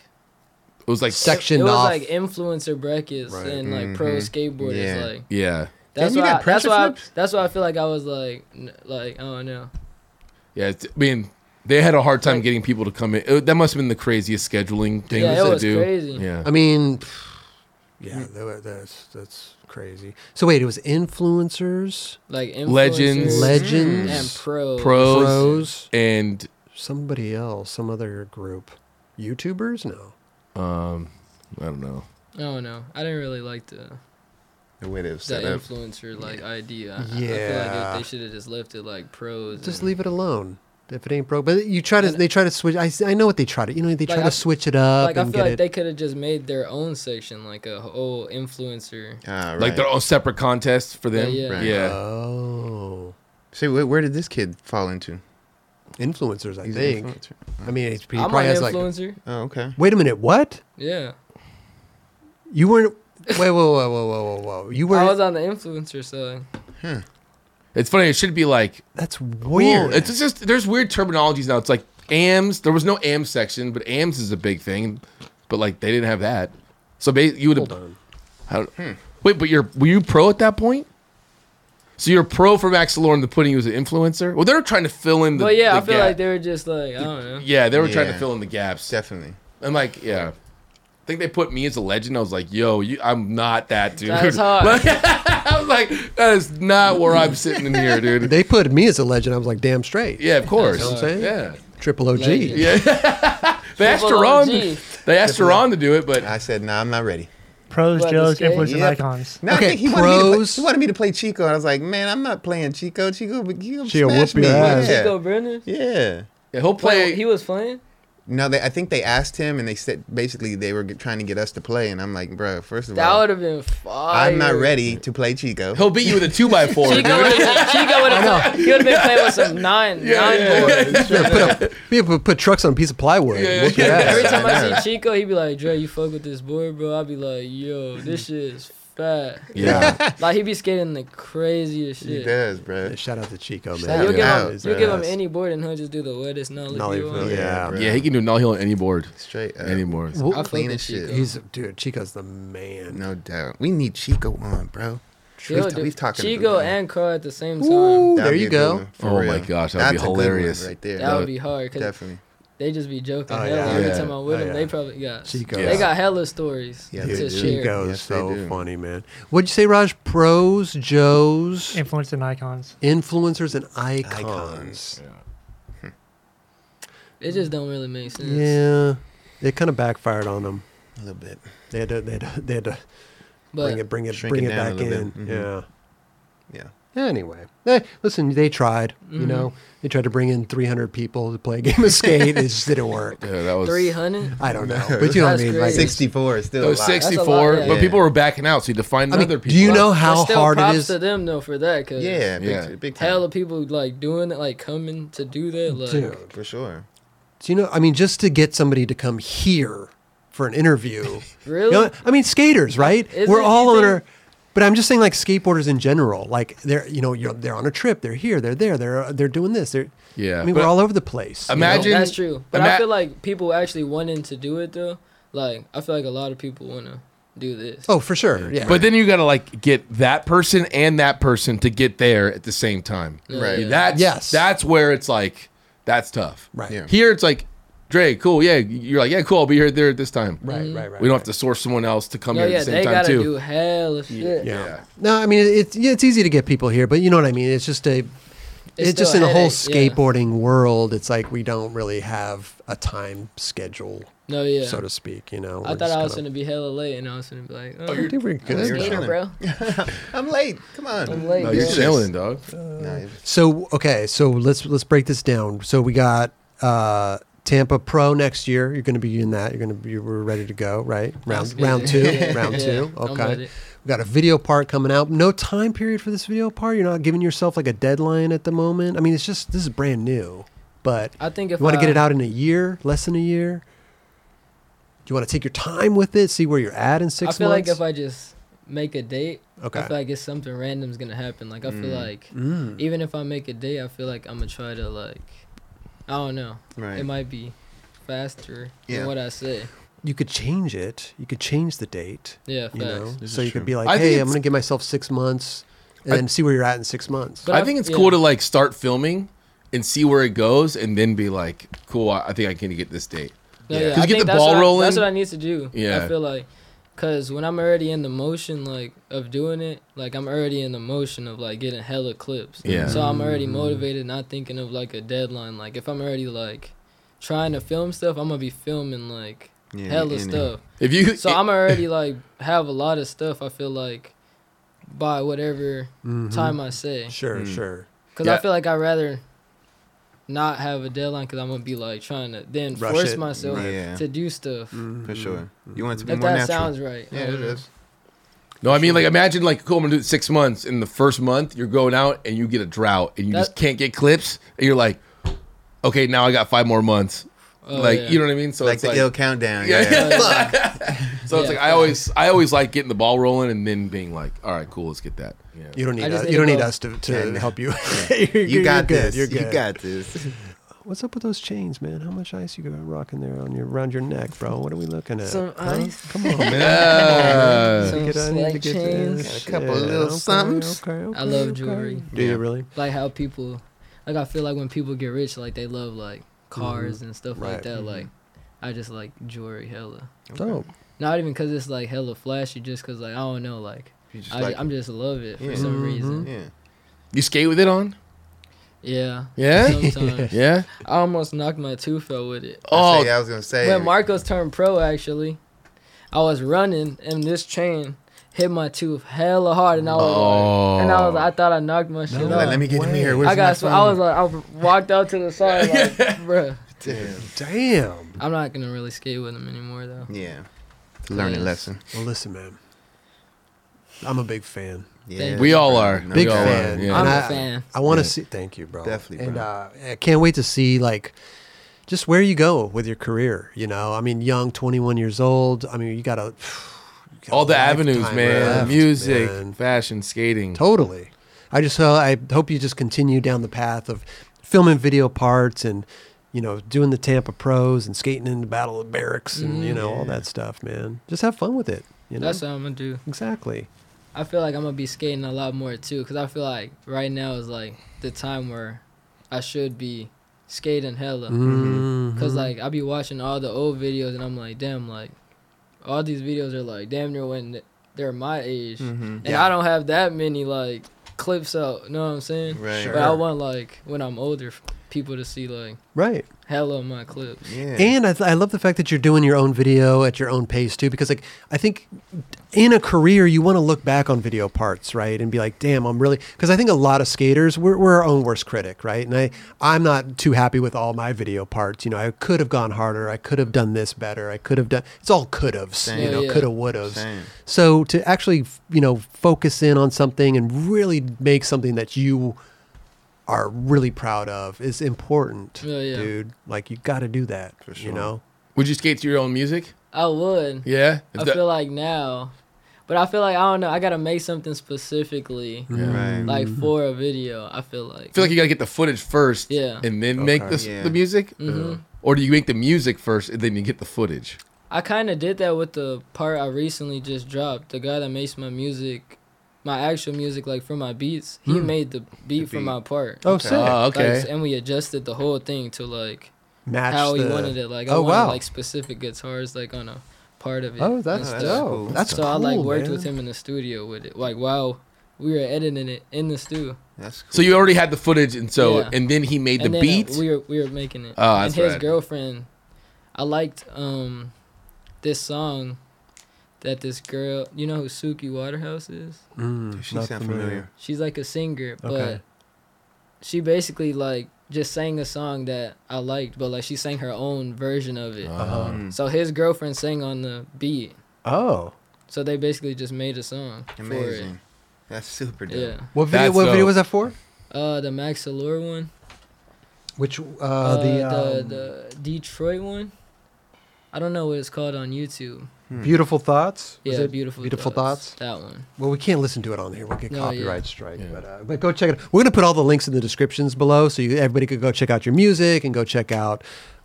[SPEAKER 3] It was like
[SPEAKER 1] Sec-
[SPEAKER 3] sec-
[SPEAKER 1] Sectioned
[SPEAKER 2] it was
[SPEAKER 1] off. Mm-hmm.
[SPEAKER 2] like influencer brackets and like pro skateboarders.
[SPEAKER 4] Yeah.
[SPEAKER 2] Like
[SPEAKER 3] yeah
[SPEAKER 2] that's
[SPEAKER 4] And you
[SPEAKER 2] why.
[SPEAKER 4] got
[SPEAKER 2] I, that's
[SPEAKER 4] pressure
[SPEAKER 2] why. I,
[SPEAKER 4] flips?
[SPEAKER 2] that's why I feel like I was like n- like I don't know.
[SPEAKER 3] yeah. It's, I mean they had a hard time
[SPEAKER 2] Like-
[SPEAKER 3] getting people to come in. It- that must have been the craziest scheduling thing
[SPEAKER 2] Yeah,
[SPEAKER 3] that
[SPEAKER 2] it
[SPEAKER 3] they
[SPEAKER 2] was
[SPEAKER 3] do.
[SPEAKER 2] crazy.
[SPEAKER 3] Yeah.
[SPEAKER 1] I mean, pff, yeah, that, wa- that's that's crazy. So wait, it was influencers,
[SPEAKER 2] Like influencers
[SPEAKER 3] Legends.
[SPEAKER 1] legends,
[SPEAKER 2] and pros.
[SPEAKER 3] Pros.
[SPEAKER 1] pros,
[SPEAKER 3] and
[SPEAKER 1] somebody else, some other group. YouTubers? No.
[SPEAKER 3] I don't know.
[SPEAKER 2] I don't know. I didn't really like the
[SPEAKER 4] The way they was
[SPEAKER 2] the
[SPEAKER 4] set up.
[SPEAKER 2] influencer like idea. I, I feel like
[SPEAKER 1] Yeah.
[SPEAKER 2] it, they should have just left it like pros.
[SPEAKER 1] Just
[SPEAKER 2] and-
[SPEAKER 1] leave it alone. If it ain't broke, but you try to, they try to switch. I, s- I know what they try to, you know, they try
[SPEAKER 2] Like,
[SPEAKER 1] to
[SPEAKER 2] I-
[SPEAKER 1] switch it up
[SPEAKER 2] Like I
[SPEAKER 1] and get
[SPEAKER 2] feel like
[SPEAKER 1] it.
[SPEAKER 2] they could have just made their own section, like a whole influencer.
[SPEAKER 4] Ah, right.
[SPEAKER 3] Like their own separate contest for them.
[SPEAKER 2] Yeah, yeah.
[SPEAKER 3] yeah.
[SPEAKER 1] oh,
[SPEAKER 4] See, where, where did this kid fall into?
[SPEAKER 1] influencers. I
[SPEAKER 4] He's an
[SPEAKER 1] think.
[SPEAKER 4] influencer.
[SPEAKER 1] I mean, it's, he
[SPEAKER 2] I'm
[SPEAKER 1] probably
[SPEAKER 2] an
[SPEAKER 1] has like.
[SPEAKER 2] influencer.
[SPEAKER 4] Oh, okay.
[SPEAKER 1] Wait a minute, what?
[SPEAKER 2] yeah.
[SPEAKER 1] You weren't? Wait, whoa, whoa, whoa, whoa, whoa, whoa! You
[SPEAKER 2] I
[SPEAKER 1] were
[SPEAKER 2] was on the influencer side.
[SPEAKER 3] It's funny. It should be like
[SPEAKER 1] that's
[SPEAKER 3] Well,
[SPEAKER 1] weird.
[SPEAKER 3] It's just there's weird terminologies now. It's like AMs. There was no AM section, but AMs is a big thing. But like they didn't have that, so ba- you would have. How, Wait, but you're were you pro at that point? So you're pro for Max Lorne, the putting you as an influencer. Well, they were trying to fill in the.
[SPEAKER 2] But yeah,
[SPEAKER 3] the
[SPEAKER 2] I feel
[SPEAKER 3] gap.
[SPEAKER 2] like they were just like I don't know.
[SPEAKER 3] Yeah, they were trying to
[SPEAKER 4] Yeah.
[SPEAKER 3] fill in the gaps.
[SPEAKER 4] Definitely.
[SPEAKER 3] I'm like, yeah. I think they put me as a legend. I was like, yo, you, I'm not that dude.
[SPEAKER 2] That's hard.
[SPEAKER 3] Like, I was like, that is not where I'm sitting in here, dude.
[SPEAKER 1] they put me as a legend. I was like, damn straight.
[SPEAKER 3] Yeah, of course.
[SPEAKER 1] what I'm saying.
[SPEAKER 3] Yeah.
[SPEAKER 1] Triple OG.
[SPEAKER 2] Legend.
[SPEAKER 3] They asked
[SPEAKER 2] Triple
[SPEAKER 3] her on.
[SPEAKER 2] OG.
[SPEAKER 3] They asked her on to do it, but
[SPEAKER 4] I said, nah, I'm not ready.
[SPEAKER 9] Pros,
[SPEAKER 2] Well,
[SPEAKER 9] Joes,
[SPEAKER 2] this game-
[SPEAKER 9] influencers,
[SPEAKER 4] Yeah.
[SPEAKER 9] icons.
[SPEAKER 4] No,
[SPEAKER 1] Okay,
[SPEAKER 4] I think he wanted, me to play,
[SPEAKER 1] pros.
[SPEAKER 4] he wanted me to play Chico, and I was like, man, I'm not playing Chico. Chico, but you
[SPEAKER 8] She'll
[SPEAKER 4] smash
[SPEAKER 8] whoop your
[SPEAKER 4] me.
[SPEAKER 8] ass.
[SPEAKER 4] Yeah.
[SPEAKER 2] Chico Brennan.
[SPEAKER 4] Yeah.
[SPEAKER 3] yeah, he'll play.
[SPEAKER 2] Wait, he was playing.
[SPEAKER 4] No, they, I think they asked him, and they said basically they were g- trying to get us to play, and I'm like, bro, first of
[SPEAKER 2] That
[SPEAKER 4] all,
[SPEAKER 2] would have been fire.
[SPEAKER 4] I'm not ready to play Chico.
[SPEAKER 3] he'll beat you with a two by four. dude.
[SPEAKER 2] Chico would have. Chico would have. He would have been playing with some nine, nine boys.
[SPEAKER 1] People put, put trucks on a piece of plywood.
[SPEAKER 3] Yeah,
[SPEAKER 1] Whoop
[SPEAKER 3] yeah,
[SPEAKER 1] your
[SPEAKER 3] yeah.
[SPEAKER 1] ass.
[SPEAKER 2] Every time I
[SPEAKER 4] know.
[SPEAKER 2] see Chico, he'd be like, "Dre, you fuck with this board, bro." I'd be like, "Yo, this shit is fat."
[SPEAKER 3] yeah,
[SPEAKER 2] Like he'd be skating the craziest
[SPEAKER 4] He
[SPEAKER 2] shit.
[SPEAKER 4] does, bro.
[SPEAKER 1] Shout out to Chico, man.
[SPEAKER 2] Like, you'll give
[SPEAKER 4] Yeah.
[SPEAKER 2] him,
[SPEAKER 4] His
[SPEAKER 2] you'll give him
[SPEAKER 1] ass.
[SPEAKER 2] any board and he'll just do the wettest nollie.
[SPEAKER 1] Nollie
[SPEAKER 2] you want.
[SPEAKER 1] flip. Yeah.
[SPEAKER 4] bro.
[SPEAKER 3] yeah. He can do null heel on any board
[SPEAKER 4] straight up.
[SPEAKER 3] anymore.
[SPEAKER 2] I fuck
[SPEAKER 4] Clean
[SPEAKER 2] with
[SPEAKER 4] as shit.
[SPEAKER 2] Chico.
[SPEAKER 1] He's dude. Chico's the man.
[SPEAKER 4] No doubt. We need Chico on, bro.
[SPEAKER 2] He'll
[SPEAKER 4] We've-
[SPEAKER 2] do
[SPEAKER 4] we've talked
[SPEAKER 2] Chico
[SPEAKER 4] about that.
[SPEAKER 2] and Carl at the same time.
[SPEAKER 1] Ooh,
[SPEAKER 4] That'd
[SPEAKER 1] there
[SPEAKER 4] be
[SPEAKER 1] you
[SPEAKER 4] a good
[SPEAKER 1] go.
[SPEAKER 4] one, for
[SPEAKER 3] Oh my gosh, that'd be
[SPEAKER 4] That's a good one
[SPEAKER 3] hilarious.
[SPEAKER 4] right there.
[SPEAKER 2] That would be hard because
[SPEAKER 4] Definitely.
[SPEAKER 2] they just be joking.
[SPEAKER 1] Oh,
[SPEAKER 2] hell
[SPEAKER 1] yeah.
[SPEAKER 2] Every
[SPEAKER 3] Yeah.
[SPEAKER 2] time I'm with
[SPEAKER 1] Oh,
[SPEAKER 2] them,
[SPEAKER 1] yeah.
[SPEAKER 2] they probably got
[SPEAKER 1] Chico.
[SPEAKER 2] They got hella stories to
[SPEAKER 4] Yeah, they do.
[SPEAKER 2] share.
[SPEAKER 1] Chico's
[SPEAKER 4] Yes, they
[SPEAKER 1] so
[SPEAKER 4] do.
[SPEAKER 1] funny, man. What'd you say, Raj? Pros, Joes,
[SPEAKER 9] Influencers and icons.
[SPEAKER 1] influencers, and icons.
[SPEAKER 4] Icons.
[SPEAKER 2] It just don't really make sense.
[SPEAKER 1] Yeah, it kind of backfired on them.
[SPEAKER 4] A little bit.
[SPEAKER 1] They had to, they had to, they had to
[SPEAKER 2] But
[SPEAKER 1] bring it, bring it,
[SPEAKER 4] Shrink
[SPEAKER 1] bring
[SPEAKER 4] it
[SPEAKER 1] it,
[SPEAKER 4] down a
[SPEAKER 1] back
[SPEAKER 4] little
[SPEAKER 1] in.
[SPEAKER 4] bit. Mm-hmm.
[SPEAKER 1] Yeah.
[SPEAKER 4] Yeah.
[SPEAKER 1] Anyway, eh, listen, they tried.
[SPEAKER 2] Mm-hmm.
[SPEAKER 1] You know, they tried to bring in 300 people to play a game of skate. it just didn't work.
[SPEAKER 3] Yeah, that was.
[SPEAKER 2] three hundred.
[SPEAKER 1] I don't know, but you know what
[SPEAKER 2] That's
[SPEAKER 1] I mean. Like,
[SPEAKER 2] crazy.
[SPEAKER 4] 64 is
[SPEAKER 2] Oh,
[SPEAKER 4] still
[SPEAKER 3] It
[SPEAKER 4] a
[SPEAKER 3] was
[SPEAKER 4] lot.
[SPEAKER 3] sixty
[SPEAKER 2] That's a
[SPEAKER 3] four,
[SPEAKER 2] lot, yeah.
[SPEAKER 3] but
[SPEAKER 4] Yeah.
[SPEAKER 3] people were backing out, so you had to find
[SPEAKER 1] I mean,
[SPEAKER 3] other people.
[SPEAKER 1] do you
[SPEAKER 3] out.
[SPEAKER 1] know how
[SPEAKER 2] still
[SPEAKER 1] hard it
[SPEAKER 2] props
[SPEAKER 1] is?
[SPEAKER 2] to them though for that. Cause
[SPEAKER 4] Yeah, big,
[SPEAKER 3] Yeah.
[SPEAKER 4] big time.
[SPEAKER 2] hella people like doing it, like coming to do that. Like
[SPEAKER 1] Dude.
[SPEAKER 4] For sure.
[SPEAKER 1] Do you know? I mean, just to get somebody to come here for an interview. You
[SPEAKER 2] really,
[SPEAKER 1] know, I mean, skaters, right?
[SPEAKER 2] Is
[SPEAKER 1] We're
[SPEAKER 2] it-
[SPEAKER 1] all
[SPEAKER 2] you
[SPEAKER 1] on
[SPEAKER 2] think-
[SPEAKER 1] our. But I'm just saying, like skateboarders in general, like they're you know you're, they're on a trip, they're here, they're there, they're they're doing this, they're
[SPEAKER 3] Yeah,
[SPEAKER 1] I mean,
[SPEAKER 3] but
[SPEAKER 1] we're all over the place. you know?
[SPEAKER 3] imagine-
[SPEAKER 2] that's true. But I
[SPEAKER 3] Ima-
[SPEAKER 2] feel like people actually wanting to do it though. Like I feel like a lot of people want to do this.
[SPEAKER 1] Oh, for sure. Yeah.
[SPEAKER 3] But then you gotta like get that person and that person to get there at the same time.
[SPEAKER 2] Yeah. Right.
[SPEAKER 3] That's
[SPEAKER 1] Yes.
[SPEAKER 3] That's where it's like that's tough.
[SPEAKER 1] right.
[SPEAKER 4] Yeah.
[SPEAKER 3] Here it's like, Dre, cool, yeah. You're like, yeah, cool. I'll be here there at this time.
[SPEAKER 1] Right.
[SPEAKER 2] Mm-hmm.
[SPEAKER 1] Right. Right.
[SPEAKER 3] We don't have to source someone else to come
[SPEAKER 2] No,
[SPEAKER 3] here at
[SPEAKER 2] yeah,
[SPEAKER 3] the
[SPEAKER 2] they
[SPEAKER 3] same time
[SPEAKER 2] gotta
[SPEAKER 3] too.
[SPEAKER 2] do hella shit.
[SPEAKER 1] Yeah.
[SPEAKER 3] Yeah.
[SPEAKER 1] No, I mean it- it's yeah, it's easy to get people here, but you know what I mean. It's just a. It's,
[SPEAKER 2] It's
[SPEAKER 1] just in
[SPEAKER 2] still a
[SPEAKER 1] the whole
[SPEAKER 2] headache, yeah.
[SPEAKER 1] skateboarding world. It's like we don't really have a time schedule,
[SPEAKER 2] No, yeah.
[SPEAKER 1] so to speak. You know.
[SPEAKER 2] I thought I was gonna be hella late, and I was gonna be like, oh,
[SPEAKER 1] I think we're good.
[SPEAKER 4] you're
[SPEAKER 2] later,
[SPEAKER 4] chilling.
[SPEAKER 2] bro.
[SPEAKER 4] I'm late. Come on.
[SPEAKER 2] I'm late.
[SPEAKER 3] No, Oh, you're
[SPEAKER 2] bro.
[SPEAKER 3] chilling, dog.
[SPEAKER 4] No, it-
[SPEAKER 1] So okay, so let's let's break this down. So we got uh Tampa Pro next year. You're going to be in that. You're going to be we're ready to go, right? Round
[SPEAKER 2] good.
[SPEAKER 1] round two,
[SPEAKER 2] Yeah,
[SPEAKER 1] round
[SPEAKER 2] yeah,
[SPEAKER 1] two.
[SPEAKER 2] I'm
[SPEAKER 1] Okay.
[SPEAKER 2] ready.
[SPEAKER 1] We got a video part coming out. No time period for this video part. You're not giving yourself like a deadline at the moment. I mean, it's just this is brand new, but
[SPEAKER 2] I uh, think if
[SPEAKER 1] you want to
[SPEAKER 2] I-
[SPEAKER 1] get it out in a year, less than a year. Do you want to take your time with it? See where you're at in six
[SPEAKER 2] I feel
[SPEAKER 1] months.
[SPEAKER 2] like if I just make a date,
[SPEAKER 1] Okay.
[SPEAKER 2] I feel like it's something random's gonna happen. Like I
[SPEAKER 4] Mm.
[SPEAKER 2] feel like
[SPEAKER 1] Mm.
[SPEAKER 2] even if I make a date, I feel like I'm gonna try to like, I don't know.
[SPEAKER 4] Right.
[SPEAKER 2] It might be faster
[SPEAKER 4] Yeah.
[SPEAKER 2] than what I say.
[SPEAKER 1] you could change it. You could change the date.
[SPEAKER 2] Yeah,
[SPEAKER 1] you know
[SPEAKER 2] facts.
[SPEAKER 1] so you could be like
[SPEAKER 3] I think
[SPEAKER 1] hey i'm
[SPEAKER 3] it's-
[SPEAKER 1] gonna give myself six months and
[SPEAKER 3] I-
[SPEAKER 1] then see where you're at in six months
[SPEAKER 2] But
[SPEAKER 3] I
[SPEAKER 2] I've-
[SPEAKER 3] think it's
[SPEAKER 2] yeah.
[SPEAKER 3] cool to like start filming and see where it goes, and then be like, cool. I I think I can get this date.
[SPEAKER 2] No,
[SPEAKER 3] Yeah.
[SPEAKER 2] yeah,
[SPEAKER 3] 'Cause
[SPEAKER 2] I
[SPEAKER 3] you get
[SPEAKER 2] think
[SPEAKER 3] the
[SPEAKER 2] that's
[SPEAKER 3] ball
[SPEAKER 2] what I-
[SPEAKER 3] rolling.
[SPEAKER 2] that's what I need to do.
[SPEAKER 3] Yeah.
[SPEAKER 2] I feel like, cause when I'm already in the motion like of doing it, like I'm already in the motion of like getting hella clips.
[SPEAKER 3] Yeah.
[SPEAKER 2] So I'm already
[SPEAKER 4] Mm-hmm.
[SPEAKER 2] motivated, not thinking of like a deadline. Like if I'm already like trying to film stuff, I'm gonna be filming like
[SPEAKER 4] Yeah,
[SPEAKER 2] hella
[SPEAKER 4] in it.
[SPEAKER 2] stuff.
[SPEAKER 3] If you
[SPEAKER 2] So I'm already like have a lot of stuff. I feel like by whatever
[SPEAKER 4] Mm-hmm.
[SPEAKER 2] time I say,
[SPEAKER 1] sure sure
[SPEAKER 2] cause
[SPEAKER 3] Yeah.
[SPEAKER 2] I feel like I would rather. Not have a deadline because I'm gonna be like trying to then
[SPEAKER 1] Rush
[SPEAKER 2] force
[SPEAKER 1] it.
[SPEAKER 2] myself
[SPEAKER 4] Yeah.
[SPEAKER 2] to do stuff.
[SPEAKER 4] For sure. You want it to Mm-hmm. be
[SPEAKER 2] If
[SPEAKER 4] more
[SPEAKER 2] that
[SPEAKER 4] natural.
[SPEAKER 2] sounds right.
[SPEAKER 4] yeah, it is.
[SPEAKER 3] no, I mean like imagine like cool. I'm gonna do it six months. In the first month, you're going out and you get a drought and you just
[SPEAKER 2] That-
[SPEAKER 3] can't get clips, and you're like, okay, now I got five more months.
[SPEAKER 2] Oh,
[SPEAKER 3] like
[SPEAKER 2] yeah.
[SPEAKER 3] you know what I mean. So
[SPEAKER 4] like
[SPEAKER 3] it's
[SPEAKER 4] the
[SPEAKER 3] like,
[SPEAKER 4] ill countdown.
[SPEAKER 3] Yeah,
[SPEAKER 4] Yeah.
[SPEAKER 3] so it's
[SPEAKER 2] Yeah.
[SPEAKER 3] like I always I always like getting the ball rolling and then being like, all right, cool, let's get that. Yeah.
[SPEAKER 1] You don't need
[SPEAKER 2] I just
[SPEAKER 1] us.
[SPEAKER 2] need
[SPEAKER 1] You don't
[SPEAKER 2] to
[SPEAKER 1] need
[SPEAKER 2] go-
[SPEAKER 1] us to, to
[SPEAKER 4] Yeah, no.
[SPEAKER 1] help you.
[SPEAKER 4] You got this.
[SPEAKER 1] You're
[SPEAKER 4] You
[SPEAKER 1] good.
[SPEAKER 4] got this.
[SPEAKER 8] What's up with those chains, man? How much ice you got rocking there on your around your neck, bro? What are we looking at?
[SPEAKER 2] Some
[SPEAKER 8] Huh?
[SPEAKER 2] ice.
[SPEAKER 8] Come on, man.
[SPEAKER 3] Uh,
[SPEAKER 2] Some
[SPEAKER 8] Get on, need to
[SPEAKER 2] slack
[SPEAKER 8] get to
[SPEAKER 2] chains.
[SPEAKER 8] this.
[SPEAKER 4] A couple
[SPEAKER 8] Yeah,
[SPEAKER 4] of little
[SPEAKER 8] okay,
[SPEAKER 4] somethings.
[SPEAKER 8] okay, okay,
[SPEAKER 2] I love
[SPEAKER 8] okay.
[SPEAKER 2] jewelry.
[SPEAKER 1] Do you really?
[SPEAKER 2] Like how people, like I feel like when people get rich, like they love like cars and stuff
[SPEAKER 8] Right.
[SPEAKER 2] like that. Like
[SPEAKER 4] Mm-hmm.
[SPEAKER 2] I just like jewelry hella.
[SPEAKER 8] Dope.
[SPEAKER 2] Not even because it's like hella flashy, just because like I don't know, like,
[SPEAKER 4] You just
[SPEAKER 2] I,
[SPEAKER 4] like-
[SPEAKER 2] am just love it for
[SPEAKER 4] Yeah. Mm-hmm.
[SPEAKER 2] some reason.
[SPEAKER 4] yeah.
[SPEAKER 3] you skate with it on?
[SPEAKER 2] Yeah.
[SPEAKER 3] Yeah,
[SPEAKER 2] Sometimes
[SPEAKER 3] yeah.
[SPEAKER 2] I almost knocked my tooth out with it.
[SPEAKER 4] Oh,
[SPEAKER 3] Oh,
[SPEAKER 4] I was gonna say.
[SPEAKER 2] When Marcos turned pro, actually, I was running and this chain hit my tooth hella hard, and I was
[SPEAKER 1] Oh.
[SPEAKER 3] Oh.
[SPEAKER 2] like, and I was I thought I knocked my shit
[SPEAKER 4] You're
[SPEAKER 2] out.
[SPEAKER 4] like, let me get in the mirror. Where's
[SPEAKER 2] I got.
[SPEAKER 4] my
[SPEAKER 2] sw- I was like, I walked out to the side, like, bruh.
[SPEAKER 1] Damn.
[SPEAKER 2] I'm not gonna really skate with him anymore though.
[SPEAKER 4] yeah. Learning
[SPEAKER 2] Yes.
[SPEAKER 4] lesson.
[SPEAKER 1] Well, listen, man. I'm a big fan.
[SPEAKER 4] Yeah.
[SPEAKER 3] we all are.
[SPEAKER 4] No
[SPEAKER 1] Big
[SPEAKER 3] we all
[SPEAKER 1] fan.
[SPEAKER 3] Are.
[SPEAKER 1] And
[SPEAKER 2] I'm
[SPEAKER 3] Yeah.
[SPEAKER 2] a
[SPEAKER 1] I-
[SPEAKER 2] fan.
[SPEAKER 1] I want to see. Thank you, bro.
[SPEAKER 4] Definitely,
[SPEAKER 1] And
[SPEAKER 4] bro.
[SPEAKER 1] uh, I can't wait to see like just where you go with your career. You know, I mean, young, 21 years old. I mean, you got to
[SPEAKER 3] All the avenues, man.
[SPEAKER 1] left,
[SPEAKER 3] Music,
[SPEAKER 1] man.
[SPEAKER 3] fashion, skating.
[SPEAKER 1] Totally. I just uh, I hope you just continue down the path of filming video parts and you know doing the Tampa pros and skating in the Battle of Barracks
[SPEAKER 3] Mm.
[SPEAKER 1] and you know all that stuff, man. Just have fun with it. You know
[SPEAKER 2] That's what I'm gonna do.
[SPEAKER 1] exactly.
[SPEAKER 2] I feel like I'm gonna be skating a lot more too, cause I feel like right now is like the time where I should be skating hella,
[SPEAKER 1] Mm-hmm.
[SPEAKER 3] Mm-hmm.
[SPEAKER 2] cause like I be watching all the old videos and I'm like, damn, like all these videos are like damn near when they're my age, and I don't have that many like clips out. You know what I'm saying?
[SPEAKER 4] Right.
[SPEAKER 2] But I
[SPEAKER 1] Sure.
[SPEAKER 2] want like when I'm older, f- people to see like
[SPEAKER 1] Right.
[SPEAKER 2] hella of my clips.
[SPEAKER 4] Yeah.
[SPEAKER 1] And I, th- I love the fact that you're doing your own video at your own pace too, because like I think in a career you want to look back on video parts, right, and be like, damn, I'm really because I think a lot of skaters we're, we're our own worst critic, right? And I I'm not too happy with all my video parts. You know, I could have gone harder, I could have done this better, I could have done. It's all could haves, you
[SPEAKER 2] Yeah,
[SPEAKER 1] know,
[SPEAKER 2] yeah.
[SPEAKER 1] could have, would haves.
[SPEAKER 4] Same.
[SPEAKER 1] So to actually you know focus in on something and really make something that you are really proud of is important,
[SPEAKER 2] Yeah, yeah.
[SPEAKER 1] dude. Like you got to do that, you know.
[SPEAKER 3] Would you skate to your own music?
[SPEAKER 2] I would.
[SPEAKER 3] Yeah. If
[SPEAKER 2] I
[SPEAKER 3] that-
[SPEAKER 2] feel like now, but I feel like I don't know. I gotta make something specifically
[SPEAKER 4] Right.
[SPEAKER 2] like for a video. I feel like.
[SPEAKER 3] I feel like you gotta get the footage first,
[SPEAKER 2] Yeah.
[SPEAKER 3] and then make the,
[SPEAKER 4] Yeah.
[SPEAKER 3] the music,
[SPEAKER 2] Mhm.
[SPEAKER 3] or do you make the music first and then you get the footage?
[SPEAKER 2] I kind of did that with the part I recently just dropped. The guy that makes my music, my actual music, like for my beats, he made the beat for
[SPEAKER 4] beat.
[SPEAKER 2] my part.
[SPEAKER 1] Hmm. Oh, sick.
[SPEAKER 3] Oh,
[SPEAKER 2] Like,
[SPEAKER 3] okay.
[SPEAKER 2] and we adjusted the whole thing to like
[SPEAKER 1] Match
[SPEAKER 2] how
[SPEAKER 1] the,
[SPEAKER 2] he wanted it. Like I
[SPEAKER 1] oh
[SPEAKER 2] wanted
[SPEAKER 1] wow,
[SPEAKER 2] like specific guitars like on a part of it.
[SPEAKER 1] Oh,
[SPEAKER 2] and
[SPEAKER 1] that's
[SPEAKER 2] stuff.
[SPEAKER 4] dope.
[SPEAKER 1] That's
[SPEAKER 2] so I like
[SPEAKER 1] cool,
[SPEAKER 2] worked
[SPEAKER 1] man.
[SPEAKER 2] with him in the studio with it. Like wow, we were editing it in the studio.
[SPEAKER 4] That's cool.
[SPEAKER 3] So you already had the footage, and so
[SPEAKER 2] Yeah.
[SPEAKER 3] and then he made
[SPEAKER 2] and then,
[SPEAKER 3] the
[SPEAKER 2] uh,
[SPEAKER 3] beat.
[SPEAKER 2] we were we were making it.
[SPEAKER 3] Oh,
[SPEAKER 2] and
[SPEAKER 3] that's
[SPEAKER 2] his
[SPEAKER 3] rad.
[SPEAKER 2] girlfriend, I liked um, this song that this girl, you know who Suki Waterhouse is?
[SPEAKER 1] Mm,
[SPEAKER 4] she
[SPEAKER 1] not
[SPEAKER 4] sound familiar.
[SPEAKER 2] She's like a singer, but
[SPEAKER 1] Okay.
[SPEAKER 2] she basically like just sang a song that I liked, but like she sang her own version of it.
[SPEAKER 3] Uh-huh.
[SPEAKER 4] Mm.
[SPEAKER 2] So his girlfriend sang on the beat.
[SPEAKER 1] Oh,
[SPEAKER 2] So they basically just made a song
[SPEAKER 4] Amazing. That's
[SPEAKER 2] for
[SPEAKER 4] super dope.
[SPEAKER 2] it. Yeah.
[SPEAKER 1] what video?
[SPEAKER 3] That's
[SPEAKER 1] what video
[SPEAKER 3] dope.
[SPEAKER 1] was that for?
[SPEAKER 2] Uh, the Max Allure one.
[SPEAKER 1] Which uh,
[SPEAKER 2] Uh,
[SPEAKER 1] the,
[SPEAKER 2] the
[SPEAKER 1] um,
[SPEAKER 2] the Detroit one. I don't know what it's called on YouTube.
[SPEAKER 3] Hmm.
[SPEAKER 1] beautiful thoughts? Was
[SPEAKER 2] Yeah,
[SPEAKER 1] it
[SPEAKER 2] beautiful.
[SPEAKER 1] beautiful thoughts?
[SPEAKER 2] That one.
[SPEAKER 1] Well, we can't listen to it on here. We'll get
[SPEAKER 2] No, yeah.
[SPEAKER 1] copyright strike.
[SPEAKER 3] Yeah.
[SPEAKER 1] But, uh, but go check it. We're gonna put all the links in the descriptions below, so you, everybody could go check out your music and go check out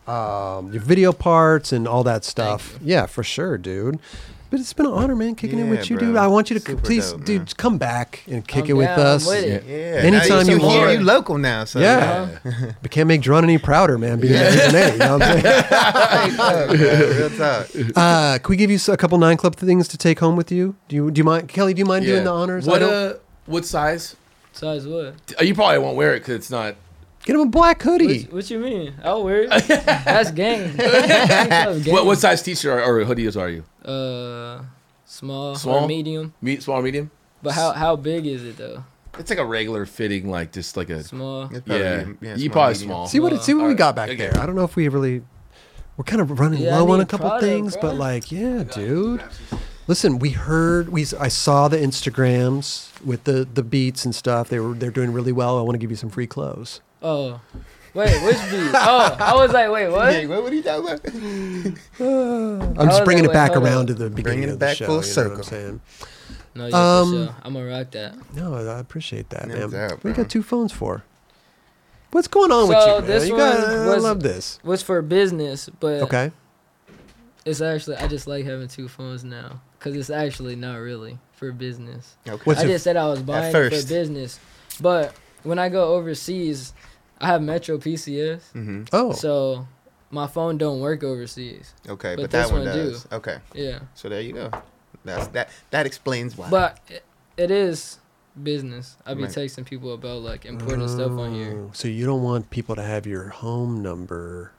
[SPEAKER 1] um, your video parts and all that stuff. Yeah, for sure, dude. But it's been an honor, man, kicking it
[SPEAKER 4] Yeah,
[SPEAKER 1] with you, dude.
[SPEAKER 4] bro.
[SPEAKER 1] I want you to c
[SPEAKER 4] Super
[SPEAKER 1] please,
[SPEAKER 4] dope,
[SPEAKER 1] dude,
[SPEAKER 4] man.
[SPEAKER 1] come back and kick
[SPEAKER 2] Um, I'm
[SPEAKER 1] it with
[SPEAKER 2] down
[SPEAKER 1] us.
[SPEAKER 2] with it.
[SPEAKER 4] Yeah.
[SPEAKER 1] Anytime
[SPEAKER 4] now
[SPEAKER 1] you
[SPEAKER 4] so
[SPEAKER 1] want.
[SPEAKER 4] Here, you local now, so
[SPEAKER 1] Yeah. But can't make Drone any prouder, man, being yeah. an A. You know what I'm saying?
[SPEAKER 4] Fuck, bro, real talk.
[SPEAKER 1] uh, can we give you s- a couple nine club things to take home with you? Do you do you mind, Kelly? Do you mind
[SPEAKER 3] Yeah.
[SPEAKER 1] doing the honors?
[SPEAKER 3] What
[SPEAKER 1] I don't-
[SPEAKER 3] uh, what size?
[SPEAKER 2] Size what?
[SPEAKER 3] Uh, You probably won't wear it because it's not.
[SPEAKER 1] Get him a black hoodie.
[SPEAKER 2] What, what you mean? I'll wear it. That's gang. That's gang.
[SPEAKER 3] What what size t-shirt or, or hoodies are you?
[SPEAKER 2] Uh, small,
[SPEAKER 3] Small?
[SPEAKER 2] or medium.
[SPEAKER 3] Me small, medium?
[SPEAKER 2] But how how big is it though?
[SPEAKER 3] It's like a regular fitting, like just like a
[SPEAKER 2] Small.
[SPEAKER 4] It's probably-
[SPEAKER 3] yeah. you
[SPEAKER 4] small,
[SPEAKER 3] probably
[SPEAKER 4] medium.
[SPEAKER 3] small.
[SPEAKER 1] see what it- see what
[SPEAKER 3] All
[SPEAKER 1] we
[SPEAKER 3] right.
[SPEAKER 1] got back
[SPEAKER 3] Okay.
[SPEAKER 1] there. I don't know if we really we're kind of running
[SPEAKER 2] Yeah, I
[SPEAKER 1] low on
[SPEAKER 2] need
[SPEAKER 1] a couple
[SPEAKER 2] product,
[SPEAKER 1] things, but
[SPEAKER 2] bruh.
[SPEAKER 1] like, yeah, dude. Listen, we heard we s- I saw the Instagrams with the the beats and stuff. They were they're doing really well. I want to give you some free clothes.
[SPEAKER 2] Oh, Wait, which beat? Oh, I was like, wait, what?
[SPEAKER 4] Hey, what, what are you talking about?
[SPEAKER 10] I'm
[SPEAKER 2] was
[SPEAKER 10] just bringing
[SPEAKER 2] like,
[SPEAKER 10] it back
[SPEAKER 2] wait, hold
[SPEAKER 10] around
[SPEAKER 2] on.
[SPEAKER 10] to the beginning
[SPEAKER 4] it
[SPEAKER 10] of the
[SPEAKER 4] back
[SPEAKER 10] show.
[SPEAKER 4] full
[SPEAKER 10] you know what
[SPEAKER 4] circle.
[SPEAKER 10] I'm saying?
[SPEAKER 2] No, yeah,
[SPEAKER 10] Um,
[SPEAKER 2] for sure. I'm gonna rock that.
[SPEAKER 10] No, I appreciate that,
[SPEAKER 4] No
[SPEAKER 10] man.
[SPEAKER 4] doubt,
[SPEAKER 10] we
[SPEAKER 4] bro.
[SPEAKER 10] got two phones for. What's going on with you,
[SPEAKER 2] So,
[SPEAKER 10] man?
[SPEAKER 2] this
[SPEAKER 10] you got,
[SPEAKER 2] one
[SPEAKER 10] I
[SPEAKER 2] was-
[SPEAKER 10] love this.
[SPEAKER 2] Was for business, but
[SPEAKER 10] Okay.
[SPEAKER 2] it's actually I just like having two phones now because it's actually not really for business.
[SPEAKER 4] Okay.
[SPEAKER 10] What's
[SPEAKER 2] I
[SPEAKER 10] it-
[SPEAKER 2] just said I was buying it
[SPEAKER 4] first.
[SPEAKER 2] for business, but when I go overseas, I have Metro PCS,
[SPEAKER 4] hmm
[SPEAKER 10] Oh,
[SPEAKER 2] so my phone don't work overseas.
[SPEAKER 4] Okay,
[SPEAKER 2] But
[SPEAKER 4] but, that
[SPEAKER 2] this
[SPEAKER 4] one
[SPEAKER 2] one
[SPEAKER 4] does. Okay,
[SPEAKER 2] Yeah,
[SPEAKER 4] so there you go. That's that. That explains why.
[SPEAKER 2] but it, it is business. I be
[SPEAKER 4] Right.
[SPEAKER 2] texting people about like important stuff on here.
[SPEAKER 10] Oh, So you don't want people to have your home number.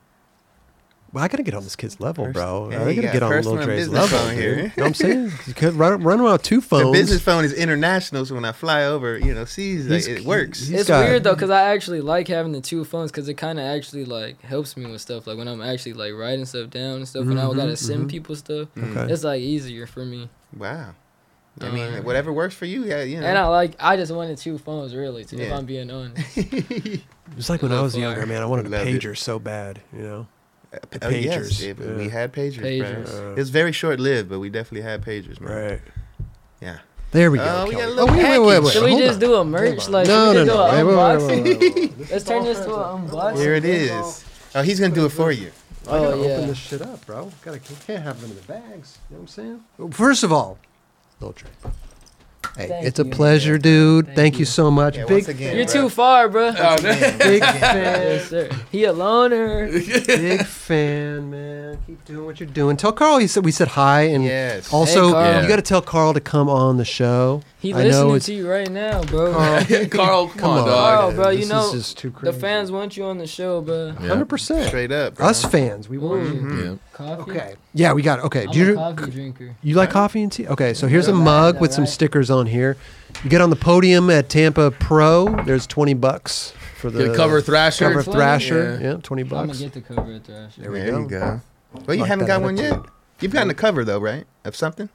[SPEAKER 10] Well, I gotta get on this kid's level, bro.
[SPEAKER 4] Hey,
[SPEAKER 10] I
[SPEAKER 4] you
[SPEAKER 10] gotta
[SPEAKER 4] got
[SPEAKER 10] get on
[SPEAKER 4] personal
[SPEAKER 10] little
[SPEAKER 4] and
[SPEAKER 10] Dre's
[SPEAKER 4] business
[SPEAKER 10] level.
[SPEAKER 4] phone
[SPEAKER 10] dude.
[SPEAKER 4] here.
[SPEAKER 10] You know what I'm saying you could run, run around two phones.
[SPEAKER 4] the business phone is international, so when I fly over, you know, sees like,
[SPEAKER 10] He's-
[SPEAKER 4] it works.
[SPEAKER 10] He's
[SPEAKER 2] it's
[SPEAKER 10] got-
[SPEAKER 2] weird though because I actually like having the two phones because it kind of actually like helps me with stuff like when I'm actually like writing stuff down and stuff when I
[SPEAKER 4] Mm-hmm,
[SPEAKER 10] Mhm,
[SPEAKER 2] gotta send
[SPEAKER 10] mhm.
[SPEAKER 2] people stuff.
[SPEAKER 10] Okay.
[SPEAKER 2] It's like easier for me.
[SPEAKER 4] Wow. I
[SPEAKER 2] Oh,
[SPEAKER 4] mean,
[SPEAKER 2] yeah.
[SPEAKER 4] whatever works for you, yeah, you know.
[SPEAKER 2] And I like I just wanted two phones really too, if
[SPEAKER 4] Yeah.
[SPEAKER 2] I'm being honest.
[SPEAKER 10] It was like when I
[SPEAKER 2] Love
[SPEAKER 10] was
[SPEAKER 2] fire.
[SPEAKER 10] younger, man. I wanted a
[SPEAKER 4] Love it.
[SPEAKER 10] pager so bad, you know.
[SPEAKER 4] oh, yes,
[SPEAKER 10] pagers,
[SPEAKER 4] it-
[SPEAKER 10] yeah.
[SPEAKER 4] we had pagers. Pagers.
[SPEAKER 2] Pagers.
[SPEAKER 4] It was very short lived, but we definitely had pagers, man.
[SPEAKER 10] Right.
[SPEAKER 4] Yeah.
[SPEAKER 10] There we go.
[SPEAKER 4] Oh, we
[SPEAKER 10] Kelly.
[SPEAKER 4] got a little
[SPEAKER 10] oh, wait, wait, wait,
[SPEAKER 4] package.
[SPEAKER 10] wait.
[SPEAKER 2] Should we
[SPEAKER 10] hold
[SPEAKER 2] just
[SPEAKER 10] on.
[SPEAKER 2] do a merch? Like,
[SPEAKER 10] No,
[SPEAKER 2] should we
[SPEAKER 10] no,
[SPEAKER 2] just
[SPEAKER 10] no. Wait,
[SPEAKER 2] do
[SPEAKER 10] wait, wait,
[SPEAKER 2] an unboxing?
[SPEAKER 10] wait, wait, wait.
[SPEAKER 2] Let's turn this to an unboxing.
[SPEAKER 4] Here it is. Oh, he's gonna do it for you.
[SPEAKER 2] Oh
[SPEAKER 1] gotta
[SPEAKER 2] yeah.
[SPEAKER 1] open this shit up, bro. Gotta can't have them in the bags. You know what I'm saying?
[SPEAKER 10] First of all, little Dre.
[SPEAKER 1] Hey,
[SPEAKER 2] Thank
[SPEAKER 1] it's a
[SPEAKER 2] you.
[SPEAKER 1] pleasure, dude. Thank,
[SPEAKER 2] Thank
[SPEAKER 1] you.
[SPEAKER 2] you.
[SPEAKER 1] so much.
[SPEAKER 4] Yeah,
[SPEAKER 1] Big
[SPEAKER 4] once again,
[SPEAKER 2] You're
[SPEAKER 4] bro.
[SPEAKER 2] too far, bro.
[SPEAKER 3] Oh,
[SPEAKER 1] big
[SPEAKER 2] yes,
[SPEAKER 1] fan,
[SPEAKER 2] sir. He a loner.
[SPEAKER 1] big fan, man. Keep doing what you're doing. Tell Carl he said we said hi and
[SPEAKER 4] Yes.
[SPEAKER 1] also
[SPEAKER 2] Hey, Carl.
[SPEAKER 3] Yeah.
[SPEAKER 1] you got to tell Carl to come on the show.
[SPEAKER 2] He
[SPEAKER 1] I know
[SPEAKER 2] listening
[SPEAKER 1] it's
[SPEAKER 2] to you right now, bro.
[SPEAKER 3] Carl, come, on,
[SPEAKER 1] on.
[SPEAKER 3] dog.
[SPEAKER 2] Carl, bro,
[SPEAKER 1] this
[SPEAKER 2] you know
[SPEAKER 1] is just too
[SPEAKER 2] the
[SPEAKER 1] crazy.
[SPEAKER 2] fans want you on the show, bro.
[SPEAKER 3] Yeah.
[SPEAKER 1] hundred percent.
[SPEAKER 4] straight up. bro.
[SPEAKER 1] Us fans, we want you.
[SPEAKER 2] Ooh,
[SPEAKER 3] Yeah.
[SPEAKER 2] coffee.
[SPEAKER 1] Okay, yeah, we got it. Okay,
[SPEAKER 2] I'm
[SPEAKER 1] do you
[SPEAKER 2] a Mm. coffee drinker.
[SPEAKER 1] you like coffee and tea? Okay, so here's a
[SPEAKER 2] Yeah,
[SPEAKER 1] mug
[SPEAKER 2] right,
[SPEAKER 1] with some
[SPEAKER 2] right.
[SPEAKER 1] stickers on here. You get on the podium at Tampa Pro. There's twenty bucks for the
[SPEAKER 3] Good cover thrasher.
[SPEAKER 1] cover
[SPEAKER 2] Twenty?
[SPEAKER 1] Thrasher.
[SPEAKER 3] Yeah.
[SPEAKER 1] Yeah, twenty
[SPEAKER 2] I'm gonna
[SPEAKER 1] bucks.
[SPEAKER 2] get the cover at Thrasher.
[SPEAKER 4] There we go. Well, you
[SPEAKER 1] Like
[SPEAKER 4] haven't
[SPEAKER 1] that
[SPEAKER 4] got one yet.
[SPEAKER 1] attitude.
[SPEAKER 4] You've gotten a cover though, right? Of something?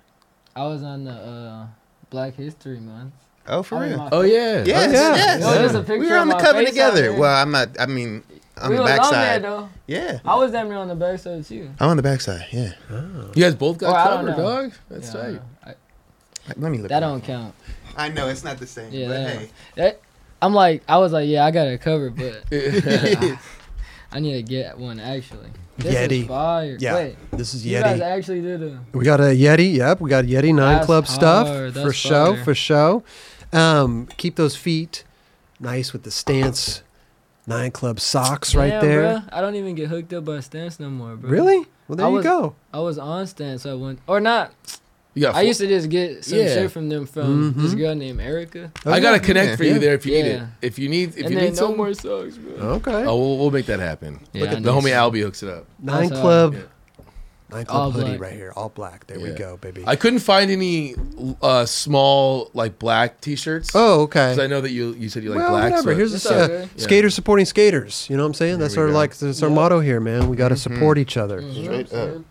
[SPEAKER 2] I was on the uh, Black History Month.
[SPEAKER 4] Oh, for
[SPEAKER 2] I was
[SPEAKER 4] real.
[SPEAKER 2] my-
[SPEAKER 3] Oh yeah.
[SPEAKER 1] Oh,
[SPEAKER 4] Yes,
[SPEAKER 1] yeah.
[SPEAKER 4] yes.
[SPEAKER 2] Yo, there's a picture
[SPEAKER 4] we were
[SPEAKER 2] of
[SPEAKER 4] on the
[SPEAKER 2] my
[SPEAKER 4] cover
[SPEAKER 2] face out
[SPEAKER 4] together.
[SPEAKER 2] there.
[SPEAKER 4] Well, I'm not. I mean, on
[SPEAKER 2] we
[SPEAKER 4] the
[SPEAKER 2] was on there
[SPEAKER 4] backside.
[SPEAKER 2] though.
[SPEAKER 4] Yeah,
[SPEAKER 2] I was damn near on the backside too.
[SPEAKER 4] I'm on the backside. Yeah.
[SPEAKER 3] You guys both got
[SPEAKER 2] Or I don't
[SPEAKER 3] covered,
[SPEAKER 2] know.
[SPEAKER 3] dog. That's
[SPEAKER 2] Yeah, I
[SPEAKER 3] right.
[SPEAKER 2] know. I-
[SPEAKER 4] Let me look.
[SPEAKER 2] that
[SPEAKER 4] it up.
[SPEAKER 2] don't count.
[SPEAKER 4] I know it's not the same.
[SPEAKER 2] Yeah,
[SPEAKER 4] but
[SPEAKER 2] that
[SPEAKER 4] hey.
[SPEAKER 2] That, I'm like, I was like, yeah, I got it covered, but I, I need to get one actually. This
[SPEAKER 10] Yeti.
[SPEAKER 2] is fire.
[SPEAKER 10] Yeah,
[SPEAKER 2] Wait,
[SPEAKER 10] this is
[SPEAKER 2] you guys
[SPEAKER 10] Yeti.
[SPEAKER 2] actually did a
[SPEAKER 1] We got a Yeti. Yep, we got Yeti Nine
[SPEAKER 2] That's
[SPEAKER 1] Club
[SPEAKER 2] hard,
[SPEAKER 1] stuff for
[SPEAKER 2] that's
[SPEAKER 1] show
[SPEAKER 2] fire.
[SPEAKER 1] for show. Um, keep those feet nice with the stance. Nine Club socks right
[SPEAKER 2] Damn,
[SPEAKER 1] there.
[SPEAKER 2] bruh, I don't even get hooked up by Stance no more, bro.
[SPEAKER 1] Really? Well, there
[SPEAKER 2] I
[SPEAKER 1] you
[SPEAKER 2] was-
[SPEAKER 1] go.
[SPEAKER 2] I was on Stance at one or not.
[SPEAKER 3] You got.
[SPEAKER 2] I used to just get some
[SPEAKER 3] Yeah.
[SPEAKER 2] shit from them from this girl named Erica.
[SPEAKER 3] I got to connect
[SPEAKER 4] Yeah.
[SPEAKER 3] for you
[SPEAKER 1] Yeah.
[SPEAKER 3] there if you need it.
[SPEAKER 2] Yeah.
[SPEAKER 3] If you need, if
[SPEAKER 2] and
[SPEAKER 3] you
[SPEAKER 2] then
[SPEAKER 3] need
[SPEAKER 2] no
[SPEAKER 3] some.
[SPEAKER 2] more songs, bro.
[SPEAKER 1] Okay.
[SPEAKER 3] Oh, we'll, we'll make that happen.
[SPEAKER 2] Yeah,
[SPEAKER 3] Look
[SPEAKER 2] I
[SPEAKER 3] at the
[SPEAKER 2] need
[SPEAKER 3] homie
[SPEAKER 2] some.
[SPEAKER 3] Albie hooks it up.
[SPEAKER 1] Nine
[SPEAKER 2] That's
[SPEAKER 1] Club.
[SPEAKER 3] Yeah.
[SPEAKER 1] Nine Club
[SPEAKER 2] All
[SPEAKER 1] hoodie
[SPEAKER 2] black.
[SPEAKER 1] right here, all black. There we
[SPEAKER 3] Yeah.
[SPEAKER 1] go, baby.
[SPEAKER 3] I couldn't find any uh, small like black t-shirts.
[SPEAKER 1] oh, okay.
[SPEAKER 3] because I know that you you said you like
[SPEAKER 1] well,
[SPEAKER 3] black.
[SPEAKER 1] whatever.
[SPEAKER 3] so-
[SPEAKER 1] Here's
[SPEAKER 2] It's
[SPEAKER 1] a
[SPEAKER 2] all
[SPEAKER 1] uh,
[SPEAKER 2] good.
[SPEAKER 3] Yeah.
[SPEAKER 1] skaters supporting skaters. You know what I'm saying? that's
[SPEAKER 3] we
[SPEAKER 1] our
[SPEAKER 3] go. Mm-hmm.
[SPEAKER 1] like that's our motto here, man. We got to support each other.
[SPEAKER 2] Mm-hmm.
[SPEAKER 4] Straight up.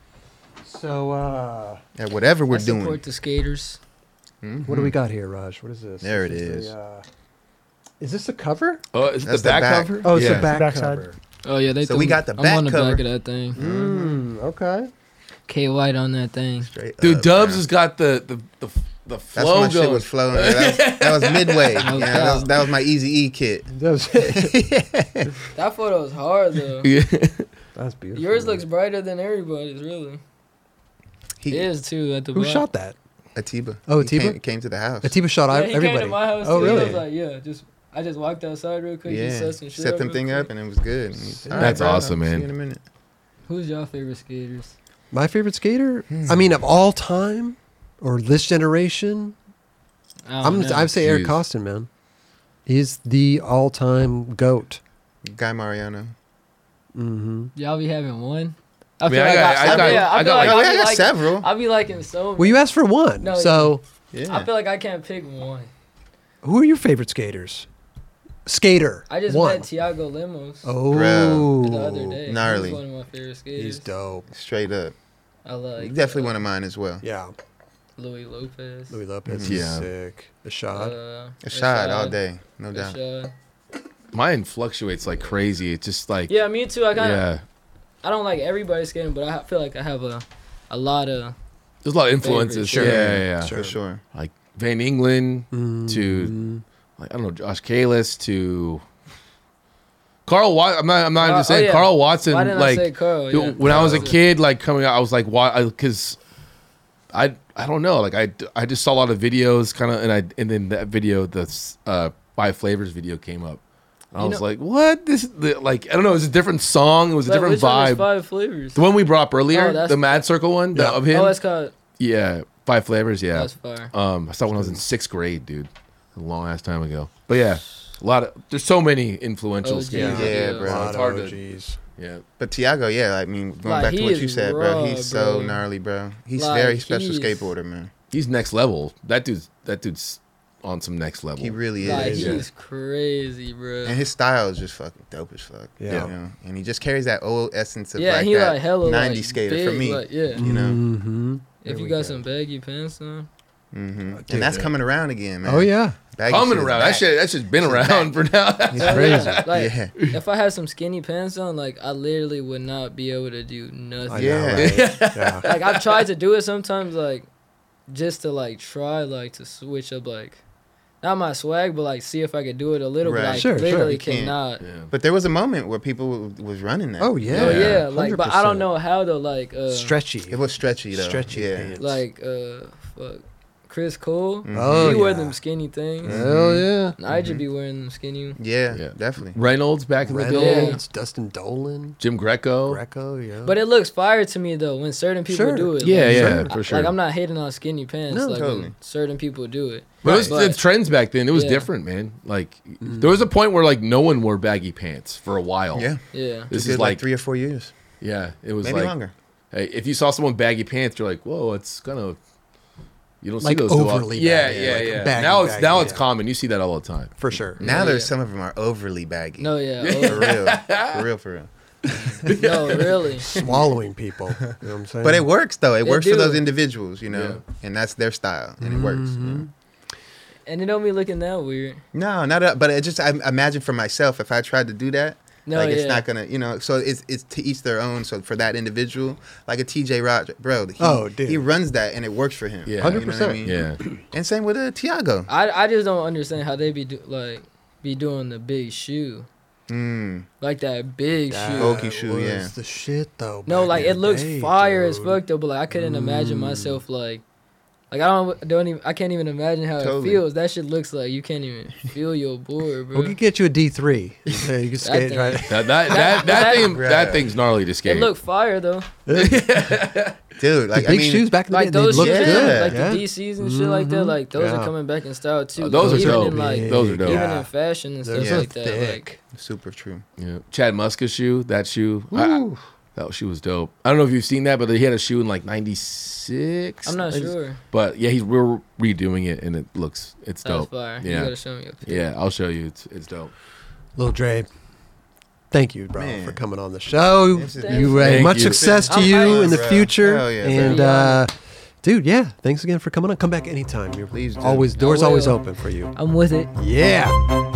[SPEAKER 1] So, uh,
[SPEAKER 4] Yeah, whatever we're
[SPEAKER 2] I support
[SPEAKER 4] doing.
[SPEAKER 2] the skaters.
[SPEAKER 1] what do we got here, Raj? What is this?
[SPEAKER 4] There
[SPEAKER 1] This
[SPEAKER 4] it
[SPEAKER 1] a,
[SPEAKER 4] is.
[SPEAKER 1] uh, is this the cover?
[SPEAKER 3] oh, is it the
[SPEAKER 4] That's the
[SPEAKER 3] back,
[SPEAKER 4] back.
[SPEAKER 3] cover?
[SPEAKER 1] Oh, it's
[SPEAKER 4] Yeah.
[SPEAKER 1] the back
[SPEAKER 9] Backside.
[SPEAKER 1] cover.
[SPEAKER 2] Oh yeah, they.
[SPEAKER 4] So we
[SPEAKER 2] threw-
[SPEAKER 4] got the
[SPEAKER 2] I'm on the
[SPEAKER 4] back
[SPEAKER 2] back
[SPEAKER 4] cover.
[SPEAKER 2] of that thing.
[SPEAKER 1] Mm, okay.
[SPEAKER 2] K White on that thing.
[SPEAKER 4] Straight
[SPEAKER 3] Dude,
[SPEAKER 4] up,
[SPEAKER 3] Dubs
[SPEAKER 4] man.
[SPEAKER 3] has got the the the, the
[SPEAKER 4] That's
[SPEAKER 3] flow
[SPEAKER 4] when my shit
[SPEAKER 3] going.
[SPEAKER 4] was flowing. That was, that was midway. yeah, that, was, that was my Easy E kit.
[SPEAKER 1] That was-
[SPEAKER 2] That photo is hard though.
[SPEAKER 3] Yeah.
[SPEAKER 1] that's beautiful.
[SPEAKER 2] Yours
[SPEAKER 1] man.
[SPEAKER 2] looks brighter than everybody's, really. It
[SPEAKER 4] He,
[SPEAKER 2] is too at the
[SPEAKER 1] Who
[SPEAKER 2] back.
[SPEAKER 1] shot that?
[SPEAKER 4] Atiba.
[SPEAKER 1] Oh,
[SPEAKER 4] He
[SPEAKER 1] Atiba?
[SPEAKER 4] Came, came to the house.
[SPEAKER 1] Atiba shot
[SPEAKER 2] Yeah,
[SPEAKER 1] I-
[SPEAKER 2] he
[SPEAKER 1] everybody.
[SPEAKER 2] came to my house.
[SPEAKER 1] oh,
[SPEAKER 2] too.
[SPEAKER 1] really?
[SPEAKER 2] I was like, yeah, just I just walked outside real quick. Yeah.
[SPEAKER 4] Yeah.
[SPEAKER 2] Set some shit
[SPEAKER 4] Set
[SPEAKER 2] up
[SPEAKER 4] them
[SPEAKER 2] real
[SPEAKER 4] thing
[SPEAKER 2] quick.
[SPEAKER 4] up and it was good. And he's, "All
[SPEAKER 3] That's
[SPEAKER 4] bro,
[SPEAKER 3] awesome,
[SPEAKER 4] I'll see
[SPEAKER 3] man.
[SPEAKER 4] you in a minute.
[SPEAKER 2] Who's y'all favorite skaters?
[SPEAKER 1] My favorite skater? I mean, of all time or this generation,
[SPEAKER 2] I
[SPEAKER 1] I'm
[SPEAKER 2] don't
[SPEAKER 1] gonna,
[SPEAKER 2] know.
[SPEAKER 1] I'd say Eric
[SPEAKER 3] Jeez.
[SPEAKER 1] Costin, man. He's the all-time goat.
[SPEAKER 4] Guy Mariano.
[SPEAKER 1] Mm-hmm.
[SPEAKER 2] y'all be having one. I
[SPEAKER 3] mean, I got- I got-
[SPEAKER 2] yeah,
[SPEAKER 3] I got
[SPEAKER 2] feel
[SPEAKER 3] like-
[SPEAKER 4] No,
[SPEAKER 2] like
[SPEAKER 4] I got
[SPEAKER 2] like,
[SPEAKER 4] several.
[SPEAKER 2] I be liking so.
[SPEAKER 1] Well, you asked for one,
[SPEAKER 2] No,
[SPEAKER 1] so
[SPEAKER 4] Yeah.
[SPEAKER 2] I feel like I can't pick one.
[SPEAKER 1] who are your favorite skaters? Skater.
[SPEAKER 2] I just
[SPEAKER 1] one.
[SPEAKER 2] met Tiago Lemos
[SPEAKER 1] oh,
[SPEAKER 2] the other day. He was
[SPEAKER 4] gnarly.
[SPEAKER 2] one of my favorite skaters.
[SPEAKER 1] he's dope.
[SPEAKER 4] Straight up.
[SPEAKER 2] I like uh,
[SPEAKER 4] Definitely one of mine as well.
[SPEAKER 1] Yeah,
[SPEAKER 2] Louis Lopez.
[SPEAKER 1] Louis Lopez is
[SPEAKER 3] Mhm. Yeah.
[SPEAKER 1] sick. Ashad.
[SPEAKER 2] Uh,
[SPEAKER 4] A shot all
[SPEAKER 2] Rashad.
[SPEAKER 4] day. No doubt.
[SPEAKER 2] Rashad.
[SPEAKER 3] Mine fluctuates like crazy. It's just like
[SPEAKER 2] Yeah, me too. I kind of
[SPEAKER 3] yeah.
[SPEAKER 2] I don't like everybody skating, but I feel like I have a a lot of
[SPEAKER 3] There's a lot of influences.
[SPEAKER 2] Sure. Mm-hmm.
[SPEAKER 3] Yeah, yeah, yeah.
[SPEAKER 4] for sure.
[SPEAKER 3] Like Van England to like I don't know Josh Kalis to Carl Watson. I'm not. I'm not
[SPEAKER 2] Carl-
[SPEAKER 3] even saying
[SPEAKER 2] oh, yeah.
[SPEAKER 3] Carl Watson.
[SPEAKER 2] Why didn't I
[SPEAKER 3] like
[SPEAKER 2] say Carl?
[SPEAKER 3] dude,
[SPEAKER 2] Yeah.
[SPEAKER 3] when I was a
[SPEAKER 2] Carl.
[SPEAKER 3] kid, like coming out, I was like, why? Because I I don't know. Like I I just saw a lot of videos, kind of, and I and then that video, the uh, Five Flavors video came up. And I
[SPEAKER 2] You
[SPEAKER 3] was
[SPEAKER 2] know-
[SPEAKER 3] like, what? This the, like I don't know. It was a different song. It was a
[SPEAKER 2] Wait,
[SPEAKER 3] different
[SPEAKER 2] which one is
[SPEAKER 3] vibe.
[SPEAKER 2] Five flavors.
[SPEAKER 3] the one we brought up
[SPEAKER 2] Oh,
[SPEAKER 3] earlier,
[SPEAKER 2] that's-
[SPEAKER 3] the Mad Circle one, the, of him.
[SPEAKER 2] Oh, that's called.
[SPEAKER 3] Yeah, Five Flavors. Yeah,
[SPEAKER 2] That's fire.
[SPEAKER 3] Um, I saw when I was in sixth grade, dude. A long ass time ago. But yeah, a lot of there's so many influential
[SPEAKER 2] OGs.
[SPEAKER 3] skaters.
[SPEAKER 4] Yeah,
[SPEAKER 2] Yeah.
[SPEAKER 4] bro.
[SPEAKER 3] It's hard to,
[SPEAKER 1] Jeez.
[SPEAKER 3] yeah.
[SPEAKER 4] But Tiago, yeah, I mean, going
[SPEAKER 2] Like,
[SPEAKER 4] back to
[SPEAKER 2] he
[SPEAKER 4] what
[SPEAKER 2] is
[SPEAKER 4] you said,
[SPEAKER 2] raw,
[SPEAKER 4] bro, he's so
[SPEAKER 2] bro.
[SPEAKER 4] gnarly, bro. He's
[SPEAKER 2] Like,
[SPEAKER 4] very special
[SPEAKER 2] he's-
[SPEAKER 4] skateboarder, man.
[SPEAKER 3] He's next level. That dude's that dude's on some next level.
[SPEAKER 4] He really
[SPEAKER 2] Like
[SPEAKER 4] is.
[SPEAKER 3] yeah.
[SPEAKER 2] he's crazy, bro.
[SPEAKER 4] And his style is just fucking dope as fuck. you
[SPEAKER 1] Yeah.
[SPEAKER 4] know? And he just carries that old essence of
[SPEAKER 2] yeah,
[SPEAKER 4] like
[SPEAKER 2] he
[SPEAKER 4] that
[SPEAKER 2] like hella
[SPEAKER 4] 90
[SPEAKER 2] like,
[SPEAKER 4] skater for
[SPEAKER 2] big,
[SPEAKER 4] me.
[SPEAKER 2] like, yeah.
[SPEAKER 4] you know?
[SPEAKER 1] Mm-hmm.
[SPEAKER 2] If you got some baggy pants on,
[SPEAKER 4] hmm
[SPEAKER 1] dig
[SPEAKER 4] And that's
[SPEAKER 1] that.
[SPEAKER 4] coming around again, man.
[SPEAKER 1] Oh yeah.
[SPEAKER 4] Baggy
[SPEAKER 3] coming
[SPEAKER 4] shit is
[SPEAKER 3] around. That
[SPEAKER 4] back.
[SPEAKER 3] shit that shit's been
[SPEAKER 4] Shit's
[SPEAKER 3] around for now.
[SPEAKER 4] It's
[SPEAKER 2] Yeah,
[SPEAKER 4] crazy.
[SPEAKER 2] yeah. Like,
[SPEAKER 4] Yeah.
[SPEAKER 2] if I had some skinny pants on, like I literally would not be able to do nothing.
[SPEAKER 4] Yeah.
[SPEAKER 1] yeah.
[SPEAKER 2] Like I've tried to do it sometimes, like just to like try like to switch up like not my swag, but like see if I could do it a little. But
[SPEAKER 4] Right.
[SPEAKER 2] I
[SPEAKER 1] Sure, sure.
[SPEAKER 2] literally
[SPEAKER 4] You can't.
[SPEAKER 2] cannot.
[SPEAKER 3] yeah.
[SPEAKER 4] But there was a moment where people w- was running that.
[SPEAKER 1] Oh yeah.
[SPEAKER 2] Oh yeah, like but I
[SPEAKER 1] 100%.
[SPEAKER 2] don't know how though. Like uh,
[SPEAKER 1] Stretchy.
[SPEAKER 4] It was stretchy though.
[SPEAKER 1] Stretchy
[SPEAKER 4] Yeah.
[SPEAKER 1] pants.
[SPEAKER 2] like uh, fuck, Chris Cole.
[SPEAKER 1] Oh
[SPEAKER 2] he
[SPEAKER 1] yeah.
[SPEAKER 2] wear them skinny things.
[SPEAKER 1] Hell yeah.
[SPEAKER 2] And I just be wearing them skinny.
[SPEAKER 4] Yeah,
[SPEAKER 3] Yeah.
[SPEAKER 4] definitely.
[SPEAKER 3] Reynolds back in the day.
[SPEAKER 1] Reynolds, Dustin Dolan,
[SPEAKER 3] Jim Greco.
[SPEAKER 1] Greco. Yeah.
[SPEAKER 2] But it looks fire to me though when certain people
[SPEAKER 1] Sure.
[SPEAKER 2] do it.
[SPEAKER 3] Yeah,
[SPEAKER 2] Like,
[SPEAKER 3] yeah,
[SPEAKER 2] I-
[SPEAKER 3] for sure.
[SPEAKER 2] Like I'm not hating on skinny pants.
[SPEAKER 1] No,
[SPEAKER 2] like
[SPEAKER 4] totally.
[SPEAKER 2] when certain people do it.
[SPEAKER 3] But it was
[SPEAKER 2] But-
[SPEAKER 3] the trends back then. It was
[SPEAKER 2] Yeah. Mm-hmm.
[SPEAKER 3] different, man. Like there was a point where like no one wore baggy pants for a while.
[SPEAKER 4] Yeah.
[SPEAKER 2] Yeah.
[SPEAKER 3] This
[SPEAKER 4] Did
[SPEAKER 3] is like,
[SPEAKER 4] three or four years,
[SPEAKER 3] yeah, it was
[SPEAKER 4] maybe
[SPEAKER 3] like
[SPEAKER 4] longer.
[SPEAKER 3] Hey, if you saw someone with baggy pants, you're like, whoa, it's kind of you don't
[SPEAKER 1] Like
[SPEAKER 3] see those too often.
[SPEAKER 1] overly
[SPEAKER 3] Yeah,
[SPEAKER 1] baggy,
[SPEAKER 3] yeah,
[SPEAKER 1] like
[SPEAKER 3] yeah.
[SPEAKER 1] baggy,
[SPEAKER 3] now it's
[SPEAKER 1] baggy,
[SPEAKER 3] now it's
[SPEAKER 1] yeah.
[SPEAKER 3] common. You see that all the time.
[SPEAKER 1] for sure.
[SPEAKER 4] Now there's
[SPEAKER 2] yeah.
[SPEAKER 4] some of them are overly baggy.
[SPEAKER 2] No, yeah.
[SPEAKER 4] for
[SPEAKER 2] oh,
[SPEAKER 4] real, for real, for real.
[SPEAKER 2] no, really.
[SPEAKER 1] Swallowing people. You know what I'm saying?
[SPEAKER 4] But it works though. It
[SPEAKER 2] They
[SPEAKER 4] works for
[SPEAKER 2] do.
[SPEAKER 4] those individuals, you know, and that's their style, and it works. you know?
[SPEAKER 2] And it don't be looking that weird.
[SPEAKER 4] No, not at, but it just I imagine for myself if I tried to do that,
[SPEAKER 2] No,
[SPEAKER 4] like
[SPEAKER 2] yeah.
[SPEAKER 4] it's not gonna, you know. So it's it's to each their own. So for that individual, like a TJ Rod, bro, he,
[SPEAKER 1] Oh, dude.
[SPEAKER 4] he runs that and it works for him. you
[SPEAKER 3] Yeah.
[SPEAKER 4] know what I
[SPEAKER 1] 100%.
[SPEAKER 4] mean?
[SPEAKER 3] Yeah,
[SPEAKER 4] And same with uh, Tiago.
[SPEAKER 2] I I just don't understand how they be do like be doing the big shoe
[SPEAKER 4] Mm.
[SPEAKER 2] like that big
[SPEAKER 1] That
[SPEAKER 2] shoe.
[SPEAKER 4] Bulky shoe,
[SPEAKER 1] was
[SPEAKER 4] yeah.
[SPEAKER 1] the shit though.
[SPEAKER 2] No,
[SPEAKER 1] back
[SPEAKER 2] like
[SPEAKER 1] in
[SPEAKER 2] it
[SPEAKER 1] the
[SPEAKER 2] looks
[SPEAKER 1] day,
[SPEAKER 2] fire as
[SPEAKER 1] dude.
[SPEAKER 2] fuck though, but like I couldn't imagine myself like, like I don't don't even I can't even imagine how
[SPEAKER 4] Totally.
[SPEAKER 2] it feels. That shit looks like you can't even feel your board, bro.
[SPEAKER 1] We could get you a D3. Yeah, you can skate
[SPEAKER 2] thing-
[SPEAKER 1] right.
[SPEAKER 3] that that that, that
[SPEAKER 2] that-
[SPEAKER 3] thing that thing's gnarly to
[SPEAKER 2] It
[SPEAKER 3] skate.
[SPEAKER 2] look fire though,
[SPEAKER 4] Dude, like I
[SPEAKER 1] Big
[SPEAKER 4] mean,
[SPEAKER 1] shoes back in the
[SPEAKER 2] like
[SPEAKER 1] day.
[SPEAKER 2] those
[SPEAKER 1] they looked
[SPEAKER 2] shoes,
[SPEAKER 1] good.
[SPEAKER 2] like
[SPEAKER 1] yeah.
[SPEAKER 2] the DCs and shit like that. Like those
[SPEAKER 1] Yeah.
[SPEAKER 2] are coming back in style too.
[SPEAKER 3] Uh, those
[SPEAKER 2] like,
[SPEAKER 3] are
[SPEAKER 2] even
[SPEAKER 3] dope.
[SPEAKER 2] In, like,
[SPEAKER 1] Big.
[SPEAKER 3] Those are dope.
[SPEAKER 2] Even
[SPEAKER 1] Yeah.
[SPEAKER 2] in fashion and stuff
[SPEAKER 1] Those
[SPEAKER 4] are
[SPEAKER 2] like that. Like,
[SPEAKER 1] thick.
[SPEAKER 4] super true.
[SPEAKER 3] Yeah. Chad Muska's shoe, that shoe, I- I, that shoe was dope. I don't know if you've seen that, but he had a shoe in like '96.
[SPEAKER 2] I'm not sure.
[SPEAKER 3] but yeah, he's we're redoing it, and it looks it's
[SPEAKER 2] That's
[SPEAKER 3] dope.
[SPEAKER 2] fire. You
[SPEAKER 3] Yeah,
[SPEAKER 2] gotta show me. a pic.
[SPEAKER 3] yeah, I'll show you. It's it's dope.
[SPEAKER 1] Lil Dre, thank you, bro,
[SPEAKER 4] Man.
[SPEAKER 1] for coming on the show.
[SPEAKER 4] This is-
[SPEAKER 1] You uh,
[SPEAKER 3] Thank
[SPEAKER 1] much
[SPEAKER 3] you.
[SPEAKER 1] success to
[SPEAKER 2] I'm
[SPEAKER 1] you
[SPEAKER 2] hyped,
[SPEAKER 1] in the
[SPEAKER 4] bro.
[SPEAKER 1] future.
[SPEAKER 4] Hell yeah,
[SPEAKER 1] and
[SPEAKER 2] bro.
[SPEAKER 1] uh, dude, yeah, thanks again for coming on. Come back anytime. You're
[SPEAKER 4] Please do.
[SPEAKER 1] always doors
[SPEAKER 2] I will.
[SPEAKER 1] always open for you.
[SPEAKER 2] I'm with it.
[SPEAKER 1] Yeah.